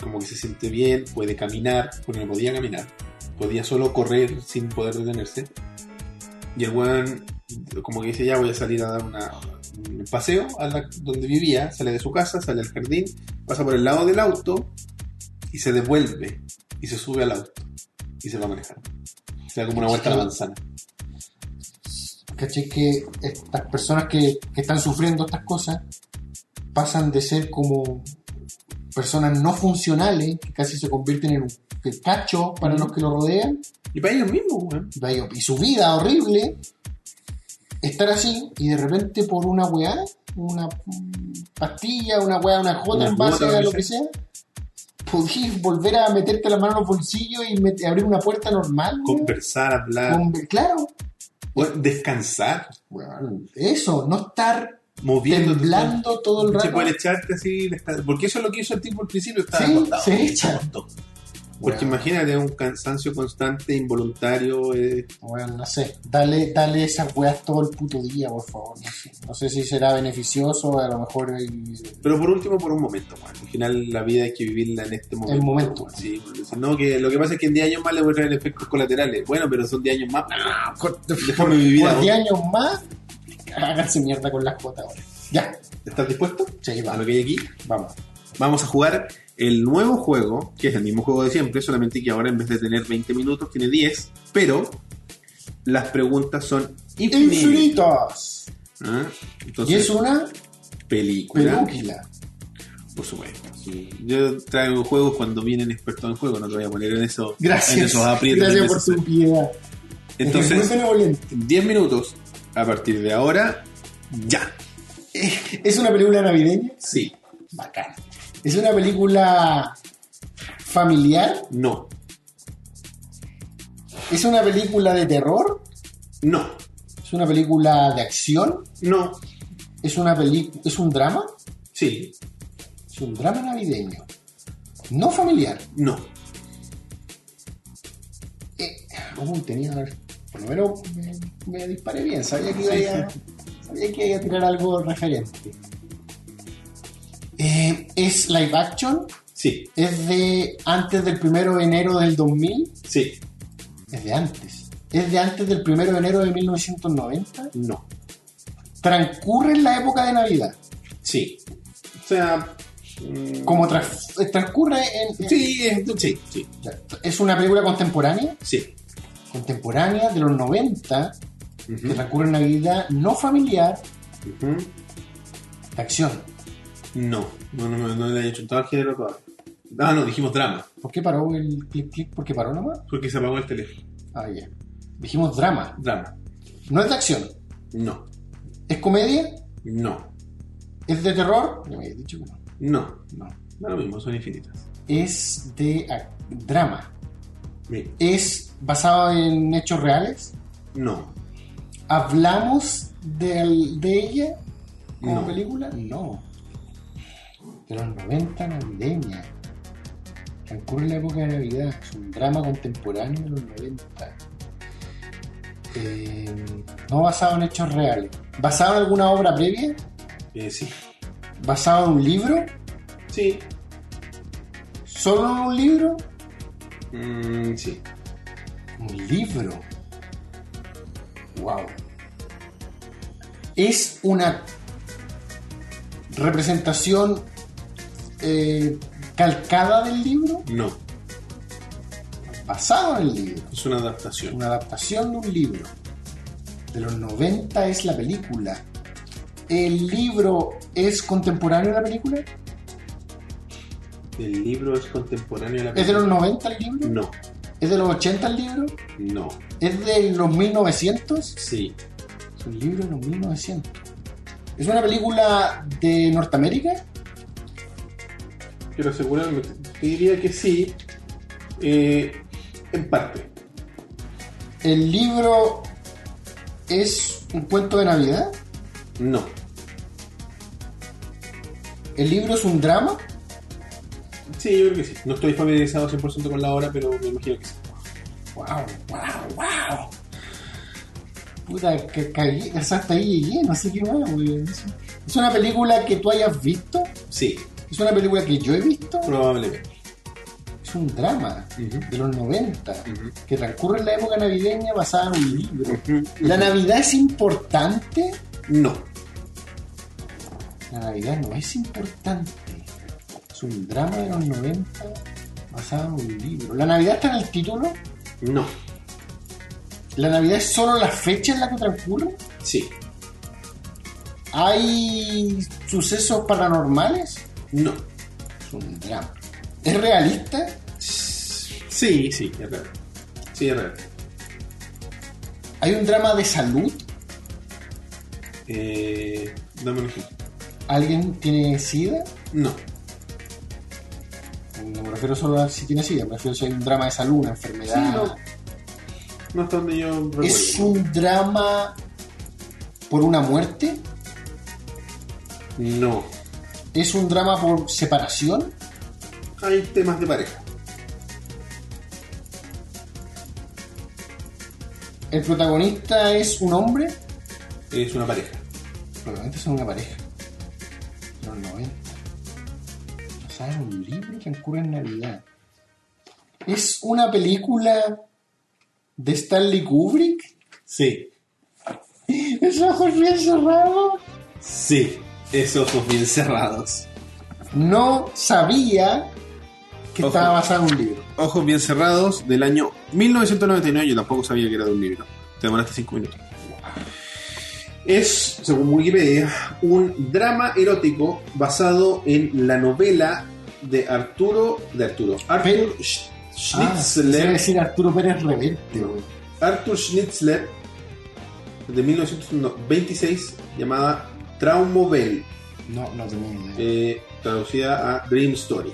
Speaker 1: como que se siente bien, puede caminar, porque no podía caminar. Podía solo correr sin poder detenerse. Y el weón como que dice, ya voy a salir a dar una, un paseo a la- donde vivía, sale de su casa, sale al jardín, pasa por el lado del auto y se devuelve y se sube al auto y se va a manejar. Se da como una vuelta a la manzana.
Speaker 2: ¿Cachai? Que estas personas que, que están sufriendo estas cosas pasan de ser como personas no funcionales, que casi se convierten en un que cacho para los que lo rodean,
Speaker 1: Y para ellos mismos, weón.
Speaker 2: vaya, y su vida horrible, estar así, y de repente por una weá, una mm, pastilla, una weá, una jota
Speaker 1: Una
Speaker 2: en base
Speaker 1: jota,
Speaker 2: a
Speaker 1: lo
Speaker 2: lo que sea, podís volver a meterte la mano en los bolsillos y met- abrir una puerta normal. weón.
Speaker 1: Conversar, hablar,
Speaker 2: Con- claro,
Speaker 1: weón, descansar,
Speaker 2: Weón, eso, no estar
Speaker 1: moviendo.
Speaker 2: temblando todo el
Speaker 1: Se
Speaker 2: rato.
Speaker 1: puede echarte así. desca- Porque eso es lo que hizo el tipo al principio. Estaba
Speaker 2: Sí,
Speaker 1: acostado.
Speaker 2: se echa.
Speaker 1: acostado. Porque
Speaker 2: Bueno.
Speaker 1: imagínate un cansancio constante, involuntario. eh,
Speaker 2: Bueno, no sé, dale, dale esas weas todo el puto día, por favor. No sé, No sé si será beneficioso, a lo mejor el-
Speaker 1: Pero por último, por un momento, weón. Al final, la vida hay que vivirla en este momento.
Speaker 2: momento.
Speaker 1: weón. Sí, weón. Dicen, no, que lo que pasa es que en 10 años más le voy a traer efectos colaterales. Bueno, pero son 10 años más. Ah, Déjame vivir
Speaker 2: por
Speaker 1: ahora.
Speaker 2: 10 años más, háganse mierda con las cuotas ahora. Ya,
Speaker 1: ¿Estás dispuesto?
Speaker 2: sí,
Speaker 1: A lo
Speaker 2: vamos.
Speaker 1: que hay aquí.
Speaker 2: vamos.
Speaker 1: Vamos a jugar el nuevo juego, que es el mismo juego de siempre, solamente que ahora en vez de tener 20 minutos tiene 10, pero las preguntas son infinitas.
Speaker 2: Infinitos.
Speaker 1: Ah,
Speaker 2: Y
Speaker 1: Entonces,
Speaker 2: es una
Speaker 1: película,
Speaker 2: pelúquila.
Speaker 1: por supuesto. Sí. Yo traigo juegos cuando vienen expertos en juego, no te voy a poner en eso. En
Speaker 2: Gracias.
Speaker 1: esos aprietos
Speaker 2: Gracias por
Speaker 1: innecesarios.
Speaker 2: tu piedad. Eres muy
Speaker 1: Entonces,
Speaker 2: benevolente.
Speaker 1: 10 minutos a partir de ahora, ya.
Speaker 2: ¿Es una película navideña?
Speaker 1: Sí,
Speaker 2: Bacán. ¿Es una película familiar?
Speaker 1: no,
Speaker 2: ¿Es una película de terror?
Speaker 1: no,
Speaker 2: ¿Es una película de acción?
Speaker 1: no,
Speaker 2: ¿Es una peli ¿Es un drama?
Speaker 1: sí,
Speaker 2: Es un drama navideño. No familiar.
Speaker 1: no.
Speaker 2: Eh, uy, tenía. Por lo menos me, me disparé bien. Sabía que iba
Speaker 1: Sí,
Speaker 2: a. Sabía que iba a tirar algo referente. Eh, ¿Es live action?
Speaker 1: Sí,
Speaker 2: ¿Es de antes del primero de enero del 2000?
Speaker 1: sí,
Speaker 2: Es de antes. ¿Es de antes del primero de enero de 1990?
Speaker 1: no,
Speaker 2: transcurre en la época de Navidad.
Speaker 1: sí. O sea, mm,
Speaker 2: Como tras- transcurre en, en-
Speaker 1: Sí, es- sí, sí,
Speaker 2: Es una película contemporánea,
Speaker 1: sí.
Speaker 2: contemporánea de los 90, que
Speaker 1: Ujú,
Speaker 2: transcurre en Navidad, no familiar,
Speaker 1: ujú.
Speaker 2: de acción.
Speaker 1: No, no, no, no le he hecho todo el género todavía. Ah, no, dijimos drama,
Speaker 2: ¿Por qué paró el clic clic? ¿Por qué paró nomás?
Speaker 1: porque se apagó el teléfono.
Speaker 2: Ah, ya. Dijimos drama.
Speaker 1: Drama.
Speaker 2: No es de acción.
Speaker 1: No,
Speaker 2: ¿Es comedia?
Speaker 1: no,
Speaker 2: ¿Es de terror? Ya me había dicho que no.
Speaker 1: no.
Speaker 2: No.
Speaker 1: Da lo mismo, son infinitas.
Speaker 2: Es de ac- drama.
Speaker 1: Mira,
Speaker 2: ¿Es basado en hechos reales?
Speaker 1: No,
Speaker 2: ¿Hablamos del- de ella? como
Speaker 1: no.
Speaker 2: película? No. De los 90 navideña. Transcurre en la época de Navidad. Es un drama contemporáneo de los 90. Eh, no basado en hechos reales. ¿Basado en alguna obra previa?
Speaker 1: Eh, sí,
Speaker 2: ¿Basado en un libro?
Speaker 1: sí,
Speaker 2: ¿Solo en un libro?
Speaker 1: mm, sí.
Speaker 2: Un libro. Wow. Es una representación eh, calcada del libro,
Speaker 1: No,
Speaker 2: basado en el libro.
Speaker 1: es una adaptación.
Speaker 2: Una adaptación de un libro. De los 90 es la película. ¿El libro es contemporáneo a la película?
Speaker 1: El libro es contemporáneo a la
Speaker 2: ¿Es de los
Speaker 1: película.
Speaker 2: 90 el libro?
Speaker 1: No,
Speaker 2: ¿Es de los 80 el libro?
Speaker 1: no,
Speaker 2: ¿Es de los 1900?
Speaker 1: sí,
Speaker 2: Es un libro de los 1900. ¿Es una película de Norteamérica?
Speaker 1: quiero asegurarme. Te diría que sí, eh, en parte.
Speaker 2: ¿El libro es un cuento de Navidad?
Speaker 1: No,
Speaker 2: ¿El libro es un drama?
Speaker 1: sí, yo creo que sí. No estoy familiarizado 100% con la obra, pero me imagino que sí.
Speaker 2: ¡Wow, wow, wow! Puta, que caí, o sea, hasta ahí llegué, no sé qué más, güey. Es- ¿Es una película que tú hayas visto?
Speaker 1: Sí,
Speaker 2: ¿Es una película que yo he visto?
Speaker 1: probablemente.
Speaker 2: Es un drama
Speaker 1: Ujú,
Speaker 2: de los 90
Speaker 1: ujú,
Speaker 2: que transcurre en la época navideña basada en un libro.
Speaker 1: ujú.
Speaker 2: ¿La Navidad es importante?
Speaker 1: No,
Speaker 2: La Navidad no es importante. Es un drama de los 90 basado en un libro. ¿La Navidad está en el título?
Speaker 1: no,
Speaker 2: ¿La Navidad es solo la fecha en la que transcurre?
Speaker 1: sí,
Speaker 2: ¿Hay sucesos paranormales?
Speaker 1: no.
Speaker 2: Es un drama. ¿Es realista?
Speaker 1: Sí, sí, es real. Sí, es real.
Speaker 2: ¿Hay un drama de salud?
Speaker 1: Eh, dame un ejemplo.
Speaker 2: ¿Alguien tiene SIDA?
Speaker 1: No,
Speaker 2: No me refiero solo a si tiene SIDA, me refiero si hay un drama de salud, una
Speaker 1: Ah.
Speaker 2: enfermedad.
Speaker 1: no hasta donde yo recuerdo.
Speaker 2: ¿Es un drama por una muerte?
Speaker 1: No,
Speaker 2: ¿Es un drama por separación?
Speaker 1: hay temas de pareja.
Speaker 2: El protagonista es un hombre,
Speaker 1: Es una pareja.
Speaker 2: probablemente son una pareja. Los 90. O sea, es un libro que ocurre en Navidad. Es una película de Stanley Kubrick.
Speaker 1: Sí,
Speaker 2: Es ojos bien cerrados.
Speaker 1: sí. Esos ojos bien cerrados.
Speaker 2: No sabía que
Speaker 1: Ojo.
Speaker 2: estaba basado en un libro.
Speaker 1: Ojos bien cerrados del año 1999. Yo tampoco sabía que era de un libro. Te demoraste 5 minutos. Es, según Wikipedia, un drama erótico basado en la novela de Arturo. de Arturo. Arthur
Speaker 2: Pero-
Speaker 1: Sch-
Speaker 2: Ah, debe
Speaker 1: Schnitzler.
Speaker 2: decir Arturo Pérez Reverte, güey.
Speaker 1: Arthur Schnitzler de 1926 llamada Traumovel.
Speaker 2: No, no tenía idea.
Speaker 1: eh, traducida a Dream Story,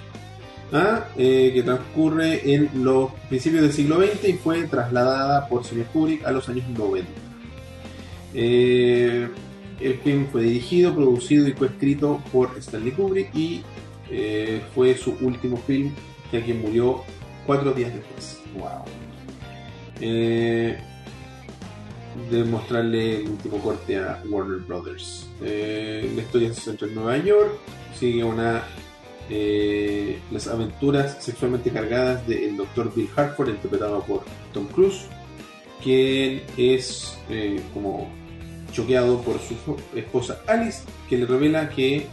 Speaker 1: ¿ah? Eh, que transcurre en los principios del siglo XX y fue trasladada por Stanley Kubrick a los años 90. Eh, el film fue dirigido, producido y coescrito por Stanley Kubrick y eh, fue su último film, ya que murió cuatro días después.
Speaker 2: Wow.
Speaker 1: Eh, de mostrarle el último corte a Warner Brothers. Eh, la historia se centra en Nueva York, sigue una eh, las aventuras sexualmente cargadas del doctor Bill Hartford, interpretado por Tom Cruise, quien es eh, como choqueado por su so- esposa Alice, que le revela que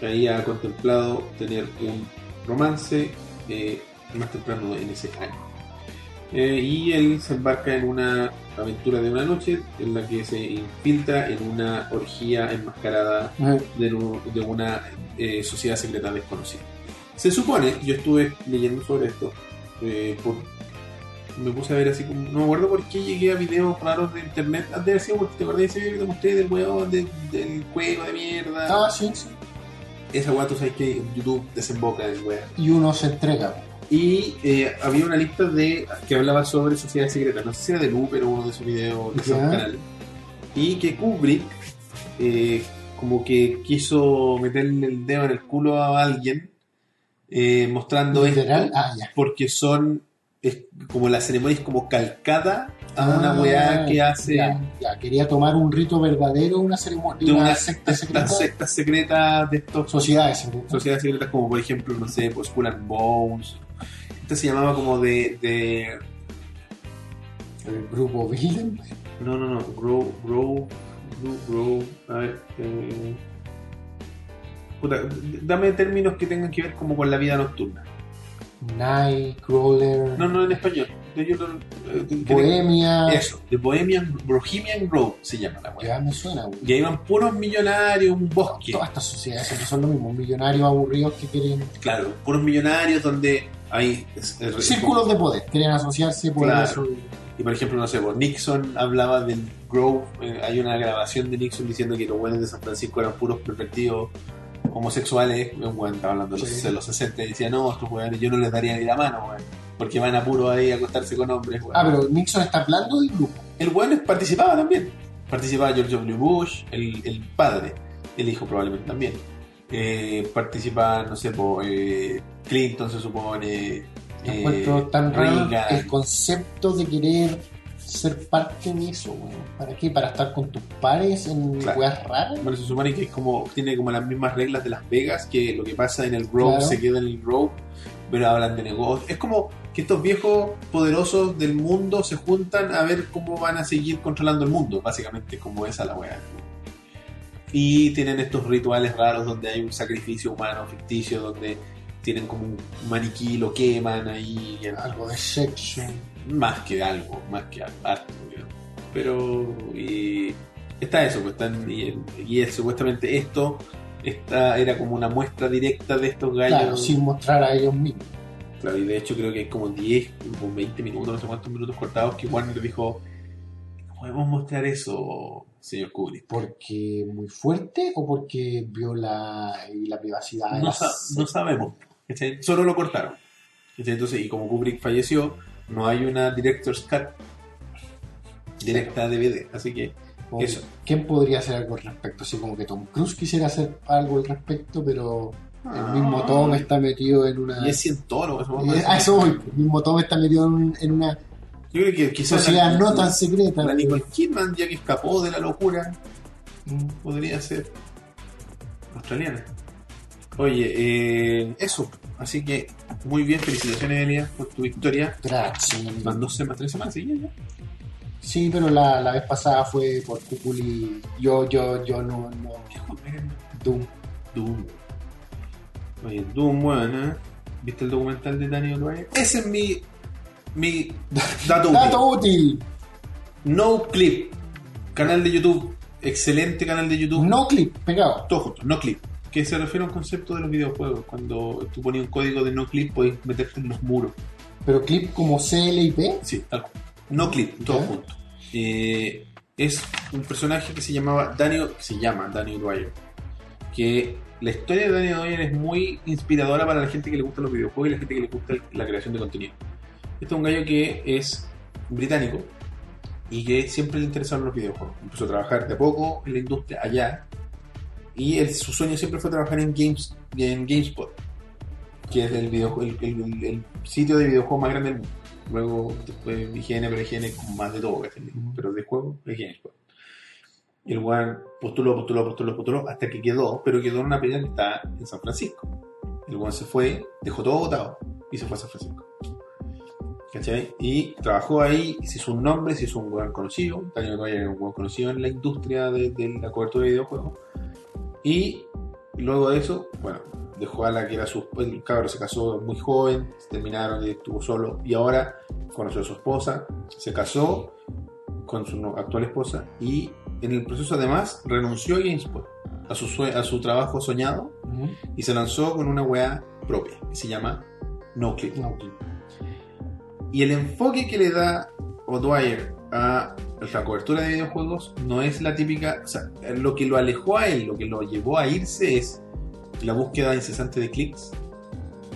Speaker 1: ella ha contemplado tener un romance eh, más temprano en ese año. Eh, y él se embarca en una aventura de una noche en la que se infiltra en una orgía enmascarada de, nu- de una eh, sociedad secreta desconocida. Se supone, yo estuve leyendo sobre esto, eh, por- me puse a ver así como, no me acuerdo por qué llegué a videos raros de internet, antes de haber sido porque te acordás de ese video que te mostré del huevón, de- del juego de mierda.
Speaker 2: Ah, sí, sí.
Speaker 1: Esa weá tú sabes que YouTube desemboca en weá
Speaker 2: Y uno se entrega.
Speaker 1: y eh, había una lista de que hablaba sobre sociedades secretas. No sé si era de Lu, pero uno de sus videos de esos
Speaker 2: Ya.
Speaker 1: canales. Y que Kubrick eh, como que quiso meterle el dedo en el culo a alguien eh, mostrando esto
Speaker 2: Literal. Ah, ya.
Speaker 1: porque son es como la ceremonia es como calcada a una
Speaker 2: Ah,
Speaker 1: weá que hace
Speaker 2: Ya, ya. Quería tomar un rito verdadero, una ceremonia,
Speaker 1: de una
Speaker 2: secta secreta.
Speaker 1: secta, secta secreta de estos
Speaker 2: Sociedades secretas.
Speaker 1: sociedades secretas como por ejemplo, no sé, pues Skull and Bones. Esta se llamaba como de- de
Speaker 2: El grupo Willem.
Speaker 1: No, no, no. Grow, grow, grow, grow. A ver. eh, puta, dame términos que tengan que ver como con la vida nocturna.
Speaker 2: Nightcrawler.
Speaker 1: No, no, en español. De- yo no- eh, que- que-
Speaker 2: Bohemia.
Speaker 1: Eso. De Bohemian, Bohemian Grove se llama la weá.
Speaker 2: Ya me suena, güey.
Speaker 1: Y ahí van puros millonarios, un bosque.
Speaker 2: Todas estas sociedades siempre son lo mismo. Millonarios aburridos que quieren.
Speaker 1: Claro, puros millonarios donde hay. es- es-
Speaker 2: Círculos de poder. Quieren asociarse por
Speaker 1: Claro.
Speaker 2: eso.
Speaker 1: Y por ejemplo, no sé, pues, Nixon hablaba del Grove, eh, hay una grabación de Nixon diciendo que los buenos de San Francisco eran puros pervertidos homosexuales, un weón estaba hablando de los,
Speaker 2: Sí.
Speaker 1: de los 60 y decía, no, estos weones yo no les daría ni la mano, weón, porque van a puro ahí a acostarse con hombres, weón".
Speaker 2: Ah, pero Nixon está hablando del grupo.
Speaker 1: El weón participaba también, participaba George W. Bush, el, el padre, el hijo probablemente también, Eh, participaba, no sé, po, eh, Clinton se supone, eh,
Speaker 2: encuentro tan raro
Speaker 1: Reagan.
Speaker 2: el concepto de querer ser parte de eso, weón. ¿Para qué? ¿Para estar con tus pares en
Speaker 1: Claro.
Speaker 2: weas raras?
Speaker 1: Bueno, se supone que es como, tiene como las mismas reglas de Las Vegas, que lo que pasa en el Grove
Speaker 2: Claro.
Speaker 1: se queda en el Grove, pero hablan de negocios. Es como que estos viejos poderosos del mundo se juntan a ver cómo van a seguir controlando el mundo, básicamente, como esa la weá. Y tienen estos rituales raros donde hay un sacrificio humano ficticio, donde tienen como un maniquí, lo queman ahí, y
Speaker 2: Algo de sexo.
Speaker 1: más que algo, más que arte, digamos. Pero y está eso, pues están, y, el- y el- supuestamente esto esta era como una muestra directa de estos gallos.
Speaker 2: Claro, sin mostrar a ellos mismos.
Speaker 1: Claro, y de hecho creo que hay como 10 o 20 minutos, no sé cuántos minutos cortados que Warner dijo, "No podemos mostrar eso, señor Kubrick.
Speaker 2: ¿Porque muy fuerte o porque viola y la privacidad? de
Speaker 1: No,
Speaker 2: las-
Speaker 1: sa- no sabemos, ¿cachai? solo lo cortaron. ¿cachai? Entonces, y como Kubrick falleció, no hay una director's cut directa DVD, así que
Speaker 2: o-
Speaker 1: eso.
Speaker 2: ¿Quién podría hacer algo al respecto? Así como que Tom Cruise quisiera hacer algo al respecto, pero Ah,
Speaker 1: Ah.
Speaker 2: el mismo Tom está metido en una...
Speaker 1: Y es cientólogo, eso
Speaker 2: Eh, a eso voy. El mismo Tom está metido en, en una
Speaker 1: Yo creo que quizás
Speaker 2: Sociedad
Speaker 1: la-
Speaker 2: no tan secreta.
Speaker 1: la
Speaker 2: de-
Speaker 1: Nicole Kidman, ya que escapó de la locura, mm, podría ser australiana. Oye, eh, eso. Así que, muy bien, felicitaciones, Elia, por tu victoria.
Speaker 2: Gracias.
Speaker 1: Van dos semanas, tres semanas seguidas ya.
Speaker 2: Sí, pero la, la vez pasada fue por Cúculi. Yo, yo, yo no, no. Doom.
Speaker 1: Doom. Oye, Doom, weón, ¿eh? ¿Viste el documental de Daniel O'Brien? Ese es mi, mi dato útil.
Speaker 2: Dato útil.
Speaker 1: No Clip. Canal de YouTube. Excelente canal de YouTube.
Speaker 2: No clip, pegado.
Speaker 1: Todo junto, no clip. Que se refiere a un concepto de los videojuegos. Cuando tú ponías un código de no clip, podías meterte en los muros.
Speaker 2: Pero clip como CLIP.
Speaker 1: Sí, tal cual. No clip, todo
Speaker 2: Ya.
Speaker 1: junto. Eh, es un personaje que se llamaba Daniel, que se llama Daniel Dwyer. Que la historia de Daniel Dwyer es muy inspiradora para la gente que le gustan los videojuegos y la gente que le gusta el- la creación de contenido. Este es un gallo que es británico y que siempre le interesaron los videojuegos. Empezó a trabajar de a poco en la industria allá. Y él- su sueño siempre fue trabajar en, games, en GameSpot, que es el, video, el- el- el sitio de videojuegos más grande del mundo. Luego, después, IGN, pero IGN con más de todo, ¿cachai? Pero de juego, IGN. pues. Y el weón postuló, postuló, postuló, postuló, hasta que quedó, pero quedó en una pelea que está en San Francisco. El weón se fue, dejó todo votado y se fue a San Francisco. ¿Cachai? Y trabajó ahí, se hizo un nombre, se hizo un weón conocido. Daniel Ryan era un weón conocido en la industria de, de la cobertura de videojuegos. Y luego de eso, bueno, dejó a la que era su. El cabrón se casó muy joven, terminaron y estuvo solo. Y ahora conoció a su esposa, se casó con su no- actual esposa y en el proceso además renunció a GameSpot, a su, sue- a su trabajo soñado y se lanzó con una weá propia que se llama NoClip.
Speaker 2: No clip.
Speaker 1: Y el enfoque que le da O'Dwyer a la cobertura de videojuegos no es la típica. O sea, lo que lo alejó a él, lo que lo llevó a irse es la búsqueda incesante de clics,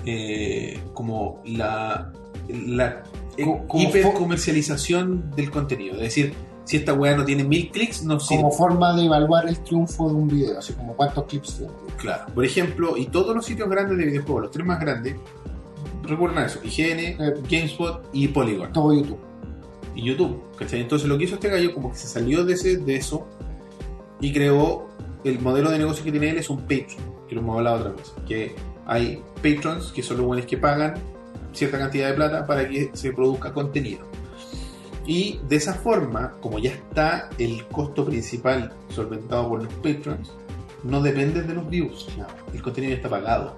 Speaker 1: eh, como la, la
Speaker 2: Co- como
Speaker 1: hipercomercialización del contenido. Es decir, si esta weá no tiene mil clics, no sirve.
Speaker 2: Como forma de evaluar el triunfo de un video. Así como cuántos clips tiene.
Speaker 1: Claro. Por ejemplo, y todos los sitios grandes de videojuegos, los tres más grandes, recuerdan eso: IGN,
Speaker 2: Eh,
Speaker 1: GameSpot y Polygon.
Speaker 2: Todo YouTube.
Speaker 1: y YouTube. ¿cachai? Entonces lo que hizo este gallo como que se salió de, ese, de eso y creó el modelo de negocio que tiene él es un Patreon, que lo hemos hablado otra vez, que hay patrons que son los buenos que pagan cierta cantidad de plata para que se produzca contenido. Y de esa forma, como ya está el costo principal solventado por los patrons, no depende de los views. El contenido ya está pagado.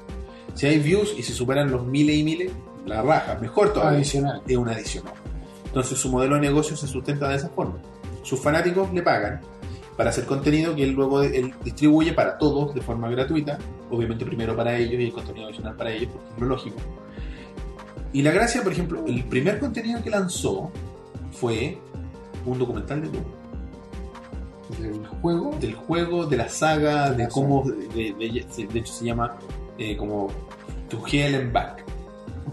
Speaker 1: Si hay views y se superan los miles y miles, la raja, mejor todavía
Speaker 2: Adicional.
Speaker 1: es una adicional. Entonces su modelo de negocio se sustenta de esa forma. Sus fanáticos le pagan para hacer contenido que él luego de- él distribuye para todos de forma gratuita, obviamente primero para ellos y el contenido adicional para ellos, porque es lo lógico. Y la gracia, por ejemplo, el primer contenido que lanzó fue un documental de Doom,
Speaker 2: Del juego.
Speaker 1: del juego, de la saga, de
Speaker 2: Razón.
Speaker 1: cómo, de, de- de hecho se llama eh, como To Hell and Back,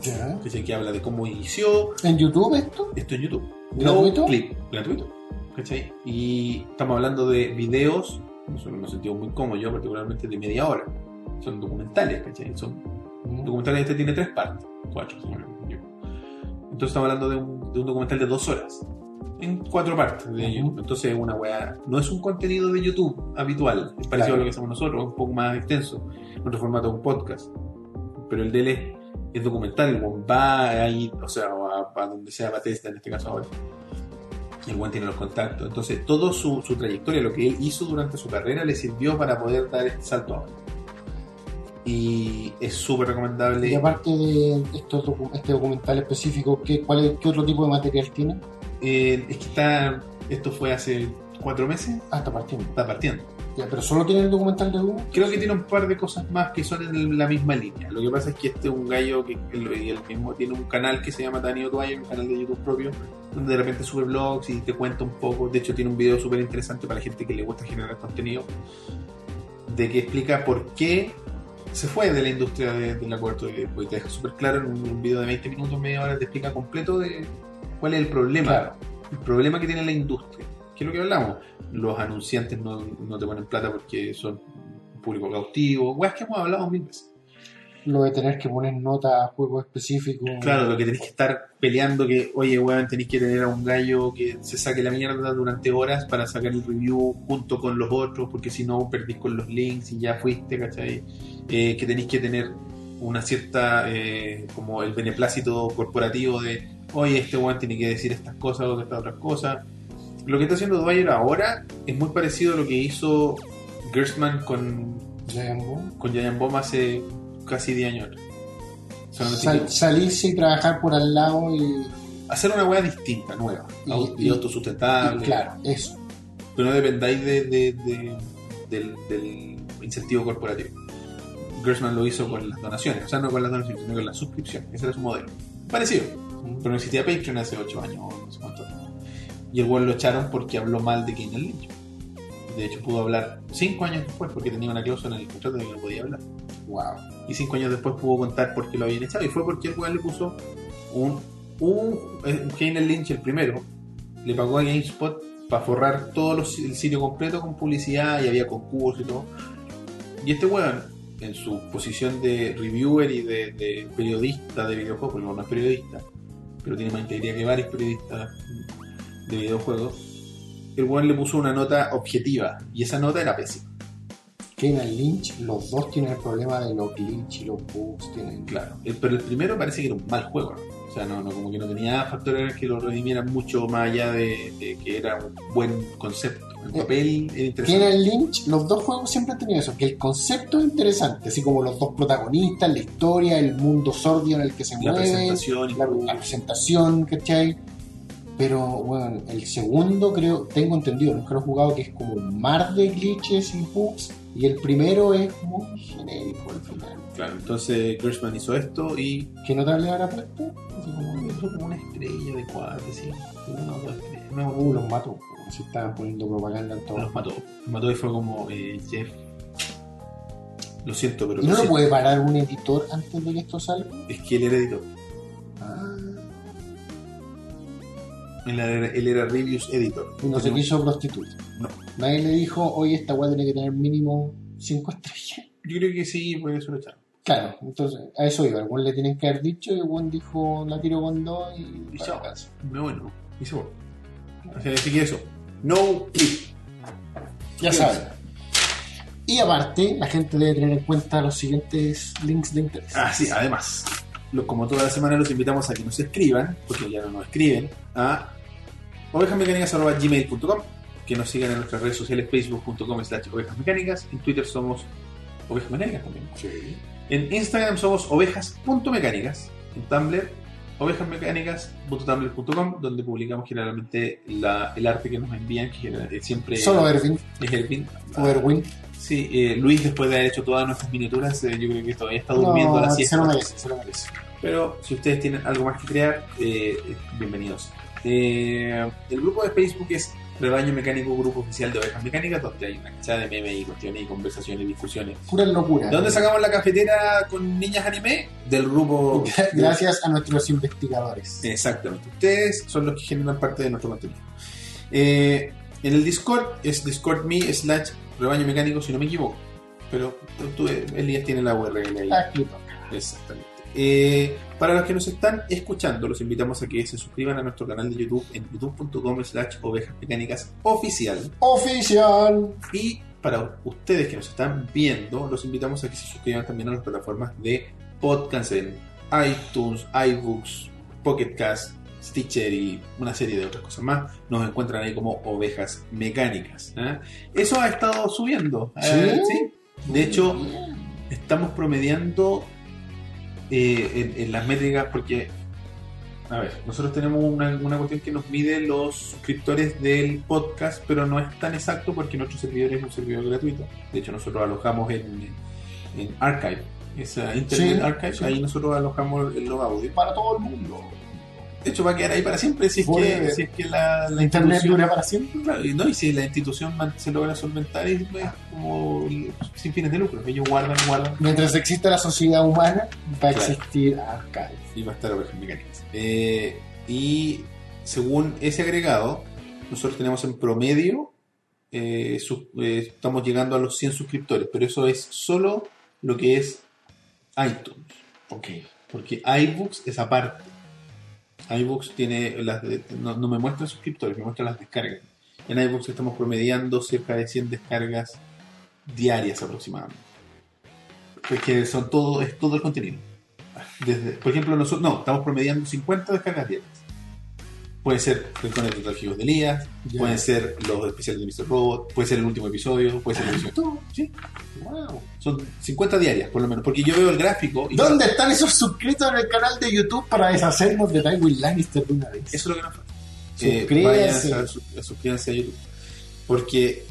Speaker 2: Ya.
Speaker 1: que, que habla de cómo inició,
Speaker 2: En YouTube esto.
Speaker 1: esto en YouTube.
Speaker 2: ¿Gratuito?
Speaker 1: No clip, gratuito. ¿Cachai? Y estamos hablando de videos, nosotros nos sentimos muy cómodos, yo particularmente de media hora. Son documentales, ¿cachai? Son documentales, este tiene tres partes, cuatro, si no me equivoco. Entonces estamos hablando de un, de un documental de dos horas, en cuatro partes de
Speaker 2: Ujú.
Speaker 1: YouTube. Entonces es una weá, no es un contenido de YouTube habitual, es parecido
Speaker 2: Claro.
Speaker 1: a lo que hacemos nosotros, un poco más extenso, nuestro formato es un podcast. Pero el de él es, es documental, el weón va ahí, o sea, a, a donde sea Batista en este caso ahora. El buen tiene los contactos. Entonces, toda su, su trayectoria, lo que él hizo durante su carrera, le sirvió para poder dar este salto ahora. Y es súper recomendable.
Speaker 2: Y aparte de estos docu- este documental específico, ¿qué, cuál es- ¿qué otro tipo de material tiene?
Speaker 1: Eh, es que está, esto fue hace cuatro meses,
Speaker 2: Hasta Ah, partiendo.
Speaker 1: está partiendo.
Speaker 2: Ya, pero solo tiene el documental de Doom.
Speaker 1: Creo que tiene un par de cosas más que son en el- la misma línea. Lo que pasa es que este es un gallo que que lo- y el mismo tiene un canal que se llama Daniel O'Dwyer, un canal de YouTube propio, donde de repente sube blogs y te cuenta un poco. De hecho, tiene un video súper interesante para la gente que le gusta generar contenido, de que explica por qué se fue de la industria de, de la cobertura de videojuegos. Y te deja súper claro en un video de 20 minutos, media hora, te explica completo de cuál es el problema. El problema que tiene la industria. ¿Qué es lo que hablamos? Los anunciantes no, no te ponen plata porque son público cautivo, weas que hemos hablado mil veces.
Speaker 2: lo de tener que poner nota a juegos específicos.
Speaker 1: Claro, lo que tenés que estar peleando que, oye, weón, tenés que tener a un gallo que se saque la mierda durante horas para sacar el review junto con los otros, porque si no perdís con los links y ya fuiste, ¿cachai? Eh, que tenés que tener una cierta, eh, como el beneplácito corporativo de, oye, este weón tiene que decir estas cosas o estas otras cosas. Lo que está haciendo Dwyer ahora es muy parecido a lo que hizo Gerstmann con,
Speaker 2: Dragon Ball.
Speaker 1: con Giant Bomb hace casi 10 años. atrás. Solamente
Speaker 2: Sal-
Speaker 1: que-
Speaker 2: salirse y trabajar por al lado y,
Speaker 1: hacer una weá distinta, nueva,
Speaker 2: Y-
Speaker 1: au- y,
Speaker 2: y-
Speaker 1: autosustentable.
Speaker 2: y claro, eso.
Speaker 1: Que no dependáis de, de- de- del, del incentivo corporativo. Gershman lo hizo con las donaciones, o sea, no con las donaciones, sino con la suscripción. Ese era su modelo. Parecido, pero no existía Patreon hace 8 años o no sé cuánto. Y el weón lo echaron porque habló mal de Kane Lynch. De hecho, pudo hablar 5 años después porque tenía una cláusula en el contrato de que no podía hablar.
Speaker 2: Wow.
Speaker 1: Y cinco años después pudo contar por qué lo habían echado. Y fue porque el weón le puso un. un eh, Kane Lynch, el primero, le pagó a GameSpot para forrar todo los- el sitio completo con publicidad y había concursos y todo. Y este weón, en su posición de reviewer y de, de periodista de videojuegos, porque no es periodista, pero tiene más integridad que varios periodistas de videojuegos, el weón le puso una nota objetiva. Y esa nota era pésima.
Speaker 2: Kevin Lynch, los dos tienen el problema de los glitch y los bugs. Tienen...
Speaker 1: Claro, el- pero el primero parece que era un mal juego. ¿no? O sea, no, no, como que no tenía factores que lo redimieran mucho más allá de, de que era un buen concepto. El
Speaker 2: Eh,
Speaker 1: papel era interesante.
Speaker 2: Kevin Lynch, los dos juegos siempre han tenido eso, que el concepto es interesante, así como los dos protagonistas, la historia, el mundo sordio en el que se
Speaker 1: La
Speaker 2: mueven,
Speaker 1: presentación. y-
Speaker 2: la, la presentación, ¿cachai? Pero bueno, el segundo creo, tengo entendido, nunca lo he jugado, que es como un mar de glitches y bugs, y el primero es muy genérico al final.
Speaker 1: Claro, entonces Gershman hizo esto y
Speaker 2: ¿Qué nota le habrá puesto? Así como,
Speaker 1: le puso como una estrella de cuatro, sí, una o dos estrellas. No,
Speaker 2: uh, los mató, se estaban poniendo propaganda en todo.
Speaker 1: los mató. Los mató y fue como, eh, Jeff, lo siento, pero lo
Speaker 2: ¿Y no lo
Speaker 1: siento.
Speaker 2: puede parar un editor antes de que esto salga?
Speaker 1: es que él era editor.
Speaker 2: Ah,
Speaker 1: Él era, él era Reviews Editor.
Speaker 2: y no se quiso prostituir.
Speaker 1: No.
Speaker 2: Nadie le dijo, oye, esta weá tiene que tener mínimo 5 estrellas.
Speaker 1: Yo creo que sí, por eso lo echaron.
Speaker 2: Claro, entonces a eso iba. Algún le tienen que haber dicho y Juan dijo, la tiro con dos y.
Speaker 1: Y chao.
Speaker 2: para casa.
Speaker 1: Me bueno, y se fue. O sea, así que eso. No clip.
Speaker 2: Ya
Speaker 1: Sí.
Speaker 2: saben. Y aparte, la gente debe tener en cuenta los siguientes links de interés.
Speaker 1: Ah, sí, además. lo- como toda la semana los invitamos a que nos escriban, porque ya no nos escriben, a ovejasmecánicas.gmail.com, que nos sigan en nuestras redes sociales, facebook.com slash ovejasmecánicas, en Twitter somos ovejasmecánicas también. En Instagram somos ovejas.mecánicas, en Tumblr ovejasmecánicas.tumblr.com, donde publicamos generalmente la- el arte que nos envían, que genera- eh, siempre
Speaker 2: Solo Erwin,
Speaker 1: es el pin.
Speaker 2: o Erwin.
Speaker 1: Sí, eh, Luis, después de haber hecho todas nuestras miniaturas, eh, yo creo que todavía está durmiendo
Speaker 2: No,
Speaker 1: la
Speaker 2: se
Speaker 1: siesta.
Speaker 2: lo merece, se lo merece.
Speaker 1: Pero si ustedes tienen algo más que crear, eh, eh, bienvenidos. Eh, el grupo de Facebook es Rebaño Mecánico Grupo Oficial de Ovejas Mecánicas, donde hay una cachada de memes y cuestiones y conversaciones y discusiones.
Speaker 2: Pura locura.
Speaker 1: ¿De dónde sacamos la cafetera con niñas anime? Del grupo.
Speaker 2: Gracias a nuestros investigadores.
Speaker 1: Exactamente. Ustedes son los que generan parte de nuestro contenido. Eh, en el Discord es discordme slash rebaño mecánico, si no me equivoco. Pero tú- tú, Elías tiene la URL ahí.
Speaker 2: Ah, clip.
Speaker 1: Exactamente. Eh, para los que nos están escuchando, los invitamos a que se suscriban a nuestro canal de YouTube en youtube.com slash ovejas mecánicas oficial.
Speaker 2: Oficial.
Speaker 1: Y para ustedes que nos están viendo, los invitamos a que se suscriban también a las plataformas de podcast en iTunes, iBooks, Pocket Cast, Stitcher y una serie de otras cosas más. Nos encuentran ahí como ovejas mecánicas. ¿eh? Eso ha estado subiendo. eh,
Speaker 2: ¿Sí?
Speaker 1: ¿sí? De hecho, estamos promediando eh, en, en las métricas porque, a ver, nosotros tenemos una, una cuestión que nos mide los suscriptores del podcast, pero no es tan exacto porque nuestro servidor es un servidor gratuito. De hecho, nosotros alojamos en, en Archive, esa Internet
Speaker 2: Sí,
Speaker 1: Archive,
Speaker 2: sí.
Speaker 1: ahí nosotros alojamos los audios.
Speaker 2: Para todo el mundo.
Speaker 1: De hecho, va a quedar ahí para siempre si es que,
Speaker 2: Forever.
Speaker 1: si es que la, la
Speaker 2: La internet
Speaker 1: institución-
Speaker 2: dura para siempre.
Speaker 1: Claro, y no, y si la institución man- se logra solventar, es es como sin fines de lucro. Ellos guardan, guardan,
Speaker 2: Mientras exista la sociedad humana, va a
Speaker 1: Claro.
Speaker 2: existir archive.
Speaker 1: y va a estar Ovejas Mecánicas. Eh, y según ese agregado, nosotros tenemos en promedio, eh, sus- eh, estamos llegando a los 100 suscriptores, pero eso es solo lo que es iTunes. Ok. Porque iBooks es aparte. iBooks tiene las de- no, no me muestra suscriptores, me muestra las descargas. En iBooks estamos promediando cerca de 100 descargas diarias aproximadamente. Porque son todo, es todo el contenido. Desde, por ejemplo, nosotros no, estamos promediando 50 descargas diarias. Pueden ser Rincones de Archivos de Elías,
Speaker 2: Ya.
Speaker 1: pueden ser los especiales de Mr. Robot, puede ser el último episodio, puede ser el episodio. Todo, sí.
Speaker 2: Wow.
Speaker 1: Son 50 diarias, por lo menos. Porque yo veo el gráfico y
Speaker 2: ¿Dónde están esos suscritos en el canal de YouTube para deshacernos de Tywin Lannister de una vez?
Speaker 1: Eso es lo que nos falta.
Speaker 2: Suscríbanse.
Speaker 1: Eh, vayan a su- a suscríbanse a YouTube. Porque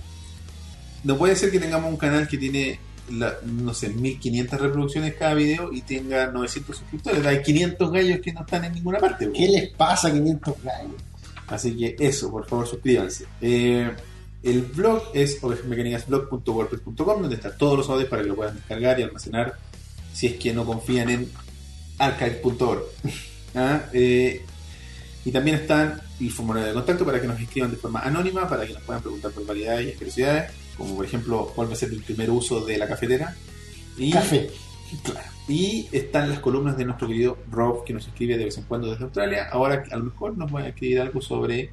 Speaker 1: no puede ser que tengamos un canal que tiene, la- no sé, 1500 reproducciones cada video y tenga 900 suscriptores. Hay 500 gallos que no están en ninguna parte.
Speaker 2: ¿Qué les pasa 500 likes?
Speaker 1: Así que eso, por favor, suscríbanse. Eh, el blog es ovejasmecanicasblog.wordpress.com, donde están todos los audios para que lo puedan descargar y almacenar si es que no confían en archive.org. Ah, eh, y también están el formulario de contacto para que nos escriban de forma anónima, para que nos puedan preguntar por variedades y curiosidades, como por ejemplo cuál va a ser el primer uso de la cafetera. Y,
Speaker 2: Café.
Speaker 1: y están las columnas de nuestro querido Rob, que nos escribe de vez en cuando desde Australia. Ahora, a lo mejor nos va a escribir algo sobre.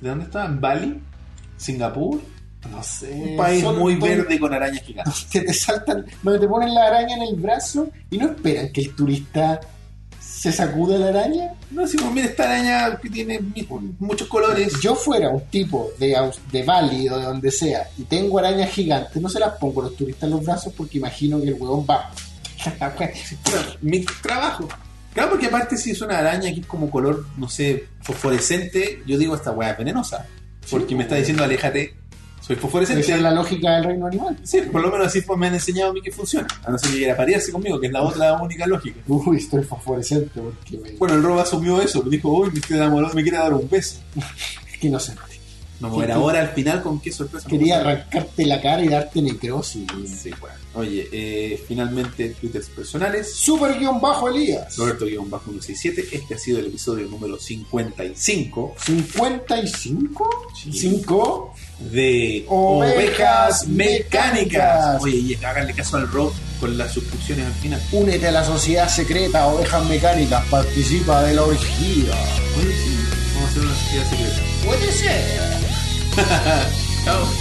Speaker 1: ¿De dónde estaban? ¿Bali? ¿Singapur?
Speaker 2: No sé.
Speaker 1: Un país
Speaker 2: son-
Speaker 1: muy
Speaker 2: son-
Speaker 1: verde con arañas gigantes.
Speaker 2: Que te saltan, donde te ponen la araña en el brazo y no esperan que el turista se sacude la araña.
Speaker 1: No, si mira esta araña que tiene mi- muchos colores.
Speaker 2: Yo fuera un tipo de, Aus- de Bali o de donde sea y tengo arañas gigantes, no se las pongo a los turistas en los brazos porque imagino que el huevón va. Pues,
Speaker 1: mi trabajo. Claro, porque aparte si es una araña que es como color, no sé, fosforescente, yo digo esta weá es venenosa. Porque me está diciendo, aléjate, soy fosforescente.
Speaker 2: pues, eh. Esa es la lógica del reino animal.
Speaker 1: Sí, por lo menos así pues, me han enseñado a mí que funciona. A no ser que quiera parearse conmigo, que es la otra única lógica.
Speaker 2: Uy, estoy fosforescente porque me,
Speaker 1: Bueno, el robo asumió eso, dijo, uy, me estoy enamorado, me quiere dar un beso.
Speaker 2: que no sé.
Speaker 1: No,
Speaker 2: Sí,
Speaker 1: bueno,
Speaker 2: sí.
Speaker 1: ahora al final con qué sorpresa.
Speaker 2: Quería arrancarte la cara y darte necrosis.
Speaker 1: Sí, bueno. Oye, eh, finalmente, twitters personales.
Speaker 2: Super guión bajo Elías.
Speaker 1: Roberto-167, este ha sido el episodio número 55
Speaker 2: 55
Speaker 1: Sí.
Speaker 2: 5
Speaker 1: de
Speaker 2: Ovejas
Speaker 1: Ovejas
Speaker 2: Mecánicas.
Speaker 1: Mecánicas. Oye, y háganle caso al rock con las suscripciones al final.
Speaker 2: Únete a la sociedad secreta Ovejas Mecánicas, participa de la orgía.
Speaker 1: Oye, sí, vamos a hacer una sociedad secreta.
Speaker 2: Puede ser.
Speaker 1: Chao.